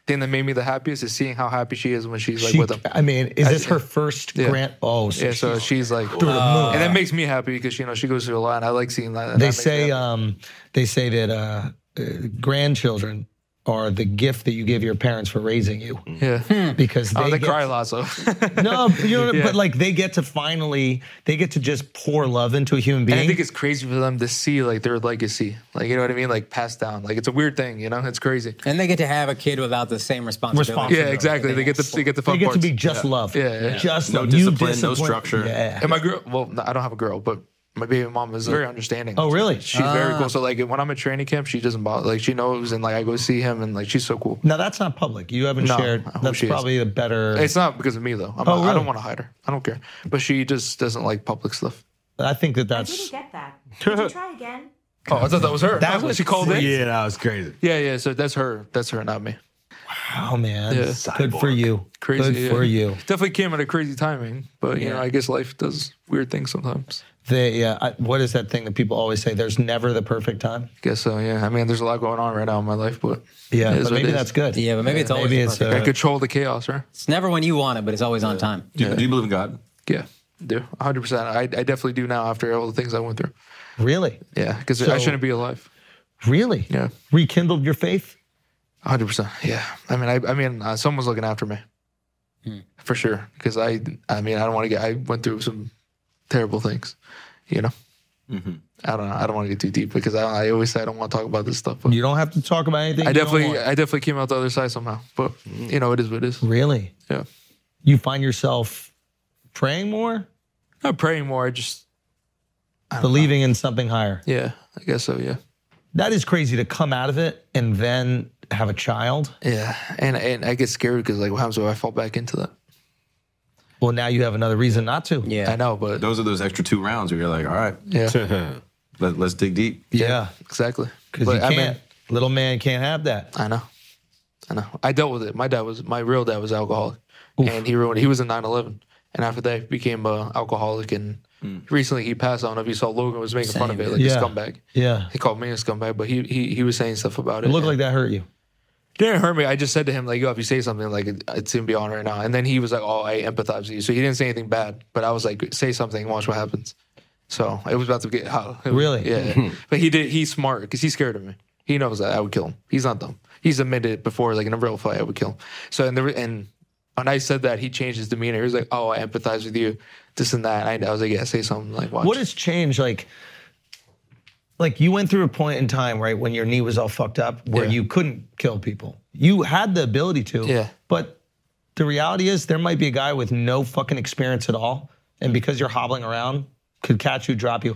[SPEAKER 1] thing that made me the happiest is seeing how happy she is when she's like
[SPEAKER 3] She-
[SPEAKER 1] with him.
[SPEAKER 3] I mean, is
[SPEAKER 1] I-
[SPEAKER 3] this her first
[SPEAKER 1] Yeah.
[SPEAKER 3] grant? Oh, so
[SPEAKER 1] Yeah, so
[SPEAKER 3] she's-
[SPEAKER 1] she's like,
[SPEAKER 3] moon.
[SPEAKER 1] and that makes me happy because you know she goes through a lot. And I like seeing that.
[SPEAKER 3] they say um, they say that uh, uh, grandchildren are the gift that you give your parents for raising you
[SPEAKER 1] Mm-hmm. yeah.
[SPEAKER 3] because Hmm. they,
[SPEAKER 1] Oh, they
[SPEAKER 3] get-
[SPEAKER 1] cry a lot, so
[SPEAKER 3] No, but you know, what I-
[SPEAKER 1] Yeah.
[SPEAKER 3] but like they get to finally, they get to just pour love into a human
[SPEAKER 1] And
[SPEAKER 3] being.
[SPEAKER 1] I think it's crazy for them to see like their legacy, like you know what I mean, like passed down. Like it's a weird thing, you know, it's crazy.
[SPEAKER 5] and they get to have a kid without the same responsibility.
[SPEAKER 3] Responsibility.
[SPEAKER 1] Yeah, exactly. They get the they get the fun
[SPEAKER 3] they get to
[SPEAKER 1] parts.
[SPEAKER 3] be just love.
[SPEAKER 1] Yeah, yeah.
[SPEAKER 3] just
[SPEAKER 8] No
[SPEAKER 3] love. You
[SPEAKER 8] discipline, no
[SPEAKER 3] discipline-
[SPEAKER 8] structure.
[SPEAKER 3] Yeah.
[SPEAKER 1] and my girl, well, no, I don't have a girl, but my baby mom is very understanding.
[SPEAKER 3] Oh, really?
[SPEAKER 1] She's very cool. So like when I'm at training camp, she doesn't bother. Like she knows, and like I go see him, and like she's so cool.
[SPEAKER 3] Now that's not public. You haven't
[SPEAKER 1] No,
[SPEAKER 3] shared.
[SPEAKER 1] who
[SPEAKER 3] That's
[SPEAKER 1] she is.
[SPEAKER 3] probably the better.
[SPEAKER 1] It's not because of me though. I'm
[SPEAKER 3] Oh,
[SPEAKER 1] not- I
[SPEAKER 3] really?
[SPEAKER 1] don't want to hide her. I don't care. But she just doesn't like public stuff.
[SPEAKER 3] I think that
[SPEAKER 16] I didn't
[SPEAKER 3] that's.
[SPEAKER 16] get that. Could you try again?
[SPEAKER 1] Oh, I thought that was her. That was
[SPEAKER 3] was
[SPEAKER 1] she called in.
[SPEAKER 6] Yeah, that was crazy.
[SPEAKER 1] Yeah, yeah. So that's her. That's her, not me.
[SPEAKER 3] Oh man,
[SPEAKER 1] Yeah.
[SPEAKER 3] good for you.
[SPEAKER 1] Crazy.
[SPEAKER 3] Good
[SPEAKER 1] yeah.
[SPEAKER 3] for you.
[SPEAKER 1] Definitely came at a crazy timing, but you know, I guess life does weird things sometimes.
[SPEAKER 3] They, yeah. I, what is that thing that people always say? There's never the perfect time.
[SPEAKER 1] guess so. Yeah. I mean, there's a lot going on right now in my life, but
[SPEAKER 3] Yeah,
[SPEAKER 1] it is
[SPEAKER 3] but
[SPEAKER 1] what it
[SPEAKER 3] maybe
[SPEAKER 1] is.
[SPEAKER 3] that's good.
[SPEAKER 5] Yeah, but maybe it's always
[SPEAKER 3] Maybe
[SPEAKER 5] the
[SPEAKER 3] it's
[SPEAKER 5] perfect-
[SPEAKER 1] I
[SPEAKER 3] uh,
[SPEAKER 1] control the chaos, right?
[SPEAKER 5] It's never when you want it, but it's always on time.
[SPEAKER 8] Do, do you believe in God?
[SPEAKER 1] Yeah. Do 100. percent I I definitely do now after all the things I went through.
[SPEAKER 3] really,
[SPEAKER 1] Yeah, because
[SPEAKER 3] So-
[SPEAKER 1] I shouldn't be alive.
[SPEAKER 3] really.
[SPEAKER 1] Yeah.
[SPEAKER 3] Rekindled your faith.
[SPEAKER 1] 100. percent Yeah. I mean, I I mean, uh, someone's looking after me for sure. Because I I mean, I don't want to get. I went through some terrible things, you know. I don't know. I don't want to get too deep because I, I always say I don't want to talk about this stuff. But
[SPEAKER 3] You don't have to talk about anything.
[SPEAKER 1] I
[SPEAKER 3] you don't
[SPEAKER 1] definitely,
[SPEAKER 3] want.
[SPEAKER 1] I definitely came out the other side somehow. But you know, it is what it is.
[SPEAKER 3] Really?
[SPEAKER 1] Yeah,
[SPEAKER 3] You find yourself praying more,
[SPEAKER 1] not praying more. I just,
[SPEAKER 3] believing in something higher.
[SPEAKER 1] yeah, I guess so. Yeah,
[SPEAKER 3] That is crazy to come out of it and then have a child.
[SPEAKER 1] yeah. And and I get scared because like, what happens if I fall back into that?
[SPEAKER 3] Well, now you have another reason not to.
[SPEAKER 5] Yeah.
[SPEAKER 1] I know, but
[SPEAKER 8] Those are those extra two rounds where you're like, all right,
[SPEAKER 1] yeah,
[SPEAKER 8] let, let's dig deep.
[SPEAKER 3] Yeah.
[SPEAKER 1] exactly.
[SPEAKER 3] Because
[SPEAKER 1] But
[SPEAKER 3] you
[SPEAKER 1] I
[SPEAKER 3] can't.
[SPEAKER 1] mean,
[SPEAKER 3] Little man can't have that.
[SPEAKER 1] I know, I know. I dealt with it. My dad was my real dad was alcoholic, and he ruined. He was in 9/11, and after that, he became a alcoholic. And recently, he passed. I don't know if you saw Logan was making fun of it, like
[SPEAKER 3] Yeah.
[SPEAKER 1] a scumbag.
[SPEAKER 3] Yeah.
[SPEAKER 1] He called me a scumbag, but he he he was saying stuff about it.
[SPEAKER 3] It looked
[SPEAKER 1] and-
[SPEAKER 3] like that hurt you.
[SPEAKER 1] didn't hurt me. I just said to him like, "Yo, if you say something, like it- it's gonna be on right now." And then he was like, "Oh, I empathize with you." So he didn't say anything bad, but I was like, "Say something, watch what happens." So it was about to get hot. It was-
[SPEAKER 3] Really?
[SPEAKER 1] Yeah. but he did. He's smart because he's scared of me. He knows that I would kill him. He's not dumb. He's admitted before, like in a real fight, I would kill him. So and the and when I said that, he changed his demeanor. He was like, "Oh, I empathize with you, this and that." And I, I was like, "Yeah, say something." Like, watch.
[SPEAKER 3] What has changed? Like, like you went through a point in time, right, when your knee was all fucked up, where
[SPEAKER 1] Yeah.
[SPEAKER 3] you couldn't kill people. You had the ability to,
[SPEAKER 1] Yeah.
[SPEAKER 3] But the reality is, there might be a guy with no fucking experience at all, and because you're hobbling around, could catch you, drop you.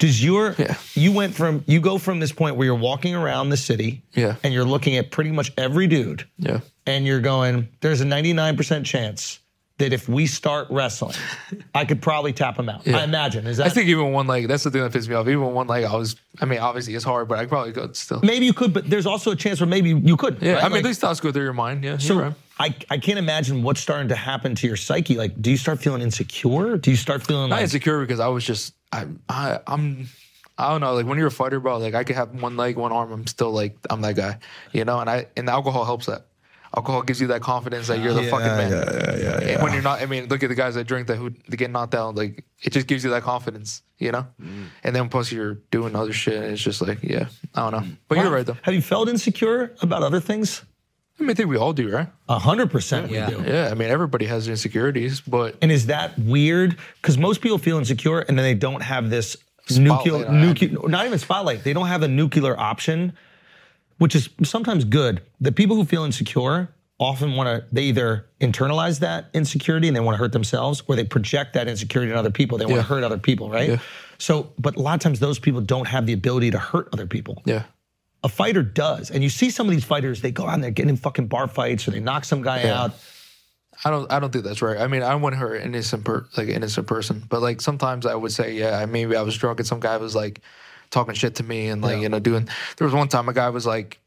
[SPEAKER 3] Does your you went from you go from this point where you're walking around the city,
[SPEAKER 1] Yeah.
[SPEAKER 3] and you're looking at pretty much every dude,
[SPEAKER 1] Yeah.
[SPEAKER 3] and you're going, there's a 99% chance that if we start wrestling, I could probably tap him out.
[SPEAKER 1] Yeah.
[SPEAKER 3] I imagine. Is that
[SPEAKER 1] I think even one like that's the thing that pissed me off. Even one like I was. I mean, obviously it's hard, but I probably could still.
[SPEAKER 3] maybe you could, but there's also a chance where maybe you could.
[SPEAKER 1] Yeah,
[SPEAKER 3] right?
[SPEAKER 1] I mean,
[SPEAKER 3] Like,
[SPEAKER 1] these thoughts go through your mind. Yeah,
[SPEAKER 3] so
[SPEAKER 1] you're right.
[SPEAKER 3] I, I can't imagine what's starting to happen to your psyche. Like, do you start feeling insecure? Do you start feeling
[SPEAKER 1] Not
[SPEAKER 3] like
[SPEAKER 1] insecure because I was just I, I I'm I don't know like when you're a fighter, bro. Like I could have one leg, one arm. I'm still like I'm that guy, you know. And I and alcohol helps that. Alcohol gives you that confidence that you're the
[SPEAKER 12] Yeah,
[SPEAKER 1] fucking man.
[SPEAKER 12] yeah, yeah, yeah,
[SPEAKER 1] And
[SPEAKER 12] yeah.
[SPEAKER 1] when you're not, I mean, look at the guys that drink that who they get knocked out. Like it just gives you that confidence, you know.
[SPEAKER 12] Mm.
[SPEAKER 1] And then plus you're doing other shit. And it's just like yeah, I don't know.
[SPEAKER 12] Mm.
[SPEAKER 1] But you're right though.
[SPEAKER 3] Have you felt insecure about other things?
[SPEAKER 1] I mean, I think we all do, right?
[SPEAKER 12] Uh-huh.
[SPEAKER 3] A hundred percent, we do.
[SPEAKER 1] Yeah, I mean, everybody has insecurities, but
[SPEAKER 3] And is that weird? Because most people feel insecure and then they don't have this nuclear,
[SPEAKER 1] Spotlight on it.
[SPEAKER 3] nuclear, not even spotlight. They don't have a nuclear option, which is sometimes good. The people who feel insecure often want to, they either internalize that insecurity and they want to hurt themselves or they project that insecurity on other people. They want
[SPEAKER 1] Yeah.
[SPEAKER 3] to hurt other people, right?
[SPEAKER 1] Yeah.
[SPEAKER 3] So, but a lot of times those people don't have the ability to hurt other people
[SPEAKER 1] yeah,
[SPEAKER 3] a fighter does. And you see some of these fighters, they go out and they're getting in fucking bar fights or they knock some guy
[SPEAKER 1] Yeah.
[SPEAKER 3] out.
[SPEAKER 1] I don't I don't think that's right. I mean, I wouldn't hurt an innocent per, like innocent person, but like sometimes I would say, yeah, I maybe I was drunk and some guy was like talking shit to me and like you know doing. There was one time a guy was like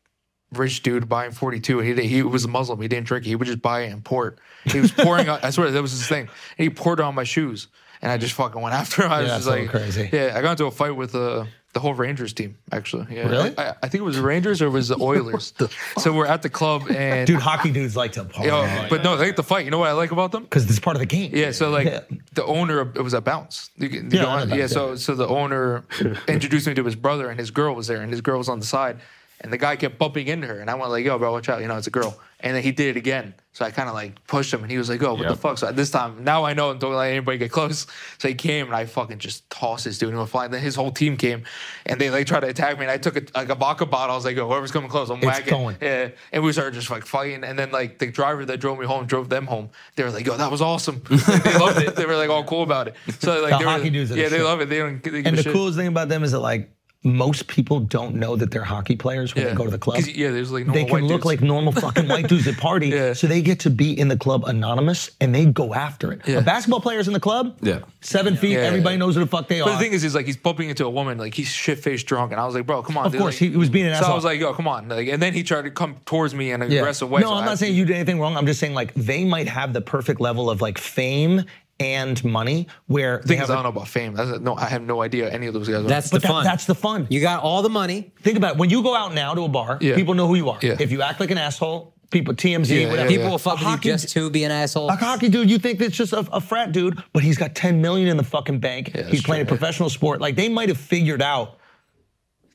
[SPEAKER 1] rich dude buying 42 he did, he was a muslim he didn't drink it. he would just buy it and pour it he was pouring out i swear that was his thing and he poured it on my shoes and i just fucking went after him i
[SPEAKER 3] Yeah,
[SPEAKER 1] was
[SPEAKER 3] that's
[SPEAKER 1] just
[SPEAKER 3] a little
[SPEAKER 1] like
[SPEAKER 3] crazy.
[SPEAKER 1] yeah i got into a fight with uh, the whole rangers team actually yeah
[SPEAKER 3] Really?
[SPEAKER 1] i, I think it was the rangers or it was the oilers so we're at the club and
[SPEAKER 3] Dude, hockey dudes like to party.
[SPEAKER 1] Yo, but no, they like the fight. You know what I like about them?
[SPEAKER 3] Because it's part of the game.
[SPEAKER 1] Yeah, so like
[SPEAKER 3] Yeah.
[SPEAKER 1] the owner, of- it was a bounce. You, can- you
[SPEAKER 3] Yeah,
[SPEAKER 1] go
[SPEAKER 3] I know
[SPEAKER 1] on-
[SPEAKER 3] that,
[SPEAKER 1] yeah, so so the owner introduced me to his brother, and his girl was there, and his girl was on the side, and the guy kept bumping into her, and I went like, "Yo, bro, watch out, you know, it's a girl." And then he did it again, so I kind of like pushed him, and he was like, "Yo, what the
[SPEAKER 6] Yep.
[SPEAKER 1] fuck?" So this time, now I know, and don't let anybody get close. So he came, and I fucking just tossed this dude, and he went flying. Then his whole team came, and they like tried to attack me, and I took a, like a vodka bottle. I was like, "Yo, whoever's coming close, I'm
[SPEAKER 3] It's
[SPEAKER 1] whacking."
[SPEAKER 3] going.
[SPEAKER 1] Yeah, and we started just like fighting, and then like the driver that drove me home drove them home. They were like, "Yo, that was awesome." Like, they loved it. They were like all cool about it. So like
[SPEAKER 3] The
[SPEAKER 1] they were-
[SPEAKER 3] hockey dudes are the
[SPEAKER 1] yeah, they
[SPEAKER 3] shit.
[SPEAKER 1] love it. They don't. They give
[SPEAKER 3] And
[SPEAKER 1] a
[SPEAKER 3] the
[SPEAKER 1] shit.
[SPEAKER 3] coolest thing about them is that like most people don't know that they're hockey players when
[SPEAKER 1] yeah.
[SPEAKER 3] they go to the club.
[SPEAKER 1] 'Cause, Yeah, there's like normal
[SPEAKER 3] They can
[SPEAKER 1] white
[SPEAKER 3] look
[SPEAKER 1] dudes.
[SPEAKER 3] like normal fucking white dudes at party. So they get to be in the club anonymous and they go after it. A basketball player's in the club,
[SPEAKER 8] Yeah.
[SPEAKER 3] seven feet,
[SPEAKER 1] Yeah, yeah,
[SPEAKER 3] everybody
[SPEAKER 1] yeah.
[SPEAKER 3] knows who the fuck they
[SPEAKER 1] But
[SPEAKER 3] are.
[SPEAKER 1] the thing is, is like he's bumping into a woman, like he's shit faced drunk, and I was like, "Bro, come on."
[SPEAKER 3] Of
[SPEAKER 1] dude.
[SPEAKER 3] course,
[SPEAKER 1] Like-
[SPEAKER 3] he was being an
[SPEAKER 1] so I
[SPEAKER 3] asshole.
[SPEAKER 1] was like, "Yo, come on!" Like, and then he tried to come towards me in an
[SPEAKER 3] Yeah.
[SPEAKER 1] aggressive way.
[SPEAKER 3] No,
[SPEAKER 1] so
[SPEAKER 3] I'm
[SPEAKER 1] I-
[SPEAKER 3] not saying you did anything wrong. I'm just saying like they might have the perfect level of like fame and money where
[SPEAKER 1] The
[SPEAKER 3] they
[SPEAKER 1] thing is,
[SPEAKER 3] have.
[SPEAKER 1] I
[SPEAKER 3] a-
[SPEAKER 1] don't know about fame. That's, no, I have no idea any of those guys. are.
[SPEAKER 5] That's
[SPEAKER 3] but
[SPEAKER 5] the
[SPEAKER 3] that-
[SPEAKER 5] fun.
[SPEAKER 3] that's the fun.
[SPEAKER 5] you got all the money.
[SPEAKER 3] Think about it. when you go out now to a bar,
[SPEAKER 1] Yeah.
[SPEAKER 3] people know who you are.
[SPEAKER 1] Yeah.
[SPEAKER 3] If you act like an asshole, people TMZ,
[SPEAKER 1] Yeah, yeah,
[SPEAKER 3] whatever.
[SPEAKER 1] yeah.
[SPEAKER 5] People will fuck
[SPEAKER 3] A
[SPEAKER 5] with you
[SPEAKER 3] hockey
[SPEAKER 5] just to be an asshole.
[SPEAKER 3] A hockey dude, you think it's just a, a frat dude, but he's got 10 million in the fucking bank. he's playing a professional sport. Like they might have figured out.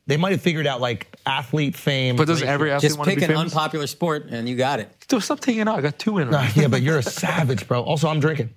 [SPEAKER 3] They might have figured out like athlete fame.
[SPEAKER 1] But doesn't every athlete
[SPEAKER 5] Just
[SPEAKER 1] want to
[SPEAKER 5] pick
[SPEAKER 1] be
[SPEAKER 5] an
[SPEAKER 1] famous?
[SPEAKER 5] unpopular sport and you got it.
[SPEAKER 1] Dude, stop hanging out. I got two in.
[SPEAKER 3] Nah, yeah, but you're a savage, bro. Also, I'm drinking.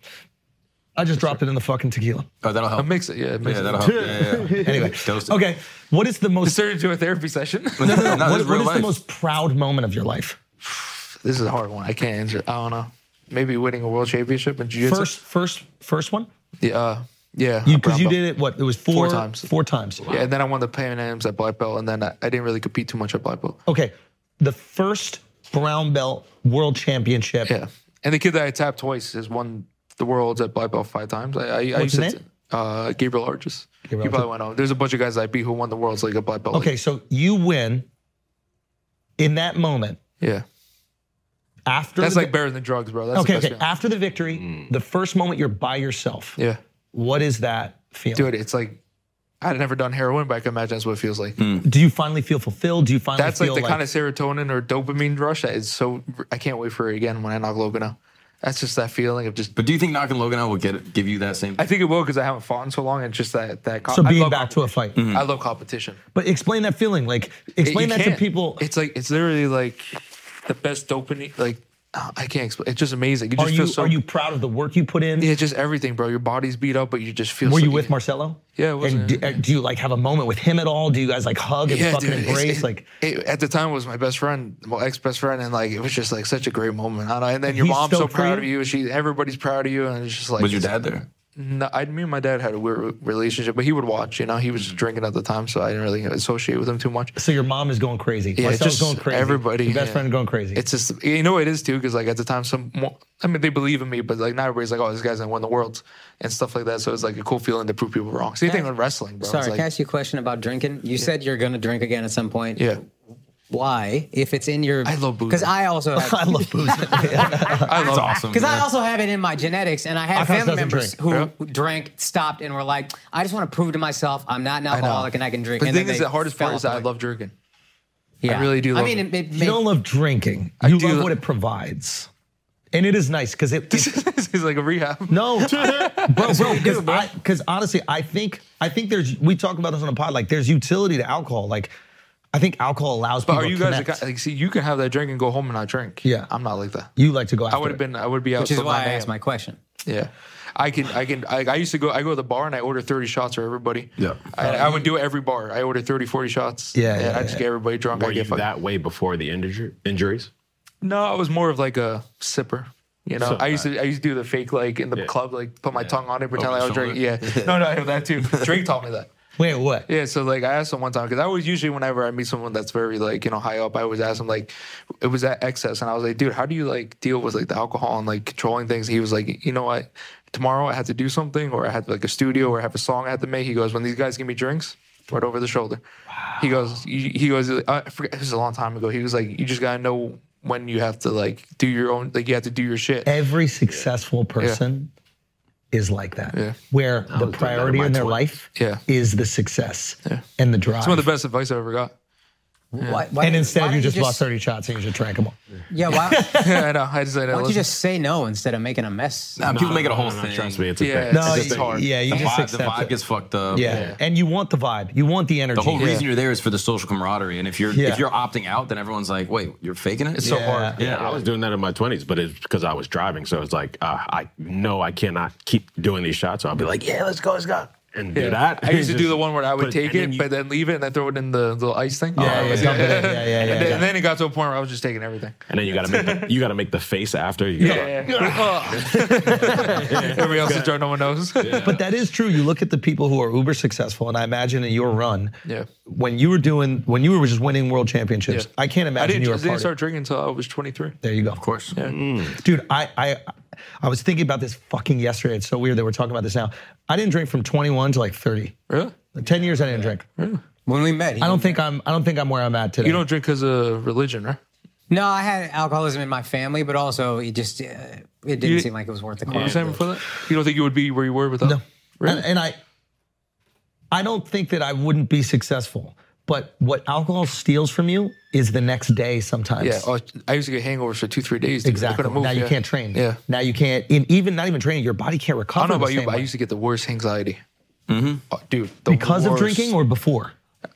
[SPEAKER 3] I just dropped it in the fucking tequila.
[SPEAKER 8] Oh, that'll
[SPEAKER 1] It
[SPEAKER 8] help.
[SPEAKER 1] makes it. Yeah, it makes
[SPEAKER 8] Yeah,
[SPEAKER 1] it.
[SPEAKER 8] that'll help. Yeah, yeah, yeah.
[SPEAKER 3] Anyway,
[SPEAKER 8] Toasted.
[SPEAKER 3] okay. What is the most
[SPEAKER 1] This turned into a therapy session.
[SPEAKER 8] No, no, no,
[SPEAKER 3] what,
[SPEAKER 8] this is
[SPEAKER 3] what
[SPEAKER 8] real
[SPEAKER 3] is the
[SPEAKER 8] life.
[SPEAKER 3] most proud moment of your life?
[SPEAKER 1] This is a hard one. I can't answer. I don't know. Maybe winning a world championship in jiu-jitsu.
[SPEAKER 3] First, first, first one.
[SPEAKER 1] yeah, uh, yeah, a brown
[SPEAKER 3] Because you,
[SPEAKER 1] belt.
[SPEAKER 3] did it. What it was four,
[SPEAKER 1] Four times.
[SPEAKER 3] Four times.
[SPEAKER 1] Yeah, and then I won the Pan Ams at black belt, and then I, I didn't really compete too much at black belt.
[SPEAKER 3] Okay, the first brown belt world championship.
[SPEAKER 1] Yeah, and the kid that I tapped twice has won the worlds at black belt five times. I, I, I
[SPEAKER 3] What's
[SPEAKER 1] used
[SPEAKER 3] his
[SPEAKER 1] to,
[SPEAKER 3] name?
[SPEAKER 1] uh, Gabriel Arches.
[SPEAKER 3] Gabriel
[SPEAKER 1] you probably went on. There's a bunch of guys that I beat who won the worlds like at black belt.
[SPEAKER 3] Okay, so you win. In that moment,
[SPEAKER 1] yeah,
[SPEAKER 3] after
[SPEAKER 1] that's
[SPEAKER 3] the,
[SPEAKER 1] like better than drugs, bro. That's the
[SPEAKER 3] okay,
[SPEAKER 1] best Mm.
[SPEAKER 3] okay.
[SPEAKER 1] feeling.
[SPEAKER 3] After the victory, the first moment you're by yourself.
[SPEAKER 1] Yeah,
[SPEAKER 3] What is that feeling?
[SPEAKER 1] dude, it's like I'd never done heroin, but I can imagine that's what it feels like.
[SPEAKER 3] Do you finally feel fulfilled? Do you finally
[SPEAKER 1] That's like
[SPEAKER 3] feel
[SPEAKER 1] the kind of serotonin or dopamine rush that is so. I can't wait for it again when I knock Logan out. That's just that feeling of just.
[SPEAKER 8] But do you think knocking Logan out will get give you that same?
[SPEAKER 1] I think it will because I haven't fought in so long. and It's just that that.
[SPEAKER 3] so
[SPEAKER 1] I
[SPEAKER 3] being
[SPEAKER 1] love Mm-hmm.
[SPEAKER 3] back to a fight?
[SPEAKER 1] I love competition.
[SPEAKER 3] But explain that feeling. Like explain
[SPEAKER 1] You
[SPEAKER 3] that to
[SPEAKER 1] can't.
[SPEAKER 3] people.
[SPEAKER 1] It's like it's literally like the best dopamine. Like uh, I can't explain. It's just amazing. You just
[SPEAKER 3] Are
[SPEAKER 1] feel
[SPEAKER 3] you
[SPEAKER 1] so.
[SPEAKER 3] are you proud of the work you put in?
[SPEAKER 1] yeah, just everything, bro. Your body's beat up, but you just feel.
[SPEAKER 3] Were
[SPEAKER 1] so
[SPEAKER 3] you with Marcelo?
[SPEAKER 1] Yeah, it
[SPEAKER 3] And
[SPEAKER 1] wasn't-
[SPEAKER 3] do, uh, do you like have a moment with him at all? Do you guys like hug and fucking
[SPEAKER 1] dude, it's-
[SPEAKER 3] embrace?
[SPEAKER 1] it-
[SPEAKER 3] like
[SPEAKER 1] it- at the time, it was my best friend, my ex best friend, and like it was just like such a great moment. I don't know. And then your
[SPEAKER 3] He's
[SPEAKER 1] mom's so
[SPEAKER 3] stoked for
[SPEAKER 1] proud of
[SPEAKER 3] you?
[SPEAKER 1] you. She, everybody's proud of you, and it's just like.
[SPEAKER 8] Was your dad there?
[SPEAKER 1] No, I, me and my dad had a weird relationship, but he would watch. You know, he was drinking at the time, so I didn't really associate with him too much.
[SPEAKER 3] so, your mom is going crazy.
[SPEAKER 1] Yeah, it's
[SPEAKER 3] Marcelo's
[SPEAKER 1] just
[SPEAKER 3] going crazy.
[SPEAKER 1] everybody,
[SPEAKER 3] Your best
[SPEAKER 1] yeah.
[SPEAKER 3] friend going crazy.
[SPEAKER 1] It's just you know it is too because like at the time some more, I mean they believe in me but like not everybody's like oh this guy's gonna win the world and stuff like that so it's like a cool feeling to prove people wrong. Same thing with wrestling, bro.
[SPEAKER 5] Sorry,
[SPEAKER 1] it's
[SPEAKER 5] can I
[SPEAKER 1] like,
[SPEAKER 5] ask you a question about drinking? You said you're going to drink again at some point.
[SPEAKER 1] yeah,
[SPEAKER 5] Why? If it's in your. I love
[SPEAKER 1] booze.
[SPEAKER 5] Because I also have.
[SPEAKER 3] I love booze.
[SPEAKER 1] I love
[SPEAKER 8] awesome.
[SPEAKER 5] Because I also have it in my genetics, and I have
[SPEAKER 3] Our house
[SPEAKER 5] family
[SPEAKER 3] doesn't
[SPEAKER 5] members
[SPEAKER 3] drink.
[SPEAKER 5] who
[SPEAKER 1] Yeah.
[SPEAKER 5] who drank, stopped, and were like, "I just want to prove to myself I'm not an
[SPEAKER 1] I know.
[SPEAKER 5] alcoholic and I can drink."
[SPEAKER 1] But the
[SPEAKER 5] and then
[SPEAKER 1] thing is
[SPEAKER 5] they
[SPEAKER 1] the hardest part
[SPEAKER 5] fell
[SPEAKER 1] is that I
[SPEAKER 5] apart.
[SPEAKER 1] love drinking.
[SPEAKER 5] Yeah.
[SPEAKER 1] I really do.
[SPEAKER 5] I
[SPEAKER 1] Love
[SPEAKER 5] mean,
[SPEAKER 1] it.
[SPEAKER 5] it, it
[SPEAKER 3] you
[SPEAKER 5] may,
[SPEAKER 3] don't love drinking. You
[SPEAKER 1] do
[SPEAKER 3] love
[SPEAKER 1] lo-
[SPEAKER 3] what it provides, and it is nice because it, it
[SPEAKER 1] this is like a rehab.
[SPEAKER 3] No, bro, bro, because honestly, I think I think there's we talk about this on the pod. Like, there's utility to alcohol. Like, I think alcohol allows
[SPEAKER 1] But
[SPEAKER 3] people.
[SPEAKER 1] are you
[SPEAKER 3] to
[SPEAKER 1] guys the
[SPEAKER 3] connect.
[SPEAKER 1] guy- like see you can have that drink and go home and not drink?
[SPEAKER 3] Yeah.
[SPEAKER 1] I'm not like that.
[SPEAKER 3] you like to go out?
[SPEAKER 1] I would have been I would be out.
[SPEAKER 5] which is
[SPEAKER 1] till
[SPEAKER 5] why I
[SPEAKER 1] 9 a.m.
[SPEAKER 5] asked my question.
[SPEAKER 1] Yeah. I can, I can, I, I used to go, I go to the bar and I order 30 shots for everybody.
[SPEAKER 6] Yeah.
[SPEAKER 1] I, I would do it every bar. I order 30, 40 shots.
[SPEAKER 3] Yeah,
[SPEAKER 1] And
[SPEAKER 3] yeah,
[SPEAKER 1] I just
[SPEAKER 3] yeah.
[SPEAKER 1] get everybody drunk.
[SPEAKER 6] Were
[SPEAKER 1] I
[SPEAKER 6] you
[SPEAKER 1] get fucked.
[SPEAKER 6] that way before the injury, injuries?
[SPEAKER 1] No, it was more of like a sipper. You know,
[SPEAKER 6] So-
[SPEAKER 1] I used to, I used to do the fake, like in the club, like put my tongue on it, pretend
[SPEAKER 8] Over
[SPEAKER 1] like I was
[SPEAKER 8] the
[SPEAKER 1] drinking. Yeah. No, no, I have that too. Drake taught me that.
[SPEAKER 3] Wait, what?
[SPEAKER 1] Yeah, so like I asked him one time because I always usually whenever I meet someone that's very like you know high up, I always ask him like it was at excess, and I was like, dude, how do you like deal with like the alcohol and like controlling things? He was like, you know what, tomorrow I had to do something, or I had like a studio, or I have a song I had to make. He goes, when these guys give me drinks, right over the shoulder. He goes, you- he goes, uh, I forget, this is a long time ago. He was like, you just gotta know when you have to like do your own, like you have to do your shit.
[SPEAKER 3] Every successful person is like that,
[SPEAKER 1] Yeah.
[SPEAKER 3] where the
[SPEAKER 6] doing that
[SPEAKER 3] priority
[SPEAKER 6] in my
[SPEAKER 3] in their
[SPEAKER 6] 20s.
[SPEAKER 3] life
[SPEAKER 1] Yeah.
[SPEAKER 3] is the success and the drive.
[SPEAKER 1] Some of the best advice I ever got.
[SPEAKER 5] Why, why
[SPEAKER 3] and
[SPEAKER 5] don't- why
[SPEAKER 3] instead,
[SPEAKER 5] don't
[SPEAKER 3] you just lost 30 shots and you just drank them all.
[SPEAKER 5] Yeah, why, why
[SPEAKER 1] Yeah, I know. I just like,
[SPEAKER 5] don't you just say no instead of making a mess?
[SPEAKER 3] Uh,
[SPEAKER 8] Nah, people make it a whole
[SPEAKER 6] No, no,
[SPEAKER 8] thing.
[SPEAKER 6] Trust me, it's a
[SPEAKER 1] Yeah.
[SPEAKER 6] thing.
[SPEAKER 1] No,
[SPEAKER 6] It's a
[SPEAKER 1] it's
[SPEAKER 6] thing.
[SPEAKER 1] hard.
[SPEAKER 3] Oh, Yeah, you
[SPEAKER 8] The
[SPEAKER 3] just
[SPEAKER 8] vibe, the
[SPEAKER 3] accept
[SPEAKER 8] vibe
[SPEAKER 3] it.
[SPEAKER 8] gets fucked up.
[SPEAKER 3] yeah. and you want the vibe. You want the energy.
[SPEAKER 8] The whole reason you're there is for the social camaraderie, and if you're
[SPEAKER 3] Yeah.
[SPEAKER 8] if you're opting out, then everyone's like, "Wait, you're faking it."
[SPEAKER 1] it's so
[SPEAKER 3] Yeah.
[SPEAKER 1] hard.
[SPEAKER 6] Yeah, I was doing that in my 20s, but it's because I was driving. So it's like, uh, I know I cannot keep doing these shots. So I'll be like, yeah, let's go, let's go. And do
[SPEAKER 1] Yeah.
[SPEAKER 6] that.
[SPEAKER 1] I used to do
[SPEAKER 6] Just
[SPEAKER 1] the one where I would
[SPEAKER 6] put-
[SPEAKER 1] take
[SPEAKER 6] and
[SPEAKER 1] it,
[SPEAKER 6] then you-
[SPEAKER 1] but then leave it and then throw it in the little ice thing.
[SPEAKER 3] Oh, Yeah, yeah, yeah, yeah, yeah, yeah,
[SPEAKER 1] and,
[SPEAKER 3] yeah,
[SPEAKER 1] then,
[SPEAKER 3] yeah.
[SPEAKER 1] and then it got to a point where I was just taking everything.
[SPEAKER 6] And then you gotta make the, you gotta make the face after. You gotta-
[SPEAKER 1] Yeah. Everybody else is drunk, no one knows.
[SPEAKER 3] But that is true. You look at the people who are uber successful, and I imagine in your run,
[SPEAKER 1] Yeah.
[SPEAKER 3] when you were doing, when you were just winning world championships,
[SPEAKER 1] Yeah.
[SPEAKER 3] I can't
[SPEAKER 1] I
[SPEAKER 3] imagine
[SPEAKER 1] didn't,
[SPEAKER 3] you
[SPEAKER 1] I
[SPEAKER 3] were
[SPEAKER 1] didn't
[SPEAKER 3] partying.
[SPEAKER 1] start drinking until I was 23.
[SPEAKER 3] there you go.
[SPEAKER 8] Of course.
[SPEAKER 3] Dude, I, I I was thinking about this fucking yesterday. It's so weird that we're talking about this now. I didn't drink from 21 to like 30.
[SPEAKER 1] Really?
[SPEAKER 3] Like, 10 years I didn't drink.
[SPEAKER 5] When we met, he-
[SPEAKER 3] I don't think I'm I don't think I'm where I'm at today.
[SPEAKER 1] You don't drink because of religion, right?
[SPEAKER 5] No, I had alcoholism in my family, but also it just uh, it didn't
[SPEAKER 1] You-
[SPEAKER 5] seem like it was worth the
[SPEAKER 1] You
[SPEAKER 5] cost.
[SPEAKER 1] saying before that? You don't think you would be where you were without?
[SPEAKER 3] No.
[SPEAKER 1] Really?
[SPEAKER 3] And, and I I don't think that I wouldn't be successful. But what alcohol steals from you is the next day sometimes.
[SPEAKER 1] Yeah. Oh, I used to get hangovers for two, three days. dude. I
[SPEAKER 3] Exactly.
[SPEAKER 1] couldn't move,
[SPEAKER 3] now you
[SPEAKER 1] yeah.
[SPEAKER 3] can't train.
[SPEAKER 1] Yeah.
[SPEAKER 3] Now you can't. In, even not even training, your body can't
[SPEAKER 1] I
[SPEAKER 3] recover.
[SPEAKER 1] don't know about
[SPEAKER 3] the
[SPEAKER 1] you,
[SPEAKER 3] same
[SPEAKER 1] but I
[SPEAKER 3] way.
[SPEAKER 1] used to get the worst anxiety. Mm-hmm. dude, the
[SPEAKER 3] because of
[SPEAKER 1] worst.
[SPEAKER 3] drinking or before.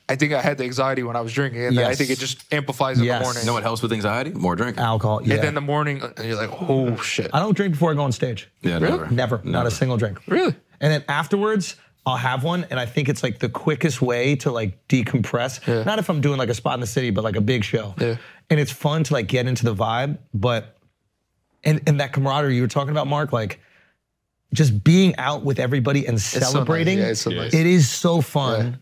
[SPEAKER 1] I think I had the anxiety when I was drinking, and then I
[SPEAKER 3] Yes.
[SPEAKER 1] think it just amplifies in
[SPEAKER 3] Yes.
[SPEAKER 1] the morning.
[SPEAKER 8] You know what helps with anxiety? More drink.
[SPEAKER 3] Alcohol. Yeah. Uh,
[SPEAKER 1] And then the morning, uh, you're like, oh shit.
[SPEAKER 3] I don't drink before I go on stage.
[SPEAKER 8] Yeah, never.
[SPEAKER 3] Never, Not a single drink.
[SPEAKER 1] Really?
[SPEAKER 3] And then afterwards, I'll have one, and I think it's like the quickest way to like decompress. Not if I'm doing like a spot in the city, but like a big show.
[SPEAKER 1] Yeah.
[SPEAKER 3] And it's fun to like get into the vibe, but and and that camaraderie you were talking about, Mark, like just being out with everybody and
[SPEAKER 1] nice.
[SPEAKER 3] celebrating.
[SPEAKER 1] Yeah, it's so nice.
[SPEAKER 3] It is so fun.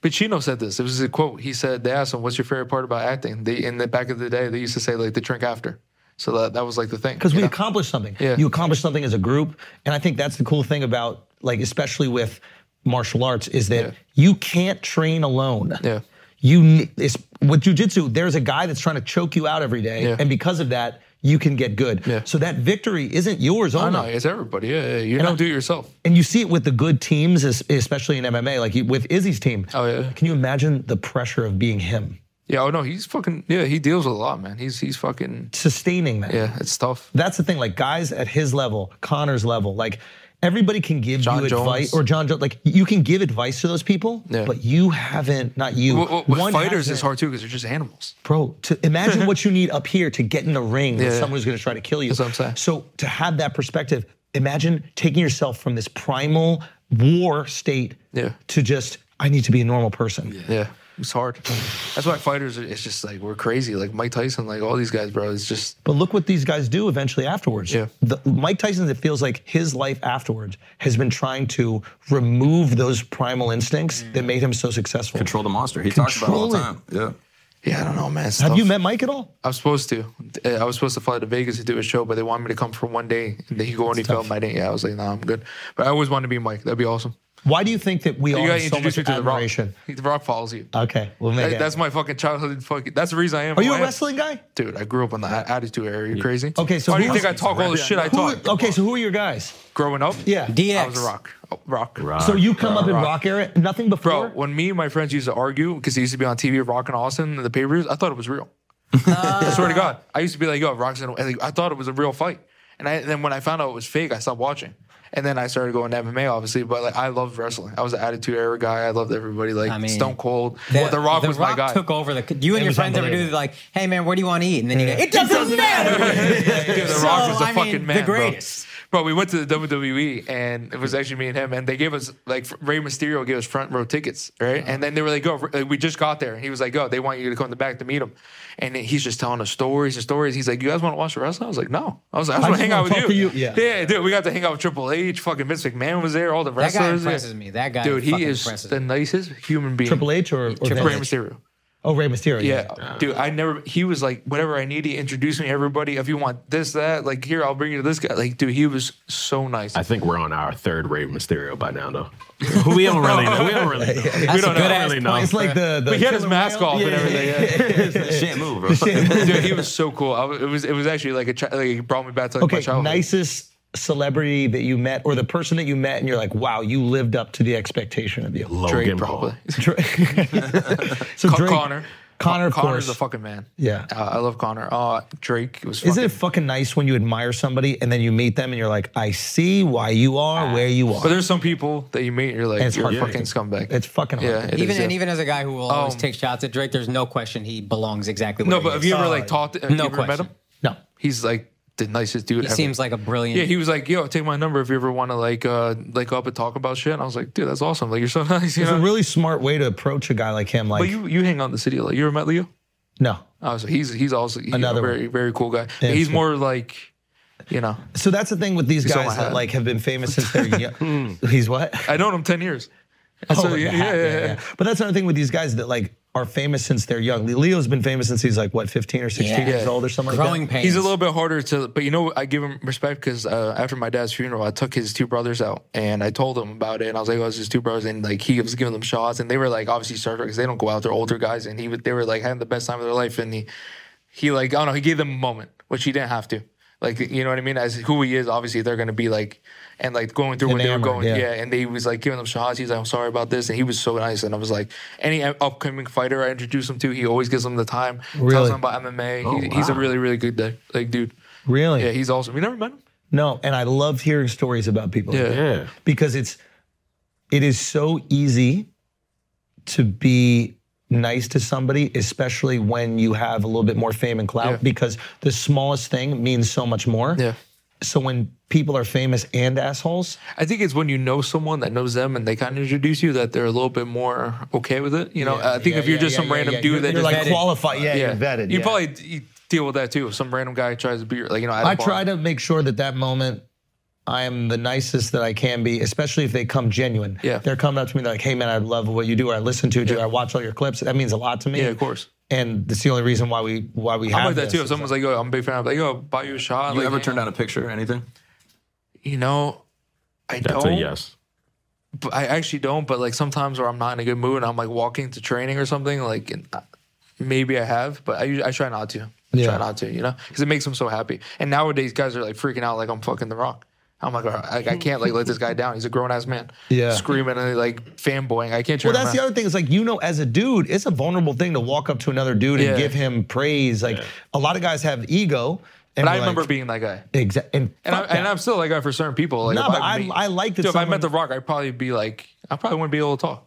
[SPEAKER 1] Pacino said this. It was a quote. He said, they asked him, what's your favorite part about acting? They, in the back of the day, they used to say, like, the drink after. So that, that was like the thing.
[SPEAKER 3] because we
[SPEAKER 1] you know?
[SPEAKER 3] accomplished something.
[SPEAKER 1] Yeah.
[SPEAKER 3] You accomplished something as a group, and I think that's the cool thing about like especially with martial arts is that
[SPEAKER 1] Yeah.
[SPEAKER 3] you can't train alone.
[SPEAKER 1] Yeah.
[SPEAKER 3] You ne- it's, with jujitsu, there's a guy that's trying to choke you out every day,
[SPEAKER 1] Yeah.
[SPEAKER 3] and because of that, you can get good. So that victory isn't yours
[SPEAKER 1] I
[SPEAKER 3] only.
[SPEAKER 1] know Oh, it's everybody. Yeah, yeah. you
[SPEAKER 3] And
[SPEAKER 1] don't
[SPEAKER 3] I-
[SPEAKER 1] do it yourself.
[SPEAKER 3] And you see it with the good teams, es- especially in MMA, like with Izzy's team. Oh yeah. Can you imagine the pressure of being him,
[SPEAKER 1] Yeah, oh no, he's fucking. Yeah, he deals with a lot, man. He's he's fucking.
[SPEAKER 3] sustaining that?
[SPEAKER 1] Yeah, it's tough.
[SPEAKER 3] That's the thing. Like guys at his level, Connor's level, like everybody can give
[SPEAKER 1] John
[SPEAKER 3] you
[SPEAKER 1] Jones.
[SPEAKER 3] advice, or John Jones. Like you can give advice to those people, but you haven't. Not you.
[SPEAKER 1] Well, well, with
[SPEAKER 3] one
[SPEAKER 1] fighters,
[SPEAKER 3] hasn't.
[SPEAKER 1] it's hard too because they're just animals.
[SPEAKER 3] Bro, to imagine what you need up here to get in a ring with
[SPEAKER 1] Yeah.
[SPEAKER 3] someone who's going to try to kill you. That's what I'm saying. So to have that perspective, imagine taking yourself from this primal war state to just I need to be a normal person.
[SPEAKER 1] Yeah, it's hard. That's why fighters. are- It's just like we're crazy. Like Mike Tyson, like all these guys, bro. It's just
[SPEAKER 3] But look what these guys do eventually afterwards. Yeah. The, Mike Tyson, it feels like his life afterwards has been trying to remove those primal instincts that made him so successful.
[SPEAKER 8] Control the monster. He talks about it all the time. Yeah.
[SPEAKER 1] yeah, I don't know, man. It's
[SPEAKER 3] Have
[SPEAKER 1] tough.
[SPEAKER 3] you met Mike at all?
[SPEAKER 1] I was supposed to. Uh, I was supposed to fly to Vegas to do a show, but they wanted me to come for one day. And he go and he felt my day. Yeah, I was like, nah, I'm good. But I always wanted to be Mike. That'd be awesome.
[SPEAKER 3] Why do you think that we
[SPEAKER 1] You
[SPEAKER 3] all
[SPEAKER 1] gotta
[SPEAKER 3] have so
[SPEAKER 1] introduce
[SPEAKER 3] much
[SPEAKER 1] me to The Rock.
[SPEAKER 3] admiration?
[SPEAKER 1] He- The Rock follows you.
[SPEAKER 3] Okay, we'll make
[SPEAKER 1] That-
[SPEAKER 3] it.
[SPEAKER 1] that's my fucking childhood. Fucking. That's the reason I am.
[SPEAKER 3] Are you
[SPEAKER 1] who
[SPEAKER 3] a
[SPEAKER 1] I am.
[SPEAKER 3] wrestling guy?
[SPEAKER 1] Dude, I grew up in the a- attitude area. Are you crazy?
[SPEAKER 3] Okay, so
[SPEAKER 1] why do you
[SPEAKER 3] who-
[SPEAKER 1] think I talk all the shit I
[SPEAKER 3] Who-
[SPEAKER 1] talk?
[SPEAKER 3] Okay, so who are your guys?
[SPEAKER 1] Growing up,
[SPEAKER 3] Yeah.
[SPEAKER 1] I was a rock. Oh, uh, rock.
[SPEAKER 6] uh,
[SPEAKER 3] So you come up in rock, era, nothing before.
[SPEAKER 1] Bro, when me and my friends used to argue because he used to be on TV, Rock and Austin, and the pay per views, I thought it was real. I swear to God, I used to be like, "Yo, Rock's gonna," and, like, I thought it was a real fight. And, I, then when I found out it was fake, I stopped watching. And then I started going to MMA, obviously. But like, I loved wrestling. I was an Attitude Era guy. I loved everybody. Like
[SPEAKER 5] I mean,
[SPEAKER 1] Stone Cold, Well, The Rock was my guy.
[SPEAKER 5] took over the. You
[SPEAKER 1] It
[SPEAKER 5] and your
[SPEAKER 1] was
[SPEAKER 5] friends ever do
[SPEAKER 1] unbelievable.
[SPEAKER 5] like, hey man, where do you want to eat? And then you go, it doesn't, matter.
[SPEAKER 1] Dude, the
[SPEAKER 5] So,
[SPEAKER 1] Rock was the
[SPEAKER 5] I mean,
[SPEAKER 1] fucking man,
[SPEAKER 5] the
[SPEAKER 1] bro.
[SPEAKER 5] greatest.
[SPEAKER 1] Bro. we went to the WWE, and it was actually me and him, and they gave us like Rey Mysterio gave us front row tickets, right?
[SPEAKER 5] Uh-huh.
[SPEAKER 1] And then they were like, "Go!" Like, we just got there, and he was like, "Go!" They want you to come in the back to meet him, and then he's just telling us stories and stories. He's like, "You guys want to watch the wrestling?" I was like, "No." I was like, "I just want to
[SPEAKER 5] I just
[SPEAKER 1] hang out
[SPEAKER 5] wanna
[SPEAKER 1] with
[SPEAKER 5] talk
[SPEAKER 1] you."
[SPEAKER 5] to you. Yeah.
[SPEAKER 1] dude, we got to hang out with Triple H. Fucking Vince McMahon was there. All the
[SPEAKER 5] That
[SPEAKER 1] wrestlers.
[SPEAKER 5] guy
[SPEAKER 1] there.
[SPEAKER 5] impresses me. That guy
[SPEAKER 1] dude, he
[SPEAKER 5] fucking
[SPEAKER 1] is
[SPEAKER 5] impresses
[SPEAKER 1] the nicest human being.
[SPEAKER 3] Triple H or, or
[SPEAKER 1] Triple Rey
[SPEAKER 3] Vince?
[SPEAKER 1] Mysterio.
[SPEAKER 3] Oh, Ray Mysterio.
[SPEAKER 1] Yeah, dude, I never. He was like, whatever I need, he introduced me to everybody. If you want this, that, like here, I'll bring you to this guy. Like, dude, he was so nice.
[SPEAKER 6] I think we're on our third Rey Mysterio by now, though. we don't really know. We don't really know. we don't know, really know.
[SPEAKER 3] It's like the, the
[SPEAKER 1] But he had his mask off and everything. Yeah.
[SPEAKER 8] Shan't move, bro.
[SPEAKER 1] dude, he was so cool. I was, it was it was actually like a chi- like he brought me back to like my
[SPEAKER 3] okay,
[SPEAKER 1] childhood.
[SPEAKER 3] nicest celebrity that you met or the person that you met and you're like, wow, you lived up to the expectation of you.
[SPEAKER 1] Drake, probably.
[SPEAKER 3] So
[SPEAKER 1] Con-
[SPEAKER 3] Drake,
[SPEAKER 1] Connor.
[SPEAKER 3] Connor, of
[SPEAKER 1] Connor's
[SPEAKER 3] course.
[SPEAKER 1] a fucking man.
[SPEAKER 3] Yeah.
[SPEAKER 1] Uh, I love Connor. Uh, Drake was. Fucking,
[SPEAKER 3] Isn't it fucking nice when you admire somebody and then you meet them and you're like, I see why you are where you are.
[SPEAKER 1] Ah. But there's some people that you meet, and you're like,
[SPEAKER 3] And it's
[SPEAKER 1] you're a fucking
[SPEAKER 3] heartbreaking.
[SPEAKER 1] scumbag.
[SPEAKER 3] It's fucking hard.
[SPEAKER 1] yeah, it
[SPEAKER 5] even
[SPEAKER 1] is, yeah.
[SPEAKER 5] and even as a guy who will always
[SPEAKER 1] Um,
[SPEAKER 5] take shots at Drake, there's no question he belongs exactly where
[SPEAKER 1] No,
[SPEAKER 5] he
[SPEAKER 1] but have
[SPEAKER 5] is.
[SPEAKER 1] you ever like talked? Have
[SPEAKER 5] no
[SPEAKER 1] you ever met
[SPEAKER 5] question.
[SPEAKER 1] him?
[SPEAKER 3] No.
[SPEAKER 1] He's like the nicest dude.
[SPEAKER 5] He
[SPEAKER 1] ever.
[SPEAKER 5] seems like a brilliant.
[SPEAKER 1] Yeah, he was like, "Yo, take my number if you ever want to like uh like up and talk about shit." And I was like, "Dude, that's awesome! Like you're so nice." You
[SPEAKER 3] It's a
[SPEAKER 1] know?
[SPEAKER 3] really smart way to approach a guy like him. Like,
[SPEAKER 1] but you you hang out in the city a lot. You ever met Leo?
[SPEAKER 3] no.
[SPEAKER 1] Oh, so he's he's also he's
[SPEAKER 3] Another
[SPEAKER 1] a very very cool guy. But
[SPEAKER 3] Yeah,
[SPEAKER 1] he's
[SPEAKER 3] sure.
[SPEAKER 1] more like, you know,
[SPEAKER 3] So that's the thing with these
[SPEAKER 1] He's on
[SPEAKER 3] guys
[SPEAKER 1] my
[SPEAKER 3] that
[SPEAKER 1] hat. Hmm.
[SPEAKER 3] like have been famous since they're young. He's what?
[SPEAKER 1] I known him ten years.
[SPEAKER 3] Oh,
[SPEAKER 1] So,
[SPEAKER 3] with the
[SPEAKER 1] yeah, yeah,
[SPEAKER 3] hat, yeah,
[SPEAKER 1] yeah.
[SPEAKER 3] yeah. But that's another thing with these guys that like are famous since they're young. Leo's been famous since he's like what, 15 or 16 years old or something like that.
[SPEAKER 1] He's a little bit harder to, but you know, I give him respect because uh, after my dad's funeral, I took his two brothers out and I told him about it. And I was like, oh, it's his two brothers. And like, he was giving them shots. And they were like, obviously, surfer because they don't go out. They're older guys. And he, would- they were like having the best time of their life. And he, he like, I don't know, he gave them a moment, which he didn't have to. Like, you know what I mean? As who he is, obviously, they're going to be like, and like going through what they were
[SPEAKER 3] Enamored,
[SPEAKER 1] going, yeah.
[SPEAKER 3] yeah.
[SPEAKER 1] And they was like giving them shots. He's like, I'm sorry about this. And he was so nice. And I was like, any upcoming fighter I introduce him to, he always gives them the time,
[SPEAKER 3] Really?
[SPEAKER 1] tells them about MMA.
[SPEAKER 3] Oh,
[SPEAKER 1] he, He's a
[SPEAKER 3] wow.
[SPEAKER 1] really, really good dude. Like, dude.
[SPEAKER 3] Really?
[SPEAKER 1] Yeah, he's awesome. You never met him?
[SPEAKER 3] No, and I love hearing stories about people.
[SPEAKER 1] Yeah. Yeah.
[SPEAKER 3] Because it's it is so easy to be nice to somebody, especially when you have a little bit more fame and clout,
[SPEAKER 1] Yeah.
[SPEAKER 3] because the smallest thing means so much more.
[SPEAKER 1] Yeah.
[SPEAKER 3] So when people are famous and assholes,
[SPEAKER 1] I think it's when you know someone that knows them and they kind of introduce you that they're a little bit more okay with it. You know, I think
[SPEAKER 3] yeah,
[SPEAKER 1] if you're
[SPEAKER 3] yeah,
[SPEAKER 1] just
[SPEAKER 3] yeah,
[SPEAKER 1] some
[SPEAKER 3] yeah,
[SPEAKER 1] random
[SPEAKER 3] yeah.
[SPEAKER 1] dude
[SPEAKER 3] You're-
[SPEAKER 1] that
[SPEAKER 3] you're,
[SPEAKER 1] just
[SPEAKER 3] like, qualified. Oh, Yeah, you're vetted,
[SPEAKER 1] You
[SPEAKER 3] yeah.
[SPEAKER 1] probably d- you deal with that too. If some random guy tries to be your- like, you know, at a
[SPEAKER 3] I
[SPEAKER 1] bar.
[SPEAKER 3] try to make sure that that moment I am the nicest that I can be, especially if they come genuine. Yeah. They're coming up to me they're like, hey man, I love what you do, or I listen to you, or I watch all your clips. That means a lot to me.
[SPEAKER 1] Yeah, of course.
[SPEAKER 3] And that's the only reason why we why we have
[SPEAKER 1] I'm like that
[SPEAKER 3] this.
[SPEAKER 1] too. If someone's like, "Yo, I'm a big fan," I'm like, "Yo, buy you a shot."
[SPEAKER 8] You
[SPEAKER 1] like,
[SPEAKER 8] ever turned down a picture or anything?
[SPEAKER 1] You know, I
[SPEAKER 6] That's
[SPEAKER 1] don't.
[SPEAKER 6] a yes.
[SPEAKER 1] But I actually don't. But like sometimes where I'm not in a good mood and I'm like walking to training or something, like and I- Maybe I have, but I usu- I try not to. I Try not to, you know, because it makes them so happy. And nowadays, guys are like freaking out, like I'm fucking the rock. I'm like, all right, like, I can't like let this guy down. He's a grown ass man.
[SPEAKER 3] Yeah.
[SPEAKER 1] screaming and like fanboying. I can't. Turn
[SPEAKER 3] Well, that's the
[SPEAKER 1] him around.
[SPEAKER 3] other thing. Is like you know, as a dude, it's a vulnerable thing to walk up to another dude
[SPEAKER 1] Yeah.
[SPEAKER 3] and give him praise. Like a lot of guys have ego. And
[SPEAKER 1] But I
[SPEAKER 3] we're like-
[SPEAKER 1] remember being that guy.
[SPEAKER 3] Exa- and
[SPEAKER 1] And, I,
[SPEAKER 3] fuck that.
[SPEAKER 1] and I'm still like that for certain people. Like,
[SPEAKER 3] No,
[SPEAKER 1] if
[SPEAKER 3] but I-
[SPEAKER 1] meet-
[SPEAKER 3] I like that
[SPEAKER 1] Dude, if I
[SPEAKER 3] someone-
[SPEAKER 1] met The Rock, I'd probably be like, I probably wouldn't be able to talk.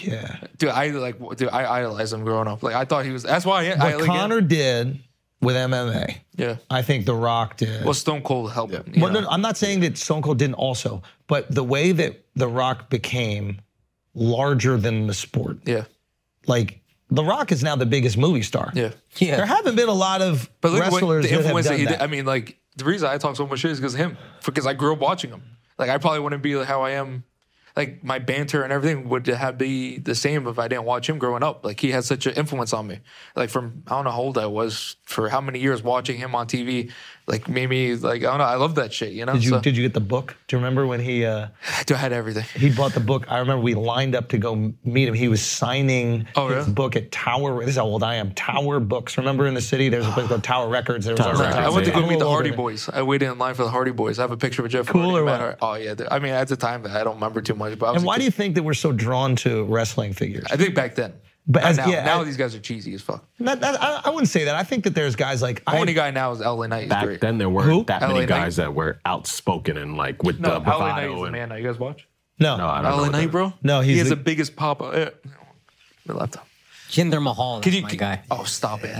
[SPEAKER 3] yeah.
[SPEAKER 1] Dude, I like, w- dude, I idolized him growing up. Like, I thought he was. That's why I, I
[SPEAKER 3] What
[SPEAKER 1] like,
[SPEAKER 3] Connor did with MMA,
[SPEAKER 1] yeah.
[SPEAKER 3] I think The Rock did.
[SPEAKER 1] Well, Stone Cold helped. him, you
[SPEAKER 3] Well, no,
[SPEAKER 1] know?
[SPEAKER 3] no, I'm not saying that Stone Cold didn't also, but the way that The Rock became larger than the sport.
[SPEAKER 1] Yeah.
[SPEAKER 3] Like The Rock is now the biggest movie star.
[SPEAKER 1] Yeah.
[SPEAKER 5] Yeah.
[SPEAKER 3] There haven't been a lot of
[SPEAKER 1] But look what
[SPEAKER 3] wrestlers
[SPEAKER 1] the
[SPEAKER 3] that have
[SPEAKER 1] influence
[SPEAKER 3] done
[SPEAKER 1] that he
[SPEAKER 3] that.
[SPEAKER 1] did. I mean, like the reason I talk so much shit is because him, because I grew up watching him. Like I probably wouldn't be how I am. Like my banter and everything would have be the same if I didn't watch him growing up. Like he had such an influence on me. Like from I don't know how old I was for how many years watching him on TV. Like made me like I don't know. I love that shit. You know.
[SPEAKER 3] Did you
[SPEAKER 1] So-
[SPEAKER 3] did you get the book? Do you remember when he uh,
[SPEAKER 1] Dude, I had everything.
[SPEAKER 3] he bought the book? I remember we lined up to go m- meet him. He was signing
[SPEAKER 1] Oh,
[SPEAKER 3] his
[SPEAKER 1] really?
[SPEAKER 3] book at Tower. This is how old I am. Tower Books. Remember in the city, there's a place called Tower Records. There was
[SPEAKER 6] Tower
[SPEAKER 3] also
[SPEAKER 6] Records,
[SPEAKER 1] I went to
[SPEAKER 6] yeah.
[SPEAKER 1] go meet the
[SPEAKER 3] I'm a little
[SPEAKER 1] Hardy
[SPEAKER 3] older.
[SPEAKER 1] Boys. I waited in line for the Hardy Boys. I have a picture with Jeff.
[SPEAKER 3] Cool
[SPEAKER 1] Hardy.
[SPEAKER 3] or
[SPEAKER 1] Man,
[SPEAKER 3] what?
[SPEAKER 1] Oh yeah. dude. I mean, at the time, I don't remember too much. But I was
[SPEAKER 3] And
[SPEAKER 1] a
[SPEAKER 3] why
[SPEAKER 1] kid.
[SPEAKER 3] do you think that we're so drawn to wrestling figures?
[SPEAKER 1] I think back then.
[SPEAKER 3] But
[SPEAKER 1] Not
[SPEAKER 3] as-
[SPEAKER 1] now,
[SPEAKER 3] yeah,
[SPEAKER 1] now
[SPEAKER 3] I-
[SPEAKER 1] these guys are cheesy as fuck.
[SPEAKER 3] Not- that- I, I wouldn't say that. I think that there's guys like I,
[SPEAKER 1] Only guy now is LA Knight. He's
[SPEAKER 6] Back
[SPEAKER 1] great.
[SPEAKER 6] then, there weren't
[SPEAKER 3] Who?
[SPEAKER 6] that
[SPEAKER 1] LA
[SPEAKER 6] many
[SPEAKER 1] Knight.
[SPEAKER 6] guys that were outspoken and like with
[SPEAKER 1] No,
[SPEAKER 6] the
[SPEAKER 1] LA Knight is
[SPEAKER 6] bravado.
[SPEAKER 1] the
[SPEAKER 6] And,
[SPEAKER 1] man. Now you guys watch
[SPEAKER 3] no.
[SPEAKER 6] no, I don't know.
[SPEAKER 1] LA
[SPEAKER 6] what
[SPEAKER 1] Knight,
[SPEAKER 6] that-
[SPEAKER 1] bro.
[SPEAKER 3] No,
[SPEAKER 1] he
[SPEAKER 3] he's
[SPEAKER 1] has
[SPEAKER 3] the-
[SPEAKER 1] the, biggest pop. Uh, the laptop.
[SPEAKER 5] Jinder Mahal. That's
[SPEAKER 1] Can you?
[SPEAKER 5] my
[SPEAKER 1] can-
[SPEAKER 5] guy.
[SPEAKER 1] Oh, stop it.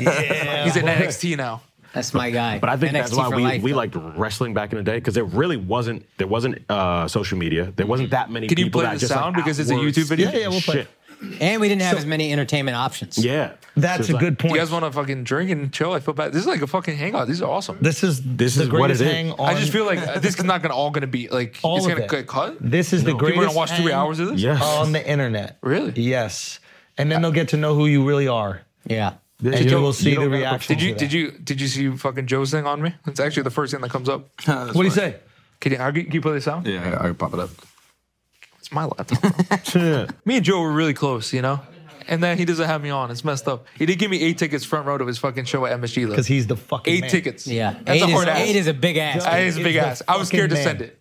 [SPEAKER 5] yeah.
[SPEAKER 1] He's in NXT now.
[SPEAKER 5] That's my guy.
[SPEAKER 6] But I think that's
[SPEAKER 5] NXT
[SPEAKER 6] why
[SPEAKER 5] for
[SPEAKER 6] we,
[SPEAKER 5] life,
[SPEAKER 6] we
[SPEAKER 5] though.
[SPEAKER 6] liked wrestling back in the day because there really wasn't there wasn't uh, social media. There wasn't that many.
[SPEAKER 1] Can you
[SPEAKER 6] people
[SPEAKER 1] play
[SPEAKER 6] that
[SPEAKER 1] the
[SPEAKER 6] just, like,
[SPEAKER 1] sound because it's a
[SPEAKER 6] outward
[SPEAKER 1] YouTube video?
[SPEAKER 6] speaking
[SPEAKER 3] Yeah, yeah, we'll play.
[SPEAKER 6] shit.
[SPEAKER 5] And we didn't have as many entertainment options.
[SPEAKER 6] Yeah,
[SPEAKER 3] That's
[SPEAKER 6] So
[SPEAKER 3] a
[SPEAKER 6] it's
[SPEAKER 3] good point.
[SPEAKER 1] You guys want to fucking drink and chill? I feel bad. This is like a fucking hangout. These are awesome.
[SPEAKER 3] this is
[SPEAKER 6] This
[SPEAKER 3] the
[SPEAKER 6] is what
[SPEAKER 3] greatest
[SPEAKER 6] it is.
[SPEAKER 3] hang on.
[SPEAKER 1] I just feel like uh, this is not gonna all gonna be like
[SPEAKER 3] all
[SPEAKER 1] it's
[SPEAKER 3] of
[SPEAKER 1] gonna
[SPEAKER 3] it.
[SPEAKER 1] get cut.
[SPEAKER 3] This is the
[SPEAKER 1] People are
[SPEAKER 3] greatest.
[SPEAKER 1] gonna watch three
[SPEAKER 3] hang
[SPEAKER 1] hours of this.
[SPEAKER 6] Yeah.
[SPEAKER 1] Um,
[SPEAKER 3] on the internet.
[SPEAKER 1] Really?
[SPEAKER 3] Yes. And then they'll get to know who you really are.
[SPEAKER 5] Yeah.
[SPEAKER 3] And you
[SPEAKER 1] Joe,
[SPEAKER 3] will
[SPEAKER 1] you
[SPEAKER 3] see the
[SPEAKER 1] don't gotta-
[SPEAKER 3] reaction.
[SPEAKER 1] Did you did you did you see fucking Joe's thing on me? It's actually the first thing that comes up.
[SPEAKER 3] What do you say?
[SPEAKER 1] Can you, how- can you play the sound?
[SPEAKER 8] Yeah, I, I can pop it up.
[SPEAKER 1] It's my laptop. me and Joe were really close, you know? And then he doesn't have me on. It's messed up. He did give me eight tickets front row to his fucking show at MSG though.
[SPEAKER 3] Because he's the fucking
[SPEAKER 1] eight
[SPEAKER 3] man.
[SPEAKER 1] tickets.
[SPEAKER 5] Yeah.
[SPEAKER 1] That's
[SPEAKER 5] eight,
[SPEAKER 1] a hard
[SPEAKER 5] is,
[SPEAKER 1] ass.
[SPEAKER 5] eight is a big ass.
[SPEAKER 1] That is a
[SPEAKER 3] He's
[SPEAKER 1] big
[SPEAKER 3] the
[SPEAKER 1] ass. I was
[SPEAKER 3] fucking
[SPEAKER 1] scared to
[SPEAKER 3] man.
[SPEAKER 1] send it.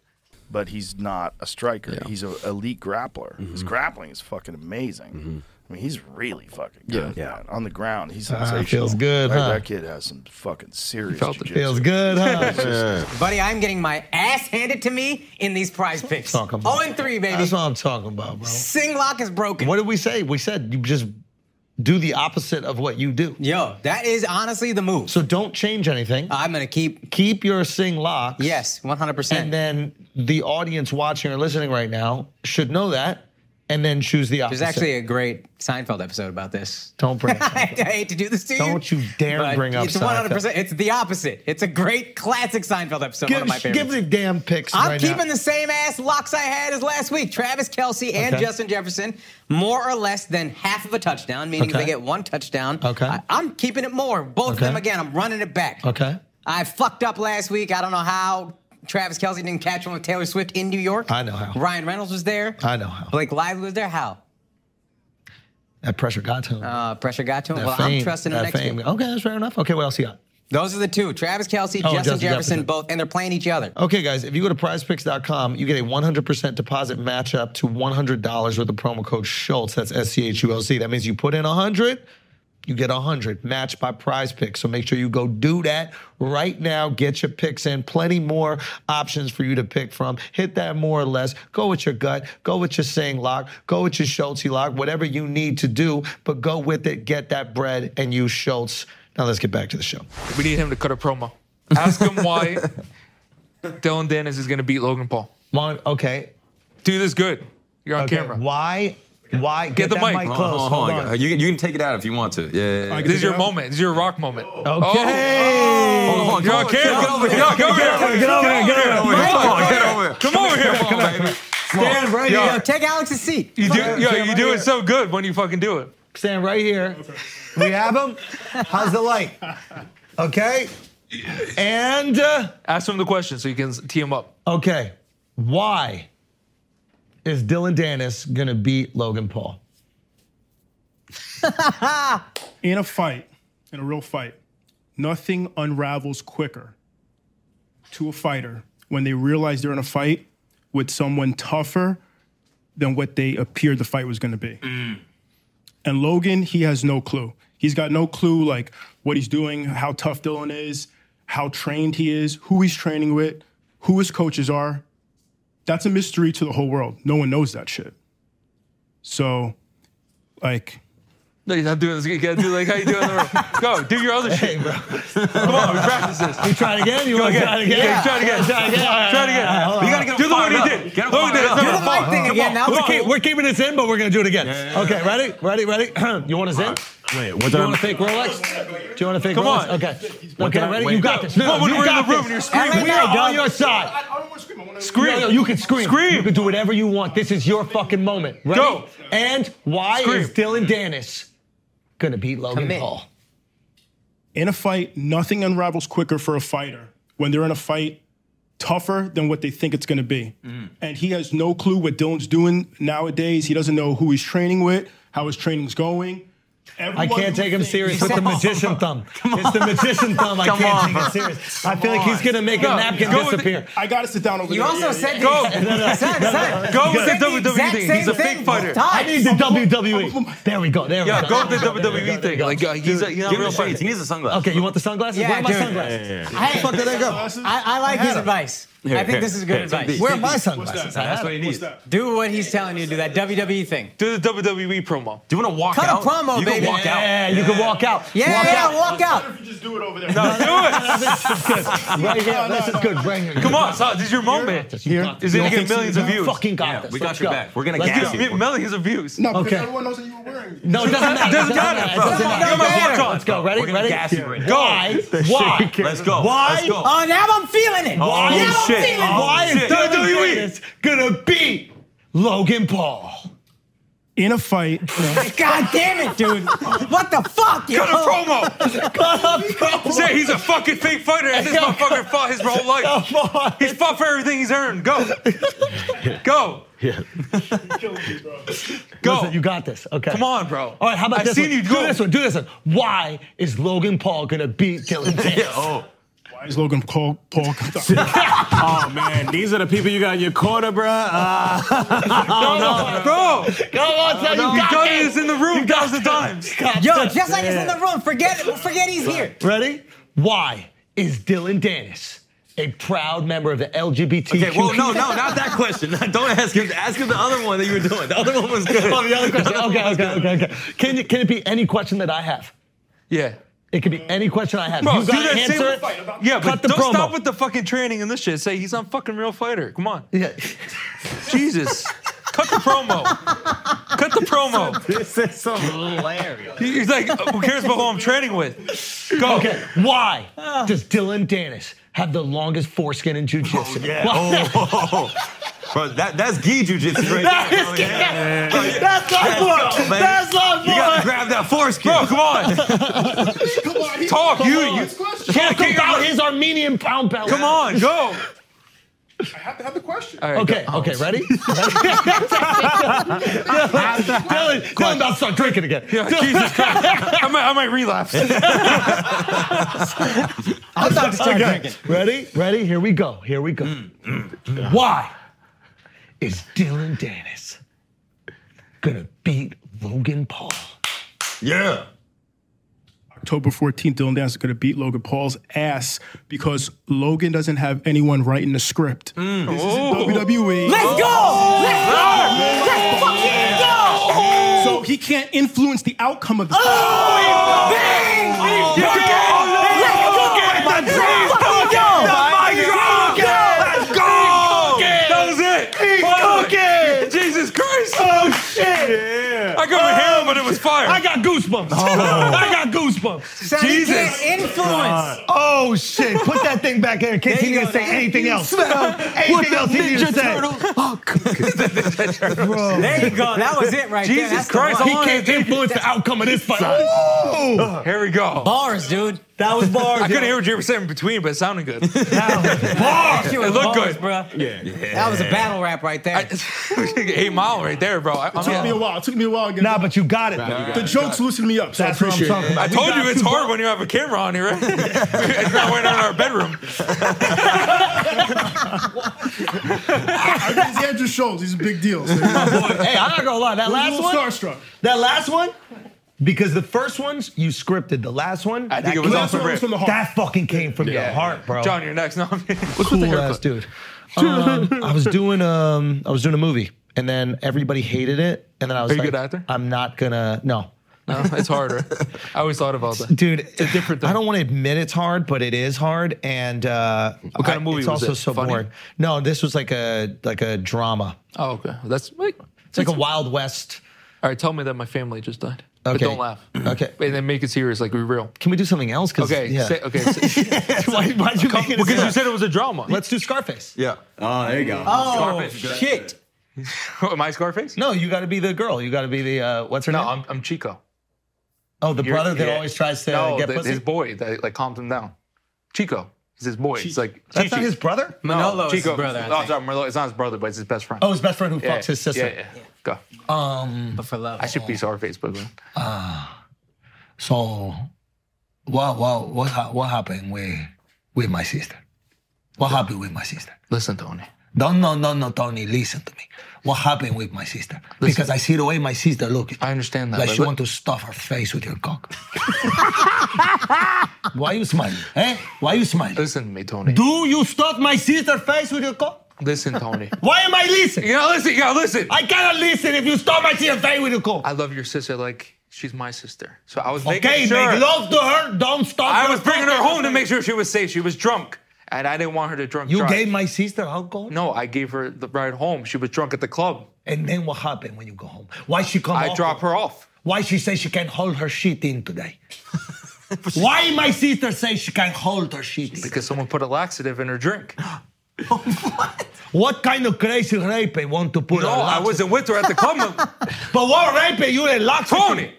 [SPEAKER 17] but he's not a striker. He's an elite grappler.
[SPEAKER 1] Mm-hmm.
[SPEAKER 17] His grappling is fucking amazing. I mean, he's really fucking good. Yeah, On the ground, he's
[SPEAKER 3] Ah,
[SPEAKER 17] sensational.
[SPEAKER 3] feels good,
[SPEAKER 17] Like,
[SPEAKER 3] huh?
[SPEAKER 17] That kid has some fucking serious.
[SPEAKER 1] felt it.
[SPEAKER 17] jiu-jitsu.
[SPEAKER 3] Feels good, huh?
[SPEAKER 5] Buddy, I'm getting my ass handed to me in these prize picks.
[SPEAKER 3] Talk
[SPEAKER 5] 0
[SPEAKER 3] about
[SPEAKER 5] and 3, baby.
[SPEAKER 3] That's what I'm talking about, bro.
[SPEAKER 5] Sing lock is broken.
[SPEAKER 3] What did we say? We said you just do the opposite of what you do.
[SPEAKER 5] Yo, that is honestly the move.
[SPEAKER 3] So don't change anything.
[SPEAKER 5] I'm going to keep.
[SPEAKER 3] Keep your sing locks.
[SPEAKER 5] Uh, Yes, 100%.
[SPEAKER 3] And then the audience watching or listening right now should know that and then choose the opposite.
[SPEAKER 5] There's actually a great Seinfeld episode about this.
[SPEAKER 3] Don't bring it.
[SPEAKER 5] I hate to do this to you.
[SPEAKER 3] Don't you dare
[SPEAKER 5] but
[SPEAKER 3] bring up
[SPEAKER 5] It's 100%. It's the opposite. It's a great classic Seinfeld episode. one
[SPEAKER 3] Give,
[SPEAKER 5] of my favorites.
[SPEAKER 3] give the damn picks.
[SPEAKER 5] I'm
[SPEAKER 3] right now.
[SPEAKER 5] keeping the same ass locks I had as last week. Travis Kelsey and
[SPEAKER 3] Okay.
[SPEAKER 5] Justin Jefferson, more or less than half of a touchdown, meaning
[SPEAKER 3] Okay.
[SPEAKER 5] they get one touchdown.
[SPEAKER 3] Okay.
[SPEAKER 5] I, am keeping it more. Both of
[SPEAKER 3] Okay.
[SPEAKER 5] them again. I'm running it back.
[SPEAKER 3] Okay.
[SPEAKER 5] I fucked up last week. I don't know how Travis Kelsey didn't catch one with Taylor Swift in New York.
[SPEAKER 3] I know how.
[SPEAKER 5] Ryan Reynolds was there.
[SPEAKER 3] I know how.
[SPEAKER 5] Blake Lively was there. How?
[SPEAKER 3] That pressure got to him.
[SPEAKER 5] Uh, pressure got to him.
[SPEAKER 3] That
[SPEAKER 5] well, I'm
[SPEAKER 3] fame,
[SPEAKER 5] trusting him
[SPEAKER 3] that
[SPEAKER 5] next
[SPEAKER 3] fame.
[SPEAKER 5] week.
[SPEAKER 3] Okay, that's fair enough. Okay, what else you got?
[SPEAKER 5] Those are the two. Travis Kelsey,
[SPEAKER 3] Oh,
[SPEAKER 5] Justin,
[SPEAKER 3] Justin
[SPEAKER 5] Jefferson,
[SPEAKER 3] Jefferson.
[SPEAKER 5] both, and they're playing each other.
[SPEAKER 3] Okay, guys, if you go to prizepicks.com, you get a 100% deposit match up to $100 with the promo code Schultz. That's S C H U L C. That means you put in 100 you get 100 matched by prize picks. So make sure you go do that right now. Get your picks in. Plenty more options for you to pick from. Hit that more or less. Go with your gut. Go with your Sing lock. Go with your Schultz lock. Whatever you need to do, but go with it. Get that bread and use Schultz. Now let's get back to the show.
[SPEAKER 1] We need him to cut a promo. Ask him why Dylan Dennis is gonna beat Logan Paul.
[SPEAKER 3] Mon- okay.
[SPEAKER 1] Do this good. You're on
[SPEAKER 3] okay.
[SPEAKER 1] camera.
[SPEAKER 3] Why? Why? Get,
[SPEAKER 1] the
[SPEAKER 3] that
[SPEAKER 1] mic.
[SPEAKER 3] mic,
[SPEAKER 1] Hold
[SPEAKER 3] close.
[SPEAKER 8] Oh, Hold on,
[SPEAKER 3] Hold
[SPEAKER 8] hold on.
[SPEAKER 3] on.
[SPEAKER 8] You, can- you can take it out if you want to. Yeah, yeah, yeah.
[SPEAKER 1] This is your moment. This is your rock moment. Oh.
[SPEAKER 3] Okay.
[SPEAKER 8] Hold on,
[SPEAKER 1] You're on
[SPEAKER 8] get
[SPEAKER 1] camera.
[SPEAKER 8] over here.
[SPEAKER 1] Yo, get over here.
[SPEAKER 3] Get over here. Get over
[SPEAKER 8] Come
[SPEAKER 3] here.
[SPEAKER 8] on, get over here.
[SPEAKER 1] Come over here. Come on, baby.
[SPEAKER 3] Stand right
[SPEAKER 1] Yo.
[SPEAKER 5] Yo,
[SPEAKER 3] here.
[SPEAKER 5] take Alex's seat.
[SPEAKER 1] You do, yo, you do it so good when you fucking do it.
[SPEAKER 3] Stand right here. We have him. How's the light? Okay. And uh,
[SPEAKER 1] Ask him the question so you can tee him up.
[SPEAKER 3] okay, why is Dylan Dennis gonna beat Logan Paul?
[SPEAKER 10] in a fight, in a real fight, nothing unravels quicker to a fighter when they realize they're in a fight with someone tougher than what they appeared the fight was going to be. And Logan, he has no clue. He's got no clue like what he's doing, how tough Dylan is, how trained he is, who he's training with, who his coaches are. That's a mystery to the whole world. No one knows that shit. So, like,
[SPEAKER 1] No, you're not doing this. You gotta do like how you do in the room. Go, do your other shit, bro. Come on, we practice this.
[SPEAKER 3] You try it again? You
[SPEAKER 1] Go
[SPEAKER 3] wanna try it again?
[SPEAKER 1] Yeah, try it again.
[SPEAKER 3] Try it again. All right,
[SPEAKER 1] Try it
[SPEAKER 3] all right, all right,
[SPEAKER 1] again.
[SPEAKER 3] You gotta
[SPEAKER 1] do the one he did. Logan did. it. Come on. Come on. Come
[SPEAKER 3] We're,
[SPEAKER 1] on.
[SPEAKER 3] keep- we're keeping this in, but we're gonna do it again. Okay, ready? Ready? Ready? you want us in?
[SPEAKER 6] Wait,
[SPEAKER 3] Do you want to fake Rolex? Do you want to fake
[SPEAKER 1] Come
[SPEAKER 3] Rolex?
[SPEAKER 1] on.
[SPEAKER 3] Okay.
[SPEAKER 1] What
[SPEAKER 3] okay,
[SPEAKER 1] time?
[SPEAKER 3] ready?
[SPEAKER 1] Wait.
[SPEAKER 3] you got this.
[SPEAKER 1] Come on, when
[SPEAKER 3] you
[SPEAKER 1] we're in
[SPEAKER 3] got
[SPEAKER 1] the room
[SPEAKER 3] this.
[SPEAKER 1] and you're screaming.
[SPEAKER 3] We are on your side.
[SPEAKER 10] I don't want to scream. I want to
[SPEAKER 3] No, no, you can scream. You can do whatever you want. This is your fucking moment. Ready?
[SPEAKER 1] Go.
[SPEAKER 3] And why
[SPEAKER 1] Scream.
[SPEAKER 3] is Dylan Dennis gonna beat Logan
[SPEAKER 10] Commit.
[SPEAKER 3] Paul?
[SPEAKER 10] in a fight, nothing unravels quicker for a fighter when they're in a fight tougher than what they think it's going to be. And he has no clue what Dylan's doing nowadays. He doesn't know who he's training with, how his training's going.
[SPEAKER 3] I can't take him serious with the magician thumb. It's the magician thumb. I
[SPEAKER 10] Come
[SPEAKER 3] can't
[SPEAKER 10] on.
[SPEAKER 3] take him serious. I feel like he's gonna make a napkin disappear.
[SPEAKER 10] I got to sit down over
[SPEAKER 5] You
[SPEAKER 10] there.
[SPEAKER 5] also said the-
[SPEAKER 10] Go.
[SPEAKER 5] No, no, son, son,
[SPEAKER 1] Go
[SPEAKER 5] you
[SPEAKER 1] with the
[SPEAKER 5] said
[SPEAKER 1] WWE
[SPEAKER 5] exact
[SPEAKER 1] thing.
[SPEAKER 5] same
[SPEAKER 1] He's a
[SPEAKER 5] thing
[SPEAKER 1] big fighter.
[SPEAKER 5] both times.
[SPEAKER 3] I need the WWE. There we go. There
[SPEAKER 1] Yeah,
[SPEAKER 3] we
[SPEAKER 1] go
[SPEAKER 3] go.
[SPEAKER 1] with the WWE thing. Like, uh, he's a, he's not a real fighter.
[SPEAKER 8] He needs a sunglasses.
[SPEAKER 3] Okay, you want the sunglasses?
[SPEAKER 5] Yeah,
[SPEAKER 3] Where are my
[SPEAKER 5] dude.
[SPEAKER 3] sunglasses?
[SPEAKER 5] Hey,
[SPEAKER 3] Fuck, there they go.
[SPEAKER 5] I, I like
[SPEAKER 3] I had
[SPEAKER 5] his
[SPEAKER 3] him.
[SPEAKER 5] advice.
[SPEAKER 8] Here,
[SPEAKER 5] I think
[SPEAKER 8] here,
[SPEAKER 5] this is good
[SPEAKER 8] here, take
[SPEAKER 5] advice.
[SPEAKER 8] these. Where are
[SPEAKER 3] my sunglasses? I had
[SPEAKER 8] them. What's that?
[SPEAKER 5] Do what he's telling you to do, that WWE thing.
[SPEAKER 1] Do the WWE promo.
[SPEAKER 8] Do you want to walk
[SPEAKER 5] Cut a
[SPEAKER 8] out?
[SPEAKER 5] promo,
[SPEAKER 8] you can
[SPEAKER 5] baby.
[SPEAKER 8] walk out.
[SPEAKER 3] Yeah, you can walk out.
[SPEAKER 5] Yeah,
[SPEAKER 3] walk
[SPEAKER 5] yeah,
[SPEAKER 3] out.
[SPEAKER 5] walk out.
[SPEAKER 10] If you just do it over there.
[SPEAKER 1] No, do it.
[SPEAKER 3] This is good. Right here. This is good. Right here.
[SPEAKER 1] Come on, so, this is your moment.
[SPEAKER 3] You got
[SPEAKER 1] Is
[SPEAKER 3] this.
[SPEAKER 1] it
[SPEAKER 3] You
[SPEAKER 1] gonna get millions of views?
[SPEAKER 3] Fucking got
[SPEAKER 8] Yeah,
[SPEAKER 3] this.
[SPEAKER 8] we got
[SPEAKER 3] Let's
[SPEAKER 8] your
[SPEAKER 3] go.
[SPEAKER 8] back. We're gonna
[SPEAKER 3] Let's
[SPEAKER 8] gas
[SPEAKER 3] do
[SPEAKER 8] you.
[SPEAKER 1] Dude, Millions of views.
[SPEAKER 10] No, because
[SPEAKER 3] Okay.
[SPEAKER 10] everyone knows that you were wearing. it.
[SPEAKER 3] No, it doesn't matter.
[SPEAKER 1] Doesn't matter, bro.
[SPEAKER 3] Doesn't matter.
[SPEAKER 1] You're my
[SPEAKER 3] Doesn't
[SPEAKER 1] walk-on.
[SPEAKER 3] Let's go. Ready?
[SPEAKER 8] We're gonna
[SPEAKER 3] Ready?
[SPEAKER 8] gas you right now.
[SPEAKER 3] Why? Why?
[SPEAKER 8] Let's go.
[SPEAKER 3] Why?
[SPEAKER 8] Let's go.
[SPEAKER 5] Oh, now I'm feeling it.
[SPEAKER 3] Why
[SPEAKER 5] now
[SPEAKER 3] is
[SPEAKER 5] I'm
[SPEAKER 8] shit.
[SPEAKER 5] feeling it.
[SPEAKER 8] Oh,
[SPEAKER 3] Why is WWE
[SPEAKER 8] shit.
[SPEAKER 3] gonna beat Logan Paul?
[SPEAKER 10] In a fight,
[SPEAKER 5] God damn it, dude. What the fuck, yo?
[SPEAKER 1] Cut a promo. Say he's a fucking fake fighter, and this motherfucker fought his whole life.
[SPEAKER 3] Come on.
[SPEAKER 1] He's fought for everything he's earned. Go, go,
[SPEAKER 6] Yeah.
[SPEAKER 1] go.
[SPEAKER 3] Listen, you got this. Okay.
[SPEAKER 1] Come on, bro.
[SPEAKER 3] All right, how about
[SPEAKER 1] I've
[SPEAKER 3] this
[SPEAKER 1] seen
[SPEAKER 3] one?
[SPEAKER 1] you go.
[SPEAKER 3] Do this one. Do this one. Why is Logan Paul gonna beat Dylan Dennis?
[SPEAKER 6] Oh.
[SPEAKER 10] why is Logan Paul? Paul
[SPEAKER 6] oh man, these are the people you got in your quarter, bruh. Uh,
[SPEAKER 1] Bro,
[SPEAKER 3] Come on, son, you
[SPEAKER 1] you
[SPEAKER 3] got
[SPEAKER 1] done
[SPEAKER 3] it.
[SPEAKER 1] this in the room thousands of times.
[SPEAKER 5] Yo, just like it's in the room. Forget it. Forget he's here.
[SPEAKER 3] Ready? Why is Dylan Dennis a proud member of the LGBTQ?
[SPEAKER 8] Okay, well, no, no, not that question. Don't ask him. Ask him the other one that you were doing. The other one was good.
[SPEAKER 3] Oh, the other question. Okay, okay, okay, okay. Can it, can it be any question that I have?
[SPEAKER 1] Yeah.
[SPEAKER 3] It could be any question I have.
[SPEAKER 1] Bro,
[SPEAKER 3] you
[SPEAKER 1] do
[SPEAKER 3] gotta
[SPEAKER 1] that
[SPEAKER 3] answer
[SPEAKER 1] same
[SPEAKER 3] it.
[SPEAKER 1] Yeah, but
[SPEAKER 3] Cut the
[SPEAKER 1] don't
[SPEAKER 3] promo.
[SPEAKER 1] stop with the fucking training and this shit. Say he's not a fucking real fighter. Come on.
[SPEAKER 3] Yeah.
[SPEAKER 1] Jesus. Cut the promo. Cut the promo.
[SPEAKER 8] This is so hilarious.
[SPEAKER 1] He's like, who cares about who I'm training with? Go.
[SPEAKER 3] Okay. Why does Dylan Dennis have the longest foreskin in jujitsu?
[SPEAKER 8] Yeah.
[SPEAKER 3] Why-
[SPEAKER 8] Oh. Bro, that, that's gi jujitsu right
[SPEAKER 3] That
[SPEAKER 8] there.
[SPEAKER 3] is
[SPEAKER 8] bro.
[SPEAKER 3] gi-
[SPEAKER 8] Bro, you-
[SPEAKER 3] Oh, That's not for-
[SPEAKER 8] Let's go, baby.
[SPEAKER 3] that's not
[SPEAKER 8] You
[SPEAKER 3] for-
[SPEAKER 8] gotta grab that foreskin.
[SPEAKER 1] Bro, come on. Talk. you, you.
[SPEAKER 3] Talk
[SPEAKER 1] Yeah,
[SPEAKER 3] about his Armenian pound belt.
[SPEAKER 1] Come on, go.
[SPEAKER 10] I have to have the question.
[SPEAKER 1] All right,
[SPEAKER 3] Okay,
[SPEAKER 1] go.
[SPEAKER 3] okay, ready? Dylan, Dylan about to start drinking again.
[SPEAKER 1] Yeah, Jesus Christ. I might, I might relapse.
[SPEAKER 5] I'm about to start
[SPEAKER 3] Okay,
[SPEAKER 5] drinking.
[SPEAKER 3] Ready? Ready? Here we go. Here we go. Why is Dylan Dennis gonna beat Logan Paul?
[SPEAKER 8] Yeah.
[SPEAKER 10] October 14th, Dylan Dance is going to beat Logan Paul's ass because Logan doesn't have anyone writing the script.
[SPEAKER 1] Mm.
[SPEAKER 10] This
[SPEAKER 1] Oh.
[SPEAKER 10] isn't WWE.
[SPEAKER 5] Let's go. Let's go. Let's fucking go.
[SPEAKER 10] So he can't influence the outcome of this.
[SPEAKER 1] Oh!
[SPEAKER 5] Bang.
[SPEAKER 8] Oh,
[SPEAKER 1] You go.
[SPEAKER 5] Let's fucking go.
[SPEAKER 1] Let's go. That was it. Finally. Jesus Christ. Oh, shit. I got my hair, but it was fire.
[SPEAKER 3] I got goosebumps. I got goosebumps.
[SPEAKER 5] Son, he
[SPEAKER 1] Jesus.
[SPEAKER 5] can't influence.
[SPEAKER 3] Oh, Oh shit! Put that thing back in. Can't
[SPEAKER 4] There
[SPEAKER 3] he
[SPEAKER 4] you
[SPEAKER 3] didn't
[SPEAKER 4] go.
[SPEAKER 3] say anything
[SPEAKER 4] You
[SPEAKER 3] else.
[SPEAKER 4] smell what
[SPEAKER 3] Anything
[SPEAKER 4] the
[SPEAKER 3] else he didn't
[SPEAKER 4] Ninja
[SPEAKER 3] say.
[SPEAKER 4] Turtle-
[SPEAKER 5] There you go. That was it right there.
[SPEAKER 4] Jesus
[SPEAKER 5] That's the
[SPEAKER 4] Christ,
[SPEAKER 5] one.
[SPEAKER 4] I wanted
[SPEAKER 3] Can't influence the outcome of this fight.
[SPEAKER 4] Oh!
[SPEAKER 1] Here we go.
[SPEAKER 5] Bars, dude. That was bars.
[SPEAKER 1] I couldn't
[SPEAKER 5] yo.
[SPEAKER 1] hear what you were saying in between, but it sounded good. bars.
[SPEAKER 5] That
[SPEAKER 1] It
[SPEAKER 5] shit was
[SPEAKER 1] looked
[SPEAKER 5] bars,
[SPEAKER 1] good,
[SPEAKER 5] bro.
[SPEAKER 1] Yeah.
[SPEAKER 5] That was a battle rap right there.
[SPEAKER 1] Eight mile right there, bro. I,
[SPEAKER 10] It took me a while. It took me a while. to get
[SPEAKER 3] Nah,
[SPEAKER 10] it.
[SPEAKER 3] but you got it.
[SPEAKER 1] Nah, you got
[SPEAKER 10] the
[SPEAKER 1] it,
[SPEAKER 10] jokes loosened me up, so I appreciate it.
[SPEAKER 1] I told you it's hard when you have a camera on you, right? it's not when in our bedroom.
[SPEAKER 10] I mean, it's Andrew Schultz. He's a big deal. So.
[SPEAKER 3] Hey, I'm not gonna lie. That
[SPEAKER 10] We're a
[SPEAKER 3] last
[SPEAKER 10] little
[SPEAKER 3] one.
[SPEAKER 10] starstruck.
[SPEAKER 3] That last one. Because the first ones you scripted, the last one I
[SPEAKER 1] think it was off the rip.
[SPEAKER 3] That fucking came from your heart, bro.
[SPEAKER 1] John, you're next. No, I'm What's
[SPEAKER 3] cool ass dude. Um, I was doing um, I was doing a movie, and then everybody hated it, and then I was
[SPEAKER 1] Are you
[SPEAKER 3] like,
[SPEAKER 1] good actor?
[SPEAKER 3] I'm not gonna no.
[SPEAKER 1] No, it's harder. I always thought about that.
[SPEAKER 3] Dude, it's different. I don't want to admit it's hard, but it is hard, and uh,
[SPEAKER 1] What kind of
[SPEAKER 3] I-
[SPEAKER 1] movie
[SPEAKER 3] it's
[SPEAKER 1] was
[SPEAKER 3] also
[SPEAKER 1] it?
[SPEAKER 3] so
[SPEAKER 1] Funny?
[SPEAKER 3] boring. No, this was like a like a drama.
[SPEAKER 1] Oh, okay. That's wait.
[SPEAKER 3] It's like a Wild West.
[SPEAKER 1] All right, tell me that my family just died. But
[SPEAKER 3] Okay.
[SPEAKER 1] don't laugh.
[SPEAKER 3] Okay,
[SPEAKER 1] And then make it serious, like we're real.
[SPEAKER 3] can we do something else? 'Cause-
[SPEAKER 1] Okay,
[SPEAKER 3] yeah.
[SPEAKER 1] say, okay. say-
[SPEAKER 3] why, why'd you make it? a
[SPEAKER 1] because you
[SPEAKER 3] serious-
[SPEAKER 1] said it was a drama.
[SPEAKER 3] Let's do Scarface.
[SPEAKER 8] Yeah. Oh, there you go.
[SPEAKER 5] Oh,
[SPEAKER 1] Scarface.
[SPEAKER 5] shit.
[SPEAKER 1] Am I Scarface?
[SPEAKER 3] No, you got to be the girl. You got to be the uh, what's her
[SPEAKER 1] No,
[SPEAKER 3] name?
[SPEAKER 1] I'm, I'm Chico.
[SPEAKER 3] oh, the
[SPEAKER 1] You're-
[SPEAKER 3] brother that
[SPEAKER 1] yeah.
[SPEAKER 3] always tries to
[SPEAKER 1] no,
[SPEAKER 3] get
[SPEAKER 1] the-
[SPEAKER 3] pussy.
[SPEAKER 1] his boy that like calms him down. Chico, he's his boy. It's like
[SPEAKER 3] That's
[SPEAKER 1] Chi-Chi.
[SPEAKER 3] not his brother.
[SPEAKER 1] No,
[SPEAKER 5] Manolo is his
[SPEAKER 1] Chico.
[SPEAKER 5] brother, I
[SPEAKER 1] Oh,
[SPEAKER 5] think.
[SPEAKER 1] sorry, Manolo. It's not his brother, but it's his best friend.
[SPEAKER 3] Oh, his best friend who
[SPEAKER 1] yeah,
[SPEAKER 3] fucks his sister.
[SPEAKER 1] Yeah, yeah. Go.
[SPEAKER 3] Um.
[SPEAKER 5] But Oh, for love.
[SPEAKER 1] I should be Scarface, but man.
[SPEAKER 3] So, what what what ha- what happened with with my sister? What happened with my sister?
[SPEAKER 1] listen, Tony.
[SPEAKER 3] No, no, no, no, Tony. Listen to me. What happened with my sister? Because I see the way my sister look.
[SPEAKER 1] I understand that.
[SPEAKER 3] Like
[SPEAKER 1] but
[SPEAKER 3] she want to stuff her face with your cock. Why you smiling? Eh? Why you smiling?
[SPEAKER 1] listen to me, Tony.
[SPEAKER 3] Do you stuff my sister face with your cock?
[SPEAKER 1] Listen, Tony.
[SPEAKER 3] Why am I listening?
[SPEAKER 1] you gotta listen. You gotta listen. I,
[SPEAKER 3] I cannot listen if you stuff my sister face with your cock.
[SPEAKER 1] love your sister like she's my sister. So I was making
[SPEAKER 3] Okay,
[SPEAKER 1] sure.
[SPEAKER 3] make love to her. Don't stuff.
[SPEAKER 1] I
[SPEAKER 3] her
[SPEAKER 1] was bringing
[SPEAKER 3] cock
[SPEAKER 1] her
[SPEAKER 3] in
[SPEAKER 1] home to make sure she was safe. She was drunk, and I didn't want her to drunk.
[SPEAKER 3] You
[SPEAKER 1] drive.
[SPEAKER 3] gave my sister alcohol?
[SPEAKER 1] No, I gave her the ride home. She was drunk at the club.
[SPEAKER 3] And then what happened when you go home? Why she come
[SPEAKER 1] I
[SPEAKER 3] off
[SPEAKER 1] drop her off.
[SPEAKER 3] Why she say she can hold her shit in today? Why my sister say she can hold her shit in?
[SPEAKER 1] Because someone put a laxative in her drink.
[SPEAKER 3] What kind of crazy rape they want to put
[SPEAKER 1] No,
[SPEAKER 3] a
[SPEAKER 1] I
[SPEAKER 3] lock-
[SPEAKER 1] wasn't with her at the club.
[SPEAKER 3] But what rape you a lock
[SPEAKER 1] Tony!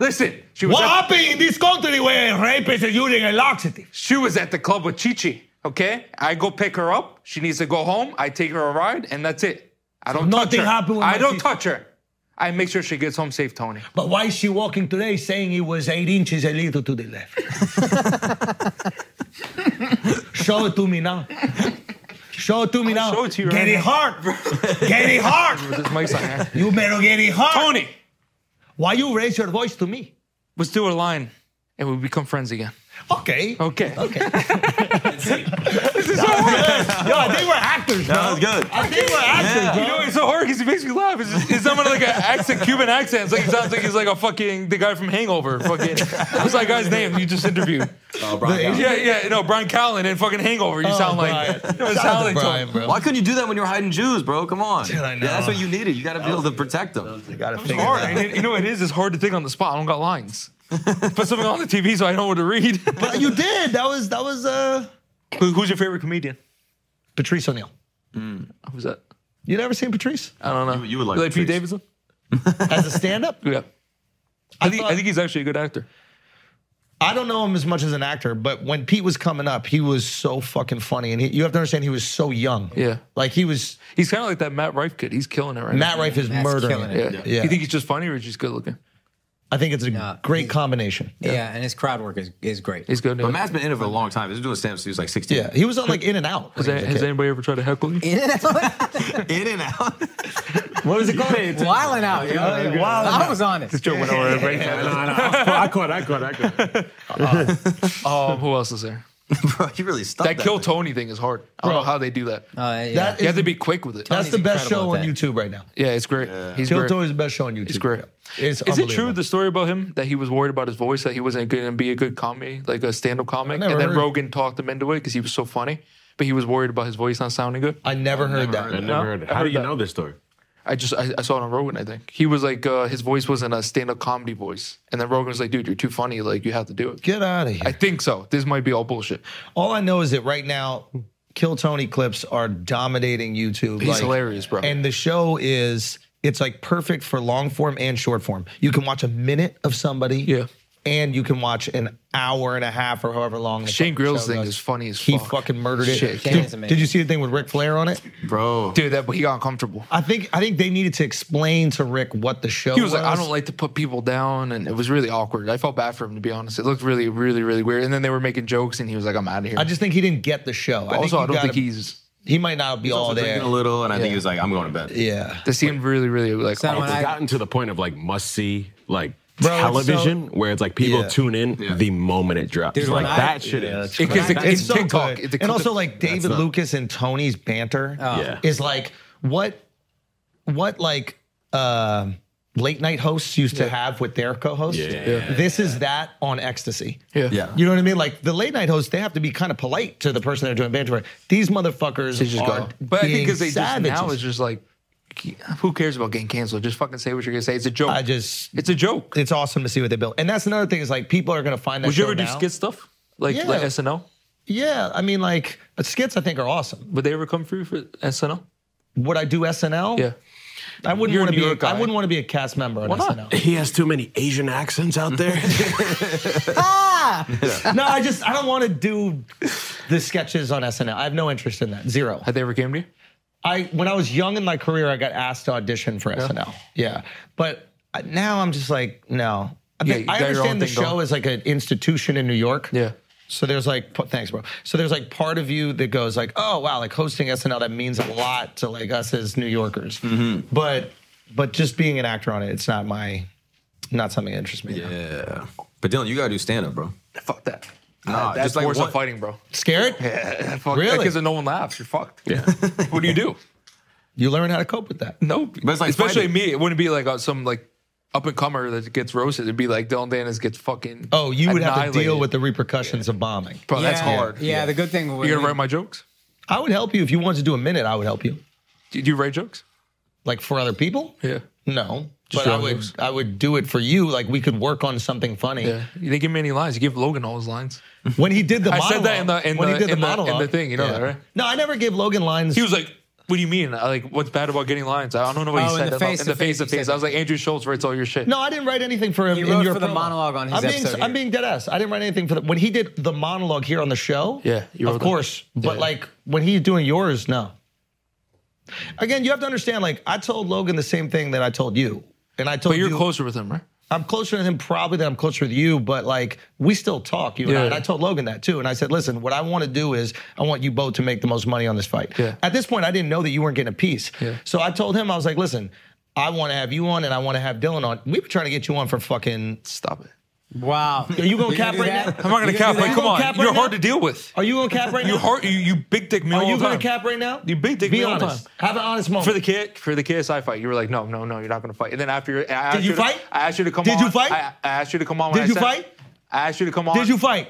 [SPEAKER 1] Listen, she was,
[SPEAKER 3] What
[SPEAKER 1] at,
[SPEAKER 3] happened in this country where rape is using a laxative?
[SPEAKER 1] she was at the club with Chichi, okay? I go pick her up. She needs to go home. I take her a ride, and that's it. I don't touch
[SPEAKER 3] nothing
[SPEAKER 1] her.
[SPEAKER 3] happened with
[SPEAKER 1] I
[SPEAKER 3] my
[SPEAKER 1] don't
[SPEAKER 3] sister.
[SPEAKER 1] touch her. I make sure she gets home safe, Tony.
[SPEAKER 3] But why is she walking today saying it was eight inches a little to the left? show it to me now. Show it to me now.
[SPEAKER 1] show it to you
[SPEAKER 3] Get
[SPEAKER 1] right
[SPEAKER 3] it
[SPEAKER 1] now.
[SPEAKER 3] hard. Get it hard.
[SPEAKER 1] This mic's on hand.
[SPEAKER 3] You better get it hard.
[SPEAKER 1] Tony,
[SPEAKER 3] Why you raise your voice to me?
[SPEAKER 1] let's do a line, and we become friends again.
[SPEAKER 3] Okay.
[SPEAKER 1] Okay.
[SPEAKER 3] Okay.
[SPEAKER 1] This is so hard.
[SPEAKER 3] Yo, I think we're actors, bro.
[SPEAKER 8] That was good.
[SPEAKER 3] I think we're actors,
[SPEAKER 1] You
[SPEAKER 3] bro.
[SPEAKER 1] know, it's so hard because he makes me laugh. It's, just, it's someone like an accent, Cuban accent. It's like, it sounds like he's like a fucking the guy from Hangover. Fucking, what's that guy's name you just interviewed?
[SPEAKER 8] Oh, Brian.
[SPEAKER 1] Yeah, yeah, no, Brian Callen and fucking Hangover. You sound like
[SPEAKER 3] Oh, Brian.
[SPEAKER 1] you know, it
[SPEAKER 3] Shout out to
[SPEAKER 1] sound like
[SPEAKER 3] Brian,
[SPEAKER 1] Tony.
[SPEAKER 3] bro.
[SPEAKER 8] Why couldn't you do that when you were hiding Jews, bro? Come on.
[SPEAKER 3] I know.
[SPEAKER 8] Yeah, that's what you needed. You got to be able to protect them.
[SPEAKER 3] You gotta
[SPEAKER 1] It's
[SPEAKER 3] figure
[SPEAKER 1] hard.
[SPEAKER 3] it
[SPEAKER 1] And it- you know what it is? It's hard to think on the spot. I don't got lines. Put something on the TV so I know what to read.
[SPEAKER 3] out. But you did. That was that was uh
[SPEAKER 1] Who- Who's your favorite comedian?
[SPEAKER 3] Patrice O'Neill.
[SPEAKER 1] Who's that?
[SPEAKER 3] You never seen Patrice
[SPEAKER 1] I don't know.
[SPEAKER 8] You- you would like
[SPEAKER 1] like Pete
[SPEAKER 8] Patrice.
[SPEAKER 1] Davidson?
[SPEAKER 3] as a stand-up?
[SPEAKER 1] Yeah. I think,
[SPEAKER 3] thought-
[SPEAKER 1] I think he's actually a good actor.
[SPEAKER 3] I don't know him as much as an actor, but when Pete was coming up, he was so fucking funny, and he, you have to understand he was so young.
[SPEAKER 1] Yeah.
[SPEAKER 3] like he was.
[SPEAKER 1] He's kind of like that Matt Rife kid. He's killing it right
[SPEAKER 3] Matt Rife is
[SPEAKER 5] That's
[SPEAKER 3] murdering.
[SPEAKER 5] killing
[SPEAKER 1] now.
[SPEAKER 3] it.
[SPEAKER 5] it.
[SPEAKER 1] Yeah.
[SPEAKER 3] Yeah.
[SPEAKER 1] You think he's just funny or just good looking?
[SPEAKER 3] I think it's a
[SPEAKER 5] Nah,
[SPEAKER 3] great
[SPEAKER 5] he's-
[SPEAKER 3] combination.
[SPEAKER 5] Yeah. and his crowd work is, is great.
[SPEAKER 1] He's good.
[SPEAKER 8] But
[SPEAKER 1] yeah.
[SPEAKER 8] Matt's been in it for a long time. He's been doing stand-up since he was like 16.
[SPEAKER 3] Yeah, he was on like In and Out.
[SPEAKER 1] Has,
[SPEAKER 3] when he was a
[SPEAKER 1] has
[SPEAKER 3] kid.
[SPEAKER 1] anybody ever tried to heckle you?
[SPEAKER 8] In and out.
[SPEAKER 3] What was it called?
[SPEAKER 5] Wilding out, yo. I was on it.
[SPEAKER 1] This joke went over everybody.
[SPEAKER 6] I caught, I caught, I caught.
[SPEAKER 1] Um, who else is there?
[SPEAKER 8] bro, you really stuck
[SPEAKER 1] That
[SPEAKER 8] that
[SPEAKER 1] kill
[SPEAKER 8] thing.
[SPEAKER 1] Tony thing is hard. I don't know how they do that.
[SPEAKER 5] Uh, yeah.
[SPEAKER 3] That
[SPEAKER 1] You
[SPEAKER 3] is,
[SPEAKER 1] have to be quick with it.
[SPEAKER 3] that's the best show
[SPEAKER 5] incredible
[SPEAKER 3] on
[SPEAKER 5] at that.
[SPEAKER 3] YouTube right now.
[SPEAKER 1] Yeah, it's great. He's
[SPEAKER 3] Kill
[SPEAKER 1] great.
[SPEAKER 3] Tony is the best show on YouTube.
[SPEAKER 1] He's great. Is
[SPEAKER 3] It's
[SPEAKER 1] it true
[SPEAKER 3] unbelievable.
[SPEAKER 1] the story about him that he was worried about his voice, that he wasn't going to be a good comedy, like a stand-up comic,
[SPEAKER 3] never
[SPEAKER 1] and then
[SPEAKER 3] heard.
[SPEAKER 1] Rogan talked him into it because he was so funny, but he was worried about his voice not sounding good.
[SPEAKER 3] I never heard that.
[SPEAKER 6] I never heard it. How do you know this story?
[SPEAKER 1] I just I, I saw it on Rogan. I think he was like uh, his voice wasn't a stand-up comedy voice, and then Rogan was like, "Dude, you're too funny. Like you have to do it."
[SPEAKER 3] Get out of here.
[SPEAKER 1] I think so. This might be all bullshit.
[SPEAKER 3] All I know is that right now, Kill Tony clips are dominating YouTube.
[SPEAKER 1] He's hilarious, bro.
[SPEAKER 3] And the show is it's like perfect for long form and short form. You can watch a minute of somebody. Yeah. And you can watch an hour and a half or however long. the
[SPEAKER 1] Shane
[SPEAKER 3] fucking
[SPEAKER 1] Grylls
[SPEAKER 3] show
[SPEAKER 1] thing
[SPEAKER 3] goes.
[SPEAKER 1] is funny as
[SPEAKER 3] He
[SPEAKER 1] fuck.
[SPEAKER 3] fucking murdered it.
[SPEAKER 1] Shit.
[SPEAKER 3] Did, did you see the thing with Ric Flair on it?
[SPEAKER 1] bro? Dude, that he got uncomfortable.
[SPEAKER 3] I think I think they needed to explain to Rick what the show
[SPEAKER 1] He was like, I don't like to put people down, and it was really awkward. I felt bad for him to be honest. It looked really, really, really weird. And then they were making jokes, and he was like, "I'm out of here."
[SPEAKER 3] I just think he didn't get the show.
[SPEAKER 1] But also,
[SPEAKER 3] you
[SPEAKER 1] I don't
[SPEAKER 3] gotta-
[SPEAKER 1] think he's.
[SPEAKER 3] He might not be all there.
[SPEAKER 8] drinking a little, and I think
[SPEAKER 1] Yeah.
[SPEAKER 8] he was like, "I'm going to bed."
[SPEAKER 3] Yeah,
[SPEAKER 1] this seemed really, really like.
[SPEAKER 6] it's gotten to the point of like must see like
[SPEAKER 1] Bro, it's
[SPEAKER 6] television
[SPEAKER 1] so-
[SPEAKER 6] where it's like people
[SPEAKER 1] Yeah.
[SPEAKER 6] tune in the moment it drops.
[SPEAKER 1] Dude,
[SPEAKER 6] like
[SPEAKER 1] when I-
[SPEAKER 6] that shit
[SPEAKER 1] Yeah,
[SPEAKER 6] is.
[SPEAKER 1] that's It- 'cause it-
[SPEAKER 6] That's-
[SPEAKER 3] it's so
[SPEAKER 1] TikTok.
[SPEAKER 3] good.
[SPEAKER 1] It- the-
[SPEAKER 3] and also like
[SPEAKER 1] That's
[SPEAKER 3] David
[SPEAKER 1] not-
[SPEAKER 3] Lucas and Tony's banter
[SPEAKER 6] Oh. Yeah.
[SPEAKER 3] is like what what like uh, late night hosts used to have with their co-hosts.
[SPEAKER 6] Yeah, yeah, yeah.
[SPEAKER 3] This is that on ecstasy.
[SPEAKER 1] Yeah.
[SPEAKER 6] Yeah.
[SPEAKER 3] You know what I mean? Like the late night hosts, they have to be kind of polite to the person they're doing banter with. These motherfuckers
[SPEAKER 1] They just
[SPEAKER 3] are
[SPEAKER 1] go. But I think
[SPEAKER 3] being
[SPEAKER 1] because they
[SPEAKER 3] savages.
[SPEAKER 1] just now it's just like, who cares about getting canceled? Just fucking say what you're gonna say. It's a joke.
[SPEAKER 3] I just
[SPEAKER 1] it's a joke.
[SPEAKER 3] It's awesome to see what they built, and that's another thing is like people are gonna find that.
[SPEAKER 1] Would you
[SPEAKER 3] show
[SPEAKER 1] ever do
[SPEAKER 3] now.
[SPEAKER 1] skit stuff like
[SPEAKER 3] Yeah.
[SPEAKER 1] like SNL?
[SPEAKER 3] Yeah, I mean like but skits I think are awesome.
[SPEAKER 1] Would they ever come through for SNL?
[SPEAKER 3] Would I do SNL?
[SPEAKER 1] Yeah.
[SPEAKER 3] I wouldn't
[SPEAKER 1] You're a
[SPEAKER 3] want to
[SPEAKER 1] New
[SPEAKER 3] be.
[SPEAKER 1] York
[SPEAKER 3] I
[SPEAKER 1] guy.
[SPEAKER 3] wouldn't want to be a cast member on
[SPEAKER 6] Why
[SPEAKER 3] SNL.
[SPEAKER 6] not? He has too many Asian accents out there.
[SPEAKER 3] no, I just I don't want to do the sketches on SNL. I have no interest in that. Zero.
[SPEAKER 1] Had they ever came to you?
[SPEAKER 3] I when I was young in my career, I got asked to audition for SNL. Yeah, but I- now I'm just like, no. I,
[SPEAKER 1] Yeah,
[SPEAKER 3] think-
[SPEAKER 1] you
[SPEAKER 3] I
[SPEAKER 1] got your own
[SPEAKER 3] understand the
[SPEAKER 1] thing
[SPEAKER 3] show
[SPEAKER 1] going.
[SPEAKER 3] is like an institution in New York.
[SPEAKER 1] Yeah.
[SPEAKER 3] So there's like, p- thanks, bro. So there's like part of you that goes like, oh wow, like hosting SNL that means a lot to like us as New Yorkers.
[SPEAKER 1] Mm-hmm.
[SPEAKER 3] But but just being an actor on it, it's not my, not something that interests me.
[SPEAKER 8] Yeah. But Dylan, you gotta do stand up, bro.
[SPEAKER 1] Fuck that.
[SPEAKER 8] Nah,
[SPEAKER 1] that's
[SPEAKER 8] just like
[SPEAKER 1] worse
[SPEAKER 8] one-
[SPEAKER 1] than fighting, bro.
[SPEAKER 3] Scared?
[SPEAKER 1] Yeah, fuck
[SPEAKER 3] Really?
[SPEAKER 1] Because no one laughs, you're fucked.
[SPEAKER 6] Yeah.
[SPEAKER 1] what do you do?
[SPEAKER 3] You learn how to cope with that.
[SPEAKER 1] No,
[SPEAKER 8] But it's like
[SPEAKER 1] especially
[SPEAKER 8] fighting.
[SPEAKER 1] me. It wouldn't be like uh, some like up and comer that gets roasted. It'd be like Dylan Danis gets fucking.
[SPEAKER 3] Oh, you would have to deal
[SPEAKER 1] annihilated.
[SPEAKER 3] with the repercussions of bombing.
[SPEAKER 1] Bro, that's hard.
[SPEAKER 5] Yeah, the good thing was
[SPEAKER 1] You gonna write my jokes?
[SPEAKER 3] I would help you if you wanted to do a minute. I would help you,
[SPEAKER 1] Do you write jokes?
[SPEAKER 3] like for other people.
[SPEAKER 1] Yeah.
[SPEAKER 3] No,
[SPEAKER 1] Just
[SPEAKER 3] but I
[SPEAKER 1] your
[SPEAKER 3] would
[SPEAKER 1] moves.
[SPEAKER 3] I would do it for you. Like we could work on something funny.
[SPEAKER 1] Yeah. You didn't give me any lines. You give Logan all his lines.
[SPEAKER 3] When he did the
[SPEAKER 1] I
[SPEAKER 3] monologue,
[SPEAKER 1] said that in the in
[SPEAKER 3] when
[SPEAKER 1] the,
[SPEAKER 3] he did
[SPEAKER 1] in,
[SPEAKER 3] the
[SPEAKER 1] the, in the
[SPEAKER 3] monologue
[SPEAKER 1] thing. You know
[SPEAKER 3] yeah.
[SPEAKER 1] that, right?
[SPEAKER 3] No, I never gave Logan lines.
[SPEAKER 1] He was like, "What do you mean? I, Like, what's bad about getting lines? I don't know what
[SPEAKER 5] Oh,
[SPEAKER 1] he
[SPEAKER 5] in
[SPEAKER 1] said."
[SPEAKER 5] the
[SPEAKER 1] about-
[SPEAKER 5] face
[SPEAKER 1] in
[SPEAKER 5] to
[SPEAKER 1] the face to
[SPEAKER 5] face, he
[SPEAKER 1] face.
[SPEAKER 5] said
[SPEAKER 1] I was like, "Andrew Schultz writes all your shit."
[SPEAKER 3] no, I didn't write anything for him.
[SPEAKER 5] He
[SPEAKER 3] in
[SPEAKER 5] wrote
[SPEAKER 3] your
[SPEAKER 5] for the
[SPEAKER 3] promo.
[SPEAKER 5] monologue on his
[SPEAKER 3] I'm being,
[SPEAKER 5] episode here.
[SPEAKER 3] I'm being dead ass. I didn't write anything for the, when he did the monologue here on the show.
[SPEAKER 1] Yeah, you
[SPEAKER 3] of
[SPEAKER 1] wrote that.
[SPEAKER 3] course. But
[SPEAKER 1] Yeah.
[SPEAKER 3] like when he's doing yours, no. Again, you have to understand. Like I told Logan the same thing that I told you, and I told
[SPEAKER 1] but you're
[SPEAKER 3] you,
[SPEAKER 1] closer with him, right?
[SPEAKER 3] I'm closer to him probably than I'm closer with you, but like we still talk, you and I.
[SPEAKER 1] Yeah.
[SPEAKER 3] And I told Logan that too. And I said, listen, what I want to do is I want you both to make the most money on this fight.
[SPEAKER 1] Yeah.
[SPEAKER 3] At this point, I didn't know that you weren't getting a piece.
[SPEAKER 1] Yeah.
[SPEAKER 3] So I told him, I was like, listen, I want to have you on and I want to have Dylan on. We were trying to get you on for fucking.
[SPEAKER 1] Stop it.
[SPEAKER 5] wow.
[SPEAKER 3] Are you going to
[SPEAKER 5] You're
[SPEAKER 3] cap
[SPEAKER 5] gonna do
[SPEAKER 3] right
[SPEAKER 5] that?
[SPEAKER 3] now?
[SPEAKER 1] I'm not gonna
[SPEAKER 3] You
[SPEAKER 1] cap.
[SPEAKER 3] do
[SPEAKER 1] Like,
[SPEAKER 3] that?
[SPEAKER 1] come
[SPEAKER 3] You
[SPEAKER 1] on,
[SPEAKER 3] gonna cap right
[SPEAKER 1] you're
[SPEAKER 3] now?
[SPEAKER 1] hard to deal with.
[SPEAKER 3] Are you going to cap right now?
[SPEAKER 1] You hard. You, you big dick me
[SPEAKER 3] Are
[SPEAKER 1] all
[SPEAKER 3] you
[SPEAKER 1] the time.
[SPEAKER 3] going to cap right now?
[SPEAKER 1] You big dick
[SPEAKER 3] Be
[SPEAKER 1] me all the
[SPEAKER 3] honest.
[SPEAKER 1] time.
[SPEAKER 3] Have an honest moment.
[SPEAKER 1] For the kid, for the KSI fight, you were like, no, no, no, you're not gonna fight. And then after, I asked
[SPEAKER 3] Did you
[SPEAKER 1] to-
[SPEAKER 3] fight?
[SPEAKER 1] I asked you to come
[SPEAKER 3] Did
[SPEAKER 1] on.
[SPEAKER 3] you fight?
[SPEAKER 1] I, I asked you to come on. when
[SPEAKER 3] Did
[SPEAKER 1] I
[SPEAKER 3] you
[SPEAKER 1] said-
[SPEAKER 3] fight?
[SPEAKER 1] I asked you to come on.
[SPEAKER 3] Did you fight?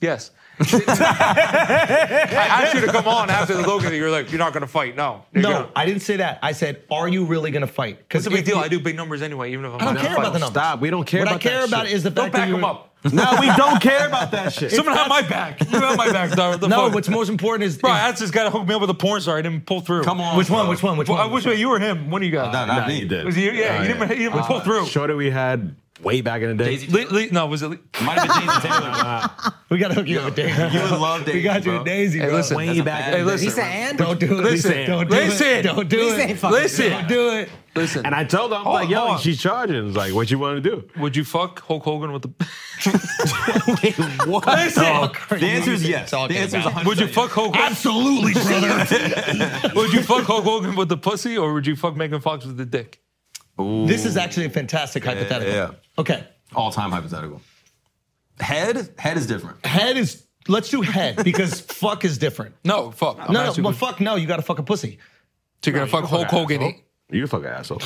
[SPEAKER 1] Yes. I asked you to come on after the Logan. You're like, you're not gonna fight. No. You're
[SPEAKER 3] no,
[SPEAKER 1] gonna-
[SPEAKER 3] I didn't say that. I said, are you really going to fight? Because
[SPEAKER 1] It's a big deal. I do big numbers anyway, even if I'm
[SPEAKER 3] I don't
[SPEAKER 1] not
[SPEAKER 3] care
[SPEAKER 1] fighting.
[SPEAKER 3] about the numbers.
[SPEAKER 6] Stop. We don't care
[SPEAKER 3] What I
[SPEAKER 6] about that
[SPEAKER 3] care about
[SPEAKER 6] shit.
[SPEAKER 3] is the
[SPEAKER 1] Don't
[SPEAKER 3] fact that
[SPEAKER 1] back
[SPEAKER 3] you
[SPEAKER 1] him
[SPEAKER 3] were-
[SPEAKER 1] up.
[SPEAKER 6] No, we don't care about that shit.
[SPEAKER 1] Someone have my back. You have my back, dog. What the
[SPEAKER 3] No,
[SPEAKER 1] fuck?
[SPEAKER 3] what's most important is
[SPEAKER 1] Bro, I asked this guy to hook me up with a porn star. I didn't pull through.
[SPEAKER 8] Come on.
[SPEAKER 3] Which one? Which one? Which
[SPEAKER 1] Well, I
[SPEAKER 3] one?
[SPEAKER 1] wish it was you or him. One of you guys.
[SPEAKER 8] No, not
[SPEAKER 6] Nah,
[SPEAKER 8] me.
[SPEAKER 6] you did.
[SPEAKER 1] Was it you? Yeah,
[SPEAKER 6] Oh,
[SPEAKER 1] you didn't, you didn't pull through.
[SPEAKER 6] Show that we had way back in the day.
[SPEAKER 8] Daisy,
[SPEAKER 1] Le- Le- no, was it? Le-
[SPEAKER 8] might have been Daisy Taylor.
[SPEAKER 3] We gotta hook you up with Daisy.
[SPEAKER 8] You would love Daisy.
[SPEAKER 3] We got you
[SPEAKER 8] bro.
[SPEAKER 3] with Daisy.
[SPEAKER 1] Hey,
[SPEAKER 3] bro.
[SPEAKER 1] listen.
[SPEAKER 6] Way back in
[SPEAKER 1] Hey,
[SPEAKER 6] the day.
[SPEAKER 1] listen.
[SPEAKER 5] Lisa Ann?
[SPEAKER 3] Don't do it.
[SPEAKER 1] Listen.
[SPEAKER 3] Lisa. Don't do
[SPEAKER 1] Listen.
[SPEAKER 3] it. Don't do
[SPEAKER 5] Lisa
[SPEAKER 3] it.
[SPEAKER 5] ain't fucking
[SPEAKER 1] Listen.
[SPEAKER 3] Don't do it.
[SPEAKER 1] Listen.
[SPEAKER 6] And I told him, I'm
[SPEAKER 1] Hold
[SPEAKER 6] like,
[SPEAKER 1] on,
[SPEAKER 6] yo,
[SPEAKER 1] hold on.
[SPEAKER 6] she's charging. It's like, what you want to do?
[SPEAKER 1] Would you fuck Hulk Hogan with the?
[SPEAKER 6] what?
[SPEAKER 1] Oh,
[SPEAKER 8] The answer is yes. The
[SPEAKER 3] Talking
[SPEAKER 8] answer is
[SPEAKER 3] about.
[SPEAKER 8] 100.
[SPEAKER 1] Would you fuck Hulk?
[SPEAKER 3] Absolutely, brother.
[SPEAKER 1] Would you fuck Hulk Hogan with the pussy, or would you fuck Megan Fox with the dick?
[SPEAKER 3] this is actually a fantastic hypothetical.
[SPEAKER 8] yeah.
[SPEAKER 3] Okay.
[SPEAKER 8] All time hypothetical. Head? Head is different.
[SPEAKER 3] Head is. Let's do head because fuck is different.
[SPEAKER 1] No, fuck. I'm
[SPEAKER 3] No, no,
[SPEAKER 1] asking
[SPEAKER 3] well,
[SPEAKER 1] you-
[SPEAKER 3] fuck no. You gotta fuck a pussy.
[SPEAKER 1] So you're gonna fuck Hulk Hogan?
[SPEAKER 6] You fucking asshole.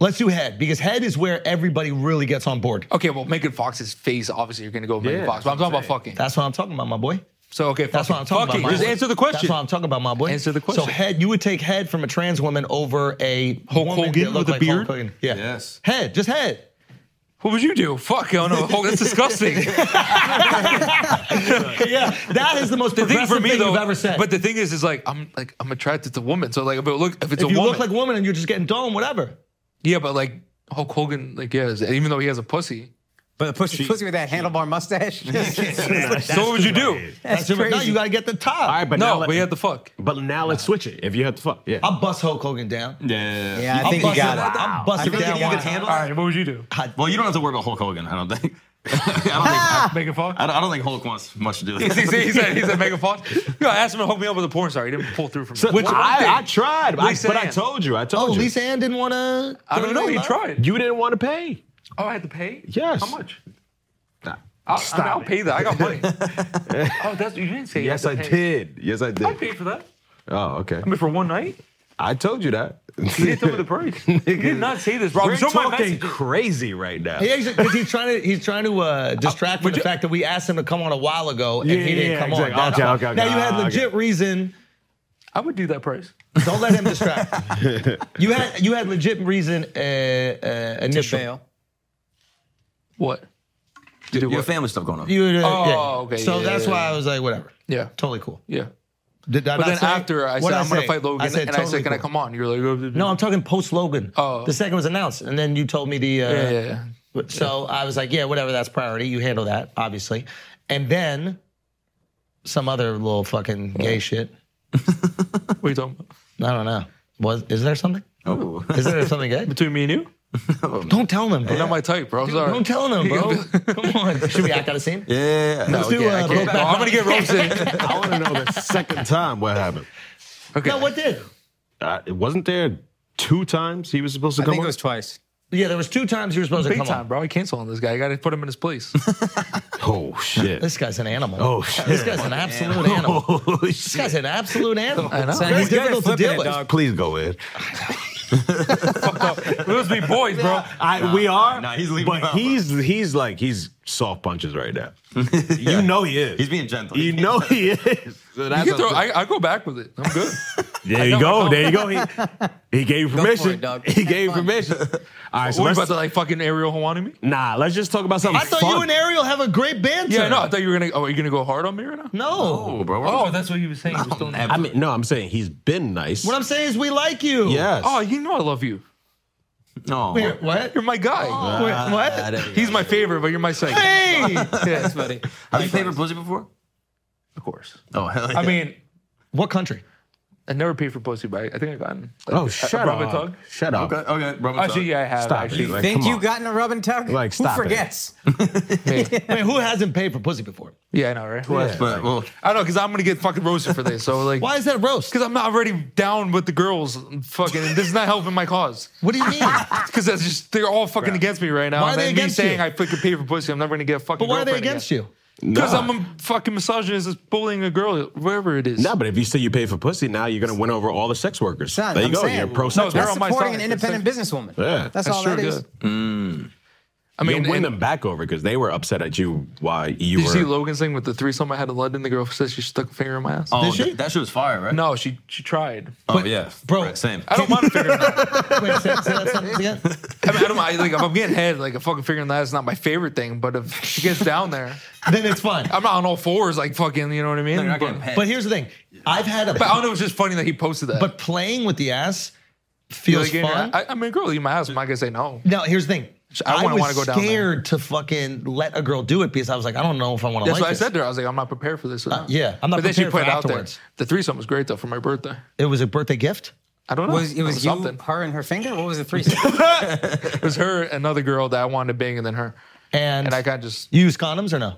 [SPEAKER 3] Let's do head because head is where everybody really gets on board.
[SPEAKER 1] Okay, well, Megan Fox's face. Obviously, you're gonna go with Megan
[SPEAKER 6] Yeah,
[SPEAKER 1] Fox. But I'm talking about fucking.
[SPEAKER 3] That's what I'm talking about, my boy.
[SPEAKER 1] So okay,
[SPEAKER 3] That's
[SPEAKER 1] fuck
[SPEAKER 3] what I'm
[SPEAKER 1] it.
[SPEAKER 3] talking
[SPEAKER 1] Fuck
[SPEAKER 3] about.
[SPEAKER 1] it.
[SPEAKER 3] my
[SPEAKER 1] Just
[SPEAKER 3] boy.
[SPEAKER 1] answer the question.
[SPEAKER 3] That's what I'm talking about, my boy.
[SPEAKER 1] Answer the question.
[SPEAKER 3] So head, you would take head from a trans woman over a
[SPEAKER 1] Hulk
[SPEAKER 3] woman
[SPEAKER 1] Hogan
[SPEAKER 3] that
[SPEAKER 1] with
[SPEAKER 3] looked
[SPEAKER 1] a
[SPEAKER 3] like Hulk
[SPEAKER 1] beard?
[SPEAKER 3] Hogan. Yeah. Yes. Head, just head.
[SPEAKER 1] What would you do? Fuck, oh no, Hulk, that's disgusting.
[SPEAKER 3] yeah, that is the most
[SPEAKER 1] The thing
[SPEAKER 3] progressive
[SPEAKER 1] for
[SPEAKER 3] thing,
[SPEAKER 1] me though,
[SPEAKER 3] you've ever said.
[SPEAKER 1] but the thing is, is like I'm like I'm attracted to women, so like, but look, if it's
[SPEAKER 3] if
[SPEAKER 1] a
[SPEAKER 3] you
[SPEAKER 1] woman,
[SPEAKER 3] look like a woman and you're just getting dome, whatever.
[SPEAKER 1] yeah, but like Hulk Hogan, like yeah, is- even though he has a pussy,
[SPEAKER 5] But the pussy, pussy with that handlebar mustache.
[SPEAKER 1] so what would you do?
[SPEAKER 3] That's right. No, you gotta get the top.
[SPEAKER 6] All right, but now
[SPEAKER 1] No,
[SPEAKER 6] let-
[SPEAKER 1] we had the fuck.
[SPEAKER 6] But now let's switch it. If you had to fuck, yeah.
[SPEAKER 3] I'll bust Hulk Hogan down.
[SPEAKER 8] Yeah.
[SPEAKER 5] Yeah, I
[SPEAKER 3] I'll
[SPEAKER 5] think you
[SPEAKER 3] bust
[SPEAKER 5] got
[SPEAKER 3] him-
[SPEAKER 5] it.
[SPEAKER 3] I'll
[SPEAKER 8] I
[SPEAKER 3] bust
[SPEAKER 8] feel
[SPEAKER 3] him
[SPEAKER 8] like
[SPEAKER 3] down.
[SPEAKER 8] you
[SPEAKER 3] while
[SPEAKER 8] can
[SPEAKER 3] I-
[SPEAKER 8] handle
[SPEAKER 1] All right, what would you do?
[SPEAKER 8] Well, you don't have to worry about Hulk Hogan, I don't think. I don't think,
[SPEAKER 1] Make a fuck.
[SPEAKER 8] I don't, I don't think Hulk wants much to do
[SPEAKER 1] he
[SPEAKER 8] with
[SPEAKER 1] said, he
[SPEAKER 8] it.
[SPEAKER 1] said, he said, make a fuck. Yo, I asked him to hook me up with a porn star. He didn't pull through for me.
[SPEAKER 6] So-
[SPEAKER 1] Which one thing?
[SPEAKER 6] I, I tried, but I,
[SPEAKER 1] Lisa
[SPEAKER 6] but I
[SPEAKER 1] Ann.
[SPEAKER 6] told you. I
[SPEAKER 3] Oh,
[SPEAKER 6] told you.
[SPEAKER 3] Lisa Ann didn't want to.
[SPEAKER 5] Uh,
[SPEAKER 1] I don't know. He tried.
[SPEAKER 6] You didn't want to pay.
[SPEAKER 1] Oh, I had to pay.
[SPEAKER 6] Yes.
[SPEAKER 1] How much?
[SPEAKER 6] Nah.
[SPEAKER 1] I'll, I mean, I'll pay that. I got money. oh, that's you didn't say. you
[SPEAKER 6] Yes, I
[SPEAKER 1] had to pay.
[SPEAKER 6] did. Yes, I
[SPEAKER 1] I
[SPEAKER 6] did.
[SPEAKER 1] paid for that.
[SPEAKER 6] Oh, okay.
[SPEAKER 1] I mean, for one night.
[SPEAKER 6] I told you that.
[SPEAKER 1] You didn't tell me the price. You did not say this, Rob.
[SPEAKER 6] We're
[SPEAKER 1] Show my
[SPEAKER 6] talking
[SPEAKER 1] message.
[SPEAKER 6] crazy right now.
[SPEAKER 3] Yeah, because he's trying to he's trying to uh, distract from the fact that we asked him to come on a while ago and
[SPEAKER 6] Yeah,
[SPEAKER 3] he
[SPEAKER 6] yeah,
[SPEAKER 3] didn't
[SPEAKER 6] yeah,
[SPEAKER 3] come
[SPEAKER 6] exactly.
[SPEAKER 3] on. That's
[SPEAKER 6] Okay,
[SPEAKER 3] all.
[SPEAKER 6] okay, okay.
[SPEAKER 3] Now you had
[SPEAKER 6] Ah,
[SPEAKER 3] legit reason.
[SPEAKER 1] I would do that price.
[SPEAKER 3] Don't let him distract. you had you had legit reason. Uh, uh, initial.
[SPEAKER 5] Fail.
[SPEAKER 1] What?
[SPEAKER 8] You
[SPEAKER 1] what?
[SPEAKER 8] have family stuff going on.
[SPEAKER 3] You, uh,
[SPEAKER 1] Oh,
[SPEAKER 3] yeah.
[SPEAKER 1] okay,
[SPEAKER 3] So
[SPEAKER 1] yeah,
[SPEAKER 3] that's
[SPEAKER 1] yeah,
[SPEAKER 3] why I was like, whatever.
[SPEAKER 1] Yeah.
[SPEAKER 3] Totally cool.
[SPEAKER 1] Yeah.
[SPEAKER 3] Did I
[SPEAKER 1] But
[SPEAKER 3] not
[SPEAKER 1] then
[SPEAKER 3] say-
[SPEAKER 1] after I said
[SPEAKER 3] What'd
[SPEAKER 1] I'm gonna
[SPEAKER 3] say?
[SPEAKER 1] fight Logan,
[SPEAKER 3] I said,
[SPEAKER 1] and I
[SPEAKER 3] totally
[SPEAKER 1] said, "Can I
[SPEAKER 3] cool.
[SPEAKER 1] come on?" You're like, "Oh,
[SPEAKER 3] No, I'm talking post Logan.
[SPEAKER 1] Oh.
[SPEAKER 3] The second was announced, and then you told me the. Uh,
[SPEAKER 1] Yeah, yeah, yeah.
[SPEAKER 3] but- So I was like, yeah, whatever, that's priority. You handle that, obviously. And then some other little fucking gay shit.
[SPEAKER 1] What are you talking about?
[SPEAKER 3] I don't know. Was is there something?
[SPEAKER 8] Oh.
[SPEAKER 3] Is there something gay?
[SPEAKER 1] Between me and you?
[SPEAKER 3] Don't tell them, bro.
[SPEAKER 1] Not my type, bro. I'm sorry.
[SPEAKER 3] Don't tell them, bro. Come on. Should we act out a scene?
[SPEAKER 8] Yeah.
[SPEAKER 3] Let's do, uh,
[SPEAKER 1] No,
[SPEAKER 3] Brokeback
[SPEAKER 1] I'm gonna get roasted.
[SPEAKER 6] I want to know the second time what happened.
[SPEAKER 1] Okay.
[SPEAKER 3] No, what did?
[SPEAKER 6] Uh, wasn't there two times he was supposed to
[SPEAKER 5] I
[SPEAKER 6] come
[SPEAKER 5] think it
[SPEAKER 6] on?
[SPEAKER 5] was twice.
[SPEAKER 3] Yeah, there was two times you were supposed to
[SPEAKER 1] Big
[SPEAKER 3] come
[SPEAKER 1] time,
[SPEAKER 3] on.
[SPEAKER 1] bro. I cancel on this guy. I gotta put him in his place.
[SPEAKER 6] oh shit!
[SPEAKER 3] This guy's an animal.
[SPEAKER 6] Oh, shit.
[SPEAKER 3] This guy's an absolute animal.
[SPEAKER 6] Holy
[SPEAKER 3] This
[SPEAKER 6] shit!
[SPEAKER 3] guy's an absolute animal.
[SPEAKER 1] I know.
[SPEAKER 5] Son,
[SPEAKER 3] Very
[SPEAKER 5] he's good at
[SPEAKER 3] difficult to
[SPEAKER 5] flipping
[SPEAKER 3] deal
[SPEAKER 5] it,
[SPEAKER 3] with.
[SPEAKER 5] dog.
[SPEAKER 6] Please go in.
[SPEAKER 1] Let's be boys, bro.
[SPEAKER 6] I, we are.
[SPEAKER 8] nah, he's leaving
[SPEAKER 6] But
[SPEAKER 8] out.
[SPEAKER 6] he's he's like he's soft punches right now. You know he is.
[SPEAKER 8] He's being gentle.
[SPEAKER 6] You know he is. So
[SPEAKER 1] You
[SPEAKER 6] that's
[SPEAKER 1] can throw,
[SPEAKER 6] a-
[SPEAKER 1] I, I go back with it. I'm good.
[SPEAKER 6] there you go. There you go. He, he gave you
[SPEAKER 5] for
[SPEAKER 6] permission.
[SPEAKER 5] it, dog.
[SPEAKER 6] He gave you permission. All right. So
[SPEAKER 1] What
[SPEAKER 6] let's,
[SPEAKER 1] about to like fucking Ariel Hawani me?
[SPEAKER 6] nah, let's just talk about something.
[SPEAKER 3] I thought
[SPEAKER 6] fun.
[SPEAKER 3] you and Ariel have a great banter.
[SPEAKER 1] Yeah, no, I thought you were gonna. Oh, are you gonna go hard on me right now?
[SPEAKER 3] No.
[SPEAKER 8] Oh, bro.
[SPEAKER 1] Oh, that's what he was saying. He was still-
[SPEAKER 6] I mean, no, I'm saying he's been nice.
[SPEAKER 3] What I'm saying is we like you.
[SPEAKER 6] yes.
[SPEAKER 1] oh, you know I love you.
[SPEAKER 8] no.
[SPEAKER 3] Wait, what?
[SPEAKER 1] You're my guy. Uh,
[SPEAKER 3] Wait, what?
[SPEAKER 1] He's my favorite, but you're my second.
[SPEAKER 3] Hey!
[SPEAKER 1] Yeah,
[SPEAKER 5] Buddy.
[SPEAKER 8] Have you paid for pussy before?
[SPEAKER 1] of course.
[SPEAKER 8] Oh, hell yeah.
[SPEAKER 1] I mean,
[SPEAKER 3] what country?
[SPEAKER 1] I never paid for pussy, but I I think I got. Like,
[SPEAKER 6] Oh,
[SPEAKER 1] a-
[SPEAKER 6] shut
[SPEAKER 1] a rub and
[SPEAKER 6] up.
[SPEAKER 1] tug.
[SPEAKER 6] Shut up.
[SPEAKER 8] Okay, okay. Bro,
[SPEAKER 1] Actually, yeah, I have.
[SPEAKER 6] Stop
[SPEAKER 1] actually.
[SPEAKER 6] it. Like,
[SPEAKER 5] Think
[SPEAKER 6] come
[SPEAKER 5] you
[SPEAKER 6] on.
[SPEAKER 5] got in a rub and tug?
[SPEAKER 6] Like, stop
[SPEAKER 5] Who
[SPEAKER 6] it.
[SPEAKER 5] forgets?
[SPEAKER 3] Wait, who hasn't paid for pussy before?
[SPEAKER 1] Yeah, I know, right?
[SPEAKER 8] But, well,
[SPEAKER 1] I know, because I'm gonna get fucking roasted for this. So like,
[SPEAKER 3] Why is that roast?
[SPEAKER 1] Because I'm not already down with the girls. Fucking, and this is not helping my cause.
[SPEAKER 3] What do you mean?
[SPEAKER 1] Because that's just they're all fucking against me right now.
[SPEAKER 3] Why are
[SPEAKER 1] and
[SPEAKER 3] they
[SPEAKER 1] then
[SPEAKER 3] against
[SPEAKER 1] me saying
[SPEAKER 3] you?
[SPEAKER 1] I fucking pay for pussy, I'm never gonna get a fucking.
[SPEAKER 3] but why are they against you?
[SPEAKER 1] Because I'm a fucking misogynist that's bullying a girl, wherever it is.
[SPEAKER 6] No, but if you say you pay for pussy, now you're gonna win over all the sex workers.
[SPEAKER 5] Son,
[SPEAKER 6] there you
[SPEAKER 5] I'm
[SPEAKER 6] go.
[SPEAKER 5] saying-
[SPEAKER 6] You're pro
[SPEAKER 1] No,
[SPEAKER 6] sex.
[SPEAKER 1] they're
[SPEAKER 6] worker.
[SPEAKER 5] That's
[SPEAKER 1] on my
[SPEAKER 5] supporting
[SPEAKER 1] side.
[SPEAKER 5] an independent businesswoman.
[SPEAKER 6] Yeah.
[SPEAKER 5] That's, all
[SPEAKER 1] true,
[SPEAKER 5] that is.
[SPEAKER 1] good. Mm. I mean,
[SPEAKER 6] you win
[SPEAKER 1] and
[SPEAKER 6] them back over because they were upset at you why you
[SPEAKER 1] did you
[SPEAKER 6] were.
[SPEAKER 1] see Logan's thing with the threesome I had in London? The girl said she stuck a finger in my ass.
[SPEAKER 8] oh,
[SPEAKER 3] Did she?
[SPEAKER 8] that, that shit was fire, right?
[SPEAKER 1] No, she she tried.
[SPEAKER 8] Oh,
[SPEAKER 3] But,
[SPEAKER 8] yeah.
[SPEAKER 3] bro-
[SPEAKER 8] Right, same.
[SPEAKER 1] I don't mind a finger. in the-
[SPEAKER 3] Wait, say, say that sentence again.
[SPEAKER 1] I mean, I don't mind. Like, if I'm getting head, like a fucking finger in the ass is not my favorite thing. But if she gets down there,
[SPEAKER 3] Then it's fine.
[SPEAKER 1] I'm not on all fours, like fucking. You know what I mean?
[SPEAKER 8] You're not getting
[SPEAKER 1] but,
[SPEAKER 8] paid.
[SPEAKER 3] But here's the thing. I've had a
[SPEAKER 1] but I don't know. It's just funny that he posted that.
[SPEAKER 3] but playing with the ass
[SPEAKER 1] You
[SPEAKER 3] feels
[SPEAKER 1] like,
[SPEAKER 3] fun.
[SPEAKER 1] I, I mean, girl, you might ask. Am I gonna say no?
[SPEAKER 3] no, here's the thing.
[SPEAKER 1] I wouldn't
[SPEAKER 3] was
[SPEAKER 1] wanna go down there.
[SPEAKER 3] scared to fucking let a girl do it because I was like, I don't know if I want to
[SPEAKER 1] That's
[SPEAKER 3] like
[SPEAKER 1] what
[SPEAKER 3] this.
[SPEAKER 1] I said to her. I was like, I'm not prepared for this. or
[SPEAKER 3] Uh, yeah, I'm not
[SPEAKER 1] But then she
[SPEAKER 3] prepared
[SPEAKER 1] put it
[SPEAKER 3] for
[SPEAKER 1] out there.
[SPEAKER 3] afterwards.
[SPEAKER 1] The threesome was great though for my birthday.
[SPEAKER 3] It was a birthday gift.
[SPEAKER 1] I don't know.
[SPEAKER 5] Was, it was you,
[SPEAKER 1] something.
[SPEAKER 5] her, and her finger? What was the threesome?
[SPEAKER 1] It was her, another girl that I wanted to bang, and then her.
[SPEAKER 3] And,
[SPEAKER 1] And I got just,
[SPEAKER 3] you use condoms or no?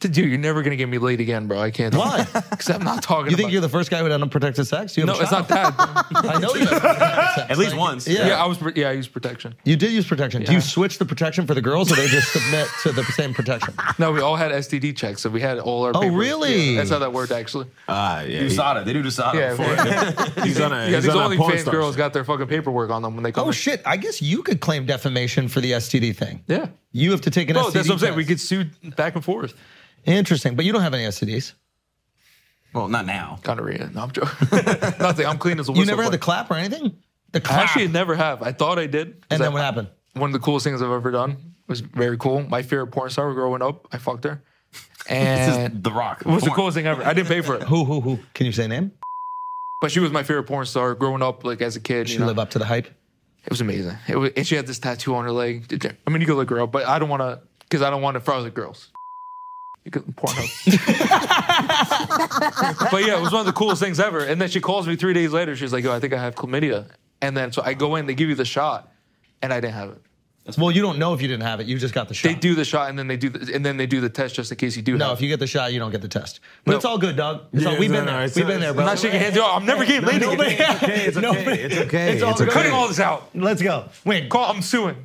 [SPEAKER 1] dude, you're never gonna get me laid again, bro. I can't.
[SPEAKER 3] Why?
[SPEAKER 1] Because I'm not talking.
[SPEAKER 3] You think
[SPEAKER 1] about
[SPEAKER 3] you're the first guy with unprotected sex? You have
[SPEAKER 1] No,
[SPEAKER 3] a
[SPEAKER 1] it's
[SPEAKER 3] child.
[SPEAKER 1] not that. bro.
[SPEAKER 3] I know you. At
[SPEAKER 8] At least once.
[SPEAKER 3] Yeah.
[SPEAKER 1] yeah. I was. Yeah, I used protection.
[SPEAKER 3] You did use protection. Do you
[SPEAKER 1] Yeah.
[SPEAKER 3] switch the protection for the girls, or they just submit to the same protection?
[SPEAKER 1] No, we all had STD checks, so we had all our.
[SPEAKER 3] Oh,
[SPEAKER 1] papers.
[SPEAKER 3] really?
[SPEAKER 1] Yeah, that's how that worked, actually.
[SPEAKER 6] Ah, yeah.
[SPEAKER 8] Do
[SPEAKER 6] he-
[SPEAKER 8] Sada. They do Sada
[SPEAKER 1] Yeah,
[SPEAKER 8] before.
[SPEAKER 6] he's on a.
[SPEAKER 1] Yeah,
[SPEAKER 6] he's
[SPEAKER 1] these
[SPEAKER 6] on a porn
[SPEAKER 1] OnlyFans
[SPEAKER 6] star
[SPEAKER 1] girls
[SPEAKER 6] shit.
[SPEAKER 1] got their fucking paperwork on them when they come.
[SPEAKER 3] Oh
[SPEAKER 1] in.
[SPEAKER 3] shit! I guess you could claim defamation for the STD thing.
[SPEAKER 1] Yeah.
[SPEAKER 3] You have to take an
[SPEAKER 1] No,
[SPEAKER 3] STD.
[SPEAKER 1] Oh, that's what I'm saying.
[SPEAKER 3] test.
[SPEAKER 1] We could sue back and forth.
[SPEAKER 3] Interesting. But you don't have any STDs.
[SPEAKER 8] Well, not now.
[SPEAKER 1] Gonorrhea. No, I'm joking. Nothing. I'm clean as a whistle.
[SPEAKER 3] You never had the
[SPEAKER 1] but-
[SPEAKER 3] clap or anything? The
[SPEAKER 1] I
[SPEAKER 3] clap.
[SPEAKER 1] actually never have. I thought I did.
[SPEAKER 3] And
[SPEAKER 1] I-
[SPEAKER 3] then what happened?
[SPEAKER 1] One of the coolest things I've ever done It was very cool. My favorite porn star growing up, I fucked her. And
[SPEAKER 8] The Rock.
[SPEAKER 1] It was the coolest thing ever. I didn't pay for it.
[SPEAKER 3] who, who, who? Can you say name?
[SPEAKER 1] But she was my favorite porn star growing up, like as a kid.
[SPEAKER 3] She
[SPEAKER 1] you know?
[SPEAKER 3] live up to the hype.
[SPEAKER 1] It was amazing. It was, and she had this tattoo on her leg. I mean, you could look her up, but I don't want to, because I don't want to frowns at girls. You could porn But yeah, it was one of the coolest things ever. And then she calls me three days later. She's like, yo, I think I have chlamydia. And then so I go in, they give you the shot, and I didn't have it.
[SPEAKER 3] Well, you don't know if you didn't have it. You just got the shot.
[SPEAKER 1] They do the shot, and then they do, the, and then they do the test just in case you do.
[SPEAKER 3] no,
[SPEAKER 1] have
[SPEAKER 3] if you get the shot, you don't get the test. But
[SPEAKER 1] No.
[SPEAKER 3] it's all good, dog. It's
[SPEAKER 1] Yeah,
[SPEAKER 3] all, we've
[SPEAKER 1] no,
[SPEAKER 3] been
[SPEAKER 1] no,
[SPEAKER 3] there.
[SPEAKER 1] it's-
[SPEAKER 3] We've been there,
[SPEAKER 1] I'm
[SPEAKER 3] bro.
[SPEAKER 1] not shaking hands, yo, I'm never getting laid again.
[SPEAKER 3] Nobody,
[SPEAKER 1] It's okay, it's okay,
[SPEAKER 3] nobody-
[SPEAKER 1] it's okay,
[SPEAKER 3] It's all
[SPEAKER 1] it's okay.
[SPEAKER 3] good.
[SPEAKER 1] Cutting all this out.
[SPEAKER 3] Let's go. Wait,
[SPEAKER 1] call. I'm suing.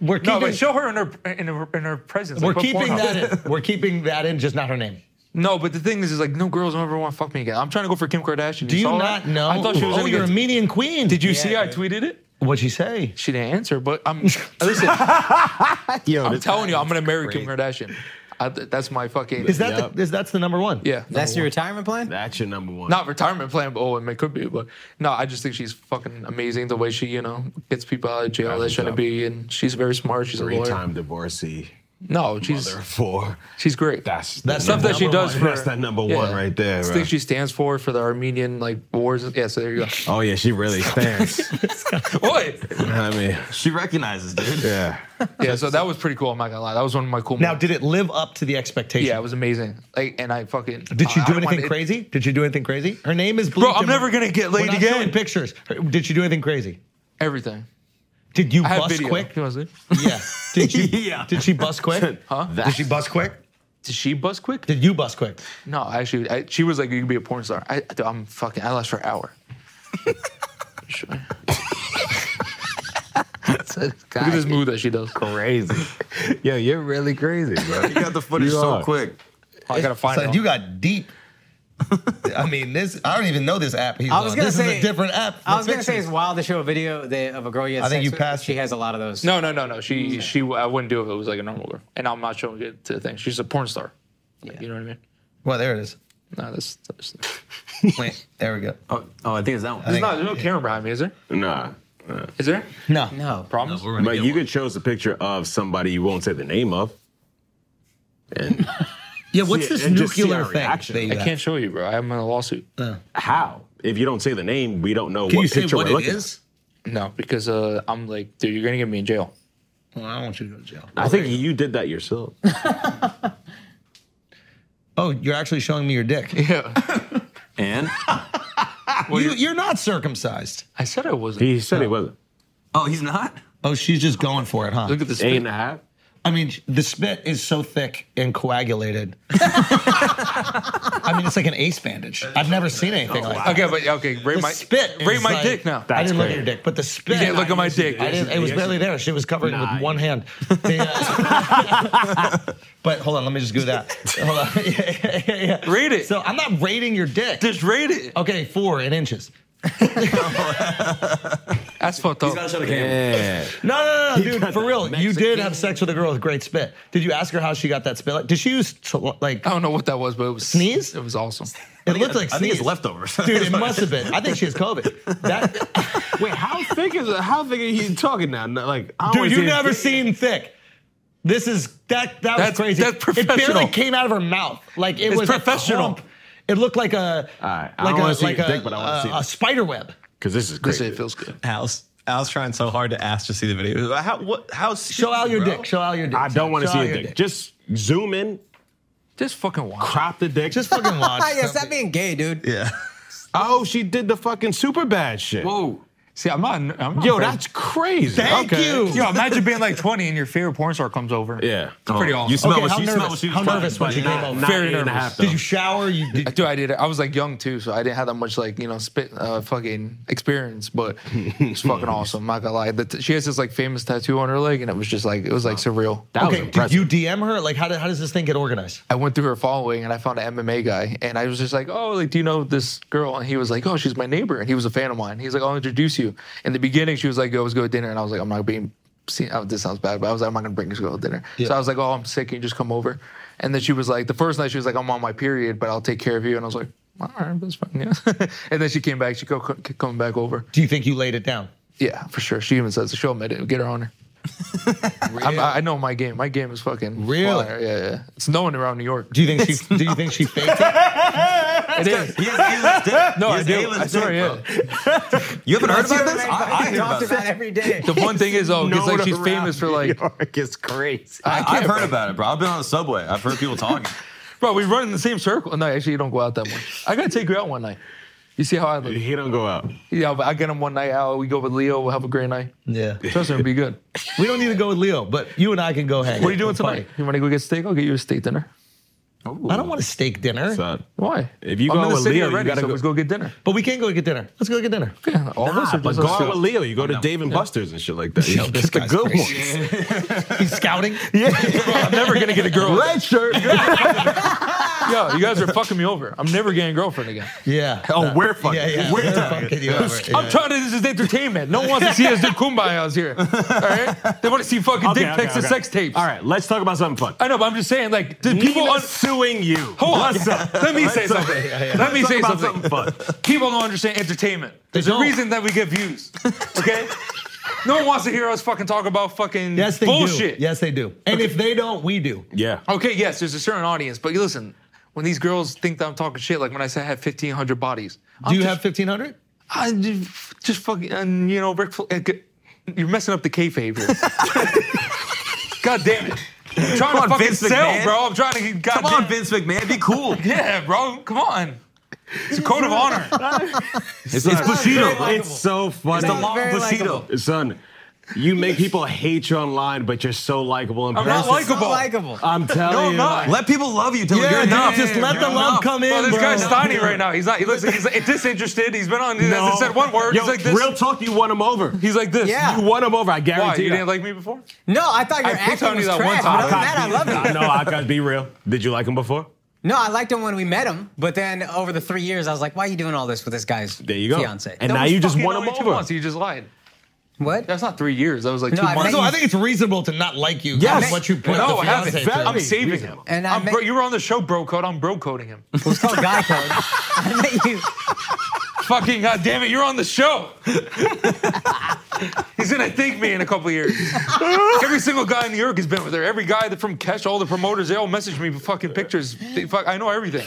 [SPEAKER 3] We're
[SPEAKER 1] No,
[SPEAKER 3] keeping,
[SPEAKER 1] but show her in her in her, in her presence.
[SPEAKER 3] we're
[SPEAKER 1] like,
[SPEAKER 3] keeping
[SPEAKER 1] Pornhub.
[SPEAKER 3] that in. We're keeping that in, just not her name.
[SPEAKER 1] No, but the thing is, is like no girls don't ever want to fuck me again. I'm trying to go for Kim Kardashian.
[SPEAKER 3] Do you
[SPEAKER 1] saw
[SPEAKER 3] not
[SPEAKER 1] that?
[SPEAKER 3] know?
[SPEAKER 1] I thought she was
[SPEAKER 3] Oh,
[SPEAKER 1] gonna
[SPEAKER 3] you're
[SPEAKER 1] get-
[SPEAKER 3] a median queen.
[SPEAKER 1] Did you see? I tweeted it.
[SPEAKER 3] What'd she say?
[SPEAKER 1] She didn't answer, but I'm listen. I'm telling you, I'm gonna marry Kim Kardashian. I, th- that's my fucking.
[SPEAKER 3] Is that the, is that's the number one?
[SPEAKER 1] yeah?
[SPEAKER 5] That's your retirement plan?
[SPEAKER 6] That's your number one.
[SPEAKER 1] Not retirement plan, but oh, it may- could be. But no, I just think she's fucking amazing. The way she, you know, gets people out of jail that shouldn't be, and she's very smart. She's a lawyer.
[SPEAKER 6] Three-time divorcee.
[SPEAKER 1] No, she's
[SPEAKER 6] Mother of four.
[SPEAKER 1] she's great.
[SPEAKER 6] That's
[SPEAKER 1] that stuff that she
[SPEAKER 6] number
[SPEAKER 1] does
[SPEAKER 6] one.
[SPEAKER 1] for
[SPEAKER 6] That's that number
[SPEAKER 1] yeah.
[SPEAKER 6] one right there.
[SPEAKER 1] Things
[SPEAKER 6] bro.
[SPEAKER 1] she stands for for the Armenian like wars. Yeah, so there you go.
[SPEAKER 6] Oh yeah, she really stands.
[SPEAKER 1] Oi.
[SPEAKER 6] I mean,
[SPEAKER 8] She recognizes, dude.
[SPEAKER 6] Yeah.
[SPEAKER 1] Yeah, so that was pretty cool. I'm not gonna lie, that was one of my cool.
[SPEAKER 3] Now, did it live up to the expectation?
[SPEAKER 1] Yeah, it was amazing. Like, and I fucking.
[SPEAKER 3] Did she
[SPEAKER 1] I- I
[SPEAKER 3] do
[SPEAKER 1] wanted-
[SPEAKER 3] anything crazy? Did she do anything crazy? Her name is
[SPEAKER 1] Bro,
[SPEAKER 3] bleeped
[SPEAKER 1] I'm
[SPEAKER 3] in-
[SPEAKER 1] never gonna get laid
[SPEAKER 3] We're not
[SPEAKER 1] again.
[SPEAKER 3] showing pictures. Her- Did she do anything crazy?
[SPEAKER 1] Everything.
[SPEAKER 3] Did you
[SPEAKER 1] I have
[SPEAKER 3] bust
[SPEAKER 1] video.
[SPEAKER 3] quick?
[SPEAKER 1] You wanna see?
[SPEAKER 3] Yeah. Did she? Did she bust quick?
[SPEAKER 1] Huh?
[SPEAKER 3] Did she bust quick?
[SPEAKER 1] Did she bust quick?
[SPEAKER 3] Did you bust quick?
[SPEAKER 1] No, actually, I, she was like, "You can be a porn star." I, I'm fucking. I lost for an hour. Sure. Look at this move that she does.
[SPEAKER 6] Crazy. Yo, you're really crazy, bro.
[SPEAKER 8] You got the footage
[SPEAKER 6] You
[SPEAKER 8] so
[SPEAKER 6] are.
[SPEAKER 8] quick.
[SPEAKER 1] I gotta find
[SPEAKER 3] Son,
[SPEAKER 1] out.
[SPEAKER 3] you got deep. I mean, this. I don't even know this app. He's
[SPEAKER 5] I was
[SPEAKER 3] on.
[SPEAKER 5] gonna
[SPEAKER 3] this
[SPEAKER 5] say
[SPEAKER 3] is a different app.
[SPEAKER 5] I
[SPEAKER 3] for
[SPEAKER 5] was gonna say
[SPEAKER 3] pictures.
[SPEAKER 5] it's wild to show a video that, of a girl you had
[SPEAKER 3] I think
[SPEAKER 5] sex
[SPEAKER 3] you
[SPEAKER 5] with.
[SPEAKER 3] passed
[SPEAKER 5] She has a lot of those.
[SPEAKER 1] No, no, no, no. She, she. I wouldn't do it if it was like a normal girl. And I'm not showing it to the thing. She's a porn star. Like, you know what I mean?
[SPEAKER 3] Well, there it is.
[SPEAKER 1] No, that's. that's
[SPEAKER 3] Wait, there we go.
[SPEAKER 8] Oh, oh, I think it's that one.
[SPEAKER 1] there's, not, there's no camera behind me, is there?
[SPEAKER 6] Nah.
[SPEAKER 1] Is there?
[SPEAKER 3] No.
[SPEAKER 5] No.
[SPEAKER 1] Problems?
[SPEAKER 6] But you could chose a picture of somebody you won't say the name of. And
[SPEAKER 3] Yeah. What's
[SPEAKER 6] See,
[SPEAKER 3] this
[SPEAKER 6] and just see
[SPEAKER 3] nuclear
[SPEAKER 6] our
[SPEAKER 3] thing?
[SPEAKER 6] reaction.
[SPEAKER 3] that you
[SPEAKER 1] I
[SPEAKER 3] got?
[SPEAKER 1] can't show you, bro. I'm in a lawsuit.
[SPEAKER 6] how? If you don't say the name, we don't know
[SPEAKER 3] Can
[SPEAKER 6] what
[SPEAKER 3] you say
[SPEAKER 6] picture
[SPEAKER 3] what
[SPEAKER 6] we're
[SPEAKER 3] it
[SPEAKER 6] looking
[SPEAKER 3] is?
[SPEAKER 1] No, because uh, I'm like, dude, you're gonna get me in jail.
[SPEAKER 3] Well, I don't want you to go to jail.
[SPEAKER 6] at. I think you did that yourself.
[SPEAKER 3] Oh, you're actually showing me your dick.
[SPEAKER 1] Yeah.
[SPEAKER 8] And
[SPEAKER 3] you, you're not circumcised.
[SPEAKER 1] I said I wasn't.
[SPEAKER 6] He said he wasn't.
[SPEAKER 8] oh, he's not.
[SPEAKER 3] Oh, she's just going for it, huh?
[SPEAKER 1] Look at this.
[SPEAKER 6] Eight and a half?
[SPEAKER 3] I mean, the spit is so thick and coagulated. I mean, it's like an ace bandage. I've never seen anything like that.
[SPEAKER 1] Oh, Okay, but okay, rate
[SPEAKER 3] The
[SPEAKER 1] my
[SPEAKER 3] spit.
[SPEAKER 1] Rate
[SPEAKER 3] is
[SPEAKER 1] my
[SPEAKER 3] like-
[SPEAKER 1] dick now.
[SPEAKER 3] I didn't look
[SPEAKER 6] great.
[SPEAKER 3] at your dick, but the spit.
[SPEAKER 1] You didn't look at my dick.
[SPEAKER 3] I didn't, it was barely there. She was covered
[SPEAKER 6] Nah,
[SPEAKER 3] with
[SPEAKER 6] you-
[SPEAKER 3] one hand. The, uh, but hold on, let me just do that. Hold on. Yeah, yeah, yeah, yeah.
[SPEAKER 1] Rate it.
[SPEAKER 3] So I'm not rating your dick.
[SPEAKER 1] Just rate it.
[SPEAKER 3] Okay, four in inches.
[SPEAKER 1] That's fucked up.
[SPEAKER 8] show the camera.
[SPEAKER 6] Yeah.
[SPEAKER 3] No, no, no, no dude, for real. You did have sex with a girl with great spit. Did you ask her how she got that spit? Like, did she use like?
[SPEAKER 1] I don't know what that was, but it was
[SPEAKER 3] Sneeze?
[SPEAKER 1] It was awesome.
[SPEAKER 3] It looked like
[SPEAKER 8] I think it's
[SPEAKER 3] sneeze.
[SPEAKER 8] leftovers.
[SPEAKER 3] Dude, it must have been. I think she has COVID. That,
[SPEAKER 6] Wait, how thick is it? How thick are you talking now? No, Like, I
[SPEAKER 3] dude,
[SPEAKER 6] always
[SPEAKER 3] you
[SPEAKER 6] see-
[SPEAKER 3] never seen thick. This is that. That
[SPEAKER 1] That's-
[SPEAKER 3] was crazy.
[SPEAKER 1] that's
[SPEAKER 3] It
[SPEAKER 1] professional.
[SPEAKER 3] barely came out of her mouth. Like it
[SPEAKER 1] It's
[SPEAKER 3] was a
[SPEAKER 1] professional.
[SPEAKER 3] clump. It looked like a
[SPEAKER 6] right, I
[SPEAKER 3] like
[SPEAKER 6] don't wanna
[SPEAKER 3] a
[SPEAKER 6] see
[SPEAKER 3] like
[SPEAKER 6] your
[SPEAKER 3] a,
[SPEAKER 6] dick, but I wanna
[SPEAKER 3] a-
[SPEAKER 6] see
[SPEAKER 3] a
[SPEAKER 6] it.
[SPEAKER 3] spider web.
[SPEAKER 6] Because this is
[SPEAKER 1] This
[SPEAKER 6] crazy.
[SPEAKER 1] it feels good.
[SPEAKER 18] Al's Al's trying so hard to ask to see the video. How what how
[SPEAKER 3] Show out your dick. Show out your dick.
[SPEAKER 6] I don't want to
[SPEAKER 3] Show
[SPEAKER 6] see
[SPEAKER 3] out
[SPEAKER 6] a
[SPEAKER 3] your
[SPEAKER 6] dick. Just zoom in,
[SPEAKER 1] Just fucking watch.
[SPEAKER 6] crop the dick.
[SPEAKER 3] Just fucking watch.
[SPEAKER 5] Ah, yeah, stop being gay, dude.
[SPEAKER 18] Yeah.
[SPEAKER 6] oh, she did the fucking super bad shit.
[SPEAKER 1] Whoa. See, I'm not. I'm not
[SPEAKER 6] Yo,
[SPEAKER 1] afraid.
[SPEAKER 6] that's crazy.
[SPEAKER 3] Thank you.
[SPEAKER 1] Yo, imagine being like 20 and your favorite porn star comes over.
[SPEAKER 6] Yeah. Oh.
[SPEAKER 1] It's pretty awesome.
[SPEAKER 8] You smell
[SPEAKER 3] Okay,
[SPEAKER 8] what
[SPEAKER 3] how
[SPEAKER 8] she smelled.
[SPEAKER 3] nervous-
[SPEAKER 8] What she was
[SPEAKER 3] how
[SPEAKER 8] trying,
[SPEAKER 3] nervous was
[SPEAKER 8] but
[SPEAKER 3] she
[SPEAKER 8] not-
[SPEAKER 3] came over?
[SPEAKER 6] Not
[SPEAKER 1] Very
[SPEAKER 6] eight and a half,
[SPEAKER 3] Did
[SPEAKER 6] though.
[SPEAKER 3] you shower? You did.
[SPEAKER 1] Dude, I did. I was like young too, so I didn't have that much like you know spit uh, fucking experience, but it's fucking awesome. I'm not gonna lie. The t- she has this like famous tattoo on her leg, and it was just like it was like surreal.
[SPEAKER 6] That was
[SPEAKER 3] Okay, did
[SPEAKER 6] impressive.
[SPEAKER 3] you DM her? Like, how, did, how does this thing get organized?
[SPEAKER 1] I went through her following and I found an MMA guy and I was just like, oh, like, do you know this girl? And he was like, oh, she's my neighbor. And he was a fan of mine. He's like, I'll introduce you. In the beginning, she was like, yo, let's go to dinner. And I was like, I'm not being see, oh, this sounds bad, but I was like, I'm not gonna bring this girl to dinner. So I was like, oh, I'm sick. Can you just come over? And then she was like, the first night she was like, I'm on my period, but I'll take care of you. And I was like, all right, that's fine. Yeah. and then she came back. She go kept coming back over.
[SPEAKER 3] Do you think you laid it down?
[SPEAKER 1] Yeah, for sure. She even says she'll admit it. Get her on her. I'm, I I know my game. My game is fucking
[SPEAKER 3] Really?
[SPEAKER 1] fire. Yeah, yeah. It's known around New York.
[SPEAKER 3] Do you think she? do you think she faked it?
[SPEAKER 1] It is. No, I do. I swear, yeah.
[SPEAKER 8] You haven't heard
[SPEAKER 5] about this? I, I talked about every day.
[SPEAKER 1] The one thing is, though, it's like she's
[SPEAKER 8] around
[SPEAKER 1] famous for like.
[SPEAKER 6] It's crazy.
[SPEAKER 8] I,
[SPEAKER 1] can't-
[SPEAKER 8] I've heard about it, bro. I've been on the subway. I've heard people talking.
[SPEAKER 1] Bro, we run in the same circle. No, actually, you don't go out that much. I gotta take you out one night. You see how I look?
[SPEAKER 6] He don't go out.
[SPEAKER 1] Yeah, but I get him one night out. We go with Leo. We'll have a great night.
[SPEAKER 3] Yeah.
[SPEAKER 1] Trust me, it'll be good.
[SPEAKER 3] We don't need to go with Leo, but you and I can go hang.
[SPEAKER 1] What are you
[SPEAKER 3] out.
[SPEAKER 1] doing
[SPEAKER 3] We'll
[SPEAKER 1] tonight? You want to go get steak? I'll get you a steak dinner.
[SPEAKER 3] party. I don't want a steak dinner,
[SPEAKER 6] Son.
[SPEAKER 1] Why?
[SPEAKER 6] If you
[SPEAKER 1] I'm
[SPEAKER 6] go
[SPEAKER 1] in the
[SPEAKER 6] with
[SPEAKER 1] city
[SPEAKER 6] Leo,
[SPEAKER 1] already,
[SPEAKER 6] you gotta
[SPEAKER 1] so
[SPEAKER 6] go.
[SPEAKER 1] let's go get dinner.
[SPEAKER 3] but we can go get dinner. Let's go get dinner.
[SPEAKER 1] Yeah, all
[SPEAKER 6] Nah, but go out with Leo. You go to Dave and Buster's and shit like that. You know, get the good ones.
[SPEAKER 3] He's scouting.
[SPEAKER 1] I'm never gonna get a girl.
[SPEAKER 8] Red shirt.
[SPEAKER 1] Yo, you guys are fucking me over. I'm never getting a girlfriend again.
[SPEAKER 3] Yeah.
[SPEAKER 6] Oh, we're fucking.
[SPEAKER 3] Yeah, yeah.
[SPEAKER 6] We're
[SPEAKER 3] We're
[SPEAKER 6] done.
[SPEAKER 3] fucking you over.
[SPEAKER 1] I'm
[SPEAKER 3] Yeah.
[SPEAKER 1] trying to. This is entertainment. No one wants to see us do kumbayas here. All right? They want to see fucking
[SPEAKER 6] Okay,
[SPEAKER 1] dick
[SPEAKER 6] okay,
[SPEAKER 1] pics and
[SPEAKER 6] okay.
[SPEAKER 1] sex tapes.
[SPEAKER 6] All right, let's talk about something fun.
[SPEAKER 1] I know, but I'm just saying, like, did people
[SPEAKER 6] Nina
[SPEAKER 1] un-
[SPEAKER 6] suing you.
[SPEAKER 1] Hold on.
[SPEAKER 6] What's up?
[SPEAKER 1] Let me say
[SPEAKER 6] Let's talk-
[SPEAKER 1] something.
[SPEAKER 6] Yeah, yeah.
[SPEAKER 1] Let me
[SPEAKER 6] Let's
[SPEAKER 1] say
[SPEAKER 6] talk about
[SPEAKER 1] something.
[SPEAKER 6] something fun.
[SPEAKER 1] People don't understand entertainment. There's
[SPEAKER 3] don't.
[SPEAKER 1] a reason that we get views. Okay? no one wants to hear us fucking talk about fucking
[SPEAKER 3] Yes, they
[SPEAKER 1] bullshit.
[SPEAKER 3] do. Yes, they do. And if they don't, we do.
[SPEAKER 6] Yeah.
[SPEAKER 1] Okay, yes, there's a certain audience, but listen, when these girls think that I'm talking shit, like when I say I have 1,500 bodies,
[SPEAKER 3] Do
[SPEAKER 1] I'm
[SPEAKER 3] you
[SPEAKER 1] just,
[SPEAKER 3] have fifteen hundred?
[SPEAKER 1] I just, just fucking, and you know, Rick, Fla- uh, g- you're messing up the kayfabe here. God damn it. I'm trying
[SPEAKER 8] Come
[SPEAKER 1] to
[SPEAKER 8] on,
[SPEAKER 1] fucking
[SPEAKER 8] Vince
[SPEAKER 1] sell,
[SPEAKER 8] McMahon.
[SPEAKER 1] bro. I'm trying to get
[SPEAKER 8] Come on, Vince McMahon, be cool.
[SPEAKER 1] Yeah, bro. Come on. It's a code of honor.
[SPEAKER 6] It's, it's
[SPEAKER 5] very
[SPEAKER 6] Bushido.
[SPEAKER 5] likable.
[SPEAKER 6] It's so funny.
[SPEAKER 5] It's not very likable.
[SPEAKER 6] Son, you make people hate you online, but you're so likable in
[SPEAKER 1] I'm
[SPEAKER 6] person.
[SPEAKER 1] not likable.
[SPEAKER 5] likable.
[SPEAKER 6] I'm telling
[SPEAKER 1] No, I'm
[SPEAKER 6] you.
[SPEAKER 1] not.
[SPEAKER 6] like,
[SPEAKER 8] Let people love you. Tell
[SPEAKER 3] Yeah,
[SPEAKER 8] you're
[SPEAKER 3] dude,
[SPEAKER 8] enough.
[SPEAKER 3] just let the love come in,
[SPEAKER 1] Bro, this
[SPEAKER 3] bro.
[SPEAKER 1] guy's Steiny right now. He's not. He looks like he's like, disinterested. He's been on. He
[SPEAKER 6] no.
[SPEAKER 1] hasn't said one word.
[SPEAKER 6] Yo,
[SPEAKER 1] he's like this.
[SPEAKER 6] Real talk, you won him over.
[SPEAKER 1] he's like this.
[SPEAKER 5] Yeah.
[SPEAKER 6] You won him over. I
[SPEAKER 1] Why?
[SPEAKER 6] guarantee
[SPEAKER 1] You
[SPEAKER 6] you.
[SPEAKER 1] didn't like me before?
[SPEAKER 5] No, I thought your
[SPEAKER 1] I picked on
[SPEAKER 5] acting
[SPEAKER 1] you
[SPEAKER 5] was
[SPEAKER 1] that one
[SPEAKER 5] trash. But
[SPEAKER 1] time.
[SPEAKER 5] other than that, I love you.
[SPEAKER 6] No, I gotta be real. Did you like him before?
[SPEAKER 5] No, I liked him when we met him, but then over the three years, I was like, "Why are you doing all this with this guy's
[SPEAKER 6] There you go.
[SPEAKER 5] fiance?"
[SPEAKER 6] And
[SPEAKER 1] That
[SPEAKER 6] now
[SPEAKER 1] was
[SPEAKER 6] you just
[SPEAKER 1] fucking
[SPEAKER 6] won
[SPEAKER 1] only
[SPEAKER 6] him
[SPEAKER 1] two
[SPEAKER 6] over.
[SPEAKER 1] Months. You just lied.
[SPEAKER 5] what?
[SPEAKER 1] That's not three years. That was like
[SPEAKER 5] No,
[SPEAKER 1] two
[SPEAKER 5] I
[SPEAKER 1] months.
[SPEAKER 5] met
[SPEAKER 3] No, I think it's reasonable to not like you.
[SPEAKER 6] Yes.
[SPEAKER 3] given What you put
[SPEAKER 1] No,
[SPEAKER 3] the
[SPEAKER 1] I haven't.
[SPEAKER 3] fiance through.
[SPEAKER 1] I'm saving him.
[SPEAKER 5] And I
[SPEAKER 1] I'm
[SPEAKER 5] met-
[SPEAKER 1] bro, you were on the show, bro code. I'm bro coding him.
[SPEAKER 5] It was called guy code. I met you.
[SPEAKER 1] Fucking god damn it, you're on the show. He's gonna thank me in a couple years. Every single guy in New York has been with her. Every guy that from Kesh, all the promoters, they all message me with fucking pictures. They fuck, I know everything.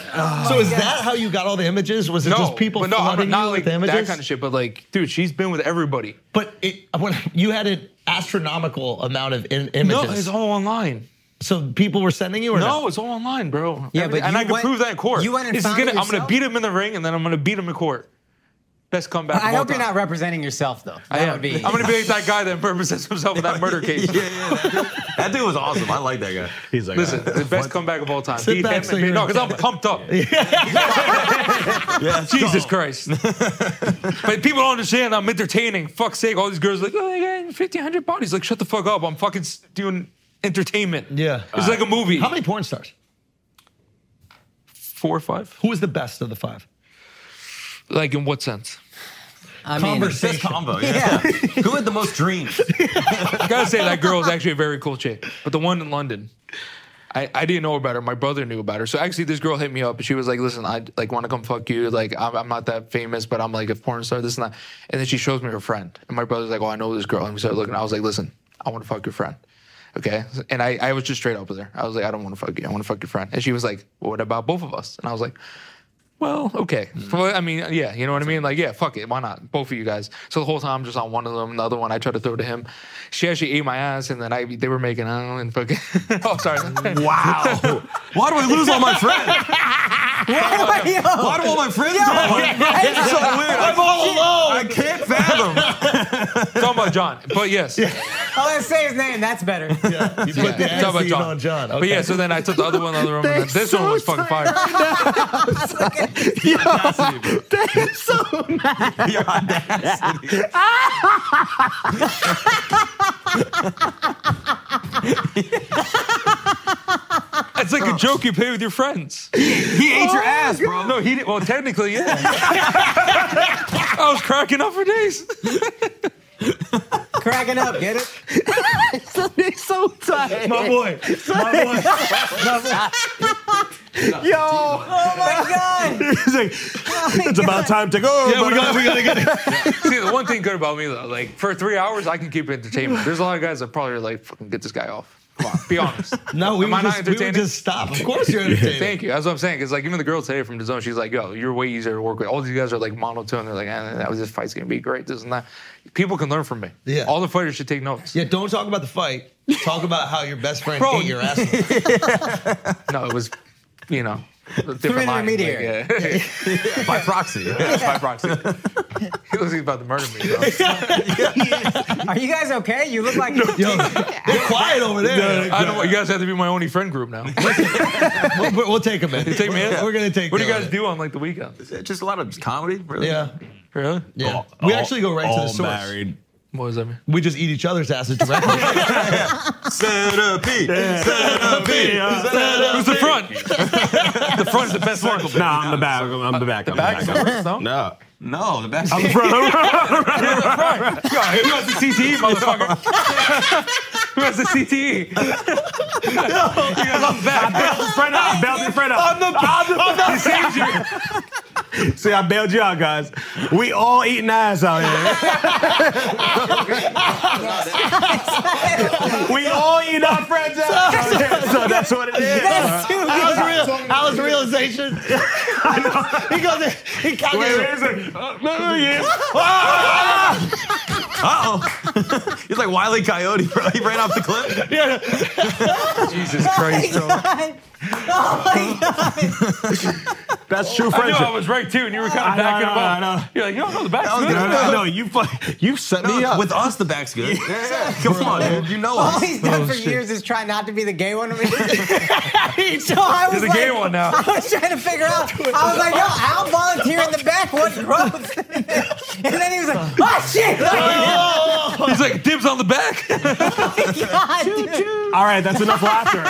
[SPEAKER 3] So is that how you got all the images? Was it
[SPEAKER 1] no,
[SPEAKER 3] just people
[SPEAKER 1] but no,
[SPEAKER 3] flooding
[SPEAKER 1] I'm not
[SPEAKER 3] you
[SPEAKER 1] like
[SPEAKER 3] with images?
[SPEAKER 1] that kind of shit. But like, dude, she's been with everybody.
[SPEAKER 3] But it, when you had an astronomical amount of in,
[SPEAKER 1] No,
[SPEAKER 3] images,
[SPEAKER 1] it's all online.
[SPEAKER 3] so people were sending you or
[SPEAKER 1] No,
[SPEAKER 3] no?
[SPEAKER 1] it's all online, bro.
[SPEAKER 5] Yeah,
[SPEAKER 1] Everything-
[SPEAKER 5] but
[SPEAKER 1] and
[SPEAKER 5] you
[SPEAKER 1] I can
[SPEAKER 5] went-
[SPEAKER 1] prove that in court.
[SPEAKER 5] you went and
[SPEAKER 1] This is
[SPEAKER 5] found
[SPEAKER 1] gonna-
[SPEAKER 5] it
[SPEAKER 1] I'm gonna
[SPEAKER 5] yourself?
[SPEAKER 1] beat him in the ring, and then I'm gonna beat him in court. Best comeback. of
[SPEAKER 5] I
[SPEAKER 1] all
[SPEAKER 5] hope you're
[SPEAKER 1] time.
[SPEAKER 5] not representing yourself though.
[SPEAKER 1] I
[SPEAKER 5] That
[SPEAKER 1] am.
[SPEAKER 5] would be.
[SPEAKER 1] I'm gonna be like that guy that purposes himself with that murder case.
[SPEAKER 8] Yeah, yeah. That dude, that dude was awesome. I like that guy.
[SPEAKER 6] He's like,
[SPEAKER 1] Listen, the best comeback of all time.
[SPEAKER 3] Sit
[SPEAKER 1] Beat
[SPEAKER 3] back
[SPEAKER 1] him
[SPEAKER 3] so
[SPEAKER 1] and beat-
[SPEAKER 3] you're
[SPEAKER 1] no, because I'm pumped up.
[SPEAKER 8] Yeah,
[SPEAKER 1] Jesus Christ. but people don't understand I'm entertaining. Fuck's sake, all these girls are like, oh, I got 1,500 bodies. Like, shut the fuck up. I'm fucking s- doing entertainment.
[SPEAKER 3] Yeah.
[SPEAKER 1] It's like a movie.
[SPEAKER 3] How many porn stars?
[SPEAKER 1] Four or five?
[SPEAKER 3] Who was the best of the five?
[SPEAKER 1] Like, in what sense?
[SPEAKER 5] I mean,
[SPEAKER 8] Best
[SPEAKER 3] Conversation.
[SPEAKER 8] combo. Yeah. Who had the most dreams?
[SPEAKER 1] I gotta say, that girl is actually a very cool chick. But the one in London, I, I didn't know about her. My brother knew about her. So actually, this girl hit me up and she was like, "Listen, I like want to come fuck you. Like, I'm, I'm not that famous, but I'm like a porn star. This and that." And then she shows me her friend, and my brother's like, "Oh, I know this girl." And we started looking. I was like, "Listen, I want to fuck your friend." Okay, and I, I was just straight up with her. I was like, I don't want to fuck you. I want to fuck your friend. And she was like, well, What about both of us? And I was like, well, okay. Well, I mean, yeah, you know what I mean? Like, yeah, fuck it. Why not? Both of you guys. So the whole time I'm just on one of them, the other one I tried to throw to him. She actually ate my ass, and then I they were making out and fucking. oh, sorry.
[SPEAKER 8] Wow. Why do I lose all my friends?
[SPEAKER 5] why do I- yo,
[SPEAKER 8] Why do all my friends die? It's so weird. I'm all alone. I can't fathom.
[SPEAKER 1] Talking about John, but yes. Yeah.
[SPEAKER 5] I'll let's say his name. That's better.
[SPEAKER 3] You put
[SPEAKER 1] Talking
[SPEAKER 3] the ad
[SPEAKER 1] about
[SPEAKER 3] scene
[SPEAKER 1] John.
[SPEAKER 3] on John.
[SPEAKER 1] But
[SPEAKER 3] Okay.
[SPEAKER 1] yeah, so then I took the other one, the other one, and then this one was fucking fire.
[SPEAKER 8] Your audacity.
[SPEAKER 1] It's like a joke you play with your friends.
[SPEAKER 8] He ate your ass, bro.
[SPEAKER 1] No, he didn't. Well, technically, yeah. I was cracking up for days.
[SPEAKER 5] Cracking up, get it?
[SPEAKER 19] He's so tired.
[SPEAKER 20] My boy. My boy.
[SPEAKER 19] My boy. Yo. Oh my God.
[SPEAKER 10] He's like, it's about time to go.
[SPEAKER 1] Yeah, we got, we got to get
[SPEAKER 10] it.
[SPEAKER 1] it. See, the one thing good about me though, like for three hours, I can keep it entertainment. There's a lot of guys that probably are like, fucking get this guy off. Come on, be honest.
[SPEAKER 3] No, we
[SPEAKER 1] Am
[SPEAKER 3] would
[SPEAKER 1] I not
[SPEAKER 3] just- we would
[SPEAKER 1] entertaining?
[SPEAKER 3] just stop. Of course you're entertaining.
[SPEAKER 1] Thank you. That's what I'm saying. Because like even the girl today from the zone, she's like, "Yo, you're way easier to work with." All these guys are like monotone. They're like, eh, "That was this fight's gonna be great." This and that. People can learn from me.
[SPEAKER 3] Yeah.
[SPEAKER 1] All the fighters should take notes.
[SPEAKER 3] Yeah, don't talk about the fight. Talk about how your best friend
[SPEAKER 1] Bro.
[SPEAKER 3] ate your ass.
[SPEAKER 1] No, it was, you know, a different
[SPEAKER 3] Through an
[SPEAKER 1] line.
[SPEAKER 3] intermediary.
[SPEAKER 1] Like, uh, yeah. by proxy. by proxy. he looks like he's about to murder me. Bro.
[SPEAKER 5] Are you guys okay? You look like
[SPEAKER 3] They're quiet over there.
[SPEAKER 1] I don't. You guys have to be my only friend group now.
[SPEAKER 3] we'll, we'll- we'll take a minute.
[SPEAKER 1] You take me in?
[SPEAKER 3] We're, gonna take.
[SPEAKER 1] What do you
[SPEAKER 3] that.
[SPEAKER 1] guys do on like the weekend?
[SPEAKER 8] Just a lot of comedy, really.
[SPEAKER 3] Yeah.
[SPEAKER 1] Really?
[SPEAKER 3] Yeah. we actually go right to the
[SPEAKER 6] all
[SPEAKER 3] source.
[SPEAKER 6] married.
[SPEAKER 1] What does that mean?
[SPEAKER 3] We just eat each other's asses directly.
[SPEAKER 8] Centipede.
[SPEAKER 6] Centipede.
[SPEAKER 1] Who's the front? the front is the best circle.
[SPEAKER 6] No, I'm the back. I'm the back. I'm the
[SPEAKER 8] back
[SPEAKER 6] back.
[SPEAKER 8] first, no?
[SPEAKER 6] No.
[SPEAKER 8] No, the back.
[SPEAKER 6] I'm the front.
[SPEAKER 1] Yo, who has the CTE, motherfucker? who has the CTE? you guys on the back.
[SPEAKER 10] Bailed his friend out. Bailed his friend out. I'm the,
[SPEAKER 1] I'm
[SPEAKER 10] See, I bailed you out, guys. We all eating ass out here. we all eating our friends out. so that's what it is.
[SPEAKER 20] That's too
[SPEAKER 10] That was real.
[SPEAKER 3] That was realization.
[SPEAKER 10] I know. He goes.
[SPEAKER 3] He
[SPEAKER 10] Wait, wait a second. Uh, no, no, yeah. Ah!
[SPEAKER 8] Uh-oh. He's like Wiley Coyote, bro. He ran off the cliff.
[SPEAKER 1] Jesus Christ, bro.
[SPEAKER 5] Oh
[SPEAKER 10] That's true
[SPEAKER 1] I knew
[SPEAKER 10] friendship.
[SPEAKER 1] I was right too, and you were kind
[SPEAKER 10] I
[SPEAKER 1] of
[SPEAKER 10] know,
[SPEAKER 1] backing
[SPEAKER 10] I
[SPEAKER 1] him
[SPEAKER 10] know,
[SPEAKER 1] up.
[SPEAKER 10] I know.
[SPEAKER 1] You're like, no, no, the back's
[SPEAKER 10] No,
[SPEAKER 1] good.
[SPEAKER 10] no, no, no, you fu- you set me up.
[SPEAKER 8] With us, the back's good. Yeah, yeah, Come on, dude. You know
[SPEAKER 5] All
[SPEAKER 8] us.
[SPEAKER 5] he's done
[SPEAKER 8] Oh,
[SPEAKER 5] for
[SPEAKER 8] shit.
[SPEAKER 5] years is try not to be the gay one. Of me. so I was
[SPEAKER 1] You're the
[SPEAKER 5] like,
[SPEAKER 1] gay one now.
[SPEAKER 5] I was trying to figure out. I was like, yo, Al volunteer in the back. What growth? and then he was like, oh shit!
[SPEAKER 1] no. He's like, dibs on the back.
[SPEAKER 5] Oh, God, dude.
[SPEAKER 10] All right, that's enough laughter.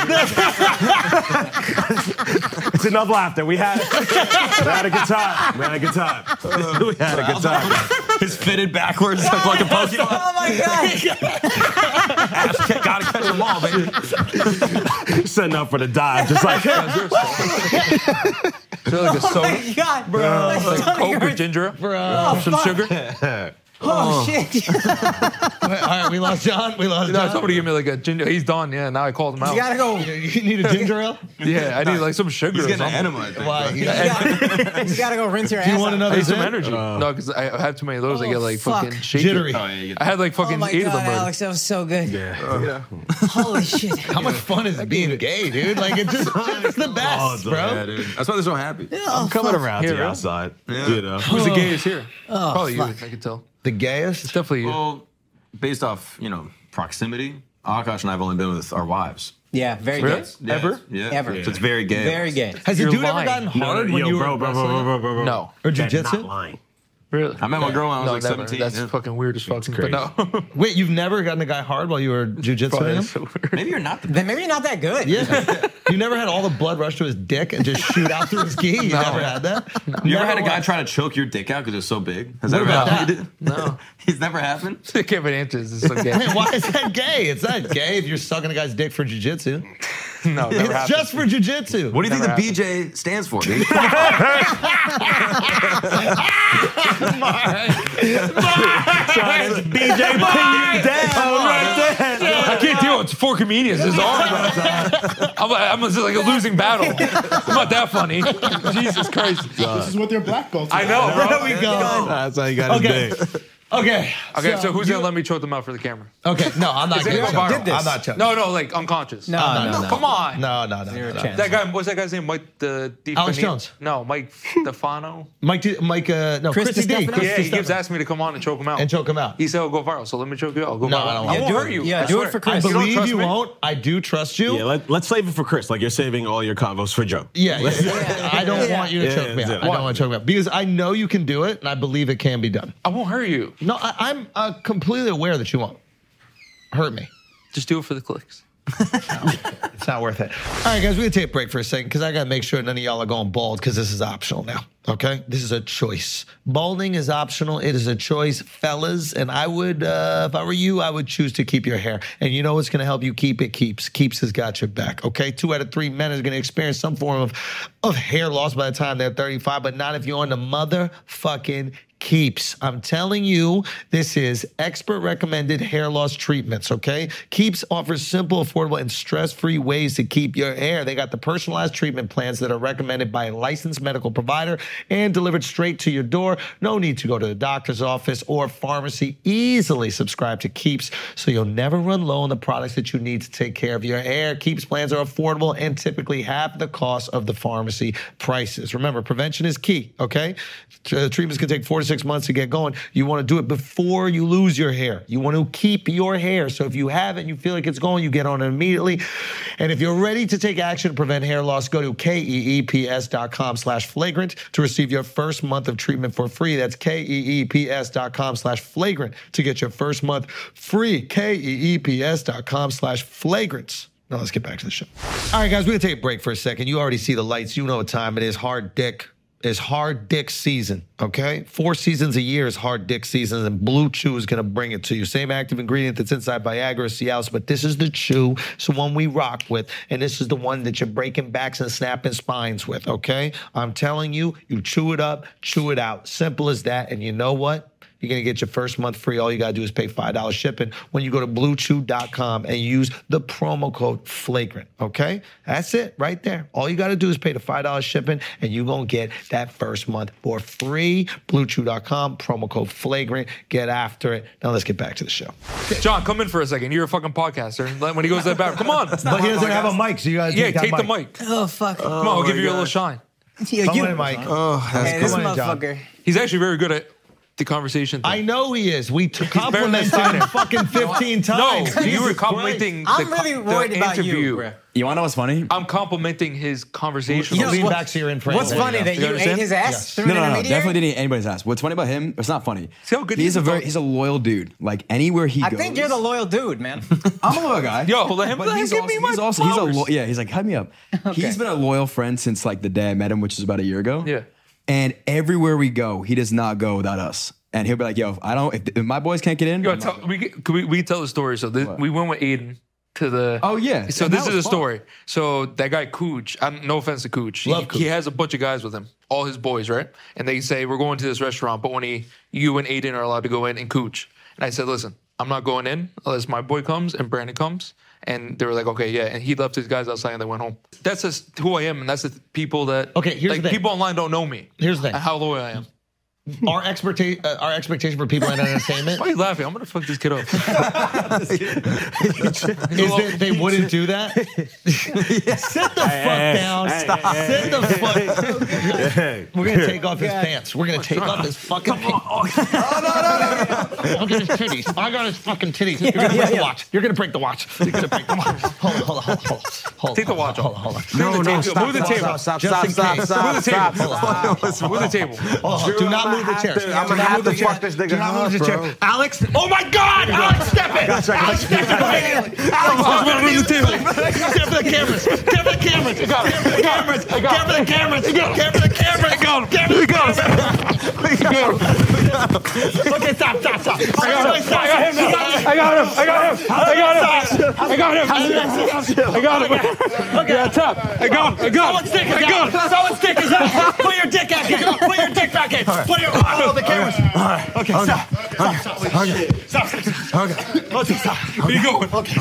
[SPEAKER 10] it's enough laughter. We had, we had a good time. We had a good time. We had a good time.
[SPEAKER 8] It's fitted backwards like a Pokemon.
[SPEAKER 5] Oh my god!
[SPEAKER 8] Gotta catch them all, baby.
[SPEAKER 10] Setting up for the dive, just like
[SPEAKER 1] Feel like a
[SPEAKER 5] Oh
[SPEAKER 1] soda,
[SPEAKER 5] my god,
[SPEAKER 1] bro.
[SPEAKER 5] My
[SPEAKER 1] Like
[SPEAKER 5] stomach
[SPEAKER 1] Coke with
[SPEAKER 5] hurts.
[SPEAKER 1] ginger,
[SPEAKER 3] Bro.
[SPEAKER 1] some
[SPEAKER 5] fuck.
[SPEAKER 1] sugar.
[SPEAKER 5] Oh, shit! you
[SPEAKER 3] All right, we lost John. We lost
[SPEAKER 1] No,
[SPEAKER 3] John.
[SPEAKER 1] somebody give me like a ginger. He's done. Yeah, now I called him out.
[SPEAKER 5] gotta go. You
[SPEAKER 3] You need a ginger ale?
[SPEAKER 1] Yeah, I need like some sugar.
[SPEAKER 8] He's
[SPEAKER 1] or
[SPEAKER 8] getting
[SPEAKER 1] something.
[SPEAKER 8] an enema, I think.
[SPEAKER 3] Why?
[SPEAKER 8] bro.
[SPEAKER 3] You-
[SPEAKER 5] gotta go rinse your ass.
[SPEAKER 3] Do you
[SPEAKER 1] I
[SPEAKER 3] want
[SPEAKER 5] out.
[SPEAKER 3] another
[SPEAKER 1] need some
[SPEAKER 3] sip?
[SPEAKER 1] energy. no, because I I have too many of those. I
[SPEAKER 5] Oh,
[SPEAKER 1] get like
[SPEAKER 5] fuck.
[SPEAKER 1] fucking shaky.
[SPEAKER 3] Jittery.
[SPEAKER 8] Oh, yeah, you
[SPEAKER 1] I had like
[SPEAKER 5] Oh
[SPEAKER 1] fucking
[SPEAKER 5] my
[SPEAKER 1] eight
[SPEAKER 5] god,
[SPEAKER 1] of them. already.
[SPEAKER 5] Alex, that was so good.
[SPEAKER 8] Yeah.
[SPEAKER 5] Holy shit!
[SPEAKER 3] How much fun is being gay, dude? Like it's just it's the best,
[SPEAKER 8] Yeah,
[SPEAKER 3] bro.
[SPEAKER 8] Oh, dude. That's why they're so happy.
[SPEAKER 5] Oh,
[SPEAKER 6] Coming around
[SPEAKER 1] Here,
[SPEAKER 6] to the
[SPEAKER 1] right?
[SPEAKER 6] outside.
[SPEAKER 8] Yeah.
[SPEAKER 6] You know.
[SPEAKER 1] Who's the gayest here?
[SPEAKER 5] Oh,
[SPEAKER 1] Probably you. I
[SPEAKER 5] fuck.
[SPEAKER 1] can tell.
[SPEAKER 3] The
[SPEAKER 1] It's
[SPEAKER 3] gayest.
[SPEAKER 1] definitely you.
[SPEAKER 8] Well, based off, you know, proximity, Akash and I have only been with our wives.
[SPEAKER 5] Yeah, very
[SPEAKER 1] Really?
[SPEAKER 5] good.
[SPEAKER 8] Yeah.
[SPEAKER 1] Ever?
[SPEAKER 8] Yeah.
[SPEAKER 5] Ever.
[SPEAKER 8] So it's very gay.
[SPEAKER 5] Very good.
[SPEAKER 3] Has the
[SPEAKER 1] You're
[SPEAKER 3] dude
[SPEAKER 1] lying.
[SPEAKER 3] ever gotten
[SPEAKER 1] No,
[SPEAKER 3] hard when
[SPEAKER 10] yo,
[SPEAKER 3] you were
[SPEAKER 10] bro, bro, bro, bro, bro, bro, bro.
[SPEAKER 1] No,
[SPEAKER 3] or
[SPEAKER 6] That's not
[SPEAKER 3] jujitsu?
[SPEAKER 6] lying.
[SPEAKER 1] really.
[SPEAKER 8] I met my girl when I was
[SPEAKER 1] No,
[SPEAKER 8] like
[SPEAKER 1] never.
[SPEAKER 8] 17.
[SPEAKER 1] That's
[SPEAKER 8] yeah.
[SPEAKER 1] fucking weird as fuck. But
[SPEAKER 6] crazy.
[SPEAKER 1] no.
[SPEAKER 3] Wait, you've never gotten a guy hard while you were
[SPEAKER 1] Probably
[SPEAKER 3] jujitsuing
[SPEAKER 1] that's
[SPEAKER 3] him?
[SPEAKER 1] so weird.
[SPEAKER 8] Maybe you're not the
[SPEAKER 5] Then maybe you're not that good.
[SPEAKER 3] Yeah. you never had all the blood rush to his dick and just shoot out through his gi. You
[SPEAKER 1] No.
[SPEAKER 3] never had that.
[SPEAKER 8] You
[SPEAKER 3] Never
[SPEAKER 8] ever had a guy
[SPEAKER 3] once.
[SPEAKER 8] try to choke your dick out because it was so big? Has that ever
[SPEAKER 3] about
[SPEAKER 8] happened?
[SPEAKER 1] No.
[SPEAKER 8] He's never happened?
[SPEAKER 1] They can't even answer this. It's so gay.
[SPEAKER 3] Man, why is that gay? It's not gay if you're sucking a guy's dick for jujitsu.
[SPEAKER 1] No, never
[SPEAKER 3] It's
[SPEAKER 1] happened.
[SPEAKER 3] just for jujitsu.
[SPEAKER 8] What do you
[SPEAKER 1] Never
[SPEAKER 8] think the BJ stands for, dude?
[SPEAKER 10] BJ pinned you down right there.
[SPEAKER 1] I can't deal with four comedians. It's hard. I'm, like- I'm just like a losing battle. I'm not that funny. Jesus Christ.
[SPEAKER 21] This is what their black belts.
[SPEAKER 1] I
[SPEAKER 21] are.
[SPEAKER 1] know, bro.
[SPEAKER 3] There we go.
[SPEAKER 6] That's how you got
[SPEAKER 3] Okay.
[SPEAKER 6] his dick.
[SPEAKER 3] Okay.
[SPEAKER 1] Okay, so, who's gonna let me choke them out for the camera?
[SPEAKER 3] Okay. No, I'm not
[SPEAKER 1] Is it
[SPEAKER 3] gonna
[SPEAKER 1] viral?
[SPEAKER 3] choke.
[SPEAKER 1] Did this?
[SPEAKER 3] I'm not choking.
[SPEAKER 1] No, no, like unconscious.
[SPEAKER 5] No,
[SPEAKER 3] Oh,
[SPEAKER 5] no, no.
[SPEAKER 3] no.
[SPEAKER 1] Come on.
[SPEAKER 3] No, no, no. no,
[SPEAKER 5] Zero
[SPEAKER 3] no.
[SPEAKER 5] chance.
[SPEAKER 1] That guy, what's that guy's name? Mike the the
[SPEAKER 3] Alex
[SPEAKER 1] Fini-
[SPEAKER 3] Jones.
[SPEAKER 1] No, Mike Stefano.
[SPEAKER 3] Mike, D, Mike, uh, no,
[SPEAKER 5] Chris
[SPEAKER 3] Christy D.
[SPEAKER 5] DiStefano?
[SPEAKER 3] Chris
[SPEAKER 1] Yeah, he keeps
[SPEAKER 3] DiStefano.
[SPEAKER 1] asking me to come on and choke him out.
[SPEAKER 3] And choke him out.
[SPEAKER 1] Oh. He said, "I'll go viral." So let me choke you out. I'll go
[SPEAKER 3] No,
[SPEAKER 1] viral.
[SPEAKER 3] I don't want
[SPEAKER 1] I
[SPEAKER 3] to.
[SPEAKER 1] won't hurt you.
[SPEAKER 5] Yeah,
[SPEAKER 1] I
[SPEAKER 5] do it
[SPEAKER 1] swear.
[SPEAKER 5] for
[SPEAKER 3] I
[SPEAKER 5] Chris.
[SPEAKER 1] don't
[SPEAKER 3] believe
[SPEAKER 1] trust
[SPEAKER 3] you
[SPEAKER 1] me?
[SPEAKER 3] won't. I do trust
[SPEAKER 6] Yeah,
[SPEAKER 3] you.
[SPEAKER 6] let, let's save it for Chris. Like you're saving all your convos for Joe.
[SPEAKER 3] Yeah, yeah, yeah. I don't
[SPEAKER 5] Yeah.
[SPEAKER 3] want you to
[SPEAKER 6] Yeah,
[SPEAKER 3] choke me out.
[SPEAKER 6] yeah.
[SPEAKER 3] I don't want to choke me out because I know you can do it, and I believe it can be done.
[SPEAKER 1] I won't hurt you.
[SPEAKER 3] No, I, I'm uh, completely aware that you won't hurt me.
[SPEAKER 1] Just do it for the clicks.
[SPEAKER 3] it's not worth it. All right, guys, we're gonna take a break for a second because I gotta make sure none of y'all are going bald because this is optional now. Okay, this is a choice. Balding is optional. It is a choice, fellas. And I would, uh, if I were you, I would choose to keep your hair. And you know what's gonna help you keep it? Keeps. Keeps has got your back. Okay, two out of three men is gonna experience some form of of hair loss by the time they're 35, but not if you're on the motherfucking Keeps. I'm telling you, this is expert recommended hair loss treatments, okay? Keeps offers simple, affordable, and stress free ways to keep your hair. They got the personalized treatment plans that are recommended by a licensed medical provider and delivered straight to your door. No need to go to the doctor's office or pharmacy. Easily subscribe to Keeps so you'll never run low on the products that you need to take care of your hair. Keeps plans are affordable and typically half the cost of the pharmacy prices. Remember, prevention is key, okay? Tr- uh, Treatments can take four to six six months to get going. You want to do it before you lose your hair. You want to keep your hair. So if you have it and you feel like it's going, you get on it immediately. And if you're ready to take action to prevent hair loss, go to E keeps.com slash flagrant to receive your first month of treatment for free. That's E keeps.com slash flagrant to get your first month free. E keeps.com slash flagrants. Now let's get back to the show. All right, guys, we're going to take a break for a second. You already see the lights. You know what time it is. Hard dick is hard dick season, okay? Four seasons a year is hard dick season, and Blue Chew is gonna bring it to you. Same active ingredient that's inside Viagra, Cialis, but this is the chew, it's the one we rock with, and this is the one that you're breaking backs and snapping spines with, okay? I'm telling you, you chew it up, chew it out. Simple as that, and you know what? You're going to get your first month free. All you got to do is pay $5 shipping when you go to bluechew.com and use the promo code flagrant. Okay? That's it right there. All you got to do is pay the $5 shipping and you're going to get that first month for free. Bluechew.com, promo code flagrant. Get after it. Now let's get back to the show.
[SPEAKER 1] John, come in for a second. You're a fucking podcaster. Let- When he goes to the bathroom, come on.
[SPEAKER 3] But he doesn't have a mic, so you got to
[SPEAKER 1] Yeah,
[SPEAKER 3] take,
[SPEAKER 1] take
[SPEAKER 3] that
[SPEAKER 1] the mic.
[SPEAKER 5] Oh fuck.
[SPEAKER 1] Come on, I'll give you a little shine.
[SPEAKER 5] Yeah,
[SPEAKER 3] Come
[SPEAKER 5] you-
[SPEAKER 3] in, Mike.
[SPEAKER 1] Uh.
[SPEAKER 5] Hey, this motherfucker.
[SPEAKER 1] He's actually very good at the conversation. Thing.
[SPEAKER 3] I know he is. We t-
[SPEAKER 1] better than
[SPEAKER 3] complimented him
[SPEAKER 1] Steiner.
[SPEAKER 3] fucking 15
[SPEAKER 1] No,
[SPEAKER 3] times.
[SPEAKER 1] you
[SPEAKER 3] Jesus
[SPEAKER 1] were
[SPEAKER 3] Christ.
[SPEAKER 1] complimenting.
[SPEAKER 5] I'm
[SPEAKER 1] the, co-
[SPEAKER 5] really worried
[SPEAKER 1] the
[SPEAKER 5] about you,
[SPEAKER 1] interview.
[SPEAKER 5] bruh.
[SPEAKER 12] You want to know what's funny?
[SPEAKER 1] I'm complimenting his conversation.
[SPEAKER 5] You know
[SPEAKER 3] Lean
[SPEAKER 5] what-
[SPEAKER 3] back to your infrared.
[SPEAKER 5] What's funny that you ate
[SPEAKER 1] understand?
[SPEAKER 5] his ass?
[SPEAKER 12] No,
[SPEAKER 5] through
[SPEAKER 12] no,
[SPEAKER 5] an
[SPEAKER 12] no,
[SPEAKER 5] intermediary?
[SPEAKER 12] definitely didn't eat anybody's ass. What's funny about him? It's not funny.
[SPEAKER 5] See how good
[SPEAKER 12] he's
[SPEAKER 5] he
[SPEAKER 12] a
[SPEAKER 5] is,
[SPEAKER 12] very
[SPEAKER 5] though?
[SPEAKER 12] he's a loyal dude. Like anywhere he
[SPEAKER 5] I
[SPEAKER 12] goes,
[SPEAKER 5] think you're the loyal dude, man.
[SPEAKER 12] I'm a loyal guy.
[SPEAKER 1] Yo, let him-
[SPEAKER 12] But
[SPEAKER 1] let him
[SPEAKER 12] he's
[SPEAKER 1] give
[SPEAKER 12] also,
[SPEAKER 1] me my
[SPEAKER 12] he's also he's a
[SPEAKER 1] flowers.
[SPEAKER 12] lo- yeah. He's like, help me up. He's been a loyal friend since like the day I met him, which is about a year ago.
[SPEAKER 1] Yeah.
[SPEAKER 12] And everywhere we go, he does not go without us. And he'll be like, yo, if I don't, if, if my boys can't get in,
[SPEAKER 1] Yo, tell, we, could we we tell the story. So this, we went with Aiden to the.
[SPEAKER 12] Oh, yeah.
[SPEAKER 1] So
[SPEAKER 12] And
[SPEAKER 1] this
[SPEAKER 12] that
[SPEAKER 1] is
[SPEAKER 12] was
[SPEAKER 1] a
[SPEAKER 12] fun.
[SPEAKER 1] story. So that guy Cooch. I'm no offense to Cooch.
[SPEAKER 3] Love
[SPEAKER 1] he,
[SPEAKER 3] Cooch.
[SPEAKER 1] he has a bunch of guys with him, all his boys, right? And they say we're going to this restaurant, but when he, you and Aiden are allowed to go in, and Cooch. And I said, listen, I'm not going in unless my boy comes and Brandon comes. And they were like, okay, yeah. And he left his guys outside and they went home. That's just who I am, and that's the people that.
[SPEAKER 3] Okay, here's
[SPEAKER 1] like,
[SPEAKER 3] the thing.
[SPEAKER 1] people online don't know me.
[SPEAKER 3] Here's the thing.
[SPEAKER 1] and How loyal I am.
[SPEAKER 3] our expectation uh, our expectation for people in entertainment
[SPEAKER 1] Why are you laughing? I'm gonna fuck this kid up.
[SPEAKER 3] is that they wouldn't do that. Sit the fuck down. Stop. Sit the fuck. We're gonna take off his pants. We're gonna take off his fucking pants. Look at his titties. I got his fucking titties. You're gonna break the watch. You're gonna break the watch. You're gonna break the watch. Hold on, hold on, hold on, hold on. Hold on
[SPEAKER 1] Take the watch
[SPEAKER 3] Hold on, hold on.
[SPEAKER 1] No, no,
[SPEAKER 3] stop,
[SPEAKER 1] Move the
[SPEAKER 3] stop,
[SPEAKER 1] table.
[SPEAKER 3] stop, stop,
[SPEAKER 1] Just
[SPEAKER 3] stop,
[SPEAKER 1] in
[SPEAKER 3] stop,
[SPEAKER 1] case.
[SPEAKER 3] stop,
[SPEAKER 1] Move the
[SPEAKER 3] stop,
[SPEAKER 1] table. Move the table.
[SPEAKER 3] Hold on. Do not move the chair.
[SPEAKER 22] I'm gonna have to fuck this
[SPEAKER 3] Do
[SPEAKER 22] nigga
[SPEAKER 3] not
[SPEAKER 22] up,
[SPEAKER 3] move the
[SPEAKER 22] bro.
[SPEAKER 3] chair. Alex. Oh my God! Alex, step it. Alex, step it.
[SPEAKER 1] I'm gonna move the table.
[SPEAKER 3] Care for the cameras. Care for the cameras. Care for the cameras. Care for the cameras. Care for the cameras. Care for the cameras. Okay, stop, stop, stop. I got him. I got him. I got him. I got him. I got him. I got him. I got him. Okay, that's up. I got him. I got him. Someone's dick is out. Someone's dick is out. Put your dick back in. Put your dick back in. Put your. Oh, the cameras. Okay, stop. Stop, stop. Stop, stop, stop. Okay, stop. Where you going? Okay,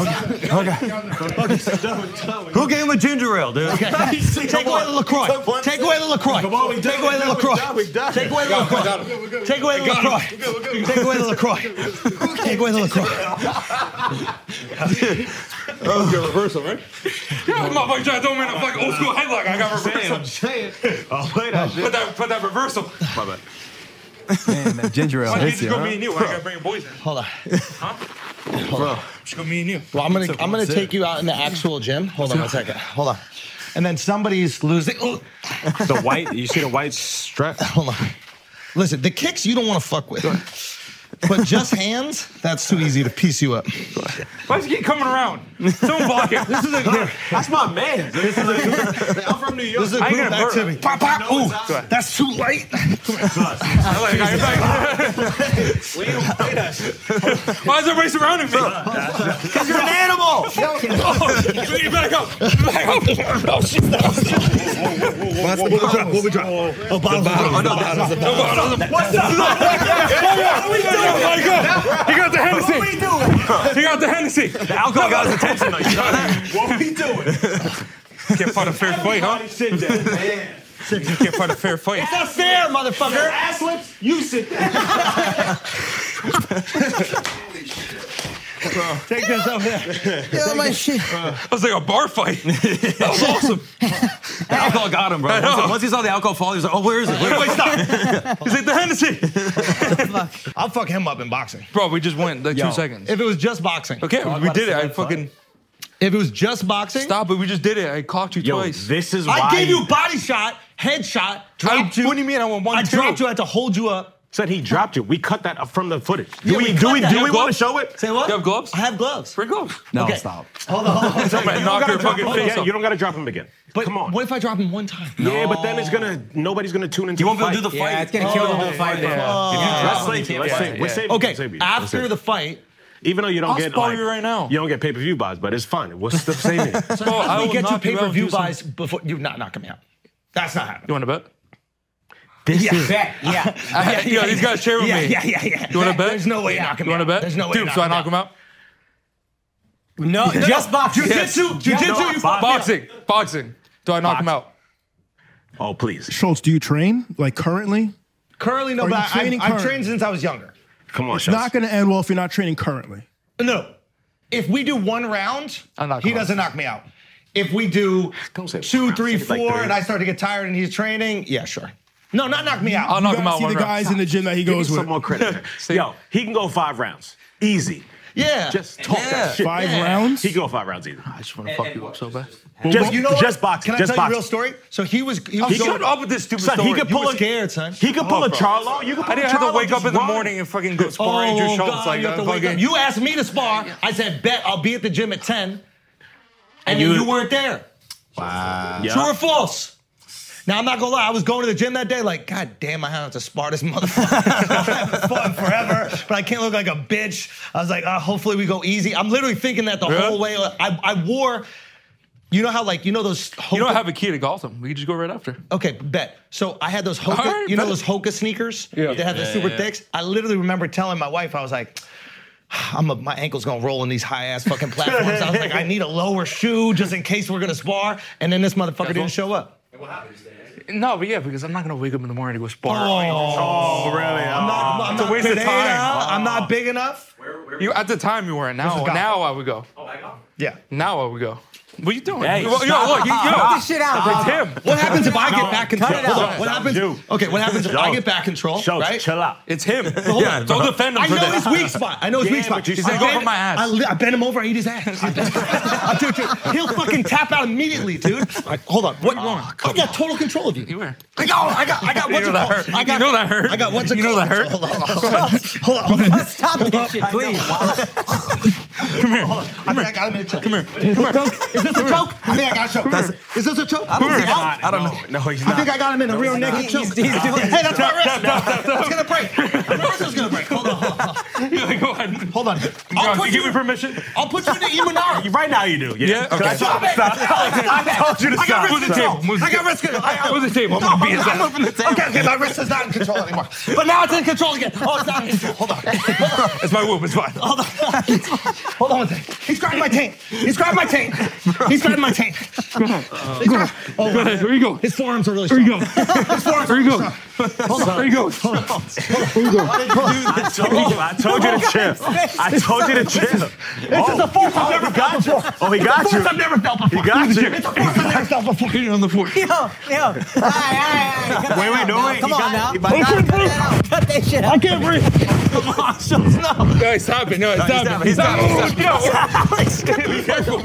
[SPEAKER 23] Who gave him a ginger ale, dude?
[SPEAKER 3] Take away the LaCroix. Take away the LaCroix. Take away the LaCroix. Take away the LaCroix. Take away the LaCroix. Take away the LaCroix. Take away the LaCroix.
[SPEAKER 1] Yeah, my boy John Doman, I'm like old school headlock. I got reversal.
[SPEAKER 22] Oh, wait, I should.
[SPEAKER 1] Put that, put that reversal.
[SPEAKER 24] My bad.
[SPEAKER 12] man, that ginger ale
[SPEAKER 1] Why can't
[SPEAKER 12] hits
[SPEAKER 1] you
[SPEAKER 12] you.
[SPEAKER 1] go
[SPEAKER 6] Uh-huh.
[SPEAKER 1] me
[SPEAKER 12] Huh?
[SPEAKER 1] and you? I gotta bring your boys in.
[SPEAKER 3] Hold on.
[SPEAKER 24] Bro,
[SPEAKER 1] Just go me and you.
[SPEAKER 3] Well, I'm gonna
[SPEAKER 24] That's a-
[SPEAKER 3] I'm gonna
[SPEAKER 24] that's
[SPEAKER 3] take you out in the actual gym. Hold on one second. Hold on. And then somebody's losing. oh,
[SPEAKER 6] The white, you see the white strap?
[SPEAKER 3] Hold on. Listen, the kicks you don't want to fuck with. But just hands? That's too easy to piece you up.
[SPEAKER 1] Why does he keep coming around? Someone block him. This is a
[SPEAKER 6] That's my man. This is a, I'm from New York.
[SPEAKER 3] This is a group activity. Pop, pop. Ooh, that's too light.
[SPEAKER 1] Why is everybody surrounding me? Because you're an animal. oh, you better go. You better go. Oh, shit.
[SPEAKER 25] What's the bottle? What we drop? Oh, bottle. Oh, no, that's the bottle. What's up?
[SPEAKER 1] Oh, my God. He got the Hennessy. What are we doing? He got the Hennessy. The
[SPEAKER 6] alcohol got his attention. Though, you know that?
[SPEAKER 25] What we doing?
[SPEAKER 1] Can't fight a fair fight, huh?
[SPEAKER 25] Sit down, man.
[SPEAKER 1] Can't fight a fair fight.
[SPEAKER 3] Not fair,
[SPEAKER 25] Your
[SPEAKER 3] motherfucker.
[SPEAKER 25] ass lips, you sit down.
[SPEAKER 3] Take this over there. Yeah, my shit.
[SPEAKER 1] That was like a bar fight. That was awesome.
[SPEAKER 6] The alcohol got him, bro.
[SPEAKER 1] I know.
[SPEAKER 6] Once, once he saw the alcohol fall, he was like, "Oh, where is it? Where is it?
[SPEAKER 1] He's like the Hennessy.
[SPEAKER 3] I'll fuck him up in boxing.
[SPEAKER 1] Bro, we just went like two seconds.
[SPEAKER 3] If it was just boxing.
[SPEAKER 1] Okay, we did it. I fucking
[SPEAKER 3] If it was just boxing,
[SPEAKER 1] stop it. We just did it. I caught you
[SPEAKER 6] Yo,
[SPEAKER 1] twice.
[SPEAKER 6] this is why.
[SPEAKER 3] I gave you body shot, head shot,
[SPEAKER 1] I,
[SPEAKER 3] dropped you.
[SPEAKER 1] what do you mean? I went one,
[SPEAKER 3] I
[SPEAKER 1] two.
[SPEAKER 3] dropped you. I had to hold you up.
[SPEAKER 6] Said he dropped you. We cut that up from the footage. Do
[SPEAKER 3] Yeah,
[SPEAKER 6] we?
[SPEAKER 3] we
[SPEAKER 6] do
[SPEAKER 3] cut
[SPEAKER 6] we?
[SPEAKER 3] that.
[SPEAKER 6] Do we
[SPEAKER 3] You
[SPEAKER 6] want to show it?
[SPEAKER 3] Say what?
[SPEAKER 1] You have gloves?
[SPEAKER 3] I have gloves.
[SPEAKER 1] Bring gloves.
[SPEAKER 26] No,
[SPEAKER 3] Okay.
[SPEAKER 26] stop.
[SPEAKER 3] Hold on. Hold on.
[SPEAKER 1] Somebody knock your fucking face
[SPEAKER 6] Yeah,
[SPEAKER 1] off.
[SPEAKER 6] you don't gotta drop him again.
[SPEAKER 3] But
[SPEAKER 6] Come on.
[SPEAKER 3] What if I drop him one time?
[SPEAKER 6] Yeah, but then it's gonna nobody's gonna tune into.
[SPEAKER 4] You won't be
[SPEAKER 6] the
[SPEAKER 4] able to do the
[SPEAKER 6] fight.
[SPEAKER 5] Yeah,
[SPEAKER 4] fight.
[SPEAKER 5] it's gonna kill the whole fight.
[SPEAKER 6] If you drop him,
[SPEAKER 4] Wrestling,
[SPEAKER 6] you can't
[SPEAKER 4] let's save-
[SPEAKER 6] fight. We're saving- we're saving
[SPEAKER 3] Okay,
[SPEAKER 6] you. We're saving
[SPEAKER 3] after
[SPEAKER 6] you.
[SPEAKER 3] the fight,
[SPEAKER 6] even though you don't
[SPEAKER 1] I'll
[SPEAKER 6] get
[SPEAKER 1] spar
[SPEAKER 6] like,
[SPEAKER 1] you right now.
[SPEAKER 6] you don't get pay per view buys, but it's fine. We're still saving. it.
[SPEAKER 1] Bro, I
[SPEAKER 3] we
[SPEAKER 1] will
[SPEAKER 3] get you
[SPEAKER 1] knock you
[SPEAKER 3] pay
[SPEAKER 1] out,
[SPEAKER 3] per view
[SPEAKER 1] do something.
[SPEAKER 3] buys before you're not knocking me out. That's not happening.
[SPEAKER 1] You want to bet?
[SPEAKER 5] Bet, yeah.
[SPEAKER 1] I, yo, he's got a chair with
[SPEAKER 3] Yeah,
[SPEAKER 1] me.
[SPEAKER 3] yeah, yeah, yeah.
[SPEAKER 1] You want to bet?
[SPEAKER 3] There's no way you're knocking
[SPEAKER 1] You
[SPEAKER 3] me
[SPEAKER 1] want to
[SPEAKER 3] out.
[SPEAKER 1] bet?
[SPEAKER 3] There's no way.
[SPEAKER 1] Dude,
[SPEAKER 3] you're
[SPEAKER 1] so I knock
[SPEAKER 3] knocking
[SPEAKER 1] him
[SPEAKER 3] me
[SPEAKER 1] out?
[SPEAKER 5] No, just boxing.
[SPEAKER 3] Jujitsu, jujitsu. you fuck me up.
[SPEAKER 1] Boxing. Boxing. Do I knock him out?
[SPEAKER 6] Oh please,
[SPEAKER 10] Schultz, do you train like currently?
[SPEAKER 3] Currently, no,
[SPEAKER 10] Are
[SPEAKER 3] but
[SPEAKER 10] you
[SPEAKER 3] I,
[SPEAKER 10] training
[SPEAKER 3] I've
[SPEAKER 10] current?
[SPEAKER 3] trained since I was younger.
[SPEAKER 6] come on,
[SPEAKER 10] It's not
[SPEAKER 6] Schultz.
[SPEAKER 10] going to end well if you're not training currently.
[SPEAKER 3] No. If we do one round,
[SPEAKER 1] I'll knock
[SPEAKER 3] he
[SPEAKER 1] him out.
[SPEAKER 3] doesn't knock me out. If we do
[SPEAKER 6] Don't say
[SPEAKER 3] two,
[SPEAKER 6] round,
[SPEAKER 3] three,
[SPEAKER 6] say like
[SPEAKER 3] four,
[SPEAKER 6] three.
[SPEAKER 3] and I start to get tired and he's training, yeah, sure. No, not knock me out.
[SPEAKER 1] I'll knock
[SPEAKER 10] You
[SPEAKER 1] him
[SPEAKER 10] gotta
[SPEAKER 1] out
[SPEAKER 10] see
[SPEAKER 1] one
[SPEAKER 10] the
[SPEAKER 1] round.
[SPEAKER 10] guys in the gym that he
[SPEAKER 6] Give me
[SPEAKER 10] goes
[SPEAKER 6] some
[SPEAKER 10] with.
[SPEAKER 6] more credit. there. Yo, he can go five rounds, easy.
[SPEAKER 3] yeah.
[SPEAKER 6] Just talk that shit.
[SPEAKER 10] Five rounds.
[SPEAKER 6] He can go five rounds easy.
[SPEAKER 1] I just want to fuck you up so bad.
[SPEAKER 6] Just,
[SPEAKER 3] you know what?
[SPEAKER 6] just boxing.
[SPEAKER 3] Can I
[SPEAKER 6] just
[SPEAKER 3] tell
[SPEAKER 6] boxing.
[SPEAKER 3] you a real story? So he was. He was
[SPEAKER 1] He
[SPEAKER 3] going-
[SPEAKER 1] shut up with this stupid
[SPEAKER 6] Son,
[SPEAKER 1] story.
[SPEAKER 6] he could
[SPEAKER 3] You
[SPEAKER 6] pull
[SPEAKER 3] were
[SPEAKER 6] a
[SPEAKER 3] scared, son.
[SPEAKER 6] He could pull a Charlo. You could pull
[SPEAKER 1] I
[SPEAKER 6] a
[SPEAKER 1] didn't have to
[SPEAKER 6] Charlo,
[SPEAKER 1] wake up
[SPEAKER 6] just
[SPEAKER 1] in the
[SPEAKER 6] run.
[SPEAKER 1] morning and fucking go spar Andrew Schultz like
[SPEAKER 3] Oh, you, have
[SPEAKER 1] that.
[SPEAKER 3] to wake up.
[SPEAKER 1] Fucking,
[SPEAKER 3] You asked me to spar. I said, bet I'll be at the gym at 10. And, then you,
[SPEAKER 6] you-
[SPEAKER 3] weren't there.
[SPEAKER 6] Yeah.
[SPEAKER 3] True or false? Now, I'm not going to lie. I was going to the gym that day like, God damn, I have to spar this motherfucker. I haven't fought in forever, but I can't look like a bitch. I was like, oh, hopefully we go easy. I'm literally thinking that the
[SPEAKER 1] Yeah.
[SPEAKER 3] whole way. I, I wore, you know how like, you know those.
[SPEAKER 1] you don't have a key to Gotham. We could just go right after.
[SPEAKER 3] Okay, bet. So I had those Hoka,
[SPEAKER 1] All right,
[SPEAKER 3] you know
[SPEAKER 1] bet.
[SPEAKER 3] those Hoka sneakers?
[SPEAKER 1] Yeah.
[SPEAKER 3] They had the super thicks. I literally remember telling my wife, I was like, I'm a, my ankle's gonna roll in these high ass fucking platforms. I was like, I need a lower shoe just in case we're gonna spar. And then this motherfucker didn't show up.
[SPEAKER 1] No, but yeah, because I'm not gonna wake up in the morning to go spar.
[SPEAKER 6] Oh, really?
[SPEAKER 3] I'm not, I'm not
[SPEAKER 1] waste of
[SPEAKER 3] big
[SPEAKER 1] time.
[SPEAKER 3] enough. I'm not big enough.
[SPEAKER 1] You at the time you weren't. Now,
[SPEAKER 3] Gotham.
[SPEAKER 1] now I would go.
[SPEAKER 3] Yeah.
[SPEAKER 1] Now I would go. What you doing?
[SPEAKER 6] Hey,
[SPEAKER 1] yo, yo,
[SPEAKER 6] stop.
[SPEAKER 1] look, you, yo,
[SPEAKER 5] Cut this shit out, bro.
[SPEAKER 1] him.
[SPEAKER 3] What happens if I get back control?
[SPEAKER 5] it
[SPEAKER 3] Hold
[SPEAKER 5] out.
[SPEAKER 3] on, What happens?
[SPEAKER 6] Dude.
[SPEAKER 3] Okay, what happens if I get back control?
[SPEAKER 6] Schultz,
[SPEAKER 3] Right?
[SPEAKER 6] chill out.
[SPEAKER 1] It's him. yeah, don't defend him
[SPEAKER 3] I
[SPEAKER 1] for
[SPEAKER 3] know
[SPEAKER 1] this.
[SPEAKER 3] his weak spot. I know his
[SPEAKER 6] Yeah,
[SPEAKER 3] weak spot.
[SPEAKER 6] but you
[SPEAKER 3] I
[SPEAKER 6] said
[SPEAKER 1] go
[SPEAKER 3] bend-
[SPEAKER 1] for my ass.
[SPEAKER 3] I, li- I bend him over. I eat his ass. I bend- I do, dude. He'll fucking tap out immediately, dude. Like, hold on.
[SPEAKER 1] Oh,
[SPEAKER 3] What? I got total control of you.
[SPEAKER 1] You were.
[SPEAKER 3] I got. I got. I got.
[SPEAKER 1] You
[SPEAKER 3] What's
[SPEAKER 1] know
[SPEAKER 3] it
[SPEAKER 1] that
[SPEAKER 3] called?
[SPEAKER 1] hurt.
[SPEAKER 3] I got.
[SPEAKER 1] You know that hurt.
[SPEAKER 3] I got. What's it
[SPEAKER 1] You know that
[SPEAKER 3] called?
[SPEAKER 1] hurt.
[SPEAKER 3] Hold on. Hold on. Hold on. Hold on.
[SPEAKER 5] Stop this shit, please.
[SPEAKER 3] Come here. Hold on. I think I got him in a choke. Come here. Is this a choke? Is this a choke? I think I got a choke. Is this a choke? I
[SPEAKER 4] He's not. I don't know. No, he's
[SPEAKER 3] I think I got him in a real naked
[SPEAKER 5] He's-
[SPEAKER 3] choke.
[SPEAKER 5] he's doing-
[SPEAKER 3] Hey, that's my wrist. It's gonna break. My wrist is gonna break. Hold on. Hold on.
[SPEAKER 1] You're like, go ahead.
[SPEAKER 3] Hold on.
[SPEAKER 1] Yo,
[SPEAKER 3] I'll
[SPEAKER 1] you
[SPEAKER 3] put
[SPEAKER 1] give
[SPEAKER 3] you.
[SPEAKER 1] me permission?
[SPEAKER 3] I'll put you in the Imanari.
[SPEAKER 6] Right now you do.
[SPEAKER 1] Yeah. Okay.
[SPEAKER 3] Stop it!
[SPEAKER 6] I told you to
[SPEAKER 3] I got
[SPEAKER 6] stop.
[SPEAKER 3] wrist
[SPEAKER 1] Stop.
[SPEAKER 3] control. I got wrist control. I got
[SPEAKER 1] Move the table. I'm gonna beat his ass.
[SPEAKER 3] Okay, okay, my wrist is not in control anymore. But now it's in control again. Oh, it's not in control. Hold on.
[SPEAKER 1] It's my whoop. It's fine.
[SPEAKER 3] Hold on. Hold on one second. He's grabbing my taint. He's grabbing my taint. He's grabbing my taint. He's grab- Oh,
[SPEAKER 1] Go ahead. Here you go.
[SPEAKER 3] his forearms are really
[SPEAKER 1] Here
[SPEAKER 3] strong.
[SPEAKER 1] you go. Here you go. Here you go.
[SPEAKER 6] I told you. I told you to chill. I told you to chill.
[SPEAKER 3] This is the fourth I've never felt before.
[SPEAKER 6] Oh, he got you.
[SPEAKER 3] Fourth I've never felt before.
[SPEAKER 6] He got you.
[SPEAKER 3] It's the fourth I've never felt before.
[SPEAKER 1] Hit it on the floor.
[SPEAKER 5] Yo, yo. All right, all right, all right. Cut that
[SPEAKER 6] Wait, wait,
[SPEAKER 5] out
[SPEAKER 6] no,
[SPEAKER 5] now.
[SPEAKER 6] wait.
[SPEAKER 5] Come
[SPEAKER 6] You
[SPEAKER 5] on
[SPEAKER 6] got-
[SPEAKER 5] now.
[SPEAKER 6] you
[SPEAKER 5] Cut
[SPEAKER 6] might-
[SPEAKER 5] that out. Cut that shit out.
[SPEAKER 27] I can't breathe.
[SPEAKER 1] Guys, stop it. No, stop it. Stop it. Stop it. Yo, Be careful.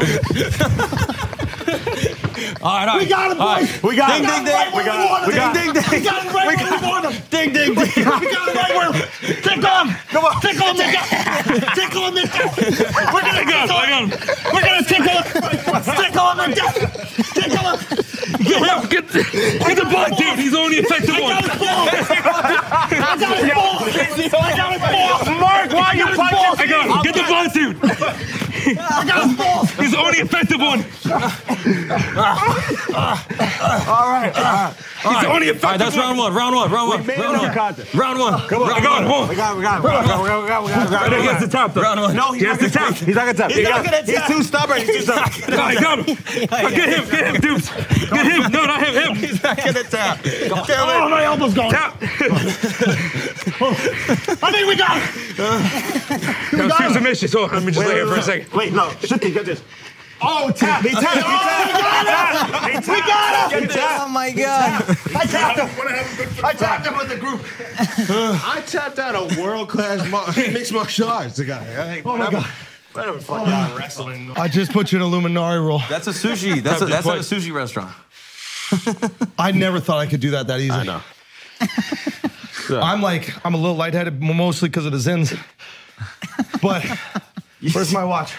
[SPEAKER 3] All right, all right.
[SPEAKER 10] We got him,
[SPEAKER 3] All right.
[SPEAKER 10] boys.
[SPEAKER 3] We got
[SPEAKER 10] We
[SPEAKER 3] him.
[SPEAKER 10] got him right where we want him. Ding, ding, ding. We got him right where we want him.
[SPEAKER 3] Ding, ding, ding.
[SPEAKER 10] We got him right where. Tickle him. Come on. Tickle him. Nick. Tickle him. Nick. We're gonna tickle him. We're gonna tickle him. Tickle him. Nick. Tickle him. Get him. Get, get the ball, dude. He's only effective one. I got his ball. I got his ball. I got his ball.
[SPEAKER 12] Mark, why you
[SPEAKER 10] I
[SPEAKER 12] punching?
[SPEAKER 10] got him. Get the ball, dude. I got his ball. He's the only effective one.
[SPEAKER 12] All right.
[SPEAKER 10] All right.
[SPEAKER 12] All right, that's round one. Round one. Round one. Round one. Round one. Come on.
[SPEAKER 10] Round one.
[SPEAKER 12] We got him. We got him. We got him. We got him. We got him. We got him.
[SPEAKER 10] Right, he has
[SPEAKER 12] the top though. Round one. No, he has the top. He's not gonna top.
[SPEAKER 10] He's not gonna
[SPEAKER 12] He's
[SPEAKER 10] tap.
[SPEAKER 12] too stubborn. He's too stubborn.
[SPEAKER 10] No, he got him. Oh, get him, get him, dudes. Get him. No, not him, him. He's not gonna tap. Oh, my elbow's gone. Tap. I think we got him. We got him.
[SPEAKER 12] submission. So let me just
[SPEAKER 10] lay
[SPEAKER 12] here for a second. Wait, no. Shit, he got this.
[SPEAKER 10] Oh, tap.
[SPEAKER 12] He tapped. He
[SPEAKER 10] Oh, we got him.
[SPEAKER 12] tapped.
[SPEAKER 10] We got him.
[SPEAKER 12] He tapped.
[SPEAKER 5] Oh my god.
[SPEAKER 10] I tapped him. I tapped him with the group.
[SPEAKER 28] I tapped out a world class mar- mixed martial arts guy. Hey,
[SPEAKER 10] Oh, my God.
[SPEAKER 28] Let him fucking wrestling.
[SPEAKER 3] I just put you in a luminari roll.
[SPEAKER 8] That's a sushi. That's a, that's at a sushi restaurant.
[SPEAKER 3] I never thought I could do that that easily. I
[SPEAKER 8] know.
[SPEAKER 3] I'm like, I'm a little lightheaded, mostly because of the zins. But where's my watch?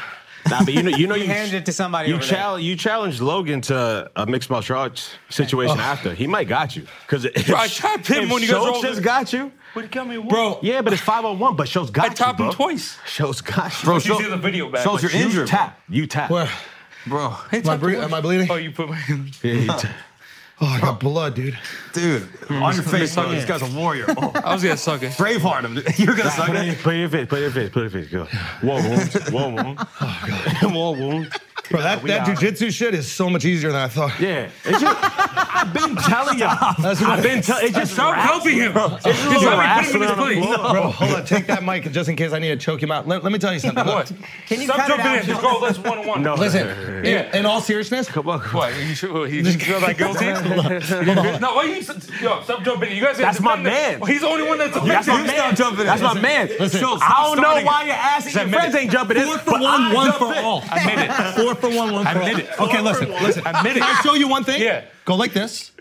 [SPEAKER 6] Nah, but you know, you know,
[SPEAKER 5] We
[SPEAKER 6] you
[SPEAKER 5] handed it to somebody.
[SPEAKER 6] You
[SPEAKER 5] over there.
[SPEAKER 6] challenge you challenged Logan to a mixed martial arts situation
[SPEAKER 5] Oh.
[SPEAKER 6] after. He might got you because
[SPEAKER 1] Bro, I tapped him when you guys were all-
[SPEAKER 6] just got you.
[SPEAKER 1] But he got me one.
[SPEAKER 6] Bro, yeah, but it's five on one. But Schultz got I you. I tapped him
[SPEAKER 1] twice.
[SPEAKER 6] Schultz got you.
[SPEAKER 1] Bro, You Schultz- see the video back,
[SPEAKER 6] Schultz,
[SPEAKER 1] but
[SPEAKER 6] you're
[SPEAKER 1] you
[SPEAKER 6] injured.
[SPEAKER 1] tap.
[SPEAKER 6] You tap.
[SPEAKER 3] Where?
[SPEAKER 8] Bro,
[SPEAKER 3] am, I bre- am I bleeding?
[SPEAKER 1] Oh, you put my.
[SPEAKER 3] Oh, I got blood, dude.
[SPEAKER 8] Dude, on your face, bro. This guy's a warrior. Oh,
[SPEAKER 1] I was gonna suck it.
[SPEAKER 8] Braveheart him. dude. You're gonna
[SPEAKER 6] Nah,
[SPEAKER 8] suck
[SPEAKER 6] put
[SPEAKER 8] it.
[SPEAKER 6] it- Put your face. Put your face. Put your face. Go. War wound. War wound.
[SPEAKER 3] Oh,
[SPEAKER 6] War wound.
[SPEAKER 3] Bro, that,
[SPEAKER 6] we
[SPEAKER 3] that
[SPEAKER 6] out.
[SPEAKER 3] jujitsu shit is so much easier than I thought.
[SPEAKER 6] Yeah. It's just, I've been telling y'all.
[SPEAKER 3] That's what-
[SPEAKER 6] I've been telling. It just
[SPEAKER 3] Stop
[SPEAKER 1] helping him.
[SPEAKER 6] It's just a
[SPEAKER 3] He's
[SPEAKER 6] little
[SPEAKER 3] already
[SPEAKER 6] wrestling on the floor.
[SPEAKER 3] Bro, hold on. Take that mic just in case I need to choke him out. Let, let me tell you something.
[SPEAKER 1] What?
[SPEAKER 5] Can you
[SPEAKER 1] Stop
[SPEAKER 5] cut it
[SPEAKER 1] jumping
[SPEAKER 5] out?
[SPEAKER 1] in. Just go. Let's one on one.
[SPEAKER 6] No.
[SPEAKER 3] Listen,
[SPEAKER 1] Yeah.
[SPEAKER 3] in, in all seriousness, come
[SPEAKER 6] on.
[SPEAKER 1] What? You sure he, you feel that guilty? no, why you? Yo, stop jumping. in. You guys. gotta
[SPEAKER 6] That's my
[SPEAKER 1] defend it.
[SPEAKER 6] man.
[SPEAKER 1] He's the only one that's.
[SPEAKER 6] That's my
[SPEAKER 1] offended.
[SPEAKER 6] man. That's my man. Schultz, I don't know why you're asking. Your friends ain't jumping in.
[SPEAKER 3] Four for
[SPEAKER 6] but
[SPEAKER 3] one,
[SPEAKER 6] I
[SPEAKER 3] one
[SPEAKER 6] jump
[SPEAKER 3] for
[SPEAKER 6] in.
[SPEAKER 3] all.
[SPEAKER 6] Admit it.
[SPEAKER 3] Four for one, one for all.
[SPEAKER 6] Admit it.
[SPEAKER 3] Okay,
[SPEAKER 6] Four
[SPEAKER 3] listen,
[SPEAKER 6] for one.
[SPEAKER 3] listen.
[SPEAKER 6] Admit it.
[SPEAKER 3] Can I show you one thing?
[SPEAKER 6] Yeah.
[SPEAKER 3] Go like this.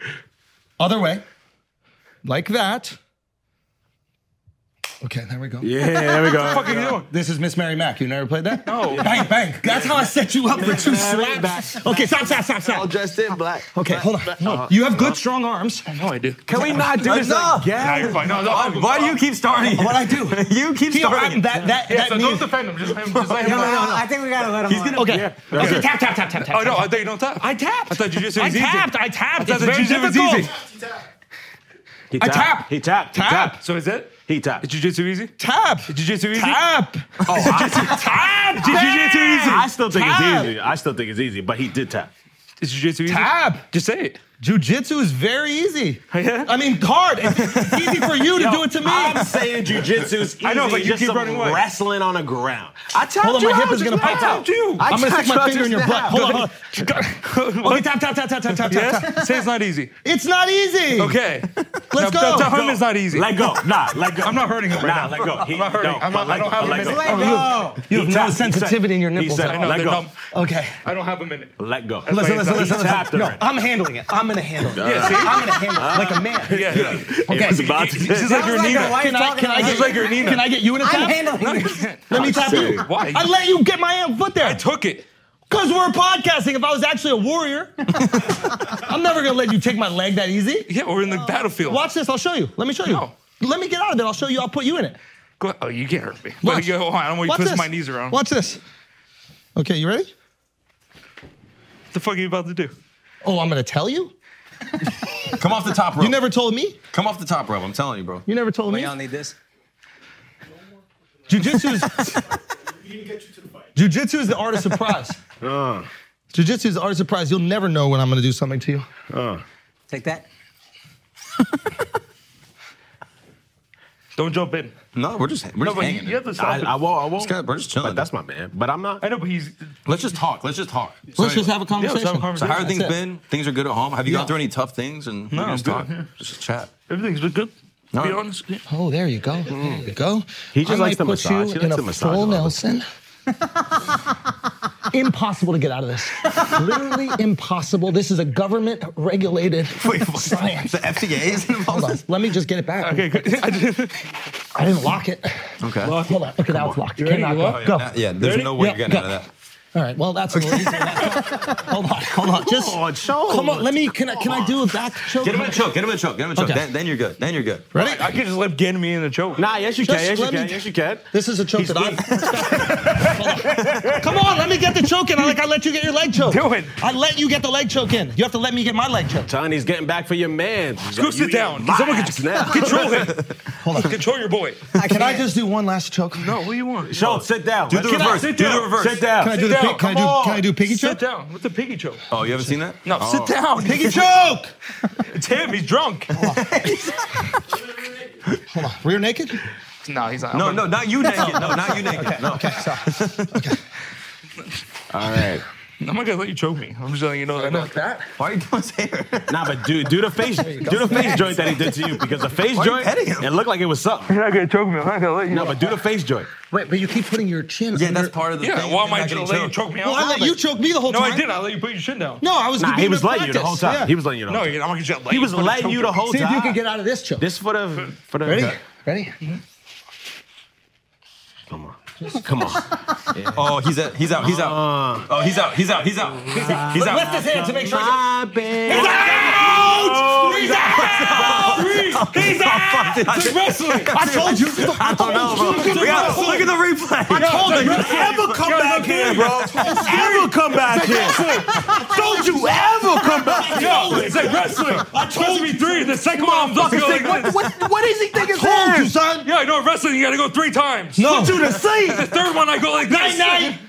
[SPEAKER 3] Other way. Like that. Okay, there we go.
[SPEAKER 6] Yeah, there we go. What the fuck are you
[SPEAKER 1] doing?
[SPEAKER 3] This is Miss Mary Mack. You never played that?
[SPEAKER 1] No.
[SPEAKER 3] Bang, bang. That's how I set you up for two
[SPEAKER 6] Mary
[SPEAKER 3] slaps. Okay, stop, stop, stop, stop. All
[SPEAKER 6] dressed in black.
[SPEAKER 3] Okay, hold on. No, you have good, strong arms. I
[SPEAKER 1] know Uh-huh. I do.
[SPEAKER 6] Uh-huh. Can we not do this
[SPEAKER 3] No.
[SPEAKER 6] again?
[SPEAKER 1] Nah, you're fine. No, no,
[SPEAKER 6] Why-
[SPEAKER 1] I'm-
[SPEAKER 6] Why do you keep starting?
[SPEAKER 3] What I do?
[SPEAKER 6] you keep
[SPEAKER 3] Keep
[SPEAKER 6] starting.
[SPEAKER 3] riding that. That.
[SPEAKER 1] Yeah,
[SPEAKER 3] that
[SPEAKER 1] so
[SPEAKER 3] means-
[SPEAKER 1] don't defend him. Just let him. Just let him.
[SPEAKER 5] No, no, no, I think we gotta let him.
[SPEAKER 1] He's
[SPEAKER 5] on.
[SPEAKER 1] gonna-
[SPEAKER 3] Okay.
[SPEAKER 1] Yeah.
[SPEAKER 3] okay.
[SPEAKER 1] Okay.
[SPEAKER 3] Tap, tap, tap, tap, tap.
[SPEAKER 1] Oh no, I thought you don't tap.
[SPEAKER 3] I tapped.
[SPEAKER 1] I thought you just
[SPEAKER 3] I
[SPEAKER 1] was easy.
[SPEAKER 3] tapped, I tapped.
[SPEAKER 1] I thought
[SPEAKER 3] It's
[SPEAKER 1] the
[SPEAKER 3] very
[SPEAKER 1] jujitsu was
[SPEAKER 3] difficult.
[SPEAKER 1] easy.
[SPEAKER 6] He
[SPEAKER 3] I
[SPEAKER 6] tapped.
[SPEAKER 3] tap.
[SPEAKER 6] He tapped. He tapped.
[SPEAKER 1] Ah, So is it?
[SPEAKER 6] He tapped.
[SPEAKER 1] Is jujitsu easy?
[SPEAKER 3] Tap.
[SPEAKER 1] Is jujitsu easy?
[SPEAKER 3] Tap.
[SPEAKER 1] Oh, I-
[SPEAKER 3] Tap.
[SPEAKER 6] Did you get too easy? I still think
[SPEAKER 3] Tap.
[SPEAKER 6] it's easy. I still think it's easy, but he did tap.
[SPEAKER 1] is jujitsu easy?
[SPEAKER 3] Tap.
[SPEAKER 1] Just say it.
[SPEAKER 3] Jiu-jitsu is very easy. I mean, hard. It's easy for you to do it to me.
[SPEAKER 6] I'm saying jujitsu's easy.
[SPEAKER 1] I know, but you
[SPEAKER 6] just
[SPEAKER 1] keep
[SPEAKER 6] some
[SPEAKER 1] running away.
[SPEAKER 6] Wrestling on the ground. I tapped
[SPEAKER 3] Hold on,
[SPEAKER 6] you
[SPEAKER 3] my hip
[SPEAKER 6] out
[SPEAKER 3] is gonna
[SPEAKER 6] just
[SPEAKER 3] pop
[SPEAKER 6] now.
[SPEAKER 3] out.
[SPEAKER 6] I
[SPEAKER 3] I'm gonna stick
[SPEAKER 6] tapped
[SPEAKER 3] my
[SPEAKER 6] you out
[SPEAKER 3] finger in your
[SPEAKER 6] just
[SPEAKER 3] butt.
[SPEAKER 6] now.
[SPEAKER 3] Hold on, hold on. Okay, tap, tap, tap, tap, tap, tap, tap, tap.
[SPEAKER 1] Yeah. Say it's not easy.
[SPEAKER 3] It's not easy.
[SPEAKER 1] Okay.
[SPEAKER 3] Let's
[SPEAKER 1] Now,
[SPEAKER 3] go.
[SPEAKER 1] Tell him it's not easy.
[SPEAKER 6] Let go. Nah, let go.
[SPEAKER 1] I'm not hurting him right
[SPEAKER 6] Nah,
[SPEAKER 1] now.
[SPEAKER 6] let go. He,
[SPEAKER 1] I'm not hurting.
[SPEAKER 6] No,
[SPEAKER 1] I'm not,
[SPEAKER 6] let
[SPEAKER 1] I don't
[SPEAKER 6] go,
[SPEAKER 1] have a
[SPEAKER 6] let
[SPEAKER 1] minute.
[SPEAKER 6] go.
[SPEAKER 5] Let go.
[SPEAKER 3] You have no
[SPEAKER 6] He tapped. He
[SPEAKER 3] sensitivity in your
[SPEAKER 6] He
[SPEAKER 3] nipples.
[SPEAKER 6] said,
[SPEAKER 1] I know,
[SPEAKER 6] let
[SPEAKER 1] they're
[SPEAKER 6] go.
[SPEAKER 1] numb.
[SPEAKER 3] Okay.
[SPEAKER 1] I don't have a minute.
[SPEAKER 6] Let go.
[SPEAKER 1] why
[SPEAKER 3] Listen,
[SPEAKER 1] he
[SPEAKER 3] listen,
[SPEAKER 1] tapped.
[SPEAKER 3] listen,
[SPEAKER 6] He tapped
[SPEAKER 3] listen. No,
[SPEAKER 6] already.
[SPEAKER 3] I'm handling it. I'm gonna handle it.
[SPEAKER 1] Yeah, see?
[SPEAKER 3] I'm gonna handle it like a man.
[SPEAKER 1] Yeah.
[SPEAKER 3] Okay.
[SPEAKER 6] He's about to-
[SPEAKER 1] This is like
[SPEAKER 5] Sounds
[SPEAKER 1] your
[SPEAKER 5] like a
[SPEAKER 1] Nina.
[SPEAKER 5] wife
[SPEAKER 3] Can I,
[SPEAKER 5] talking
[SPEAKER 3] can,
[SPEAKER 5] to
[SPEAKER 3] I
[SPEAKER 5] her
[SPEAKER 3] get,
[SPEAKER 1] It's like your Nina.
[SPEAKER 3] can I get you in a
[SPEAKER 5] I'm
[SPEAKER 3] tap?
[SPEAKER 5] handling it.
[SPEAKER 3] Let me tap you.
[SPEAKER 1] Why?
[SPEAKER 3] I let you get my damn foot there.
[SPEAKER 1] I took it.
[SPEAKER 3] Because we're podcasting. If I was actually a warrior, I'm never going to let you take my leg that easy.
[SPEAKER 1] Yeah, we're in the battlefield.
[SPEAKER 3] Watch this. I'll show you. Let me show you.
[SPEAKER 1] No.
[SPEAKER 3] Let me get out of there. I'll show you. I'll put you in it.
[SPEAKER 1] Go- Oh, you can't hurt me.
[SPEAKER 3] Watch.
[SPEAKER 1] But you, hold on, I don't want you
[SPEAKER 3] Watch
[SPEAKER 1] twisting
[SPEAKER 3] this.
[SPEAKER 1] my knees around. What
[SPEAKER 3] Watch this. Okay, you ready?
[SPEAKER 1] the fuck are you about to do?
[SPEAKER 3] Oh, I'm going to tell you?
[SPEAKER 8] Come off the top rope.
[SPEAKER 3] You never told me.
[SPEAKER 8] Come off the top rope. I'm telling you, bro.
[SPEAKER 3] You never told
[SPEAKER 5] Wait,
[SPEAKER 3] me.
[SPEAKER 5] y'all need this.
[SPEAKER 3] Jiu-jitsu is, jiu-jitsu is the art of surprise.
[SPEAKER 6] Uh,
[SPEAKER 3] Jiu-jitsu is the art of surprise. You'll never know when I'm going to do something to you.
[SPEAKER 6] uh.
[SPEAKER 5] Take that.
[SPEAKER 1] Don't jump in.
[SPEAKER 8] No, we're just
[SPEAKER 1] No,
[SPEAKER 8] we're just
[SPEAKER 1] but you,
[SPEAKER 8] hanging.
[SPEAKER 1] you have to stop
[SPEAKER 6] I,
[SPEAKER 1] it.
[SPEAKER 6] I won't. I won't.
[SPEAKER 8] This guy- we're just chilling.
[SPEAKER 6] But that's my man. But I'm not.
[SPEAKER 1] I know, but he's.
[SPEAKER 8] Let's just talk. Let's just talk. So
[SPEAKER 3] Let's just
[SPEAKER 8] anyway,
[SPEAKER 3] have a conversation.
[SPEAKER 1] have a conversation.
[SPEAKER 8] So how have things
[SPEAKER 3] That's it.
[SPEAKER 8] been? Things are good at home. Have you
[SPEAKER 3] Yeah.
[SPEAKER 8] gone through any tough things? And we
[SPEAKER 1] No,
[SPEAKER 8] can just
[SPEAKER 1] good,
[SPEAKER 8] talk.
[SPEAKER 1] yeah.
[SPEAKER 8] Just chat.
[SPEAKER 1] Everything's been good.
[SPEAKER 8] No.
[SPEAKER 1] Be honest. Yeah.
[SPEAKER 3] Oh, there you go. There you go.
[SPEAKER 6] He just
[SPEAKER 3] I
[SPEAKER 6] likes
[SPEAKER 3] might
[SPEAKER 6] the
[SPEAKER 3] put
[SPEAKER 6] massage.
[SPEAKER 3] You
[SPEAKER 6] He
[SPEAKER 3] in
[SPEAKER 6] likes
[SPEAKER 3] a
[SPEAKER 6] the massage
[SPEAKER 3] full
[SPEAKER 6] a lot.
[SPEAKER 3] Nelson. impossible to get out of this. Literally impossible. This is a government regulated science.
[SPEAKER 8] The FCA is involved.
[SPEAKER 3] Hold on. Let me just get it back. Okay, I didn't lock it.
[SPEAKER 8] Okay.
[SPEAKER 3] Hold on. Okay, now it's locked.
[SPEAKER 8] ready?
[SPEAKER 3] Cannot
[SPEAKER 8] You
[SPEAKER 3] go.
[SPEAKER 8] lock?
[SPEAKER 3] Go.
[SPEAKER 8] Oh, Yeah, yeah, there's
[SPEAKER 3] Ready?
[SPEAKER 8] no way
[SPEAKER 3] Yeah,
[SPEAKER 8] you're getting
[SPEAKER 3] go.
[SPEAKER 8] out of that.
[SPEAKER 3] All right. Well, that's a little easier. hold on. Hold on. Just
[SPEAKER 8] on, show
[SPEAKER 3] Come on.
[SPEAKER 8] him.
[SPEAKER 3] Let me. Can I? Can I do a back choke?
[SPEAKER 8] Get him in a choke. Get him in a choke. Get him in a choke.
[SPEAKER 3] Okay.
[SPEAKER 8] Then, then you're good. Then you're good.
[SPEAKER 3] Ready?
[SPEAKER 1] I could just let get me in the choke.
[SPEAKER 6] Nah, yes you
[SPEAKER 3] Just
[SPEAKER 6] can. Yes you
[SPEAKER 3] let
[SPEAKER 6] can.
[SPEAKER 3] me-
[SPEAKER 6] Yes you can.
[SPEAKER 3] This is a choke that I. Hold on. Come on, let me get the choke in. I like I let you get your leg choke.
[SPEAKER 6] Do it.
[SPEAKER 3] I let you get the leg choke in. You have to let me get my leg choke.
[SPEAKER 6] Johnny's getting back for your man.
[SPEAKER 1] Scoops it down. Someone
[SPEAKER 6] Someone
[SPEAKER 1] can-
[SPEAKER 6] gets now.
[SPEAKER 1] Control him. Hold on. Control your boy.
[SPEAKER 3] Can I just do one last choke?
[SPEAKER 1] No, what do you want?
[SPEAKER 6] Schultz, sit down.
[SPEAKER 8] Do the
[SPEAKER 6] Can I-
[SPEAKER 8] reverse.
[SPEAKER 6] sit
[SPEAKER 8] Do the
[SPEAKER 6] down.
[SPEAKER 8] reverse.
[SPEAKER 6] Sit down.
[SPEAKER 3] Can I
[SPEAKER 6] Sit
[SPEAKER 3] do the
[SPEAKER 6] down.
[SPEAKER 3] pig- can I
[SPEAKER 6] Come
[SPEAKER 3] do-
[SPEAKER 6] on.
[SPEAKER 3] can I do piggy
[SPEAKER 1] Sit
[SPEAKER 3] choke?
[SPEAKER 1] down. What's a piggy choke?
[SPEAKER 8] Oh, you haven't seen that?
[SPEAKER 1] No,
[SPEAKER 8] Oh.
[SPEAKER 1] sit down.
[SPEAKER 3] Piggy choke.
[SPEAKER 1] It's him. He's drunk.
[SPEAKER 3] Hold on. Rear naked?
[SPEAKER 1] no, he's not.
[SPEAKER 8] No, no, not you naked. No, not you naked. no. All right.
[SPEAKER 1] I'm not gonna let you choke me. I'm just letting you know that. now.
[SPEAKER 8] That? Why are you doing his hair?
[SPEAKER 6] Nah, but do do the face do the face joint that he did to you because the face
[SPEAKER 8] Why are you
[SPEAKER 6] joint
[SPEAKER 8] petting him?
[SPEAKER 6] it looked like it was something.
[SPEAKER 1] You're not gonna choke me. I'm not gonna let you.
[SPEAKER 6] No, but do the face joint.
[SPEAKER 3] Wait, but you keep putting your chin.
[SPEAKER 8] Yeah,
[SPEAKER 3] under-
[SPEAKER 8] that's part of the
[SPEAKER 1] yeah,
[SPEAKER 8] thing.
[SPEAKER 1] why
[SPEAKER 8] You're
[SPEAKER 1] am I
[SPEAKER 8] not
[SPEAKER 1] gonna
[SPEAKER 8] getting
[SPEAKER 1] let you
[SPEAKER 8] choked.
[SPEAKER 1] choke me out?
[SPEAKER 3] Well, I let you choke me the whole
[SPEAKER 1] No,
[SPEAKER 3] time.
[SPEAKER 1] I didn't. I let you put your shit down.
[SPEAKER 3] No, I was.
[SPEAKER 6] Nah,
[SPEAKER 3] being
[SPEAKER 6] he was
[SPEAKER 3] in
[SPEAKER 6] letting you the whole
[SPEAKER 3] practice.
[SPEAKER 6] time.
[SPEAKER 3] Yeah.
[SPEAKER 6] He was letting you the whole
[SPEAKER 1] No,
[SPEAKER 6] time.
[SPEAKER 1] you're not gonna just let
[SPEAKER 6] He
[SPEAKER 1] you
[SPEAKER 6] was
[SPEAKER 1] put
[SPEAKER 6] letting
[SPEAKER 1] choke
[SPEAKER 6] you the
[SPEAKER 1] down.
[SPEAKER 6] whole
[SPEAKER 3] See if you
[SPEAKER 6] time.
[SPEAKER 3] can get out of this choke.
[SPEAKER 6] This for the for the
[SPEAKER 3] Ready? Ready?
[SPEAKER 6] Come on. Just- Come on.
[SPEAKER 8] Oh, he's out. He's out. He's out. Oh, he's out. He's out. He's out. He's out. He's out.
[SPEAKER 3] Lift his hand to make sure.
[SPEAKER 6] My bad.
[SPEAKER 3] He's out! He's out! It's wrestling. I told you. I
[SPEAKER 8] don't know, bro. We got- Look at the replay.
[SPEAKER 6] I told you ever come back here, bro. Ever come back here. Don't you ever come back here.
[SPEAKER 1] No, it's like wrestling. I told me three. The second one, I'm ducking. Like this.
[SPEAKER 6] What, what is he thinking?
[SPEAKER 3] told you, son.
[SPEAKER 1] Yeah, I know wrestling. You gotta go three times.
[SPEAKER 3] No.
[SPEAKER 6] you to see.
[SPEAKER 1] The third one, I go like
[SPEAKER 3] Night
[SPEAKER 1] this.
[SPEAKER 3] night.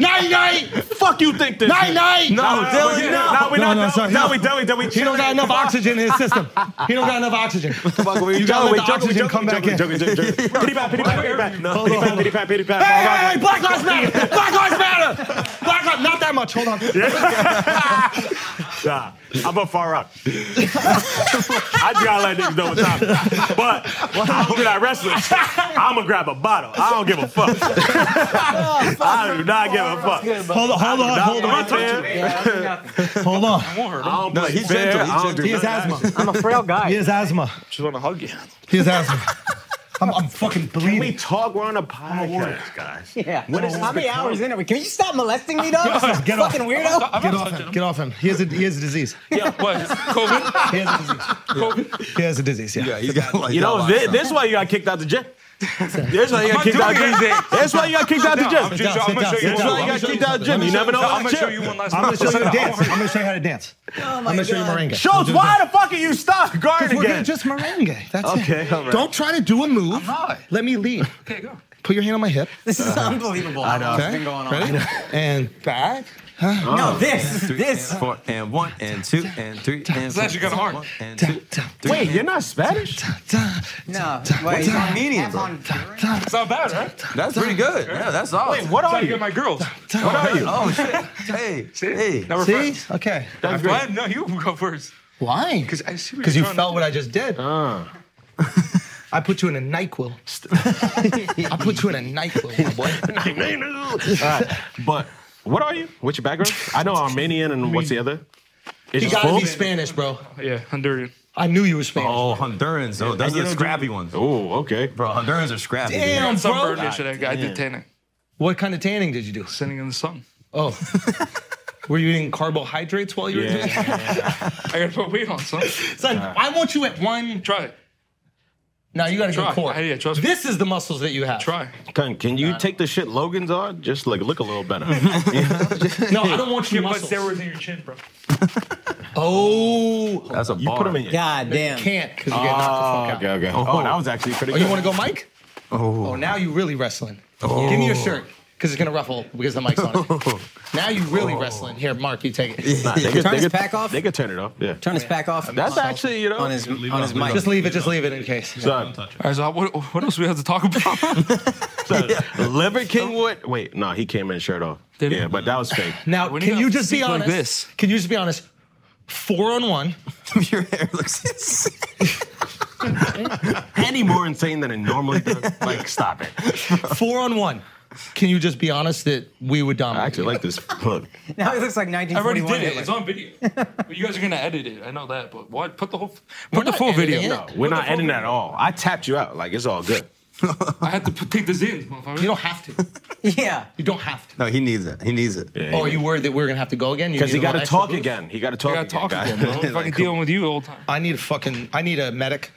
[SPEAKER 3] Night night.
[SPEAKER 6] Fuck you think this?
[SPEAKER 3] Night night.
[SPEAKER 6] No, Dylan, no. No, we
[SPEAKER 3] No, no,
[SPEAKER 6] not. No,
[SPEAKER 3] sorry.
[SPEAKER 6] no, we don't. We don't. We
[SPEAKER 3] He don't got enough oxygen in his system. He don't got enough oxygen. You gotta let the oxygen come back in.
[SPEAKER 6] Pity pat, pity pat, pity pat.
[SPEAKER 8] No.
[SPEAKER 6] Pity pat, pity pat, pity pat.
[SPEAKER 3] Hey, hey, hey, Black Lives Matter! Black Lives Matter! Black Lives, not that much. Hold on.
[SPEAKER 6] Nah, I'm a far out. I just gotta let niggas know what's happening. But I'm good at wrestling. I'm gonna grab a bottle. I don't give a fuck. I do not give a Oh, fuck.
[SPEAKER 3] Hold on, hold on, hold
[SPEAKER 6] I
[SPEAKER 3] on,
[SPEAKER 6] don't play fair.
[SPEAKER 3] hold on.
[SPEAKER 6] I don't
[SPEAKER 8] No,
[SPEAKER 6] play
[SPEAKER 8] he's
[SPEAKER 6] fair.
[SPEAKER 8] gentle,
[SPEAKER 6] I
[SPEAKER 8] he's
[SPEAKER 6] don't do
[SPEAKER 3] He has
[SPEAKER 6] none of that.
[SPEAKER 3] asthma.
[SPEAKER 5] I'm a frail
[SPEAKER 3] He
[SPEAKER 5] guy.
[SPEAKER 3] has asthma.
[SPEAKER 1] Just wanna hug you.
[SPEAKER 3] He has asthma. I'm, I'm fucking
[SPEAKER 6] Can we
[SPEAKER 3] bleeding.
[SPEAKER 6] talk? We're on a podcast, guys.
[SPEAKER 5] Yeah. How many hours in are we? Can you stop molesting me, dog?
[SPEAKER 3] Get off.
[SPEAKER 5] Fucking weirdo.
[SPEAKER 1] I'm
[SPEAKER 3] Get
[SPEAKER 1] not
[SPEAKER 3] off
[SPEAKER 1] touching
[SPEAKER 3] him. Get off him. He has a, he has a disease.
[SPEAKER 1] Yeah, what? COVID?
[SPEAKER 3] He has a disease.
[SPEAKER 1] COVID?
[SPEAKER 3] He has a disease, yeah.
[SPEAKER 8] Yeah, he's got like.
[SPEAKER 6] You know,
[SPEAKER 8] got
[SPEAKER 6] thi-
[SPEAKER 8] lots
[SPEAKER 6] this,
[SPEAKER 8] of-
[SPEAKER 6] is why you got kicked out the gym. That's why
[SPEAKER 1] I'm
[SPEAKER 6] you got
[SPEAKER 1] not
[SPEAKER 6] kicked out
[SPEAKER 1] doing
[SPEAKER 6] the
[SPEAKER 1] anything.
[SPEAKER 6] gym. That's why you got kicked out the
[SPEAKER 1] No, I'm
[SPEAKER 6] gym.
[SPEAKER 1] just- I'm gonna show you
[SPEAKER 6] That's why you
[SPEAKER 1] one
[SPEAKER 6] got
[SPEAKER 1] last
[SPEAKER 6] kicked out the gym. You never know.
[SPEAKER 1] I'm gonna
[SPEAKER 6] what
[SPEAKER 1] show
[SPEAKER 6] you-
[SPEAKER 1] you one last
[SPEAKER 3] I'm gonna show you a
[SPEAKER 1] time.
[SPEAKER 3] dance. I'm gonna show you how to dance. I'm gonna show you merengue.
[SPEAKER 6] Schultz, why the fuck are you stuck guarding
[SPEAKER 3] We're gonna
[SPEAKER 6] again?
[SPEAKER 3] just merengue. That's
[SPEAKER 6] Okay,
[SPEAKER 3] it.
[SPEAKER 6] all right.
[SPEAKER 3] Don't try to do a move.
[SPEAKER 1] not.
[SPEAKER 3] Let me lead.
[SPEAKER 1] Okay, go.
[SPEAKER 3] Put your hand on my hip.
[SPEAKER 5] This is unbelievable. I know.
[SPEAKER 3] Okay.
[SPEAKER 5] been going on.
[SPEAKER 3] Ready? And back.
[SPEAKER 5] No, this, this.
[SPEAKER 8] And four and one and two and three and
[SPEAKER 1] It's actually
[SPEAKER 8] four,
[SPEAKER 1] kinda hard.
[SPEAKER 8] one and two, three
[SPEAKER 6] Wait,
[SPEAKER 8] and-
[SPEAKER 6] you're not Spanish?
[SPEAKER 5] No, wait.
[SPEAKER 8] What's Armenian, bro?
[SPEAKER 1] It's not bad, right?
[SPEAKER 8] That's pretty good. Yeah, that's all.
[SPEAKER 6] Wait, what
[SPEAKER 1] That's how
[SPEAKER 6] are
[SPEAKER 1] I get
[SPEAKER 6] you?
[SPEAKER 1] my girls.
[SPEAKER 8] What are you? Oh shit. Hey, hey.
[SPEAKER 1] Now we're
[SPEAKER 3] See?
[SPEAKER 1] friends.
[SPEAKER 3] Okay.
[SPEAKER 1] I'm glad. No, you go first.
[SPEAKER 3] Why?
[SPEAKER 1] Because I see what
[SPEAKER 3] Because
[SPEAKER 1] you're
[SPEAKER 3] you
[SPEAKER 1] trying
[SPEAKER 3] felt
[SPEAKER 1] to
[SPEAKER 3] what I just did. I put you in a NyQuil. I put you in a NyQuil, my boy.
[SPEAKER 6] All right, but what are you? What's your background? I know Armenian and what's the other? Is
[SPEAKER 3] You
[SPEAKER 6] it
[SPEAKER 3] gotta
[SPEAKER 6] full?
[SPEAKER 3] be Spanish, bro.
[SPEAKER 1] Yeah, Honduran.
[SPEAKER 3] I knew you were Spanish.
[SPEAKER 8] Oh, Hondurans. Oh, those are the scrappy ones.
[SPEAKER 6] Oh, okay.
[SPEAKER 8] Bro, Hondurans are scrappy. dude.
[SPEAKER 3] Damn.
[SPEAKER 1] I'm
[SPEAKER 3] Bro.
[SPEAKER 1] sunburned and shit. I got- I did tanning.
[SPEAKER 3] What kind of tanning did you do?
[SPEAKER 1] Sitting in the sun.
[SPEAKER 3] Oh. Were you eating carbohydrates while you were doing
[SPEAKER 6] Yeah.
[SPEAKER 1] I gotta put weight on, son.
[SPEAKER 3] it? Son, I want you at one.
[SPEAKER 1] Try it.
[SPEAKER 3] Now you gotta go
[SPEAKER 1] Try.
[SPEAKER 3] core.
[SPEAKER 1] Hey, yeah, trust me.
[SPEAKER 3] this is the muscles that you have.
[SPEAKER 1] Try.
[SPEAKER 6] Can, can you take the shit Logan's on? Just like look a little better.
[SPEAKER 3] No, I don't want you
[SPEAKER 1] Get my
[SPEAKER 3] muscles.
[SPEAKER 1] steroids in your chin, bro.
[SPEAKER 3] Oh,
[SPEAKER 8] That's a
[SPEAKER 6] You
[SPEAKER 8] bar.
[SPEAKER 6] put them in your.
[SPEAKER 5] God damn.
[SPEAKER 3] can't because you get knocked the fuck out.
[SPEAKER 6] Okay, okay. Oh, that was actually pretty
[SPEAKER 3] Oh,
[SPEAKER 6] good.
[SPEAKER 3] you want to go, Mike? Oh. now you really wrestling.
[SPEAKER 6] Oh.
[SPEAKER 3] Give me your shirt because it's gonna ruffle because the mic's on it. now you really wrestling. Here, Mark, you take it.
[SPEAKER 6] Nah, they could,
[SPEAKER 5] Turn
[SPEAKER 6] they
[SPEAKER 5] his
[SPEAKER 6] could,
[SPEAKER 5] pack off.
[SPEAKER 6] They could turn it off. Yeah.
[SPEAKER 5] Turn his back off.
[SPEAKER 6] That's actually, you know.
[SPEAKER 5] on his on his mic.
[SPEAKER 3] Just leave it. Just leave it in case.
[SPEAKER 6] Son,
[SPEAKER 1] All right, so what, what else we have to talk about?
[SPEAKER 6] son, Liver King Wood. Wait, no, he came in shirt off.
[SPEAKER 1] Did he?
[SPEAKER 6] yeah, but that was fake.
[SPEAKER 3] Now,
[SPEAKER 1] When you
[SPEAKER 3] can you
[SPEAKER 1] have
[SPEAKER 3] just be
[SPEAKER 1] feet like
[SPEAKER 3] honest?
[SPEAKER 1] this.
[SPEAKER 3] Can you just be honest? Four on one.
[SPEAKER 8] Your hair looks insane.
[SPEAKER 6] Any more insane than it normally does? Like, stop it.
[SPEAKER 3] Four on one. Can you just be honest that we would dominate? I
[SPEAKER 6] actually like this punk.
[SPEAKER 5] Now he looks like
[SPEAKER 1] I already
[SPEAKER 5] 1941.
[SPEAKER 1] did it.
[SPEAKER 5] Hitler.
[SPEAKER 1] It's on video. But you guys are gonna edit it. I know that, but why put the whole put
[SPEAKER 6] We're
[SPEAKER 1] the
[SPEAKER 6] not
[SPEAKER 1] full
[SPEAKER 6] editing
[SPEAKER 1] video?
[SPEAKER 6] it. No, we're
[SPEAKER 1] Put the
[SPEAKER 6] not
[SPEAKER 1] full
[SPEAKER 6] editing
[SPEAKER 1] video.
[SPEAKER 6] that at all. I tapped you out. Like it's all good.
[SPEAKER 1] I had to put, take the zins, motherfucker. You
[SPEAKER 3] don't have to.
[SPEAKER 5] yeah.
[SPEAKER 3] You don't have to.
[SPEAKER 8] No, he needs it. He needs it.
[SPEAKER 3] Oh, are you worried that we're gonna have to go again? You
[SPEAKER 6] Because he
[SPEAKER 3] need a
[SPEAKER 6] got to
[SPEAKER 3] little
[SPEAKER 6] talk
[SPEAKER 3] extra boost?
[SPEAKER 6] again. He got to talk. again, guys.
[SPEAKER 3] Fucking
[SPEAKER 1] dealing with you the whole time.
[SPEAKER 3] I need a fucking. I need a medic.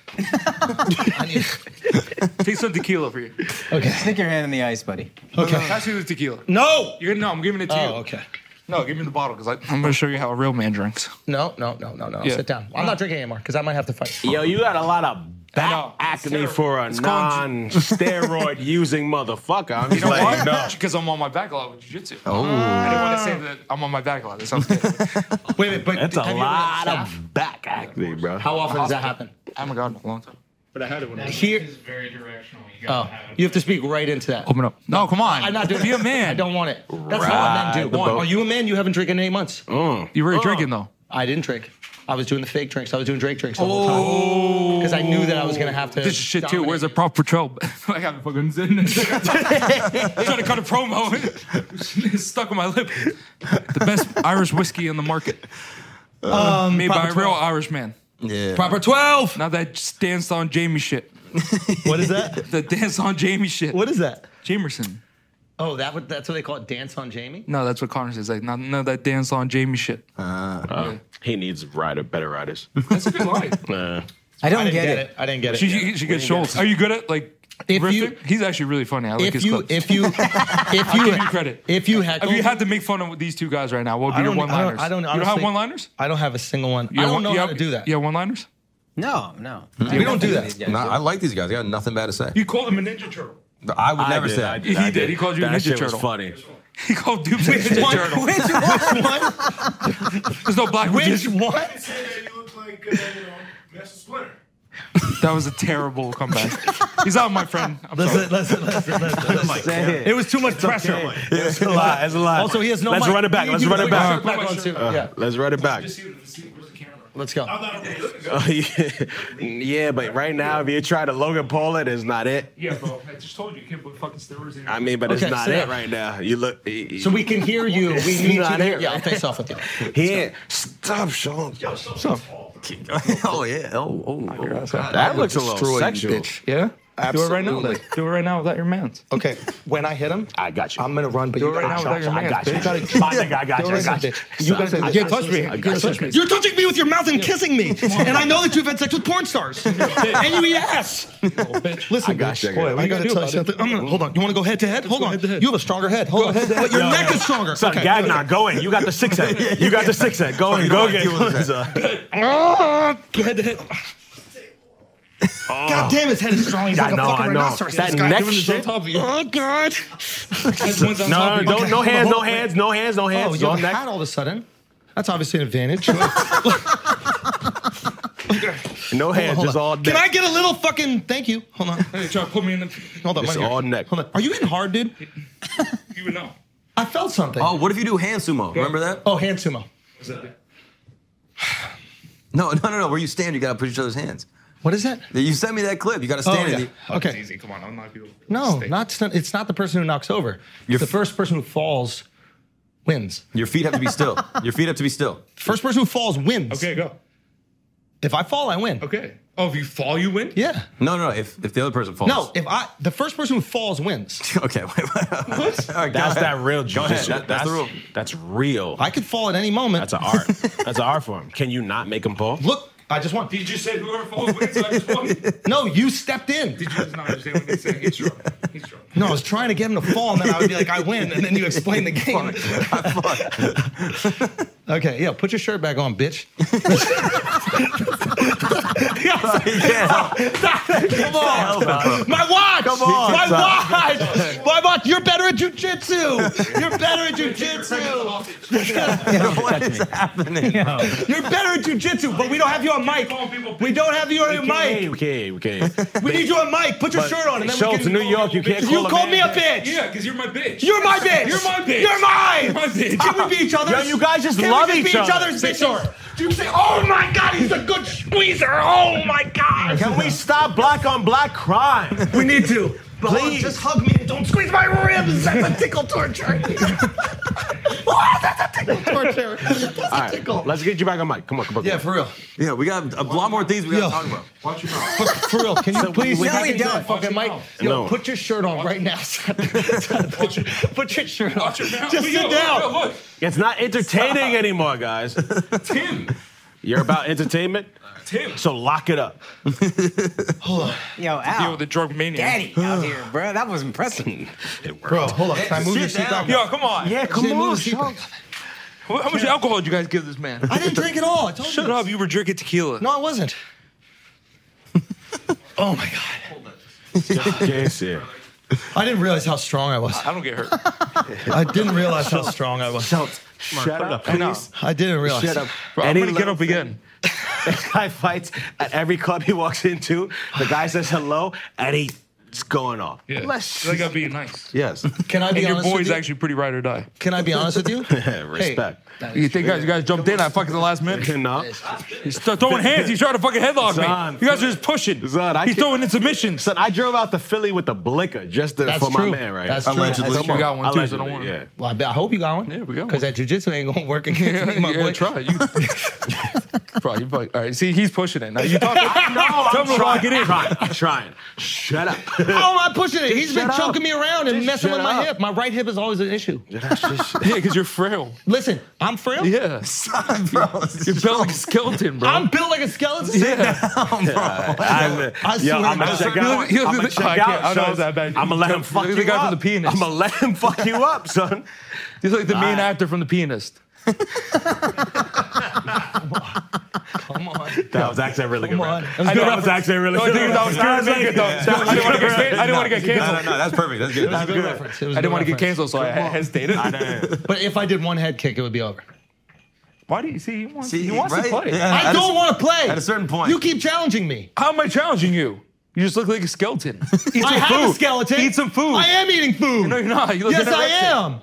[SPEAKER 1] Take some tequila for you.
[SPEAKER 3] Okay.
[SPEAKER 5] Stick your hand in the ice, buddy.
[SPEAKER 1] Okay. Pass me the tequila.
[SPEAKER 3] No. Oh,
[SPEAKER 1] You're no. I'm giving it to
[SPEAKER 6] Oh,
[SPEAKER 1] you.
[SPEAKER 3] okay.
[SPEAKER 1] No, give me the bottle because I'm gonna show you how a real man drinks.
[SPEAKER 3] No, no, no, no, no.
[SPEAKER 1] Yeah.
[SPEAKER 3] Sit down. I'm not drinking anymore because I might have to fight.
[SPEAKER 6] Yo, you got a lot of back acne for a
[SPEAKER 1] It's called-
[SPEAKER 6] non-steroid using motherfucker. I'm
[SPEAKER 1] You
[SPEAKER 6] just
[SPEAKER 1] know
[SPEAKER 6] letting
[SPEAKER 1] why?
[SPEAKER 6] you know.
[SPEAKER 1] Because I'm on my back a lot with jiu-jitsu. Oh. I didn't want to say that I'm on my back a lot. That sounds good.
[SPEAKER 3] Wait a minute, but
[SPEAKER 6] That's a lot of back acne, bro.
[SPEAKER 3] How often does that happen?
[SPEAKER 1] Oh my god, a long time. But I had it when
[SPEAKER 3] Here. Oh, you have to speak right into that.
[SPEAKER 1] Open up. No, come on.
[SPEAKER 3] I'm not doing
[SPEAKER 1] Be a
[SPEAKER 3] it.
[SPEAKER 1] man.
[SPEAKER 3] I don't want it. That's
[SPEAKER 1] Ride
[SPEAKER 3] not what men
[SPEAKER 1] the
[SPEAKER 3] do. One,
[SPEAKER 1] boat. Oh.
[SPEAKER 3] are you a man? You haven't drank in eight months.
[SPEAKER 1] You were drinking though.
[SPEAKER 3] I didn't drink. I was doing the fake drinks. I was doing Drake drinks the whole time because I knew that I was gonna have to.
[SPEAKER 1] Oh. This is shit too. Where's the proper patrol? I got fucking zin. I'm trying to cut a promo. it's stuck on my lip. The best Irish whiskey on the market. Uh,
[SPEAKER 3] Um,
[SPEAKER 1] Made by
[SPEAKER 3] Proper
[SPEAKER 1] a real
[SPEAKER 3] 12.
[SPEAKER 1] Irish man.
[SPEAKER 8] Yeah.
[SPEAKER 3] Proper twelve.
[SPEAKER 1] Not that dance on Jamie shit.
[SPEAKER 3] What is that?
[SPEAKER 1] The dance on Jamie shit.
[SPEAKER 3] What is that?
[SPEAKER 1] Jamerson.
[SPEAKER 3] Oh, that what, that's what they call it. Dance on Jamie.
[SPEAKER 1] No, that's what Connor says. Like, not, no, that dance on Jamie shit.
[SPEAKER 6] Uh, he needs rider, better riders.
[SPEAKER 1] That's a good line.
[SPEAKER 6] Uh,
[SPEAKER 5] I don't
[SPEAKER 3] didn't
[SPEAKER 5] get, it.
[SPEAKER 3] I didn't get it.
[SPEAKER 1] She, she, she gets Schultz. Are you good at like
[SPEAKER 3] If
[SPEAKER 1] riffing?
[SPEAKER 3] you-
[SPEAKER 1] He's actually really funny. I like
[SPEAKER 3] if
[SPEAKER 1] his
[SPEAKER 3] you,
[SPEAKER 1] clips.
[SPEAKER 3] if you, if
[SPEAKER 1] I'll
[SPEAKER 3] you,
[SPEAKER 1] give you credit.
[SPEAKER 3] if you heckle,
[SPEAKER 1] If you had to make fun of these two guys right now, what would
[SPEAKER 3] I
[SPEAKER 1] be your
[SPEAKER 3] don't- I
[SPEAKER 1] one
[SPEAKER 3] don't-
[SPEAKER 1] liners?
[SPEAKER 3] I don't
[SPEAKER 1] You don't have
[SPEAKER 3] honestly-
[SPEAKER 1] one liners?
[SPEAKER 3] I don't have a single one. I don't know how to do that.
[SPEAKER 1] Yeah, one liners?
[SPEAKER 5] No, no.
[SPEAKER 3] We don't do that.
[SPEAKER 8] Nah, I like these guys. I got nothing bad to say.
[SPEAKER 1] You called him a Ninja Turtle.
[SPEAKER 8] But I would
[SPEAKER 6] I
[SPEAKER 8] never
[SPEAKER 6] did,
[SPEAKER 8] say
[SPEAKER 6] I
[SPEAKER 8] that.
[SPEAKER 1] He
[SPEAKER 6] I
[SPEAKER 1] did. He called you a
[SPEAKER 6] that
[SPEAKER 1] Ninja
[SPEAKER 6] shit
[SPEAKER 1] Turtle.
[SPEAKER 6] Was funny.
[SPEAKER 1] He called Dupes a Ninja Turtle.
[SPEAKER 5] Which one?
[SPEAKER 1] There's no black
[SPEAKER 3] Which
[SPEAKER 1] magician.
[SPEAKER 3] one?
[SPEAKER 1] That was a terrible comeback. He's not my friend. I'm sorry.
[SPEAKER 3] Listen, listen, listen, listen. listen. It was too much pressure.
[SPEAKER 6] It's a lot. It's a lot.
[SPEAKER 3] Also, Oh, he has no
[SPEAKER 6] Let's
[SPEAKER 3] mic.
[SPEAKER 6] run it back.
[SPEAKER 3] You-
[SPEAKER 6] Let's
[SPEAKER 3] you
[SPEAKER 6] run it
[SPEAKER 3] put your
[SPEAKER 6] back.
[SPEAKER 3] shirt back on, too.
[SPEAKER 6] Uh,
[SPEAKER 3] Yeah.
[SPEAKER 6] Let's run it back.
[SPEAKER 3] Let's go.
[SPEAKER 6] Oh, yeah. yeah, but right now, if you try to Logan Paul it, it's not it.
[SPEAKER 1] Yeah, bro. I just told you, you can't put fucking steroids in.
[SPEAKER 6] I mean, but
[SPEAKER 3] Okay,
[SPEAKER 6] it's not
[SPEAKER 3] sit
[SPEAKER 6] it
[SPEAKER 3] down.
[SPEAKER 6] right now. You look.
[SPEAKER 3] So we can hear you. We need you.
[SPEAKER 6] not
[SPEAKER 3] to-
[SPEAKER 6] here.
[SPEAKER 3] Yeah, I'll face off with you.
[SPEAKER 6] Here, stop, Sean. Yo, stop.
[SPEAKER 8] oh yeah. Oh, oh, oh.
[SPEAKER 6] That, looks a little
[SPEAKER 8] destroy you,
[SPEAKER 6] sexual.
[SPEAKER 8] bitch.
[SPEAKER 1] Yeah? Do
[SPEAKER 3] Absolutely.
[SPEAKER 1] it right now. Like, do it right now without your mans.
[SPEAKER 3] Okay, when I hit him,
[SPEAKER 6] I got you.
[SPEAKER 3] I'm gonna run, but
[SPEAKER 1] Do
[SPEAKER 3] you
[SPEAKER 1] it right now
[SPEAKER 3] gotta-
[SPEAKER 1] without your mans.
[SPEAKER 6] I got you.
[SPEAKER 1] bitch.
[SPEAKER 6] I got you. I got you.
[SPEAKER 3] You
[SPEAKER 1] You
[SPEAKER 3] gotta-
[SPEAKER 1] can't touch me. You can't touch me.
[SPEAKER 3] You're touching me with your mouth and kissing me, and I know that you've had sex with porn stars, and you eat ass. Listen,
[SPEAKER 6] got you.
[SPEAKER 3] boy,
[SPEAKER 6] What
[SPEAKER 3] I gotta
[SPEAKER 6] you
[SPEAKER 3] tell
[SPEAKER 6] gonna do
[SPEAKER 3] you
[SPEAKER 6] about
[SPEAKER 3] something. I'm gonna hold on. You wanna go head to head? Hold on. You have a stronger head. Hold on. But your
[SPEAKER 6] Yo,
[SPEAKER 3] neck
[SPEAKER 6] yo.
[SPEAKER 3] is stronger.
[SPEAKER 6] Son,
[SPEAKER 3] Okay,
[SPEAKER 6] Gagnon,
[SPEAKER 3] okay.
[SPEAKER 6] go in. You got the six set. You got the six set. Go in. Go get
[SPEAKER 3] Ah, go head to head. God damn, his head is strong. He's
[SPEAKER 6] I
[SPEAKER 3] like
[SPEAKER 6] know,
[SPEAKER 3] a fucking
[SPEAKER 6] I know.
[SPEAKER 3] rhinoceros.
[SPEAKER 6] That
[SPEAKER 3] This guy
[SPEAKER 6] neck
[SPEAKER 3] doing this
[SPEAKER 6] shit?
[SPEAKER 3] On top of you. Oh god. no,
[SPEAKER 6] No, no, don't, no hands, no hands, no hands, no
[SPEAKER 3] Oh,
[SPEAKER 6] hands.
[SPEAKER 3] you
[SPEAKER 6] No
[SPEAKER 3] have a
[SPEAKER 6] neck.
[SPEAKER 3] hat all of a sudden. That's obviously an advantage. Hold
[SPEAKER 6] No
[SPEAKER 3] on,
[SPEAKER 6] hands.
[SPEAKER 3] hold
[SPEAKER 6] Just
[SPEAKER 3] on.
[SPEAKER 6] all
[SPEAKER 3] Can I
[SPEAKER 6] neck.
[SPEAKER 3] get a little fucking thank you? Hold on.
[SPEAKER 1] Hey, try to put me in the.
[SPEAKER 3] Hold on.
[SPEAKER 6] It's
[SPEAKER 3] right here.
[SPEAKER 6] all neck.
[SPEAKER 3] Hold on. Are you hitting hard, dude?
[SPEAKER 1] You would know.
[SPEAKER 3] I felt something.
[SPEAKER 8] Oh, what if you do hand sumo? Remember that?
[SPEAKER 3] Oh, hand sumo.
[SPEAKER 8] No, no, no, no. Where you stand, you gotta push each other's hands.
[SPEAKER 3] What is that?
[SPEAKER 8] You sent me that clip. You gotta
[SPEAKER 3] Oh,
[SPEAKER 8] stand. in
[SPEAKER 3] yeah.
[SPEAKER 8] the-
[SPEAKER 3] Okay.
[SPEAKER 1] Easy. Come on. I'm not people.
[SPEAKER 3] No, not st- it's not the person who knocks over. the first person who falls wins.
[SPEAKER 8] Your feet have to be still. Your feet have to be still.
[SPEAKER 3] First person who falls wins.
[SPEAKER 1] Okay, go.
[SPEAKER 3] If I fall, I win.
[SPEAKER 1] Okay. Oh, if you fall, you win?
[SPEAKER 3] Yeah.
[SPEAKER 8] No, no, no. If, if the other person falls.
[SPEAKER 3] No, if I the first person who falls wins.
[SPEAKER 8] Okay. Wait, what?
[SPEAKER 6] That's that real
[SPEAKER 8] Go ahead.
[SPEAKER 6] jujitsu.
[SPEAKER 8] That- that's the rule.
[SPEAKER 6] That's real.
[SPEAKER 3] I could fall at any moment.
[SPEAKER 6] That's an art. That's an art form. Can you not make him pull?
[SPEAKER 3] Look, I just won.
[SPEAKER 1] Did you say whoever falls wins? I just won. Did
[SPEAKER 3] No, you stepped in.
[SPEAKER 1] you just not understand what he's saying? He's drunk. He's drunk.
[SPEAKER 3] No, I was trying to get him to fall, and then I would be like, I win, and then you explain the game. okay, yeah, put your shirt back on, bitch. Come on. My watch! Come on. My watch! My watch! You're better at jujitsu! You're better at jujitsu!
[SPEAKER 8] what is happening?
[SPEAKER 3] You're better at jujitsu, but we don't have you on mic. We don't have you on mic.
[SPEAKER 6] Okay, okay, okay.
[SPEAKER 3] We need you on mic. Put your shirt on. And then
[SPEAKER 6] Show
[SPEAKER 3] we
[SPEAKER 6] up
[SPEAKER 3] can,
[SPEAKER 6] to New York. You can't
[SPEAKER 3] You
[SPEAKER 6] call
[SPEAKER 3] called me a
[SPEAKER 6] man.
[SPEAKER 3] bitch.
[SPEAKER 1] Yeah, because you're my bitch.
[SPEAKER 3] You're my bitch.
[SPEAKER 1] You're my bitch.
[SPEAKER 3] You're mine.
[SPEAKER 1] You're my bitch.
[SPEAKER 3] Can we be each other?
[SPEAKER 6] Yo, you guys just
[SPEAKER 3] Can
[SPEAKER 6] love
[SPEAKER 3] we just
[SPEAKER 6] each
[SPEAKER 3] be
[SPEAKER 6] other.
[SPEAKER 3] each other's bitches? Do you say, oh my god, he's a good squeezer. Oh my god.
[SPEAKER 6] Can we stop black on black crime?
[SPEAKER 3] We need to.
[SPEAKER 4] But hold on, just hug me and don't squeeze my ribs. That's a tickle torture. That's a tickle torture. That's
[SPEAKER 6] All right, let's get you back on mic. Come on, come on. Yeah,
[SPEAKER 3] for real.
[SPEAKER 8] Yeah, we got a lot more things we got to talk about.
[SPEAKER 6] Watch your
[SPEAKER 3] For real, can you
[SPEAKER 8] So
[SPEAKER 3] please?
[SPEAKER 8] we-
[SPEAKER 3] if I
[SPEAKER 8] we
[SPEAKER 3] can do
[SPEAKER 8] don't.
[SPEAKER 3] that Fucking Mike, yo,
[SPEAKER 8] No.
[SPEAKER 3] put your shirt on right now. son. put, your, put your shirt on. Just sit down.
[SPEAKER 6] It's not entertaining anymore, guys. Tim, you're about entertainment. Tim, so lock it up.
[SPEAKER 3] Hold on.
[SPEAKER 5] Yo, Al.
[SPEAKER 6] the drug maniac.
[SPEAKER 5] Daddy out here, bro. That was impressive.
[SPEAKER 6] it
[SPEAKER 3] Bro, hold on. Can I move
[SPEAKER 5] Sit
[SPEAKER 3] your seat
[SPEAKER 5] down.
[SPEAKER 3] back?
[SPEAKER 5] Yo, come on.
[SPEAKER 1] Yeah,
[SPEAKER 5] come on,
[SPEAKER 1] Wh- How much alcohol did you guys give this man?
[SPEAKER 3] I didn't drink at all. I told
[SPEAKER 1] Shut
[SPEAKER 3] you.
[SPEAKER 1] up. You were drinking tequila.
[SPEAKER 3] No, I wasn't. oh my
[SPEAKER 6] Yes, yeah.
[SPEAKER 3] god! I didn't realize how strong I was.
[SPEAKER 1] I don't get hurt.
[SPEAKER 3] I didn't realize how strong I was.
[SPEAKER 6] Shut up,
[SPEAKER 3] I know.
[SPEAKER 6] please.
[SPEAKER 3] I didn't realize.
[SPEAKER 6] Shut up.
[SPEAKER 1] Bro, I'm gonna get up
[SPEAKER 6] again. That guy fights at every club he walks into. The guy says hello, and he's going off.
[SPEAKER 1] Yeah.
[SPEAKER 6] Bless
[SPEAKER 1] They gotta be nice.
[SPEAKER 6] Yes.
[SPEAKER 3] Can I
[SPEAKER 1] and
[SPEAKER 3] be
[SPEAKER 1] your
[SPEAKER 3] honest with
[SPEAKER 1] boy's
[SPEAKER 3] you?
[SPEAKER 1] actually pretty ride or die.
[SPEAKER 3] Can I be honest with you?
[SPEAKER 6] Respect.
[SPEAKER 1] You think guys, you guys jumped in? I fucking the last minute.
[SPEAKER 6] no.
[SPEAKER 1] He's th- throwing hands. He's trying to fucking headlock
[SPEAKER 6] Son.
[SPEAKER 1] me. You guys are just pushing.
[SPEAKER 6] Son, I
[SPEAKER 1] He's
[SPEAKER 6] can't-
[SPEAKER 1] throwing in submissions.
[SPEAKER 6] Son, I drove out to Philly with the blinker just to,
[SPEAKER 3] That's
[SPEAKER 6] for
[SPEAKER 3] true.
[SPEAKER 6] my man, right?
[SPEAKER 3] That's true. Allegedly. That's true.
[SPEAKER 1] We got one too, so
[SPEAKER 6] Allegedly,
[SPEAKER 1] don't worry.
[SPEAKER 6] Yeah.
[SPEAKER 3] Well, I, bet- I hope you got one. Yeah,
[SPEAKER 1] we got
[SPEAKER 3] Because that jujitsu ain't gonna work against me, my
[SPEAKER 1] yeah,
[SPEAKER 3] boy.
[SPEAKER 1] try. You, bro, you probably, all right. See, he's pushing it. Now you talking.
[SPEAKER 6] I know,
[SPEAKER 1] Tell
[SPEAKER 6] I'm
[SPEAKER 1] him to lock it in.
[SPEAKER 6] trying, I'm trying. Shut up.
[SPEAKER 3] How am I pushing it? He's been
[SPEAKER 6] shut
[SPEAKER 3] choking
[SPEAKER 6] up.
[SPEAKER 3] me around and
[SPEAKER 6] Just
[SPEAKER 3] messing with
[SPEAKER 6] shut
[SPEAKER 3] my
[SPEAKER 6] up.
[SPEAKER 3] hip. My right hip is always an issue.
[SPEAKER 1] Yeah, because you're frail.
[SPEAKER 3] Listen, I'm frail.
[SPEAKER 1] Yeah. You're built like a skeleton, bro.
[SPEAKER 3] I'm built like a skeleton.
[SPEAKER 6] I'm,
[SPEAKER 3] I
[SPEAKER 6] yo,
[SPEAKER 3] swear
[SPEAKER 6] I'm
[SPEAKER 3] to
[SPEAKER 6] gonna
[SPEAKER 3] God.
[SPEAKER 6] check out.
[SPEAKER 1] Look- look-
[SPEAKER 6] I'm gonna
[SPEAKER 1] look-
[SPEAKER 6] check
[SPEAKER 1] I can't- I
[SPEAKER 6] out.
[SPEAKER 1] know
[SPEAKER 6] son.
[SPEAKER 1] that bad.
[SPEAKER 6] I'm gonna let him fuck
[SPEAKER 1] Look
[SPEAKER 6] you
[SPEAKER 1] at the guy
[SPEAKER 6] up.
[SPEAKER 1] from The Pianist.
[SPEAKER 6] I'm gonna let him fuck you up, son.
[SPEAKER 1] He's like the main
[SPEAKER 6] Nah.
[SPEAKER 1] actor from The Pianist.
[SPEAKER 6] That was actually a really good. rap.
[SPEAKER 3] That was
[SPEAKER 6] I
[SPEAKER 3] good.
[SPEAKER 6] know that was actually a really
[SPEAKER 1] No, I
[SPEAKER 6] good.
[SPEAKER 1] think that was good. That was really good, though. I didn't wanna get stan- I didn't wanna get
[SPEAKER 6] canceled.
[SPEAKER 8] No, no, no, that's perfect. That's
[SPEAKER 3] That
[SPEAKER 8] good.
[SPEAKER 3] was a good
[SPEAKER 6] good.
[SPEAKER 3] reference. It
[SPEAKER 1] I
[SPEAKER 3] was
[SPEAKER 1] didn't
[SPEAKER 3] a good
[SPEAKER 1] want to get
[SPEAKER 3] reference.
[SPEAKER 1] canceled, so I hesitated.
[SPEAKER 3] But if I did one head kick, it would be over.
[SPEAKER 1] Why do you see? He wants,
[SPEAKER 8] See,
[SPEAKER 1] he wants
[SPEAKER 8] right?
[SPEAKER 1] to play.
[SPEAKER 8] Yeah.
[SPEAKER 3] I
[SPEAKER 8] at a
[SPEAKER 3] don't
[SPEAKER 8] s-
[SPEAKER 3] want to play.
[SPEAKER 8] at a certain point.
[SPEAKER 3] you keep challenging me.
[SPEAKER 1] How am I challenging you? You just look like a skeleton. Eat
[SPEAKER 3] I
[SPEAKER 1] some
[SPEAKER 3] have
[SPEAKER 1] food.
[SPEAKER 3] a skeleton.
[SPEAKER 1] Eat some food.
[SPEAKER 3] I am eating food.
[SPEAKER 1] No, you're not. You look
[SPEAKER 3] yes,
[SPEAKER 1] anorexic.
[SPEAKER 3] I am.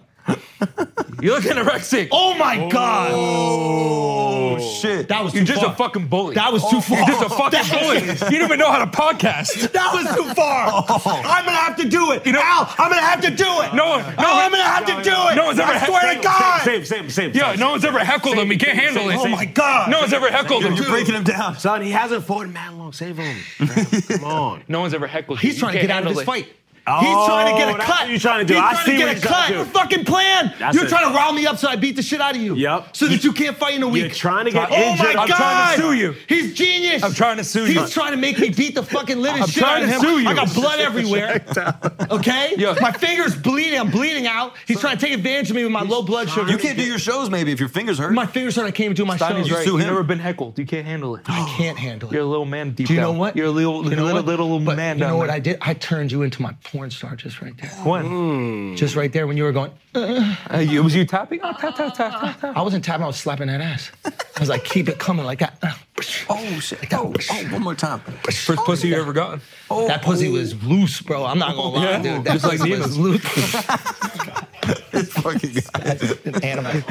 [SPEAKER 1] You look anorexic.
[SPEAKER 3] Oh my god.
[SPEAKER 8] Oh, Shit.
[SPEAKER 3] That was
[SPEAKER 1] You're
[SPEAKER 3] too
[SPEAKER 1] just
[SPEAKER 3] far.
[SPEAKER 1] a fucking bully.
[SPEAKER 3] That was too far.
[SPEAKER 1] You're just a fucking bully. You don't even know how to podcast.
[SPEAKER 3] That was too far. I'm gonna have to do it. You know, Al, I'm gonna have to do it.
[SPEAKER 1] No one-
[SPEAKER 3] Al, I'm gonna have to do it.
[SPEAKER 1] no one's ever
[SPEAKER 3] I
[SPEAKER 1] had-
[SPEAKER 3] swear to God.
[SPEAKER 6] Same, same, same.
[SPEAKER 1] Yeah,
[SPEAKER 6] same,
[SPEAKER 1] no one's ever heckled him. He can't handle it.
[SPEAKER 3] oh my God.
[SPEAKER 1] No one's ever heckled him.
[SPEAKER 8] You're breaking him down.
[SPEAKER 6] Son, he hasn't fought in that long. Save him. Come on.
[SPEAKER 1] No one's ever heckled you.
[SPEAKER 3] He's
[SPEAKER 1] You
[SPEAKER 3] trying to
[SPEAKER 1] can't
[SPEAKER 3] get out of
[SPEAKER 1] handle
[SPEAKER 3] this
[SPEAKER 1] it.
[SPEAKER 3] fight. He's trying to get a
[SPEAKER 6] Oh, that's
[SPEAKER 3] cut.
[SPEAKER 6] what you're trying to do.
[SPEAKER 3] He's
[SPEAKER 6] I
[SPEAKER 3] trying
[SPEAKER 6] see
[SPEAKER 3] to
[SPEAKER 6] what
[SPEAKER 3] get a
[SPEAKER 6] you're trying
[SPEAKER 3] cut.
[SPEAKER 6] to
[SPEAKER 3] Your
[SPEAKER 6] do.
[SPEAKER 3] fucking plan.
[SPEAKER 6] That's
[SPEAKER 3] you're
[SPEAKER 6] it.
[SPEAKER 3] trying to round me up so I beat the shit out of you.
[SPEAKER 6] Yep.
[SPEAKER 3] So that you can't fight in a week.
[SPEAKER 6] You're trying to get
[SPEAKER 3] oh
[SPEAKER 6] injured.
[SPEAKER 3] my
[SPEAKER 6] I'm
[SPEAKER 3] God.
[SPEAKER 1] trying to sue you.
[SPEAKER 3] He's genius.
[SPEAKER 1] I'm trying to sue
[SPEAKER 3] He's
[SPEAKER 1] you.
[SPEAKER 3] He's trying to make me beat the fucking living
[SPEAKER 1] I'm
[SPEAKER 3] shit
[SPEAKER 1] trying
[SPEAKER 3] out of
[SPEAKER 1] to
[SPEAKER 3] him.
[SPEAKER 1] sue you.
[SPEAKER 3] I got blood everywhere. Okay?
[SPEAKER 1] Yeah.
[SPEAKER 3] My finger's bleeding. I'm bleeding out. He's trying to take advantage of me with my low blood sugar.
[SPEAKER 8] You can't do your shows maybe if your fingers hurt.
[SPEAKER 3] My fingers hurt. I can't even do my
[SPEAKER 1] Donnie's
[SPEAKER 3] shows.
[SPEAKER 1] right.
[SPEAKER 8] sue
[SPEAKER 1] You've
[SPEAKER 8] him.
[SPEAKER 1] never been heckled. You can't handle it.
[SPEAKER 3] I can't handle it.
[SPEAKER 1] You're a little man deep
[SPEAKER 3] Do you know
[SPEAKER 1] down.
[SPEAKER 3] what?
[SPEAKER 1] You're a little,
[SPEAKER 3] You know
[SPEAKER 1] little,
[SPEAKER 3] what?
[SPEAKER 1] little, little
[SPEAKER 3] But
[SPEAKER 1] man
[SPEAKER 3] You know
[SPEAKER 1] down
[SPEAKER 3] what
[SPEAKER 1] there.
[SPEAKER 3] I did? I turned you into my porn star just right there. Hmm.
[SPEAKER 1] When?
[SPEAKER 3] Just right there when you were going. "Uh."
[SPEAKER 1] Uh, you- was you tapping? Oh, tap, tap, tap, tap, tap.
[SPEAKER 3] I wasn't tapping. I was slapping that ass. I was like, keep it coming like that.
[SPEAKER 8] Oh shit. Oh, oh, one more time.
[SPEAKER 1] First pussy you ever gotten.
[SPEAKER 3] That pussy was loose, bro. I'm not gonna lie,
[SPEAKER 1] Oh. Yeah.
[SPEAKER 3] dude. That
[SPEAKER 1] Just like
[SPEAKER 3] pussy was loose.
[SPEAKER 8] It's fucking guy.
[SPEAKER 3] an animal.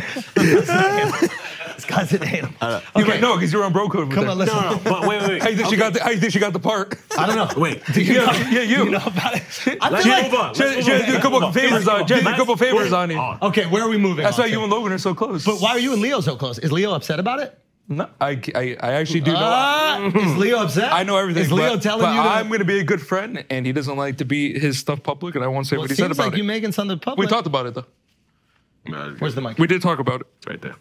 [SPEAKER 3] this guy's an animal.
[SPEAKER 1] You might know because you were on bro code. with
[SPEAKER 3] Come
[SPEAKER 1] her.
[SPEAKER 3] on, listen.
[SPEAKER 6] No, no, but wait, wait,
[SPEAKER 1] How you
[SPEAKER 6] wait.
[SPEAKER 1] think she got? The, how you think she got the part?
[SPEAKER 3] I don't know.
[SPEAKER 6] Wait.
[SPEAKER 3] Do you
[SPEAKER 1] Yeah,
[SPEAKER 3] know,
[SPEAKER 1] yeah, you.
[SPEAKER 3] do know about it? I
[SPEAKER 6] Let's
[SPEAKER 3] feel
[SPEAKER 6] move on.
[SPEAKER 3] like.
[SPEAKER 1] She,
[SPEAKER 6] Let's
[SPEAKER 1] she
[SPEAKER 6] move
[SPEAKER 1] had to do a
[SPEAKER 6] on.
[SPEAKER 1] couple
[SPEAKER 6] Let's
[SPEAKER 1] favors
[SPEAKER 6] move
[SPEAKER 1] on. She had to do a
[SPEAKER 6] Let's
[SPEAKER 1] couple favors
[SPEAKER 6] move
[SPEAKER 1] on you.
[SPEAKER 6] on.
[SPEAKER 3] Okay, where are we moving?
[SPEAKER 1] That's
[SPEAKER 3] on
[SPEAKER 1] why you
[SPEAKER 3] to?
[SPEAKER 1] and Logan are so close.
[SPEAKER 3] But why are you and Leo so close? Is Leo upset about it?
[SPEAKER 1] No, I, I, I actually do know.
[SPEAKER 3] Ah, is Leo upset?
[SPEAKER 1] I know everything.
[SPEAKER 3] Is Leo
[SPEAKER 1] but,
[SPEAKER 3] telling
[SPEAKER 1] but
[SPEAKER 3] you? to-
[SPEAKER 1] I'm going to be a good friend, and he doesn't like to be his stuff public, and I won't say
[SPEAKER 3] Well,
[SPEAKER 1] what
[SPEAKER 3] it
[SPEAKER 1] he
[SPEAKER 3] seems
[SPEAKER 1] said about
[SPEAKER 3] like
[SPEAKER 1] it.
[SPEAKER 3] you making something
[SPEAKER 1] we
[SPEAKER 3] public.
[SPEAKER 1] talked about it though.
[SPEAKER 3] Where's the mic?
[SPEAKER 1] We did talk about it.
[SPEAKER 6] right there.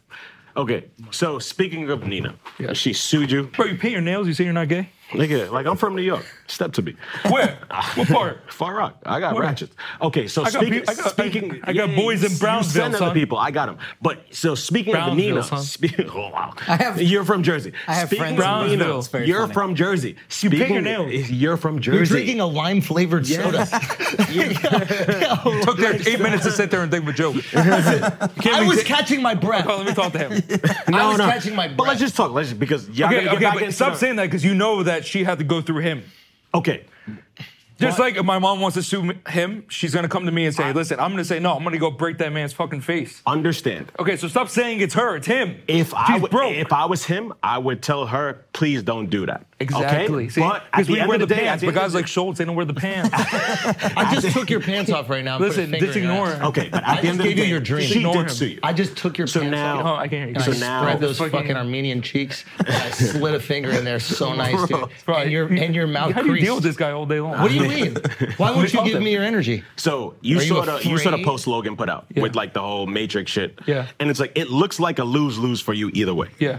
[SPEAKER 6] Okay, so speaking of Nina, she sued you.
[SPEAKER 1] Bro, you paint your nails. You say you're not gay.
[SPEAKER 6] Nigga, like I'm from New York. Step to me.
[SPEAKER 1] Where? what part?
[SPEAKER 6] Far Rock. I got
[SPEAKER 1] Where?
[SPEAKER 6] ratchets. Okay, so
[SPEAKER 1] I got
[SPEAKER 6] speaking,
[SPEAKER 1] pe- I got-
[SPEAKER 6] speaking,
[SPEAKER 1] I got boys in
[SPEAKER 6] you
[SPEAKER 1] Brownsville,
[SPEAKER 6] send other
[SPEAKER 1] son.
[SPEAKER 6] people. I got them. But so speaking of
[SPEAKER 1] Brownsville,
[SPEAKER 6] Nina,
[SPEAKER 1] son.
[SPEAKER 6] spe- oh wow,
[SPEAKER 5] I have-
[SPEAKER 6] you're from Jersey.
[SPEAKER 5] I have
[SPEAKER 6] speaking
[SPEAKER 5] friends
[SPEAKER 6] of
[SPEAKER 5] in Brownsville.
[SPEAKER 6] Nina,
[SPEAKER 5] It's very
[SPEAKER 6] you're
[SPEAKER 5] funny.
[SPEAKER 6] from Jersey. Speaking,
[SPEAKER 1] your nails.
[SPEAKER 6] You're from Jersey.
[SPEAKER 3] You're drinking a lime flavored soda.
[SPEAKER 1] Took there eight minutes to sit there and think of a joke.
[SPEAKER 3] I
[SPEAKER 1] we
[SPEAKER 3] was
[SPEAKER 1] ta-
[SPEAKER 3] catching my breath.
[SPEAKER 1] Oh, let me talk to him.
[SPEAKER 3] I was catching my breath.
[SPEAKER 6] But let's just talk. Let's just, because y'all
[SPEAKER 1] Okay,
[SPEAKER 6] gotta get
[SPEAKER 1] okay,
[SPEAKER 6] back
[SPEAKER 1] but
[SPEAKER 6] into
[SPEAKER 1] stop
[SPEAKER 6] the-
[SPEAKER 1] saying that because you know that she had to go through him.
[SPEAKER 6] Okay,
[SPEAKER 1] Just like if my mom wants to sue me- him, she's gonna come to me and say, "Listen, I'm gonna say no. I'm gonna go break that man's fucking face."
[SPEAKER 6] understand.
[SPEAKER 1] Okay, so stop saying it's her. It's him.
[SPEAKER 6] If I
[SPEAKER 1] She's
[SPEAKER 6] w-
[SPEAKER 1] broke.
[SPEAKER 6] if I was him, I would tell her, please don't do that.
[SPEAKER 1] Exactly.
[SPEAKER 6] Okay,
[SPEAKER 1] See,
[SPEAKER 6] but at
[SPEAKER 1] because
[SPEAKER 6] the
[SPEAKER 1] we
[SPEAKER 6] end
[SPEAKER 1] wear
[SPEAKER 6] of
[SPEAKER 1] the,
[SPEAKER 6] the day, at
[SPEAKER 1] pants,
[SPEAKER 6] the
[SPEAKER 1] but
[SPEAKER 6] end of
[SPEAKER 1] guys
[SPEAKER 6] the-
[SPEAKER 1] like Schultz, they don't wear the pants.
[SPEAKER 3] I just took your pants off right now. and put a
[SPEAKER 1] Listen,
[SPEAKER 3] finger
[SPEAKER 1] just
[SPEAKER 3] in your
[SPEAKER 1] ignore
[SPEAKER 3] ass.
[SPEAKER 1] him. Okay, but at the
[SPEAKER 3] I just
[SPEAKER 1] end of the
[SPEAKER 3] gave you
[SPEAKER 1] day,
[SPEAKER 3] your dream.
[SPEAKER 1] she Ignore did him. sue
[SPEAKER 6] you.
[SPEAKER 3] I just took your pants
[SPEAKER 6] now-
[SPEAKER 3] off.
[SPEAKER 6] Oh, I can't hear you.
[SPEAKER 3] And
[SPEAKER 6] So
[SPEAKER 3] I
[SPEAKER 6] now-
[SPEAKER 3] spread those
[SPEAKER 6] Fucking-
[SPEAKER 3] fucking, Armenian cheeks. and I slid a finger in there. So nice,
[SPEAKER 1] Bro,
[SPEAKER 3] dude. and your and your mouth
[SPEAKER 1] How do you
[SPEAKER 3] creased.
[SPEAKER 1] deal with this guy all day long?
[SPEAKER 3] What do you mean? Why won't you give me your energy?
[SPEAKER 6] So you
[SPEAKER 3] Are you
[SPEAKER 6] saw the you saw the
[SPEAKER 3] afraid?
[SPEAKER 6] post Logan put out with like the whole Matrix shit.
[SPEAKER 1] Yeah.
[SPEAKER 6] And it's like it looks like a lose lose for you either way.
[SPEAKER 1] Yeah.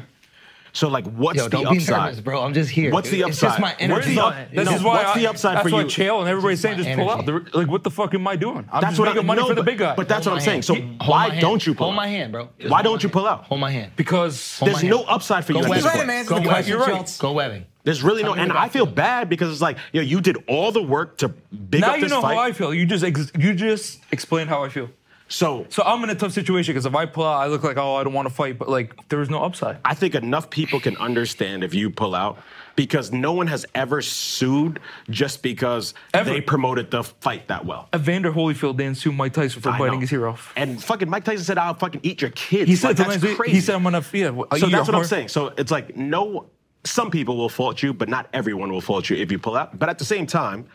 [SPEAKER 6] So like, what's
[SPEAKER 3] Yo,
[SPEAKER 6] the
[SPEAKER 3] don't be
[SPEAKER 6] upside,
[SPEAKER 3] nervous, bro. I'm just here.
[SPEAKER 6] What's the
[SPEAKER 3] dude.
[SPEAKER 6] upside?
[SPEAKER 3] It's just my energy.
[SPEAKER 6] Where's the up-
[SPEAKER 1] This
[SPEAKER 6] no,
[SPEAKER 1] is why
[SPEAKER 6] what's
[SPEAKER 1] I-
[SPEAKER 6] the upside
[SPEAKER 1] that's
[SPEAKER 6] for
[SPEAKER 1] why
[SPEAKER 6] you?
[SPEAKER 1] Chael and everybody's saying just pull
[SPEAKER 3] energy.
[SPEAKER 1] out. They're like, what the fuck am I doing? I'm
[SPEAKER 6] That's
[SPEAKER 1] just
[SPEAKER 6] what I-
[SPEAKER 1] making money
[SPEAKER 6] no,
[SPEAKER 1] for the
[SPEAKER 6] but-
[SPEAKER 1] big guy.
[SPEAKER 6] but that's
[SPEAKER 1] Hold
[SPEAKER 6] what
[SPEAKER 1] my
[SPEAKER 6] I'm saying.
[SPEAKER 1] hand.
[SPEAKER 6] So
[SPEAKER 3] Hold
[SPEAKER 6] why
[SPEAKER 3] my hand.
[SPEAKER 6] don't you pull?
[SPEAKER 3] Hold
[SPEAKER 6] out?
[SPEAKER 3] my hand, bro. Just
[SPEAKER 6] Why
[SPEAKER 3] hold
[SPEAKER 6] don't
[SPEAKER 3] my
[SPEAKER 6] you pull out?
[SPEAKER 3] hand. Hold my hand.
[SPEAKER 1] Because
[SPEAKER 3] Hold my
[SPEAKER 6] There's
[SPEAKER 3] hand.
[SPEAKER 6] no upside for you.
[SPEAKER 3] Go
[SPEAKER 6] at this
[SPEAKER 3] webbing.
[SPEAKER 6] point.
[SPEAKER 5] man. It's
[SPEAKER 3] Go
[SPEAKER 5] the
[SPEAKER 3] webbing.
[SPEAKER 5] question,
[SPEAKER 3] You're right.
[SPEAKER 5] Schultz.
[SPEAKER 3] Go webbing.
[SPEAKER 6] There's really no,
[SPEAKER 3] Tell me
[SPEAKER 6] and
[SPEAKER 3] about
[SPEAKER 6] I feel bad because it's like, yo, you did all the work to big
[SPEAKER 1] now
[SPEAKER 6] up
[SPEAKER 1] you
[SPEAKER 6] this
[SPEAKER 1] know
[SPEAKER 6] fight.
[SPEAKER 1] how I feel. You just ex- you just explained how I feel.
[SPEAKER 6] so
[SPEAKER 1] So I'm in a tough situation because if I pull out, I look like oh I don't want to fight, but like there is no upside.
[SPEAKER 6] I think enough people can understand if you pull out because no one has ever sued just because
[SPEAKER 1] Ever.
[SPEAKER 6] they promoted the fight that well.
[SPEAKER 1] Evander Holyfield didn't sue Mike Tyson for
[SPEAKER 6] I know.
[SPEAKER 1] biting his ear off.
[SPEAKER 6] And fucking Mike Tyson said, "I'll fucking eat your kids."
[SPEAKER 1] He said
[SPEAKER 6] Like,
[SPEAKER 1] to
[SPEAKER 6] that's
[SPEAKER 1] Lindsay-
[SPEAKER 6] crazy.
[SPEAKER 1] he said I'm gonna yeah. I'll
[SPEAKER 6] so
[SPEAKER 1] eat your
[SPEAKER 6] that's what I'm
[SPEAKER 1] heart."
[SPEAKER 6] saying. So it's like no, some people will fault you, but not everyone will fault you if you pull out. But at the same time,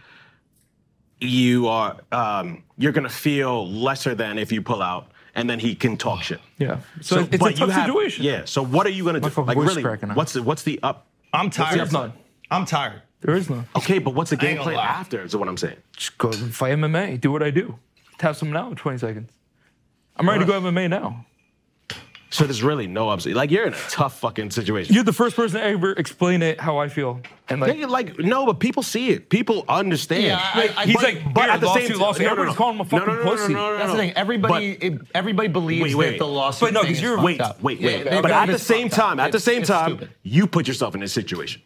[SPEAKER 6] you are um, you're gonna feel lesser than if you pull out, and then he can talk shit.
[SPEAKER 1] Yeah. So, it's
[SPEAKER 6] but
[SPEAKER 1] a tough
[SPEAKER 6] you have-
[SPEAKER 1] situation.
[SPEAKER 6] Yeah. So what are you gonna
[SPEAKER 1] My
[SPEAKER 6] do?
[SPEAKER 1] fucking
[SPEAKER 6] Like
[SPEAKER 1] voice
[SPEAKER 6] really,
[SPEAKER 1] cracking up.
[SPEAKER 6] what's the, what's the up?
[SPEAKER 3] I'm tired.
[SPEAKER 1] There's none.
[SPEAKER 3] I'm tired.
[SPEAKER 1] There is none.
[SPEAKER 6] Okay, but what's the
[SPEAKER 3] ain't
[SPEAKER 6] game
[SPEAKER 3] gonna
[SPEAKER 6] plan
[SPEAKER 3] lie.
[SPEAKER 6] after? Is what I'm saying.
[SPEAKER 1] Just go fight MMA. Do what I do. Tap some now in 20 seconds. I'm ready to go MMA now.
[SPEAKER 6] So there's really no upside. Like you're in a tough fucking situation.
[SPEAKER 1] You're the first person to ever explain it how I feel. And like,
[SPEAKER 6] They, like no, but people see it. People understand.
[SPEAKER 3] Yeah, I- I-
[SPEAKER 1] he's
[SPEAKER 3] but-
[SPEAKER 1] like, but at the same time, everyone's calling him a fucking
[SPEAKER 6] no, no, no,
[SPEAKER 1] pussy.
[SPEAKER 6] No, no, no, no,
[SPEAKER 3] That's the thing. Everybody, it- everybody believes
[SPEAKER 6] Wait, wait.
[SPEAKER 3] that the lawsuit.
[SPEAKER 1] But no, 'cause
[SPEAKER 3] thing
[SPEAKER 1] you're-
[SPEAKER 3] is
[SPEAKER 6] Wait,
[SPEAKER 3] fucked up.
[SPEAKER 6] wait,
[SPEAKER 3] Yeah,
[SPEAKER 6] wait.
[SPEAKER 3] they
[SPEAKER 6] but
[SPEAKER 3] believe
[SPEAKER 6] at the
[SPEAKER 3] it's
[SPEAKER 6] same
[SPEAKER 3] fucked up.
[SPEAKER 6] time, at the
[SPEAKER 3] It's-
[SPEAKER 6] same
[SPEAKER 3] it's
[SPEAKER 6] time,
[SPEAKER 3] stupid.
[SPEAKER 6] you put yourself in this situation.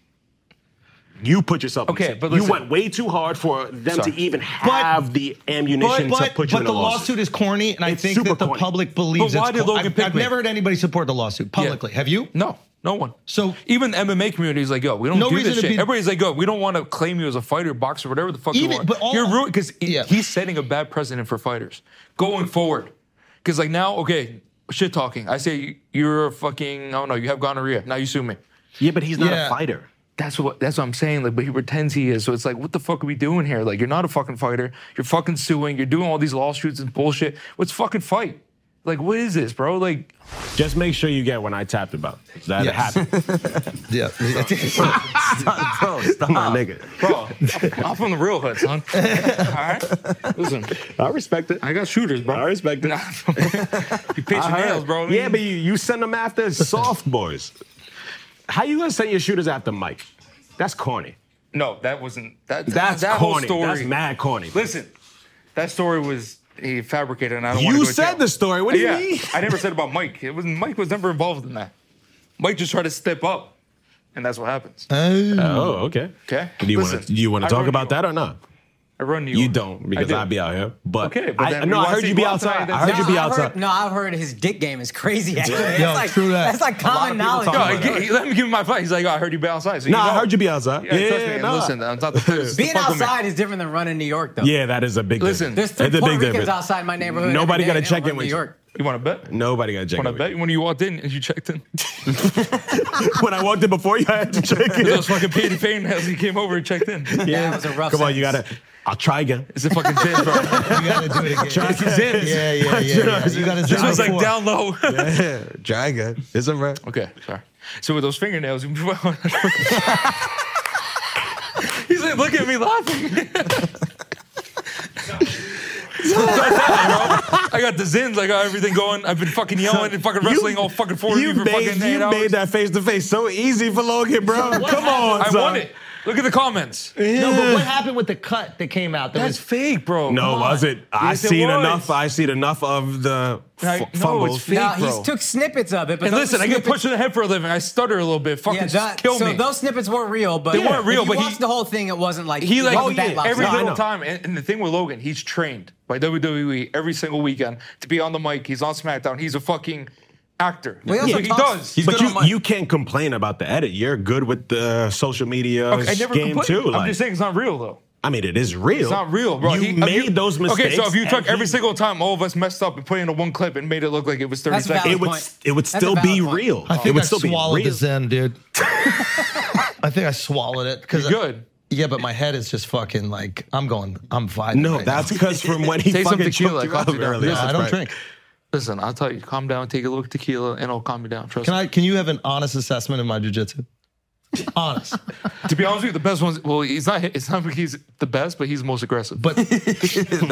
[SPEAKER 6] You put yourself.
[SPEAKER 1] Okay,
[SPEAKER 6] in this
[SPEAKER 1] but
[SPEAKER 6] you
[SPEAKER 1] listen.
[SPEAKER 6] went way too hard for them
[SPEAKER 1] Sorry.
[SPEAKER 6] to even have the ammunition
[SPEAKER 3] but,
[SPEAKER 6] to put you
[SPEAKER 3] but
[SPEAKER 6] in
[SPEAKER 3] the
[SPEAKER 6] a
[SPEAKER 3] lawsuit.
[SPEAKER 6] lawsuit.
[SPEAKER 3] is corny, and I
[SPEAKER 6] It's
[SPEAKER 3] think
[SPEAKER 6] super
[SPEAKER 3] that the
[SPEAKER 6] corny.
[SPEAKER 3] public believes
[SPEAKER 1] But why
[SPEAKER 3] it's
[SPEAKER 1] did
[SPEAKER 3] corny.
[SPEAKER 1] Logan
[SPEAKER 3] I've,
[SPEAKER 1] pick
[SPEAKER 3] I've
[SPEAKER 1] me?
[SPEAKER 3] never heard anybody support the lawsuit publicly. Have you?
[SPEAKER 1] no, no one.
[SPEAKER 3] So-
[SPEAKER 1] even the MMA community is like, yo, we don't
[SPEAKER 3] No
[SPEAKER 1] do
[SPEAKER 3] reason
[SPEAKER 1] this
[SPEAKER 3] to
[SPEAKER 1] shit.
[SPEAKER 3] be-
[SPEAKER 1] Everybody's like, yo, we don't want to claim you as a fighter, boxer, whatever the fuck
[SPEAKER 3] Even-
[SPEAKER 1] you are.
[SPEAKER 3] but all-
[SPEAKER 1] You're ruined because
[SPEAKER 3] Yeah.
[SPEAKER 1] he's setting a bad precedent for fighters going forward. Because like now, okay, shit talking. I say you're a fucking, I don't know, you have gonorrhea. Now you sue me.
[SPEAKER 6] Yeah, but he's not
[SPEAKER 3] Yeah.
[SPEAKER 6] a fighter.
[SPEAKER 1] That's what that's what I'm saying. Like, but he pretends he is. So it's like, what the fuck are we doing here? Like, you're not a fucking fighter. You're fucking suing. You're doing all these lawsuits and bullshit. What's fucking fight? Like, what is this, bro? Like,
[SPEAKER 6] Just make sure you get when I tapped about. That
[SPEAKER 3] Yes.
[SPEAKER 6] happened.
[SPEAKER 3] Yeah.
[SPEAKER 8] Stop, bro, stop.
[SPEAKER 3] Ah.
[SPEAKER 6] My nigga.
[SPEAKER 1] bro, I'm, I'm from the real hood, son. all right, listen,
[SPEAKER 6] I respect it.
[SPEAKER 1] I got shooters, bro.
[SPEAKER 6] I respect it.
[SPEAKER 1] Nah, you pinch your
[SPEAKER 6] I heard.
[SPEAKER 1] nails, bro.
[SPEAKER 6] Yeah, but you, you send them after soft boys. How you gonna send your shooters after Mike? That's corny.
[SPEAKER 1] no, that wasn't that.
[SPEAKER 6] That's
[SPEAKER 1] that whole
[SPEAKER 6] corny.
[SPEAKER 1] story.
[SPEAKER 6] That's mad corny.
[SPEAKER 1] Listen, that story was he fabricated, and I don't.
[SPEAKER 6] You
[SPEAKER 1] wanna go to
[SPEAKER 6] said
[SPEAKER 1] jail.
[SPEAKER 6] the story. What do you
[SPEAKER 1] Yeah,
[SPEAKER 6] mean?
[SPEAKER 1] I never said about Mike. It was Mike was never involved in that. Mike just tried to step up, and that's what happens.
[SPEAKER 6] Oh, okay.
[SPEAKER 1] Okay.
[SPEAKER 6] Do you want to
[SPEAKER 1] Listen,
[SPEAKER 6] do you want
[SPEAKER 1] I
[SPEAKER 6] to talk
[SPEAKER 1] run
[SPEAKER 6] about
[SPEAKER 1] you.
[SPEAKER 6] that or not?
[SPEAKER 1] I run New York.
[SPEAKER 6] You don't because
[SPEAKER 1] do.
[SPEAKER 6] I'd be out here. But
[SPEAKER 1] Okay, but
[SPEAKER 6] I,
[SPEAKER 1] then we
[SPEAKER 6] no, I
[SPEAKER 1] wanna
[SPEAKER 6] heard
[SPEAKER 1] see
[SPEAKER 6] you be
[SPEAKER 1] Boston
[SPEAKER 6] outside.
[SPEAKER 1] United,
[SPEAKER 6] I heard
[SPEAKER 1] that's-
[SPEAKER 6] you be
[SPEAKER 1] No,
[SPEAKER 5] I've heard-
[SPEAKER 6] outside.
[SPEAKER 5] no, I've heard his dick game is crazy. Actually, that's
[SPEAKER 3] Yo,
[SPEAKER 5] like
[SPEAKER 3] true that.
[SPEAKER 5] that's like common knowledge.
[SPEAKER 1] Yo, I get- let me give him my fight. He's like, oh, I heard you be outside. So
[SPEAKER 6] No, I
[SPEAKER 1] know.
[SPEAKER 6] heard you be outside.
[SPEAKER 1] Yeah, trust me.
[SPEAKER 6] Yeah,
[SPEAKER 1] and
[SPEAKER 6] no.
[SPEAKER 1] Listen, I'm not the first.
[SPEAKER 5] Being
[SPEAKER 1] Fuck with me.
[SPEAKER 5] outside is different than running New York, though.
[SPEAKER 6] Yeah, that is a big.
[SPEAKER 1] Listen,
[SPEAKER 5] There's
[SPEAKER 6] difference.
[SPEAKER 5] three
[SPEAKER 6] It's a
[SPEAKER 5] Puerto
[SPEAKER 6] big
[SPEAKER 5] Ricans
[SPEAKER 6] difference.
[SPEAKER 5] outside my neighborhood. every
[SPEAKER 6] Nobody
[SPEAKER 5] day,
[SPEAKER 6] gotta
[SPEAKER 5] and they
[SPEAKER 6] check
[SPEAKER 5] don't
[SPEAKER 6] in
[SPEAKER 5] run
[SPEAKER 6] with
[SPEAKER 5] New
[SPEAKER 6] you.
[SPEAKER 5] York.
[SPEAKER 1] You want to bet?
[SPEAKER 6] Nobody got to
[SPEAKER 1] Want
[SPEAKER 6] check.
[SPEAKER 1] to
[SPEAKER 6] in with
[SPEAKER 1] bet? When you walked in, and you checked in.
[SPEAKER 6] you. when I walked in before you, I had to check in.
[SPEAKER 1] It was fucking Peyton Payne as he came over and checked in.
[SPEAKER 5] Yeah, it was a rough.
[SPEAKER 6] Come on, you gotta.
[SPEAKER 5] sentence.
[SPEAKER 6] I'll try again.
[SPEAKER 1] It's a fucking jizz, bro.
[SPEAKER 3] You gotta do it again.
[SPEAKER 6] Try again.
[SPEAKER 3] Yeah, yeah, yeah. yeah. You gotta
[SPEAKER 1] This
[SPEAKER 3] do it
[SPEAKER 1] was like
[SPEAKER 3] before.
[SPEAKER 1] down low.
[SPEAKER 29] Yeah, try again. It's all right.
[SPEAKER 1] Okay, sorry. So with those fingernails, he's like, look at me laughing. I got the zins. I got everything going. I've been fucking yelling and fucking wrestling all fucking four of you
[SPEAKER 6] you
[SPEAKER 1] for
[SPEAKER 6] made,
[SPEAKER 1] fucking eight
[SPEAKER 6] you
[SPEAKER 1] hours.
[SPEAKER 6] made that face to face so easy for Logan, bro. Come on,
[SPEAKER 1] I
[SPEAKER 6] son.
[SPEAKER 1] won it. Look at the comments.
[SPEAKER 3] No, but what happened with the cut that came out? That
[SPEAKER 1] That's
[SPEAKER 3] was
[SPEAKER 1] fake, bro.
[SPEAKER 6] No,
[SPEAKER 1] Come on.
[SPEAKER 6] was it? I
[SPEAKER 1] Yes, it
[SPEAKER 6] seen
[SPEAKER 1] was.
[SPEAKER 6] enough. I seen enough of the
[SPEAKER 1] I-
[SPEAKER 6] f-
[SPEAKER 1] no, it's
[SPEAKER 6] fumbles.
[SPEAKER 1] fake,
[SPEAKER 5] Now,
[SPEAKER 1] bro.
[SPEAKER 5] he took snippets of it, but
[SPEAKER 1] And
[SPEAKER 5] those
[SPEAKER 1] listen, I get
[SPEAKER 5] snippets,
[SPEAKER 1] pushed in the head for a living. I stutter a little bit. Fucking
[SPEAKER 5] Yeah, that,
[SPEAKER 1] kill
[SPEAKER 5] so
[SPEAKER 1] me.
[SPEAKER 5] those snippets weren't real, but
[SPEAKER 1] They weren't real,
[SPEAKER 5] If you
[SPEAKER 1] but he-
[SPEAKER 5] watched the whole thing, it wasn't like
[SPEAKER 1] He
[SPEAKER 5] it
[SPEAKER 1] like
[SPEAKER 5] wasn't that
[SPEAKER 1] every
[SPEAKER 5] lopsided.
[SPEAKER 1] little time. And, and the thing with Logan, he's trained by WWE every single weekend to be on the mic. He's on SmackDown. He's a fucking actor.
[SPEAKER 5] Well, he
[SPEAKER 1] That's
[SPEAKER 5] also
[SPEAKER 1] what he
[SPEAKER 5] talks-
[SPEAKER 1] does.
[SPEAKER 6] but
[SPEAKER 8] good
[SPEAKER 6] you,
[SPEAKER 8] on mic.
[SPEAKER 6] you can't complain about the edit. You're good with the social media
[SPEAKER 1] Okay, I never
[SPEAKER 6] game
[SPEAKER 1] complained.
[SPEAKER 6] too.
[SPEAKER 1] I'm
[SPEAKER 6] Like,
[SPEAKER 1] just saying it's not real though.
[SPEAKER 6] I mean, it is real.
[SPEAKER 1] It's not real, bro.
[SPEAKER 6] You
[SPEAKER 1] He-
[SPEAKER 6] made
[SPEAKER 1] you-
[SPEAKER 6] those mistakes.
[SPEAKER 1] Okay, so if you took
[SPEAKER 6] and
[SPEAKER 1] every
[SPEAKER 6] he-
[SPEAKER 1] single time all of us messed up and put in a one clip and made it look like it was 30
[SPEAKER 5] That's
[SPEAKER 1] seconds.
[SPEAKER 5] valid.
[SPEAKER 6] it would
[SPEAKER 5] point.
[SPEAKER 6] it would
[SPEAKER 5] That's a
[SPEAKER 6] still
[SPEAKER 5] valid
[SPEAKER 6] be
[SPEAKER 5] point.
[SPEAKER 6] real.
[SPEAKER 3] I
[SPEAKER 6] it
[SPEAKER 3] think
[SPEAKER 6] would
[SPEAKER 3] I
[SPEAKER 6] still be
[SPEAKER 3] swallowed
[SPEAKER 6] real.
[SPEAKER 3] the Zen, dude.
[SPEAKER 4] I think I swallowed it because
[SPEAKER 6] You're good.
[SPEAKER 4] yeah, but my head is just fucking like I'm going. I'm vibing.
[SPEAKER 6] No,
[SPEAKER 4] right
[SPEAKER 6] that's
[SPEAKER 4] now.
[SPEAKER 6] 'cause from when he Take some fucking tequila, choked you calms out you down. earlier.
[SPEAKER 4] No, I
[SPEAKER 6] That's
[SPEAKER 4] don't
[SPEAKER 6] right.
[SPEAKER 4] drink.
[SPEAKER 1] Listen, I'll tell you, calm down, take a look at tequila, and it'll calm you down. Trust
[SPEAKER 4] Can
[SPEAKER 1] me.
[SPEAKER 4] I? Can you have an honest assessment of my jujitsu? Honest.
[SPEAKER 1] to be honest with you, the best ones. Well, he's not. It's not like he's the best, but he's the most aggressive.
[SPEAKER 4] But
[SPEAKER 1] that's
[SPEAKER 8] true.
[SPEAKER 1] This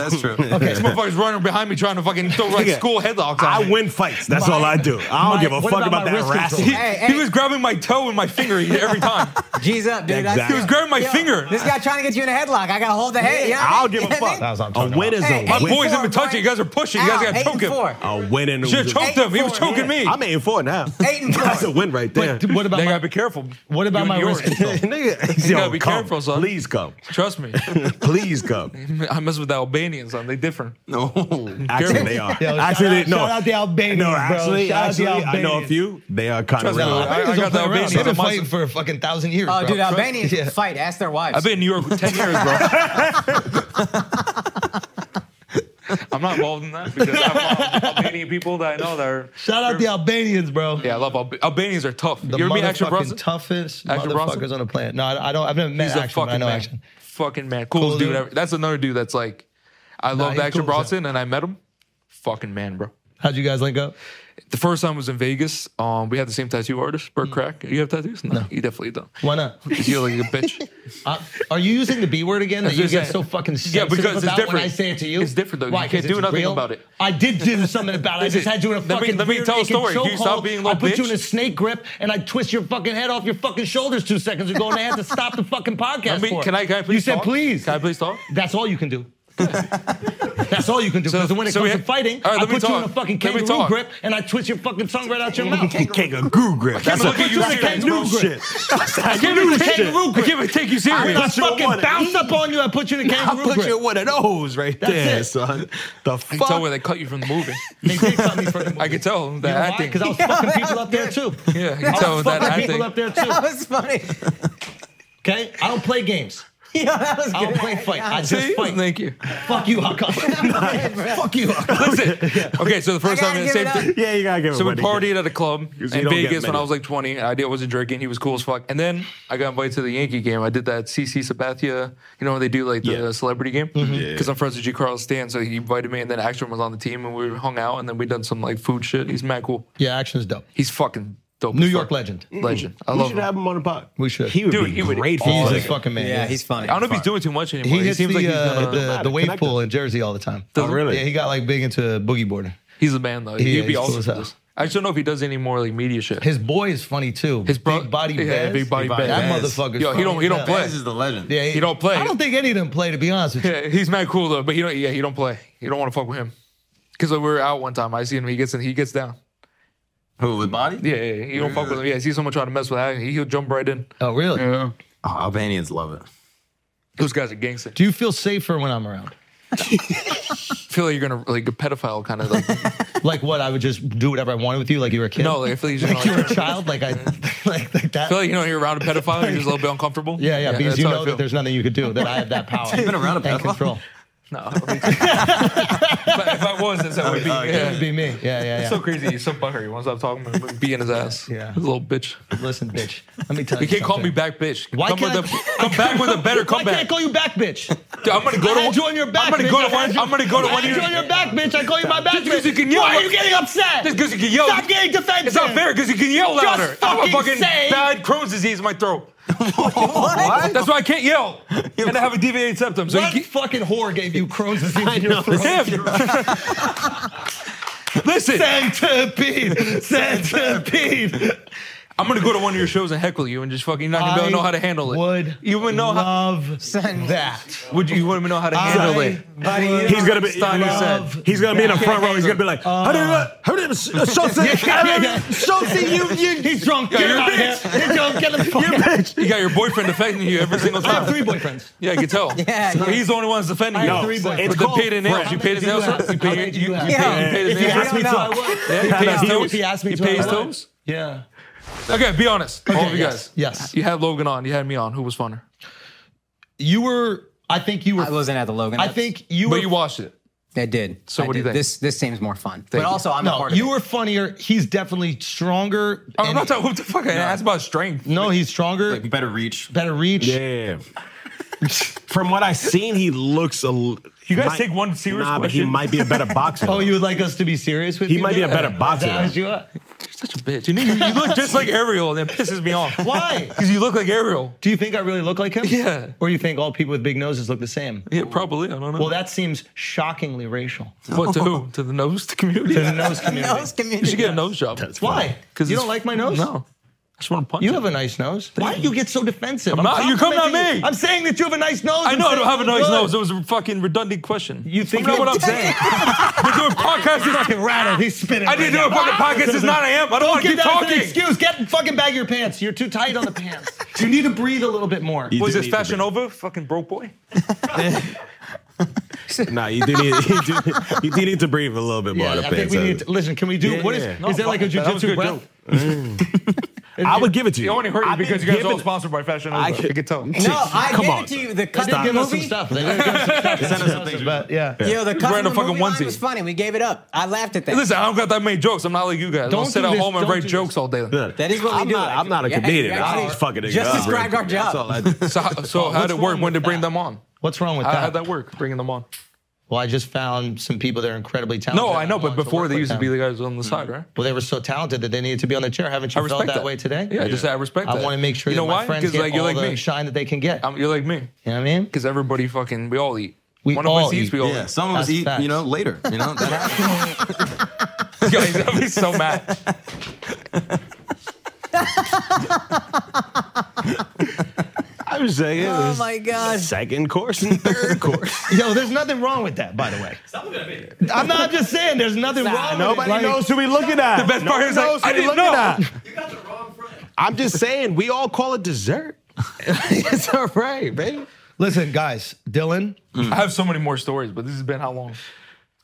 [SPEAKER 1] motherfucker's running behind me trying to fucking throw right
[SPEAKER 6] Nigga,
[SPEAKER 1] school headlocks. At
[SPEAKER 6] I
[SPEAKER 1] me.
[SPEAKER 6] win fights. That's all I do. I don't
[SPEAKER 1] My-
[SPEAKER 6] give a
[SPEAKER 1] what
[SPEAKER 6] fuck about,
[SPEAKER 1] my
[SPEAKER 6] that
[SPEAKER 1] wrist
[SPEAKER 6] rascal.
[SPEAKER 1] control? He, he was grabbing my toe and my finger every time.
[SPEAKER 5] G's up, dude. That's-
[SPEAKER 1] He was grabbing my
[SPEAKER 5] Yo,
[SPEAKER 1] finger.
[SPEAKER 5] This guy trying to get you in a headlock. I gotta hold the head.
[SPEAKER 1] Yeah,
[SPEAKER 5] you know what I
[SPEAKER 1] I'll
[SPEAKER 5] mean?
[SPEAKER 1] give a
[SPEAKER 5] You know what I
[SPEAKER 1] fuck.
[SPEAKER 5] mean?
[SPEAKER 6] A win is
[SPEAKER 5] Hey,
[SPEAKER 6] a
[SPEAKER 1] My
[SPEAKER 6] win.
[SPEAKER 1] boys haven't touched it. You guys are pushing. You guys
[SPEAKER 5] Ow,
[SPEAKER 1] got to
[SPEAKER 5] eight
[SPEAKER 1] choke
[SPEAKER 5] and
[SPEAKER 1] him.
[SPEAKER 5] four.
[SPEAKER 6] A win and a
[SPEAKER 1] Should
[SPEAKER 6] lose.
[SPEAKER 1] have choked him. He was
[SPEAKER 6] Eight,
[SPEAKER 1] choking me.
[SPEAKER 6] I'm eight and four now.
[SPEAKER 5] Eight and four.
[SPEAKER 6] That's a win right there.
[SPEAKER 4] But what about
[SPEAKER 1] They
[SPEAKER 4] my-
[SPEAKER 1] gotta be careful.
[SPEAKER 4] What about my wrist control?
[SPEAKER 6] Nigga,
[SPEAKER 1] You
[SPEAKER 6] yo,
[SPEAKER 1] gotta be
[SPEAKER 6] come.
[SPEAKER 1] careful, son.
[SPEAKER 6] Please come.
[SPEAKER 1] Trust me.
[SPEAKER 6] Please come.
[SPEAKER 1] I mess with the Albanians, son. They different.
[SPEAKER 8] No,
[SPEAKER 6] Actually, they are.
[SPEAKER 4] Yo, shout
[SPEAKER 6] actually,
[SPEAKER 4] out-
[SPEAKER 6] they, no.
[SPEAKER 4] shout out the Albanians,
[SPEAKER 6] No,
[SPEAKER 4] bro.
[SPEAKER 6] actually,
[SPEAKER 4] Shout out
[SPEAKER 6] actually,
[SPEAKER 4] the
[SPEAKER 6] I know a
[SPEAKER 4] Albanians.
[SPEAKER 6] few. They are kind of
[SPEAKER 1] Trust me,
[SPEAKER 6] real.
[SPEAKER 1] I- I
[SPEAKER 4] Albanians
[SPEAKER 1] got
[SPEAKER 4] don't
[SPEAKER 1] the
[SPEAKER 4] play around. They've been
[SPEAKER 1] Albanians.
[SPEAKER 4] fighting for a fucking thousand years.
[SPEAKER 5] Oh,
[SPEAKER 4] bro.
[SPEAKER 5] dude, Albanians
[SPEAKER 4] Yeah.
[SPEAKER 5] fight. Ask their wives.
[SPEAKER 1] I've been in New York for 10 years, bro. I'm not involved in that because I have Al- Albanian people that I know that are.
[SPEAKER 4] Shout out the Albanians, bro.
[SPEAKER 1] Yeah, I love Alba- Albanians are tough.
[SPEAKER 4] The
[SPEAKER 1] you ever meet Action Bronson?
[SPEAKER 4] motherfucking toughest
[SPEAKER 1] Action
[SPEAKER 4] motherfuckers
[SPEAKER 1] Bronson?
[SPEAKER 4] on the planet. No, I, I don't. I've never met
[SPEAKER 1] He's a
[SPEAKER 4] Action. but I
[SPEAKER 1] fucking
[SPEAKER 4] know
[SPEAKER 1] man.
[SPEAKER 4] Action.
[SPEAKER 1] Fucking man. Cool,
[SPEAKER 4] Cool
[SPEAKER 1] dude.
[SPEAKER 4] dude.
[SPEAKER 1] That's another dude that's like, I love
[SPEAKER 4] he's
[SPEAKER 1] Action
[SPEAKER 4] cool as hell.
[SPEAKER 1] Bronson and I met him. Fucking man, bro.
[SPEAKER 4] How'd you guys link up?
[SPEAKER 1] The first time was in Vegas. Um, we had the same tattoo artist, Bert Crack. You have tattoos? Mm. No, you definitely don't.
[SPEAKER 4] Why not?
[SPEAKER 1] You're like a bitch.
[SPEAKER 4] Uh, are you using the B word again that
[SPEAKER 1] That's what
[SPEAKER 4] you
[SPEAKER 1] I'm
[SPEAKER 4] get
[SPEAKER 1] saying.
[SPEAKER 4] so fucking
[SPEAKER 1] Yeah,
[SPEAKER 4] sensitive
[SPEAKER 1] because it's
[SPEAKER 4] about when
[SPEAKER 1] different.
[SPEAKER 4] I say it to you?
[SPEAKER 1] It's different, though. You
[SPEAKER 4] Why? 'Cause
[SPEAKER 1] can't do
[SPEAKER 4] it's
[SPEAKER 1] nothing
[SPEAKER 4] real?
[SPEAKER 1] about it.
[SPEAKER 4] I did do something about it. I
[SPEAKER 1] Is
[SPEAKER 4] just
[SPEAKER 1] it-
[SPEAKER 4] had you in a
[SPEAKER 1] let me-
[SPEAKER 4] fucking
[SPEAKER 1] let me
[SPEAKER 4] weird
[SPEAKER 1] tell a
[SPEAKER 4] naked
[SPEAKER 1] story. Can you stop
[SPEAKER 4] chokehold.
[SPEAKER 1] being a
[SPEAKER 4] I
[SPEAKER 1] little
[SPEAKER 4] put you
[SPEAKER 1] bitch?
[SPEAKER 4] in a snake grip and I twist your fucking head off your fucking shoulders two seconds ago and I had to stop the fucking podcast
[SPEAKER 1] I mean,
[SPEAKER 4] for
[SPEAKER 1] can
[SPEAKER 4] it.
[SPEAKER 1] I? Can I please?
[SPEAKER 4] You said
[SPEAKER 1] talk?
[SPEAKER 4] please.
[SPEAKER 1] Can I please talk?
[SPEAKER 4] That's all you can do. That's all you can do.
[SPEAKER 1] So-
[SPEAKER 4] Because when it
[SPEAKER 1] so we
[SPEAKER 4] comes
[SPEAKER 1] had-
[SPEAKER 4] to fighting,
[SPEAKER 1] All right,
[SPEAKER 4] I
[SPEAKER 1] let me
[SPEAKER 4] put you in a
[SPEAKER 1] talk.
[SPEAKER 4] fucking
[SPEAKER 1] Let me
[SPEAKER 4] kangaroo
[SPEAKER 1] talk.
[SPEAKER 4] grip and I twist your fucking tongue right out your mouth.
[SPEAKER 6] Kangaroo grip. That's
[SPEAKER 1] look
[SPEAKER 6] a-
[SPEAKER 1] at you
[SPEAKER 6] that's
[SPEAKER 1] serious.
[SPEAKER 6] new
[SPEAKER 4] Kangaroo
[SPEAKER 6] shit.
[SPEAKER 4] grip.
[SPEAKER 6] That's
[SPEAKER 1] I
[SPEAKER 6] that
[SPEAKER 1] can't
[SPEAKER 6] new
[SPEAKER 1] even take,
[SPEAKER 6] shit.
[SPEAKER 1] I can't even take you serious.
[SPEAKER 4] I
[SPEAKER 6] That's your
[SPEAKER 4] fucking
[SPEAKER 6] one.
[SPEAKER 4] bounce up on you. I put you in a
[SPEAKER 6] I
[SPEAKER 4] kangaroo
[SPEAKER 6] put
[SPEAKER 4] grip.
[SPEAKER 6] you in one of those right
[SPEAKER 4] That's
[SPEAKER 6] there,
[SPEAKER 4] it.
[SPEAKER 6] son. The
[SPEAKER 1] I can tell where
[SPEAKER 6] fuck?
[SPEAKER 1] they cut you from the movie.
[SPEAKER 4] They did cut me for the
[SPEAKER 1] I can tell that acting.
[SPEAKER 4] Because I was fucking people up there too.
[SPEAKER 1] yeah, I
[SPEAKER 4] I
[SPEAKER 1] can
[SPEAKER 4] was
[SPEAKER 1] tell that
[SPEAKER 4] fucking
[SPEAKER 1] acting.
[SPEAKER 4] people up there too.
[SPEAKER 5] that was funny.
[SPEAKER 4] Okay, I don't play games.
[SPEAKER 5] Yo, that was good.
[SPEAKER 4] I don't play fight. I
[SPEAKER 1] See?
[SPEAKER 4] just fight.
[SPEAKER 1] Thank you.
[SPEAKER 4] Fuck you, Hakon. Fuck you, Hakon.
[SPEAKER 1] Listen. Okay, so the first
[SPEAKER 5] I
[SPEAKER 1] time
[SPEAKER 5] gotta
[SPEAKER 1] in the
[SPEAKER 5] give
[SPEAKER 1] same
[SPEAKER 5] it up.
[SPEAKER 1] thing.
[SPEAKER 6] Yeah, you gotta give
[SPEAKER 1] So we
[SPEAKER 6] it away.
[SPEAKER 1] partied at a club in
[SPEAKER 6] 'Cause you don't get
[SPEAKER 1] Vegas when
[SPEAKER 6] many.
[SPEAKER 1] I was like 20. I did- I wasn't drinking. He was cool as fuck. And then I got invited to the Yankee game. I did that CC Sabathia, you know, when they do like the
[SPEAKER 6] Yeah. Mm-hmm.
[SPEAKER 1] celebrity game. Because
[SPEAKER 6] Yeah.
[SPEAKER 1] I'm friends with G. Carl Stan, so he invited me. And then Action was on the team, and we hung out, and then we done some like food shit. He's mad cool.
[SPEAKER 4] Yeah, action's dope.
[SPEAKER 1] He's fucking dope.
[SPEAKER 4] New
[SPEAKER 1] as
[SPEAKER 4] York
[SPEAKER 1] fuck.
[SPEAKER 4] legend.
[SPEAKER 1] legend. I
[SPEAKER 6] We
[SPEAKER 1] love
[SPEAKER 6] should
[SPEAKER 1] him.
[SPEAKER 6] have him on the pod.
[SPEAKER 4] We should.
[SPEAKER 6] He would
[SPEAKER 1] Dude,
[SPEAKER 6] be
[SPEAKER 1] he would
[SPEAKER 6] great for
[SPEAKER 4] He's a
[SPEAKER 6] us.
[SPEAKER 4] fucking man.
[SPEAKER 5] Yeah, he's funny.
[SPEAKER 1] I don't know if he's doing too much anymore.
[SPEAKER 4] He
[SPEAKER 1] He,
[SPEAKER 4] hits
[SPEAKER 1] seems
[SPEAKER 4] the,
[SPEAKER 1] like he's
[SPEAKER 4] uh,
[SPEAKER 1] gonna.
[SPEAKER 4] the, the wave pool in Jersey all the time.
[SPEAKER 6] Oh, really?
[SPEAKER 4] Yeah, he got like big into boogie boarding.
[SPEAKER 1] He's a man though.
[SPEAKER 4] Yeah,
[SPEAKER 1] He'd be
[SPEAKER 4] he's cool
[SPEAKER 1] awesome.
[SPEAKER 4] as
[SPEAKER 1] for
[SPEAKER 4] hell.
[SPEAKER 1] this. I just don't know if he does any more like media shit.
[SPEAKER 4] His boy is funny too.
[SPEAKER 1] His bro-
[SPEAKER 4] big body
[SPEAKER 1] yeah,
[SPEAKER 4] Bez.
[SPEAKER 1] Big Body Bez.
[SPEAKER 4] That
[SPEAKER 1] Bez.
[SPEAKER 4] motherfucker.
[SPEAKER 1] Yo, he don't- he don't play.
[SPEAKER 8] This is the legend.
[SPEAKER 4] Yeah,
[SPEAKER 1] He don't play.
[SPEAKER 4] I don't think any of them play, to be honest with you.
[SPEAKER 1] Yeah, he's mad cool though, but you don't. Yeah, you don't play. You don't want to fuck with him. Because we were out one time, I see him. He gets in, he gets down.
[SPEAKER 8] Who with body?
[SPEAKER 1] Yeah, yeah, yeah. you don't fuck with him. Yeah, I see someone trying to mess with him. He, he'll jump right in.
[SPEAKER 4] Oh, really?
[SPEAKER 1] Yeah,
[SPEAKER 8] Oh, Albanians love it.
[SPEAKER 1] those guys are gangster.
[SPEAKER 4] Do you feel safer when I'm around?
[SPEAKER 1] I feel like you're gonna like a pedophile kind of like.
[SPEAKER 4] Like what? I would just do whatever I wanted with you, like you were a kid.
[SPEAKER 1] no, like I feel like you're,
[SPEAKER 4] like
[SPEAKER 1] just
[SPEAKER 4] you were
[SPEAKER 1] gonna,
[SPEAKER 4] a child, like I, like like
[SPEAKER 1] I
[SPEAKER 4] that.
[SPEAKER 1] feel like you know you're around a pedophile. and You're just a little bit uncomfortable.
[SPEAKER 4] yeah, yeah, because
[SPEAKER 1] that's
[SPEAKER 4] you
[SPEAKER 1] how I
[SPEAKER 4] know
[SPEAKER 1] feel.
[SPEAKER 4] that there's nothing you could do. That I have that power.
[SPEAKER 8] You've been around a
[SPEAKER 4] and
[SPEAKER 8] pedophile?
[SPEAKER 4] control.
[SPEAKER 1] no. but if I was, that's how it would be.
[SPEAKER 4] It
[SPEAKER 1] yeah.
[SPEAKER 4] would be me. Yeah, yeah, yeah.
[SPEAKER 1] It's so crazy. He's so butthurt. He wants to stop talking about him beating his ass.
[SPEAKER 4] Yeah.
[SPEAKER 1] He's a little bitch.
[SPEAKER 4] Listen, bitch. Let me tell you.
[SPEAKER 1] You can't call me
[SPEAKER 4] something.
[SPEAKER 1] back, bitch.
[SPEAKER 4] Why
[SPEAKER 1] come
[SPEAKER 4] can't
[SPEAKER 1] with
[SPEAKER 4] I-
[SPEAKER 1] a, come back with a better
[SPEAKER 4] Why
[SPEAKER 1] comeback.
[SPEAKER 4] can't I call you back, bitch?
[SPEAKER 1] Dude, I'm gonna go
[SPEAKER 4] I
[SPEAKER 1] to
[SPEAKER 4] had you on your back.
[SPEAKER 1] I'm gonna
[SPEAKER 4] bitch.
[SPEAKER 1] go to
[SPEAKER 4] I had
[SPEAKER 1] one.
[SPEAKER 4] you-
[SPEAKER 1] I'm gonna go to
[SPEAKER 4] I
[SPEAKER 1] one
[SPEAKER 4] had
[SPEAKER 1] of
[SPEAKER 4] you on your back, bitch. I call you my back,
[SPEAKER 1] Just 'cause
[SPEAKER 4] bitch.
[SPEAKER 1] you can yell
[SPEAKER 4] Why are
[SPEAKER 1] like-
[SPEAKER 4] you getting upset?
[SPEAKER 1] Just because you can yell.
[SPEAKER 4] Stop getting defensive.
[SPEAKER 1] It's not fair because you can yell
[SPEAKER 4] Just
[SPEAKER 1] louder. I have a
[SPEAKER 4] fucking
[SPEAKER 1] fucking
[SPEAKER 4] say-
[SPEAKER 1] bad Crohn's disease in my throat. That's why I can't yell. And I have a deviated septum. So
[SPEAKER 4] What
[SPEAKER 1] you
[SPEAKER 4] fucking whore gave you Crohn's disease in your throat?
[SPEAKER 1] can't. Him. Listen,
[SPEAKER 4] Centipede! Centipede!
[SPEAKER 1] I'm gonna go to one of your shows and heckle you, and just fucking you're not gonna
[SPEAKER 4] I
[SPEAKER 1] know how to handle it.
[SPEAKER 4] Would
[SPEAKER 1] you wouldn't know how?
[SPEAKER 4] love
[SPEAKER 5] Son.
[SPEAKER 4] that.
[SPEAKER 1] Would you, you wouldn't know how to handle
[SPEAKER 4] I
[SPEAKER 1] it?
[SPEAKER 5] Buddy, you
[SPEAKER 6] He's gonna be.
[SPEAKER 1] Steiner
[SPEAKER 4] said.
[SPEAKER 6] He's gonna be in the front row. He's gonna be like,
[SPEAKER 4] Uh,
[SPEAKER 6] "How did it- how did it- Schultz-
[SPEAKER 4] Schultz, Oh, you, you, he's drunk. Get
[SPEAKER 1] you're
[SPEAKER 4] him
[SPEAKER 1] a
[SPEAKER 4] out of here. He's drunk. Get him. Fuck out.
[SPEAKER 1] You got your boyfriend defending you every single
[SPEAKER 4] I have
[SPEAKER 1] time.
[SPEAKER 4] three boyfriends.
[SPEAKER 1] Yeah, I can tell.
[SPEAKER 5] Yeah, yeah.
[SPEAKER 1] He's the only one that's defending
[SPEAKER 4] I
[SPEAKER 1] you.
[SPEAKER 4] have
[SPEAKER 6] No,
[SPEAKER 4] three boyfriends.
[SPEAKER 6] it's
[SPEAKER 1] But they
[SPEAKER 6] called
[SPEAKER 1] paid his nails.
[SPEAKER 6] friends.
[SPEAKER 1] You paid his nails.
[SPEAKER 4] How many
[SPEAKER 1] You
[SPEAKER 4] do you
[SPEAKER 1] paid
[SPEAKER 4] have?
[SPEAKER 1] you- you
[SPEAKER 4] How many
[SPEAKER 5] do you have?
[SPEAKER 1] paid- you paid his
[SPEAKER 4] If you
[SPEAKER 1] nails.
[SPEAKER 4] ask me to, I would.
[SPEAKER 1] Yeah, he pays
[SPEAKER 4] If
[SPEAKER 1] toes.
[SPEAKER 4] he asked me
[SPEAKER 1] He
[SPEAKER 4] to, I
[SPEAKER 1] pays
[SPEAKER 4] would.
[SPEAKER 1] toes.
[SPEAKER 4] Yeah.
[SPEAKER 1] Okay, be honest. All of you
[SPEAKER 4] yes,
[SPEAKER 1] guys.
[SPEAKER 4] yes.
[SPEAKER 1] You had Logan on. You had me on. Who was funner?
[SPEAKER 4] You were. I think you were.
[SPEAKER 5] I wasn't at the Logan.
[SPEAKER 4] I
[SPEAKER 5] That's-
[SPEAKER 4] think you were.
[SPEAKER 1] But you watched it.
[SPEAKER 5] It did.
[SPEAKER 1] So
[SPEAKER 5] I
[SPEAKER 1] what do you
[SPEAKER 5] did.
[SPEAKER 1] think?
[SPEAKER 5] This this seems more fun. but also, I'm
[SPEAKER 4] no,
[SPEAKER 5] a part of
[SPEAKER 4] you were funnier. He's definitely stronger.
[SPEAKER 1] Oh, I'm
[SPEAKER 4] and-
[SPEAKER 1] not talking what the fuck. I asked about strength.
[SPEAKER 4] No, he's stronger.
[SPEAKER 8] better reach.
[SPEAKER 4] Better reach.
[SPEAKER 6] Yeah. From what I've seen, he looks a.
[SPEAKER 4] You
[SPEAKER 6] You
[SPEAKER 4] guys take one serious
[SPEAKER 6] nah, but he
[SPEAKER 4] question?
[SPEAKER 6] might be a better boxer.
[SPEAKER 4] Oh, you would like us to be serious with
[SPEAKER 6] He
[SPEAKER 4] you?
[SPEAKER 6] might be a better
[SPEAKER 4] Is that
[SPEAKER 6] boxer.
[SPEAKER 4] what you are?
[SPEAKER 1] Such a bitch. You, you look just like Ariel, and it pisses me off.
[SPEAKER 4] Why?
[SPEAKER 1] Because you look like Ariel.
[SPEAKER 4] Do you think I really look like him?
[SPEAKER 1] Yeah.
[SPEAKER 4] Or you think all people with big noses look the same?
[SPEAKER 1] Yeah, probably. I don't know.
[SPEAKER 4] Well, that seems shockingly racial.
[SPEAKER 1] What to who? To the nose community?
[SPEAKER 4] To the nose community.
[SPEAKER 5] Nose community.
[SPEAKER 1] You should get a nose job.
[SPEAKER 4] Why? Because you
[SPEAKER 1] it's-
[SPEAKER 4] don't like my nose?
[SPEAKER 1] No. I just want to punch
[SPEAKER 4] You
[SPEAKER 1] it.
[SPEAKER 4] have a nice nose. Why do you get so defensive?
[SPEAKER 1] I'm not- you're coming at
[SPEAKER 4] complimenting you.
[SPEAKER 1] me.
[SPEAKER 4] I'm saying that you have a nice nose.
[SPEAKER 1] I
[SPEAKER 4] I'm
[SPEAKER 1] know I
[SPEAKER 4] saying
[SPEAKER 1] don't have a
[SPEAKER 4] you
[SPEAKER 1] nice
[SPEAKER 4] look good.
[SPEAKER 1] nose. It was a fucking redundant question.
[SPEAKER 4] You think
[SPEAKER 1] you know what I'm
[SPEAKER 4] you're-
[SPEAKER 1] saying? We're doing podcasts. It's
[SPEAKER 4] fucking rattled. He's spinning.
[SPEAKER 1] I didn't
[SPEAKER 4] right
[SPEAKER 1] do a
[SPEAKER 4] now.
[SPEAKER 1] fucking podcast. It's 9 a.m. I don't want to
[SPEAKER 4] give
[SPEAKER 1] keep
[SPEAKER 4] that as an
[SPEAKER 1] talking.
[SPEAKER 4] excuse. Get fucking back your pants. You're too tight on the pants. You need to breathe a little bit more.
[SPEAKER 6] You
[SPEAKER 1] Was
[SPEAKER 6] do
[SPEAKER 1] this
[SPEAKER 6] need to
[SPEAKER 1] Fashion Nova? Fucking broke boy.
[SPEAKER 6] Nah, you do need you do, you do need to breathe a little bit more.
[SPEAKER 4] Yeah,
[SPEAKER 6] to
[SPEAKER 4] I
[SPEAKER 6] pay
[SPEAKER 4] think we need to, listen. Can we do
[SPEAKER 6] Yeah,
[SPEAKER 4] what is
[SPEAKER 6] yeah.
[SPEAKER 4] is there like a
[SPEAKER 1] that was a
[SPEAKER 4] jujitsu
[SPEAKER 1] good
[SPEAKER 4] breath?
[SPEAKER 6] I would give it to
[SPEAKER 1] It
[SPEAKER 6] you.
[SPEAKER 1] only hurt you
[SPEAKER 6] I've been
[SPEAKER 1] because you guys are all
[SPEAKER 6] given-
[SPEAKER 1] sponsored by Fashion Nova. I
[SPEAKER 6] I
[SPEAKER 1] could,
[SPEAKER 6] could-
[SPEAKER 1] tell.
[SPEAKER 5] it. No, I
[SPEAKER 6] Come
[SPEAKER 5] gave
[SPEAKER 6] on.
[SPEAKER 5] it to you. The
[SPEAKER 4] They
[SPEAKER 5] cut
[SPEAKER 4] didn't
[SPEAKER 5] of
[SPEAKER 4] give
[SPEAKER 5] the
[SPEAKER 4] us some
[SPEAKER 5] movie.
[SPEAKER 4] stuff. They didn't give us some stuff.
[SPEAKER 8] Send us some things.
[SPEAKER 4] But yeah.
[SPEAKER 5] Yo, the cut
[SPEAKER 1] Wearing
[SPEAKER 5] of
[SPEAKER 1] a
[SPEAKER 5] the
[SPEAKER 1] fucking
[SPEAKER 5] movie line
[SPEAKER 1] onesie.
[SPEAKER 5] was funny. We gave it up. I laughed at that.
[SPEAKER 1] Listen, I don't got that many jokes. I'm not like you guys. I don't
[SPEAKER 4] Don't
[SPEAKER 1] sit
[SPEAKER 4] do
[SPEAKER 1] at
[SPEAKER 4] this.
[SPEAKER 1] home and
[SPEAKER 4] Don't
[SPEAKER 1] write
[SPEAKER 4] do this.
[SPEAKER 1] jokes all day.
[SPEAKER 6] Look,
[SPEAKER 5] that is what
[SPEAKER 6] I'm
[SPEAKER 5] we do.
[SPEAKER 6] Not, I'm not a
[SPEAKER 5] Yeah,
[SPEAKER 6] comedian.
[SPEAKER 5] yeah,
[SPEAKER 6] I
[SPEAKER 5] yeah.
[SPEAKER 6] was fucking
[SPEAKER 5] Just describe our job.
[SPEAKER 1] So, how- so how did it work? When to bring them on?
[SPEAKER 4] What's wrong with
[SPEAKER 1] How how'd
[SPEAKER 4] that?
[SPEAKER 1] that work? Bringing them on?
[SPEAKER 4] Well, I just found some people that are incredibly talented.
[SPEAKER 1] No, I know, but
[SPEAKER 4] wanted to
[SPEAKER 1] before
[SPEAKER 4] work
[SPEAKER 1] they
[SPEAKER 4] with
[SPEAKER 1] used to
[SPEAKER 4] them.
[SPEAKER 1] be the guys on the side, right?
[SPEAKER 4] Well, they were so talented that they needed to be on the chair. Haven't
[SPEAKER 1] I
[SPEAKER 4] you
[SPEAKER 1] respect
[SPEAKER 4] felt that,
[SPEAKER 1] that.
[SPEAKER 4] way today?
[SPEAKER 1] Yeah, I just- I respect
[SPEAKER 4] I
[SPEAKER 1] that.
[SPEAKER 4] want to make sure
[SPEAKER 1] You
[SPEAKER 4] that
[SPEAKER 1] know
[SPEAKER 4] my
[SPEAKER 1] why?
[SPEAKER 4] friends
[SPEAKER 1] 'Cause,
[SPEAKER 4] get
[SPEAKER 1] like, you're
[SPEAKER 4] all
[SPEAKER 1] like
[SPEAKER 4] the
[SPEAKER 1] me.
[SPEAKER 4] shine that they can get.
[SPEAKER 1] Um, you're like me,
[SPEAKER 4] you know what I mean?
[SPEAKER 1] because everybody fucking we all eat.
[SPEAKER 4] We
[SPEAKER 1] One of us
[SPEAKER 4] all
[SPEAKER 1] eats,
[SPEAKER 4] eat.
[SPEAKER 1] we all
[SPEAKER 8] Yeah,
[SPEAKER 1] eat.
[SPEAKER 8] some of us
[SPEAKER 4] That's
[SPEAKER 8] eat,
[SPEAKER 4] facts.
[SPEAKER 8] you know, later. You know, that happens.
[SPEAKER 1] Guys, I'd be so mad.
[SPEAKER 6] I was saying.
[SPEAKER 5] Oh my god.
[SPEAKER 6] Second course and third course.
[SPEAKER 4] Yo, there's nothing wrong with that, by the way. I'm not just saying there's nothing wrong with it.
[SPEAKER 6] Nobody
[SPEAKER 4] Like,
[SPEAKER 6] knows who we looking at. The
[SPEAKER 1] best part is, like, I didn't know.
[SPEAKER 6] You got the wrong friend. I'm just saying, we all call it dessert. it's all right, baby.
[SPEAKER 4] Listen, guys, Dylan,
[SPEAKER 1] I have so many more stories, but this has been how long?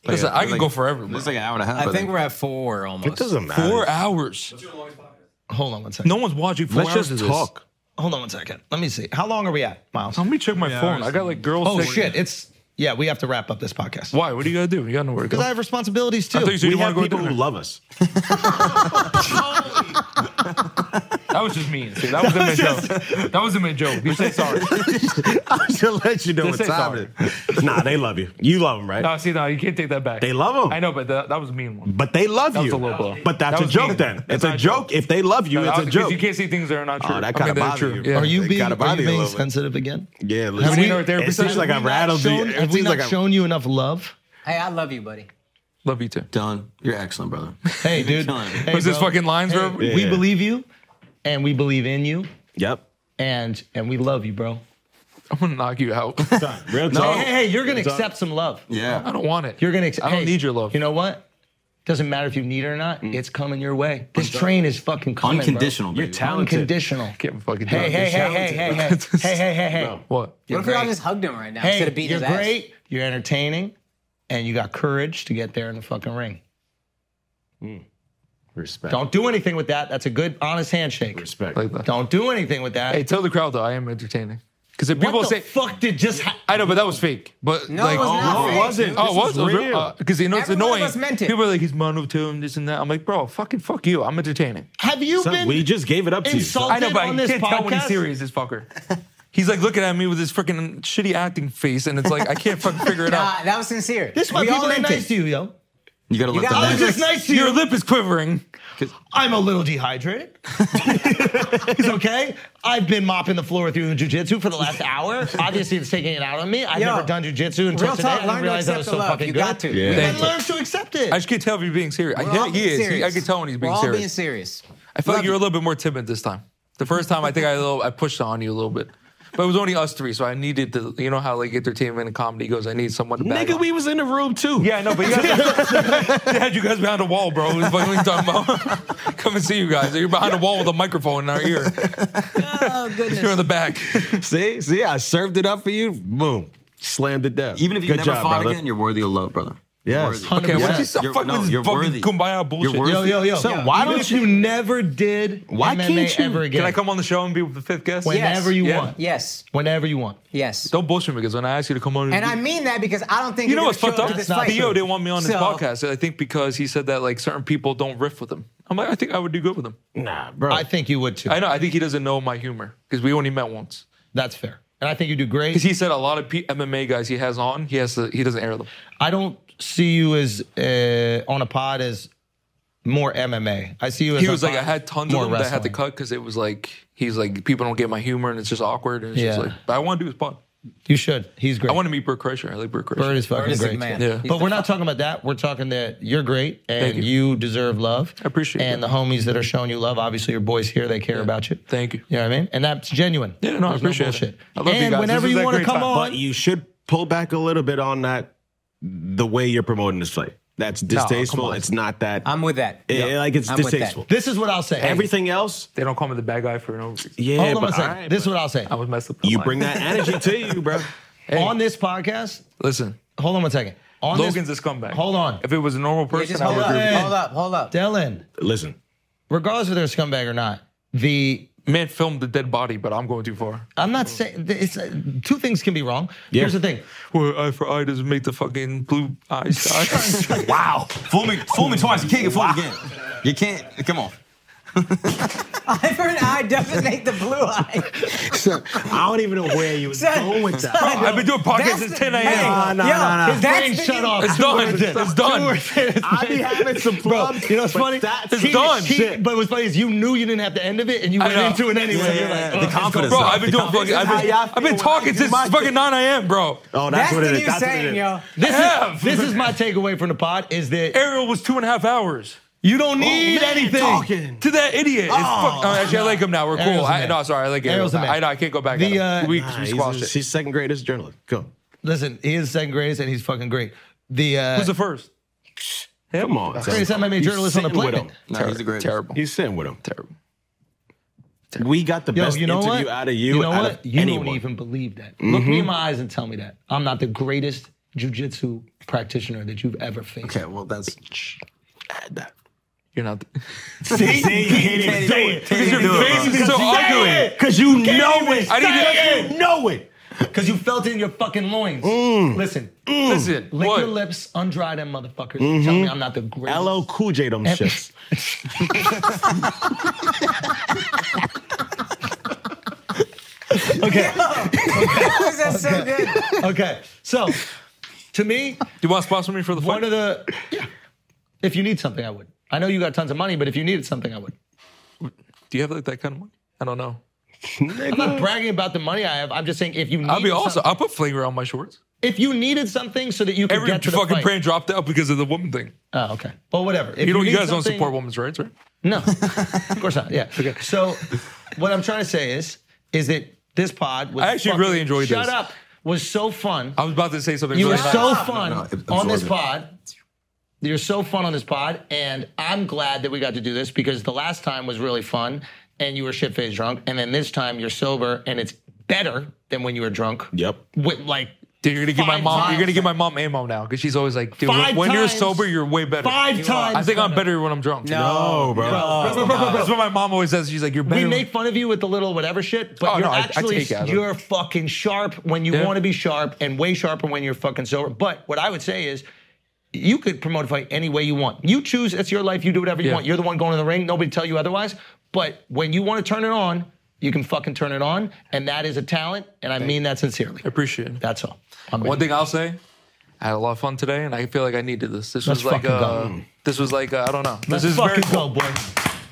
[SPEAKER 8] Like,
[SPEAKER 1] Listen, I can
[SPEAKER 8] like-
[SPEAKER 1] go forever. bro.
[SPEAKER 8] It's like an hour and a half.
[SPEAKER 5] I think we're at four almost.
[SPEAKER 6] It doesn't matter.
[SPEAKER 1] Four hours.
[SPEAKER 4] hold on one second.
[SPEAKER 1] No one's watching 4
[SPEAKER 6] Let's
[SPEAKER 1] hours
[SPEAKER 6] just
[SPEAKER 1] of this.
[SPEAKER 6] talk.
[SPEAKER 4] Hold on one second. Let me see. How long are we at, Miles?
[SPEAKER 1] Let me check my phone. I got like girls.
[SPEAKER 4] Oh
[SPEAKER 1] texting-
[SPEAKER 4] shit! It's yeah. We have to wrap up this podcast
[SPEAKER 1] Why? What do you gotta do? You got nowhere to go.
[SPEAKER 4] because I have responsibilities too.
[SPEAKER 1] I thought you said
[SPEAKER 6] We
[SPEAKER 1] you
[SPEAKER 6] have
[SPEAKER 1] wanna go to
[SPEAKER 6] people who
[SPEAKER 1] dinner.
[SPEAKER 6] love us.
[SPEAKER 1] That was just mean. See, that was a mid joke. That was a mid joke. You say sorry.
[SPEAKER 6] to let you know
[SPEAKER 1] Just
[SPEAKER 6] what
[SPEAKER 1] say
[SPEAKER 6] time it is. Nah, they love you. You love them, right?
[SPEAKER 1] No, see, no, you can't take that back.
[SPEAKER 6] They love him.
[SPEAKER 1] I know, but that, that was a mean one.
[SPEAKER 6] But they love
[SPEAKER 1] That was
[SPEAKER 6] you.
[SPEAKER 1] a low blow.
[SPEAKER 6] But that's
[SPEAKER 1] That
[SPEAKER 6] a
[SPEAKER 1] was
[SPEAKER 6] joke
[SPEAKER 1] mean.
[SPEAKER 6] then.
[SPEAKER 1] That's
[SPEAKER 6] it's a
[SPEAKER 1] not
[SPEAKER 6] joke. If they love you,
[SPEAKER 1] No, that
[SPEAKER 6] it's a
[SPEAKER 1] was- 'cause
[SPEAKER 6] joke.
[SPEAKER 1] You can't see things that are not
[SPEAKER 6] Oh,
[SPEAKER 1] true.
[SPEAKER 6] that
[SPEAKER 1] I mean,
[SPEAKER 6] kinda
[SPEAKER 1] they're
[SPEAKER 6] bother
[SPEAKER 1] true.
[SPEAKER 6] you.
[SPEAKER 1] Yeah.
[SPEAKER 4] Are you
[SPEAKER 6] They
[SPEAKER 4] being,
[SPEAKER 6] gotta
[SPEAKER 4] are you
[SPEAKER 6] bother you a
[SPEAKER 4] being
[SPEAKER 6] little bit.
[SPEAKER 4] sensitive again?
[SPEAKER 6] yeah,
[SPEAKER 1] Have
[SPEAKER 6] listen.
[SPEAKER 1] we, our
[SPEAKER 6] It
[SPEAKER 1] therapist?
[SPEAKER 6] seems like I
[SPEAKER 4] Have we not
[SPEAKER 6] rattled
[SPEAKER 4] shown-
[SPEAKER 6] you. It
[SPEAKER 4] Have we
[SPEAKER 6] seems
[SPEAKER 4] not
[SPEAKER 6] like I-
[SPEAKER 4] shown you enough love?
[SPEAKER 5] Hey, I love you, buddy.
[SPEAKER 1] Love you too.
[SPEAKER 8] Dylan, you're excellent, brother.
[SPEAKER 4] Hey, dude.
[SPEAKER 8] Killing it.
[SPEAKER 4] Hey,
[SPEAKER 1] Was this
[SPEAKER 4] bro.
[SPEAKER 1] fucking lines,
[SPEAKER 4] Hey,
[SPEAKER 1] bro?
[SPEAKER 4] We
[SPEAKER 6] Yeah.
[SPEAKER 4] believe you, and we believe in you,
[SPEAKER 6] Yep.
[SPEAKER 4] and and we love you, bro.
[SPEAKER 1] I'm gonna knock you out.
[SPEAKER 4] Hey,
[SPEAKER 6] Real talk.
[SPEAKER 4] hey, hey, you're gonna accept some love.
[SPEAKER 1] I
[SPEAKER 8] Yeah.
[SPEAKER 1] don't want it.
[SPEAKER 4] You're gonna. Ex-
[SPEAKER 1] I don't
[SPEAKER 4] hey,
[SPEAKER 1] need your love.
[SPEAKER 4] You know what? Doesn't matter if you need it or not.
[SPEAKER 6] Mm.
[SPEAKER 4] It's coming your way. This train is fucking coming. bro.
[SPEAKER 8] Unconditional, baby.
[SPEAKER 6] You're talented.
[SPEAKER 4] Unconditional.
[SPEAKER 1] can't fucking. do
[SPEAKER 4] Hey,
[SPEAKER 1] it.
[SPEAKER 4] hey, hey, hey, hey, hey, hey, hey, hey, hey.
[SPEAKER 6] Bro.
[SPEAKER 1] What?
[SPEAKER 5] What if we all just hugged him right now
[SPEAKER 4] Hey,
[SPEAKER 5] instead of beating
[SPEAKER 4] you're
[SPEAKER 5] his ass?
[SPEAKER 4] great. You're entertaining, and you got courage to get there in the fucking ring.
[SPEAKER 6] Respect.
[SPEAKER 4] Don't do anything with that. That's a good, honest handshake.
[SPEAKER 6] respect.
[SPEAKER 1] Like that.
[SPEAKER 4] Don't do anything with that.
[SPEAKER 1] Hey, tell the crowd though, I am entertaining. Because if
[SPEAKER 4] what
[SPEAKER 1] people
[SPEAKER 4] the
[SPEAKER 1] say,
[SPEAKER 4] fuck did just happen?
[SPEAKER 1] I know, but that was fake. But
[SPEAKER 5] No,
[SPEAKER 1] like,
[SPEAKER 5] it was not
[SPEAKER 6] no, it
[SPEAKER 5] fake.
[SPEAKER 6] wasn't.
[SPEAKER 1] Oh, it was
[SPEAKER 6] This is real.
[SPEAKER 1] because you know it's
[SPEAKER 5] Every one of
[SPEAKER 1] annoying.
[SPEAKER 5] us meant it.
[SPEAKER 1] People are like, he's monotone, this and that. I'm like, bro, fucking fuck you. I'm entertaining.
[SPEAKER 4] Have you
[SPEAKER 6] Son,
[SPEAKER 4] been
[SPEAKER 6] we just gave it up to you.
[SPEAKER 4] insulted
[SPEAKER 1] I know, but
[SPEAKER 4] on
[SPEAKER 1] you
[SPEAKER 4] this
[SPEAKER 1] can't
[SPEAKER 4] podcast?
[SPEAKER 1] tell when he's serious, this fucker. He's like looking at me with his freaking shitty acting face, and it's like I can't fucking figure it out.
[SPEAKER 5] Nah, Uh, that was sincere.
[SPEAKER 4] This is why
[SPEAKER 5] we all
[SPEAKER 4] people ain't
[SPEAKER 5] meant
[SPEAKER 4] nice
[SPEAKER 5] it.
[SPEAKER 4] to you, yo.
[SPEAKER 8] You gotta
[SPEAKER 5] You
[SPEAKER 8] let
[SPEAKER 5] got-
[SPEAKER 8] them
[SPEAKER 5] I
[SPEAKER 4] I
[SPEAKER 5] was
[SPEAKER 4] was just nice to
[SPEAKER 1] Your
[SPEAKER 4] you.
[SPEAKER 1] lip is quivering.
[SPEAKER 4] I'm a little dehydrated. it's okay. I've been mopping the floor through jujitsu for the last hour. Obviously, it's taking it out on me. I've
[SPEAKER 5] Yo,
[SPEAKER 4] never done jujitsu until
[SPEAKER 5] Real
[SPEAKER 4] today.
[SPEAKER 5] talk,
[SPEAKER 4] I didn't
[SPEAKER 5] learn to
[SPEAKER 4] realize I was
[SPEAKER 5] accept the
[SPEAKER 4] so
[SPEAKER 5] love.
[SPEAKER 4] fucking
[SPEAKER 5] You
[SPEAKER 4] good.
[SPEAKER 5] got to.
[SPEAKER 8] Yeah.
[SPEAKER 4] You
[SPEAKER 1] Thank
[SPEAKER 4] gotta
[SPEAKER 1] you.
[SPEAKER 4] learn to accept it.
[SPEAKER 1] I just can't tell if you're being serious.
[SPEAKER 5] We're
[SPEAKER 1] I
[SPEAKER 5] all
[SPEAKER 1] get he
[SPEAKER 5] being
[SPEAKER 1] is. He- I
[SPEAKER 5] serious.
[SPEAKER 1] can tell when he's
[SPEAKER 5] We're
[SPEAKER 1] being
[SPEAKER 5] all
[SPEAKER 1] serious.
[SPEAKER 5] being serious.
[SPEAKER 1] I feel like you're a little bit more timid this time. The first time, I think I a little, I pushed on you a little bit, but it was only us three, so I needed the. You know how like entertainment and comedy goes. I need someone to back.
[SPEAKER 6] Nigga, we was in the room too.
[SPEAKER 1] Yeah, I know, but you guys, they had you guys behind a wall, bro. What the fuck are you talking about? Come and see you guys. You're behind a wall with a microphone in our ear.
[SPEAKER 5] Oh goodness.
[SPEAKER 1] You're in the back.
[SPEAKER 6] See, see, I served it up for you. Boom, slammed it down.
[SPEAKER 8] Even if you
[SPEAKER 6] Good
[SPEAKER 8] never
[SPEAKER 6] job,
[SPEAKER 8] fought
[SPEAKER 6] brother.
[SPEAKER 8] again, you're worthy of love, brother. Yes.
[SPEAKER 1] Okay,
[SPEAKER 8] Yes.
[SPEAKER 1] what you so
[SPEAKER 8] You're-
[SPEAKER 1] fuck
[SPEAKER 8] no,
[SPEAKER 1] with
[SPEAKER 8] you're
[SPEAKER 1] this fucking
[SPEAKER 8] worthy.
[SPEAKER 1] kumbaya bullshit?
[SPEAKER 8] You're worthy. Yo, yo, yo.
[SPEAKER 4] So why
[SPEAKER 8] Even
[SPEAKER 4] don't
[SPEAKER 8] if
[SPEAKER 4] you never did
[SPEAKER 1] Why
[SPEAKER 4] MMA
[SPEAKER 1] can't you?
[SPEAKER 4] ever again?
[SPEAKER 1] Can I come on the show and be the fifth guest?
[SPEAKER 4] Whenever you want.
[SPEAKER 5] Yes.
[SPEAKER 4] Whenever you want.
[SPEAKER 5] Yes.
[SPEAKER 1] Don't bullshit me because when I ask you to come on,
[SPEAKER 5] And I mean that because I don't think
[SPEAKER 1] you know
[SPEAKER 5] you're
[SPEAKER 1] what's
[SPEAKER 5] gonna
[SPEAKER 1] fucked
[SPEAKER 5] show
[SPEAKER 1] up?
[SPEAKER 5] to this fight.
[SPEAKER 1] Theo didn't want me on his
[SPEAKER 5] So-
[SPEAKER 1] podcast. I think because he said that like certain people don't riff with him. I'm like, I think I would do good with him.
[SPEAKER 6] Nah, bro.
[SPEAKER 4] I think you would too.
[SPEAKER 1] I know. I think he doesn't know my humor because we only met once.
[SPEAKER 4] That's fair. And I think you do great.
[SPEAKER 1] Because he said a lot of P- MMA guys he has on, he has to, he doesn't air them.
[SPEAKER 4] I don't see you as uh, on a pod as more MMA. I see you as
[SPEAKER 1] He
[SPEAKER 4] on
[SPEAKER 1] was like, I
[SPEAKER 4] pod
[SPEAKER 1] had tons of
[SPEAKER 4] more
[SPEAKER 1] them that I had to
[SPEAKER 4] wrestling.
[SPEAKER 1] cut because it was like he's like people don't get my humor and it's just awkward. And it's just
[SPEAKER 4] Yeah.
[SPEAKER 1] like but I want to do his pod.
[SPEAKER 4] You should. He's great.
[SPEAKER 1] I want to meet Burt Kreischer. I like Burt Kreischer.
[SPEAKER 4] Bird is fucking
[SPEAKER 1] Bird is the
[SPEAKER 4] great.
[SPEAKER 1] man.
[SPEAKER 4] too.
[SPEAKER 1] Yeah. He's
[SPEAKER 4] But we're not talking about that. We're talking that you're great and
[SPEAKER 1] Thank
[SPEAKER 4] you.
[SPEAKER 1] you.
[SPEAKER 4] deserve love. I appreciate and it. And the homies that are showing you love, obviously your boys here, they care about you.
[SPEAKER 1] Thank you.
[SPEAKER 4] You know what I mean? And that's genuine.
[SPEAKER 1] Yeah, no, I
[SPEAKER 4] There's
[SPEAKER 1] appreciate it.
[SPEAKER 4] bullshit.
[SPEAKER 1] I love you
[SPEAKER 4] and
[SPEAKER 1] guys.
[SPEAKER 4] whenever
[SPEAKER 1] This is
[SPEAKER 4] you
[SPEAKER 1] a
[SPEAKER 4] want to
[SPEAKER 1] great
[SPEAKER 4] come
[SPEAKER 1] time.
[SPEAKER 4] on,
[SPEAKER 6] But you should pull back a little bit on that. The way you're promoting this fight, that's
[SPEAKER 4] come
[SPEAKER 6] distasteful.
[SPEAKER 4] on.
[SPEAKER 6] it's not that.
[SPEAKER 5] I'm with that.
[SPEAKER 6] It- like it's distasteful.
[SPEAKER 4] This is what I'll say.
[SPEAKER 6] Everything else,
[SPEAKER 1] They don't call me the bad guy for no reason.
[SPEAKER 6] yeah.
[SPEAKER 4] Hold on
[SPEAKER 6] but
[SPEAKER 4] a second.
[SPEAKER 6] all right,
[SPEAKER 4] this is what I'll say.
[SPEAKER 1] I was messed up.
[SPEAKER 6] you bring that energy to you, bro.
[SPEAKER 4] On this podcast,
[SPEAKER 1] Listen,
[SPEAKER 4] hold on one second. On this-
[SPEAKER 1] Logan's a scumbag.
[SPEAKER 4] hold on.
[SPEAKER 1] If it was a normal
[SPEAKER 5] Yeah,
[SPEAKER 1] person,
[SPEAKER 5] just
[SPEAKER 1] I
[SPEAKER 5] hold
[SPEAKER 1] would
[SPEAKER 5] up,
[SPEAKER 1] agree. with
[SPEAKER 5] hold up, hold up.
[SPEAKER 4] Dylan,
[SPEAKER 6] Listen,
[SPEAKER 4] regardless of they're a scumbag or not, the
[SPEAKER 1] you. Man filmed the dead body, but I'm going too far.
[SPEAKER 4] I'm not saying it's uh, two things can be wrong.
[SPEAKER 6] Yeah.
[SPEAKER 4] Here's the thing.
[SPEAKER 1] Well, eye for eye doesn't make the fucking blue eyes. die.
[SPEAKER 8] Wow. Fool me, fool me twice. You can't get fooled again. You can't. Come on.
[SPEAKER 5] Eye for an eye doesn't make the blue eye.
[SPEAKER 6] I don't even know where you was
[SPEAKER 5] Son,
[SPEAKER 6] going with that.
[SPEAKER 5] son,
[SPEAKER 1] I've been doing podcasts
[SPEAKER 5] that's
[SPEAKER 1] since
[SPEAKER 5] the-
[SPEAKER 1] 10
[SPEAKER 5] hey,
[SPEAKER 1] a.m.
[SPEAKER 6] no,
[SPEAKER 5] yo,
[SPEAKER 6] no, no.
[SPEAKER 5] if that's
[SPEAKER 4] Brain
[SPEAKER 5] the-
[SPEAKER 4] shut off.
[SPEAKER 1] It's done. It's done.
[SPEAKER 6] I be having some
[SPEAKER 4] Bro,
[SPEAKER 6] problems.
[SPEAKER 4] you know what's
[SPEAKER 6] but
[SPEAKER 4] funny?
[SPEAKER 6] That's
[SPEAKER 1] It's done.
[SPEAKER 4] He, but what's funny is you knew you didn't have to end of it, and you
[SPEAKER 1] I
[SPEAKER 4] went
[SPEAKER 1] know.
[SPEAKER 4] into it anyway.
[SPEAKER 6] Yeah,
[SPEAKER 4] You're
[SPEAKER 6] yeah,
[SPEAKER 4] like,
[SPEAKER 6] yeah.
[SPEAKER 4] oh,
[SPEAKER 6] The
[SPEAKER 4] it's
[SPEAKER 6] confidence
[SPEAKER 4] going-
[SPEAKER 1] Bro,
[SPEAKER 6] This is-
[SPEAKER 1] I've been doing
[SPEAKER 6] this
[SPEAKER 1] fucking.
[SPEAKER 6] is
[SPEAKER 1] I've been,
[SPEAKER 6] how y'all
[SPEAKER 1] I've been
[SPEAKER 6] feel when I
[SPEAKER 1] talking
[SPEAKER 6] do
[SPEAKER 1] since
[SPEAKER 6] my
[SPEAKER 1] fucking
[SPEAKER 6] shit.
[SPEAKER 1] 9 a.m., bro.
[SPEAKER 6] Oh,
[SPEAKER 5] That's
[SPEAKER 6] that's, what it
[SPEAKER 5] the
[SPEAKER 6] is.
[SPEAKER 5] new
[SPEAKER 6] That's what it
[SPEAKER 5] saying,
[SPEAKER 6] is.
[SPEAKER 5] yo.
[SPEAKER 4] This
[SPEAKER 1] Have.
[SPEAKER 4] is, this is my takeaway from the pod is that
[SPEAKER 1] Ariel was two and a half hours
[SPEAKER 4] you don't
[SPEAKER 6] Oh,
[SPEAKER 4] need anything.
[SPEAKER 1] to that idiot. It's fuck, oh, actually, I like him now. We're cool.
[SPEAKER 4] Ariel's the
[SPEAKER 1] I,
[SPEAKER 4] man.
[SPEAKER 1] no, sorry, I like Ariel.
[SPEAKER 4] Ariel's the man.
[SPEAKER 1] I, I, know, I can't go back.
[SPEAKER 4] The,
[SPEAKER 1] at him.
[SPEAKER 4] uh,
[SPEAKER 1] we,
[SPEAKER 6] Nah,
[SPEAKER 1] we
[SPEAKER 6] he's-
[SPEAKER 1] squashed it.
[SPEAKER 6] She's second grade as a journalist. Go.
[SPEAKER 4] Listen, he is second grade, and he's fucking great. The uh,
[SPEAKER 1] Who's the first?
[SPEAKER 6] Come on. Zach.
[SPEAKER 4] greatest MMA
[SPEAKER 6] You
[SPEAKER 4] journalist on the
[SPEAKER 6] sitting with
[SPEAKER 4] planet.
[SPEAKER 6] him.
[SPEAKER 8] No, he's the greatest.
[SPEAKER 1] Terrible.
[SPEAKER 6] He's sitting with him.
[SPEAKER 1] Terrible.
[SPEAKER 6] We got the
[SPEAKER 4] Yo,
[SPEAKER 6] best
[SPEAKER 4] you know
[SPEAKER 6] interview
[SPEAKER 4] what?
[SPEAKER 6] out of you.
[SPEAKER 4] You know
[SPEAKER 6] out
[SPEAKER 4] what?
[SPEAKER 6] Of
[SPEAKER 4] You
[SPEAKER 6] anyone. Mm-hmm.
[SPEAKER 4] don't even believe that. Look me in my eyes and tell me that I'm not the greatest jujitsu practitioner that you've ever faced.
[SPEAKER 8] Okay, well, that's.
[SPEAKER 1] You're not.
[SPEAKER 6] See, you can't even do it.
[SPEAKER 1] Because your face is so ugly.
[SPEAKER 6] Because you know it.
[SPEAKER 1] I need
[SPEAKER 6] You know it.
[SPEAKER 4] Because you felt it in your fucking loins. Listen,
[SPEAKER 1] to listen.
[SPEAKER 4] lick your
[SPEAKER 1] What?
[SPEAKER 4] lips, undry them motherfuckers. and Tell me I'm not the greatest.
[SPEAKER 6] LL Cool J them shits.
[SPEAKER 4] Okay,
[SPEAKER 5] Why is that so good?
[SPEAKER 4] okay. So, to me,
[SPEAKER 1] Do you want to sponsor me for the
[SPEAKER 4] one
[SPEAKER 1] fight?
[SPEAKER 4] of the, if you need something, I would. I know you got tons of money, but if you needed something, I would.
[SPEAKER 1] Do you have like that kind of money? I don't know.
[SPEAKER 4] I'm not bragging about the money I have. I'm just saying if you needed
[SPEAKER 1] I'll be also.
[SPEAKER 4] something,
[SPEAKER 1] I'll put flavor on my shorts.
[SPEAKER 4] if you needed something so that you could
[SPEAKER 1] Every
[SPEAKER 4] get to the
[SPEAKER 1] fucking
[SPEAKER 4] fight.
[SPEAKER 1] brand dropped out because of the woman thing.
[SPEAKER 4] Oh, okay. Well, whatever. If
[SPEAKER 1] You don't.
[SPEAKER 4] need
[SPEAKER 1] You guys don't
[SPEAKER 4] something-
[SPEAKER 1] support women's rights, right?
[SPEAKER 4] No, of course not. Yeah. Okay. So, what I'm trying to say is, is that this pod was
[SPEAKER 1] I actually
[SPEAKER 4] fucking-
[SPEAKER 1] really enjoyed
[SPEAKER 4] Shut
[SPEAKER 1] this.
[SPEAKER 4] up. Was so fun.
[SPEAKER 1] I was about to say something.
[SPEAKER 4] You were
[SPEAKER 1] really nice.
[SPEAKER 4] so fun
[SPEAKER 8] No, no,
[SPEAKER 4] on this
[SPEAKER 8] absorb it.
[SPEAKER 4] pod. You're so fun on this pod, and I'm glad that we got to do this because the last time was really fun, and you were shit faced drunk, and then this time you're sober, and it's better than when you were drunk.
[SPEAKER 6] Yep.
[SPEAKER 4] With like
[SPEAKER 1] Dude, you're gonna give my
[SPEAKER 4] Five
[SPEAKER 1] mom.
[SPEAKER 4] times.
[SPEAKER 1] You're gonna give my mom ammo now because she's always like, dude,
[SPEAKER 4] Five
[SPEAKER 1] when, when you're
[SPEAKER 4] times.
[SPEAKER 1] sober, you're way better.
[SPEAKER 4] Five
[SPEAKER 1] You are.
[SPEAKER 4] times
[SPEAKER 1] I think I'm
[SPEAKER 4] better.
[SPEAKER 1] better when I'm drunk.
[SPEAKER 6] No, bro.
[SPEAKER 1] That's what my mom always says. She's like, you're better.
[SPEAKER 4] we make fun of you with the little whatever shit, but
[SPEAKER 1] Oh,
[SPEAKER 4] you're
[SPEAKER 1] no, I- I
[SPEAKER 4] actually
[SPEAKER 1] take it, I don't-
[SPEAKER 4] you're fucking sharp when you
[SPEAKER 1] Yeah.
[SPEAKER 4] want to be sharp, and way sharper when you're fucking sober. But what I would say is. You could promote a fight any way you want. You choose, it's your life, you do whatever you
[SPEAKER 1] Yeah.
[SPEAKER 4] want. You're the one going in the ring, nobody tell you otherwise. But when you want to turn it on, you can fucking turn it on. And that is a talent, and I mean that sincerely.
[SPEAKER 1] I appreciate it.
[SPEAKER 4] That's all. I'm
[SPEAKER 1] One thing I'll say, I had a lot of fun today, and I feel like I needed this. This
[SPEAKER 4] Let's
[SPEAKER 1] was like,
[SPEAKER 4] fucking
[SPEAKER 1] uh,
[SPEAKER 4] go.
[SPEAKER 1] this was like, uh, I don't know. this
[SPEAKER 4] Let's
[SPEAKER 1] is
[SPEAKER 4] fucking
[SPEAKER 1] very cool.
[SPEAKER 4] go, boy.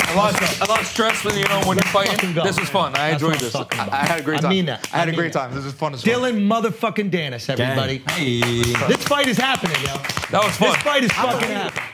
[SPEAKER 1] A lot, of, a lot of stress when you know when you're
[SPEAKER 4] fucking
[SPEAKER 1] fighting.
[SPEAKER 4] go.
[SPEAKER 1] This was fun. I
[SPEAKER 4] That's
[SPEAKER 1] enjoyed
[SPEAKER 4] what I'm
[SPEAKER 1] this. I,
[SPEAKER 4] talking about.
[SPEAKER 1] I had a great
[SPEAKER 4] I
[SPEAKER 1] time.
[SPEAKER 4] mean that.
[SPEAKER 1] I had
[SPEAKER 4] I
[SPEAKER 1] a
[SPEAKER 4] mean
[SPEAKER 1] great
[SPEAKER 4] that.
[SPEAKER 1] time. This was fun as well.
[SPEAKER 4] Dylan motherfucking Dennis, everybody.
[SPEAKER 8] Hey.
[SPEAKER 4] This fight is happening, yo.
[SPEAKER 1] That was fun.
[SPEAKER 4] This fight is fucking happening.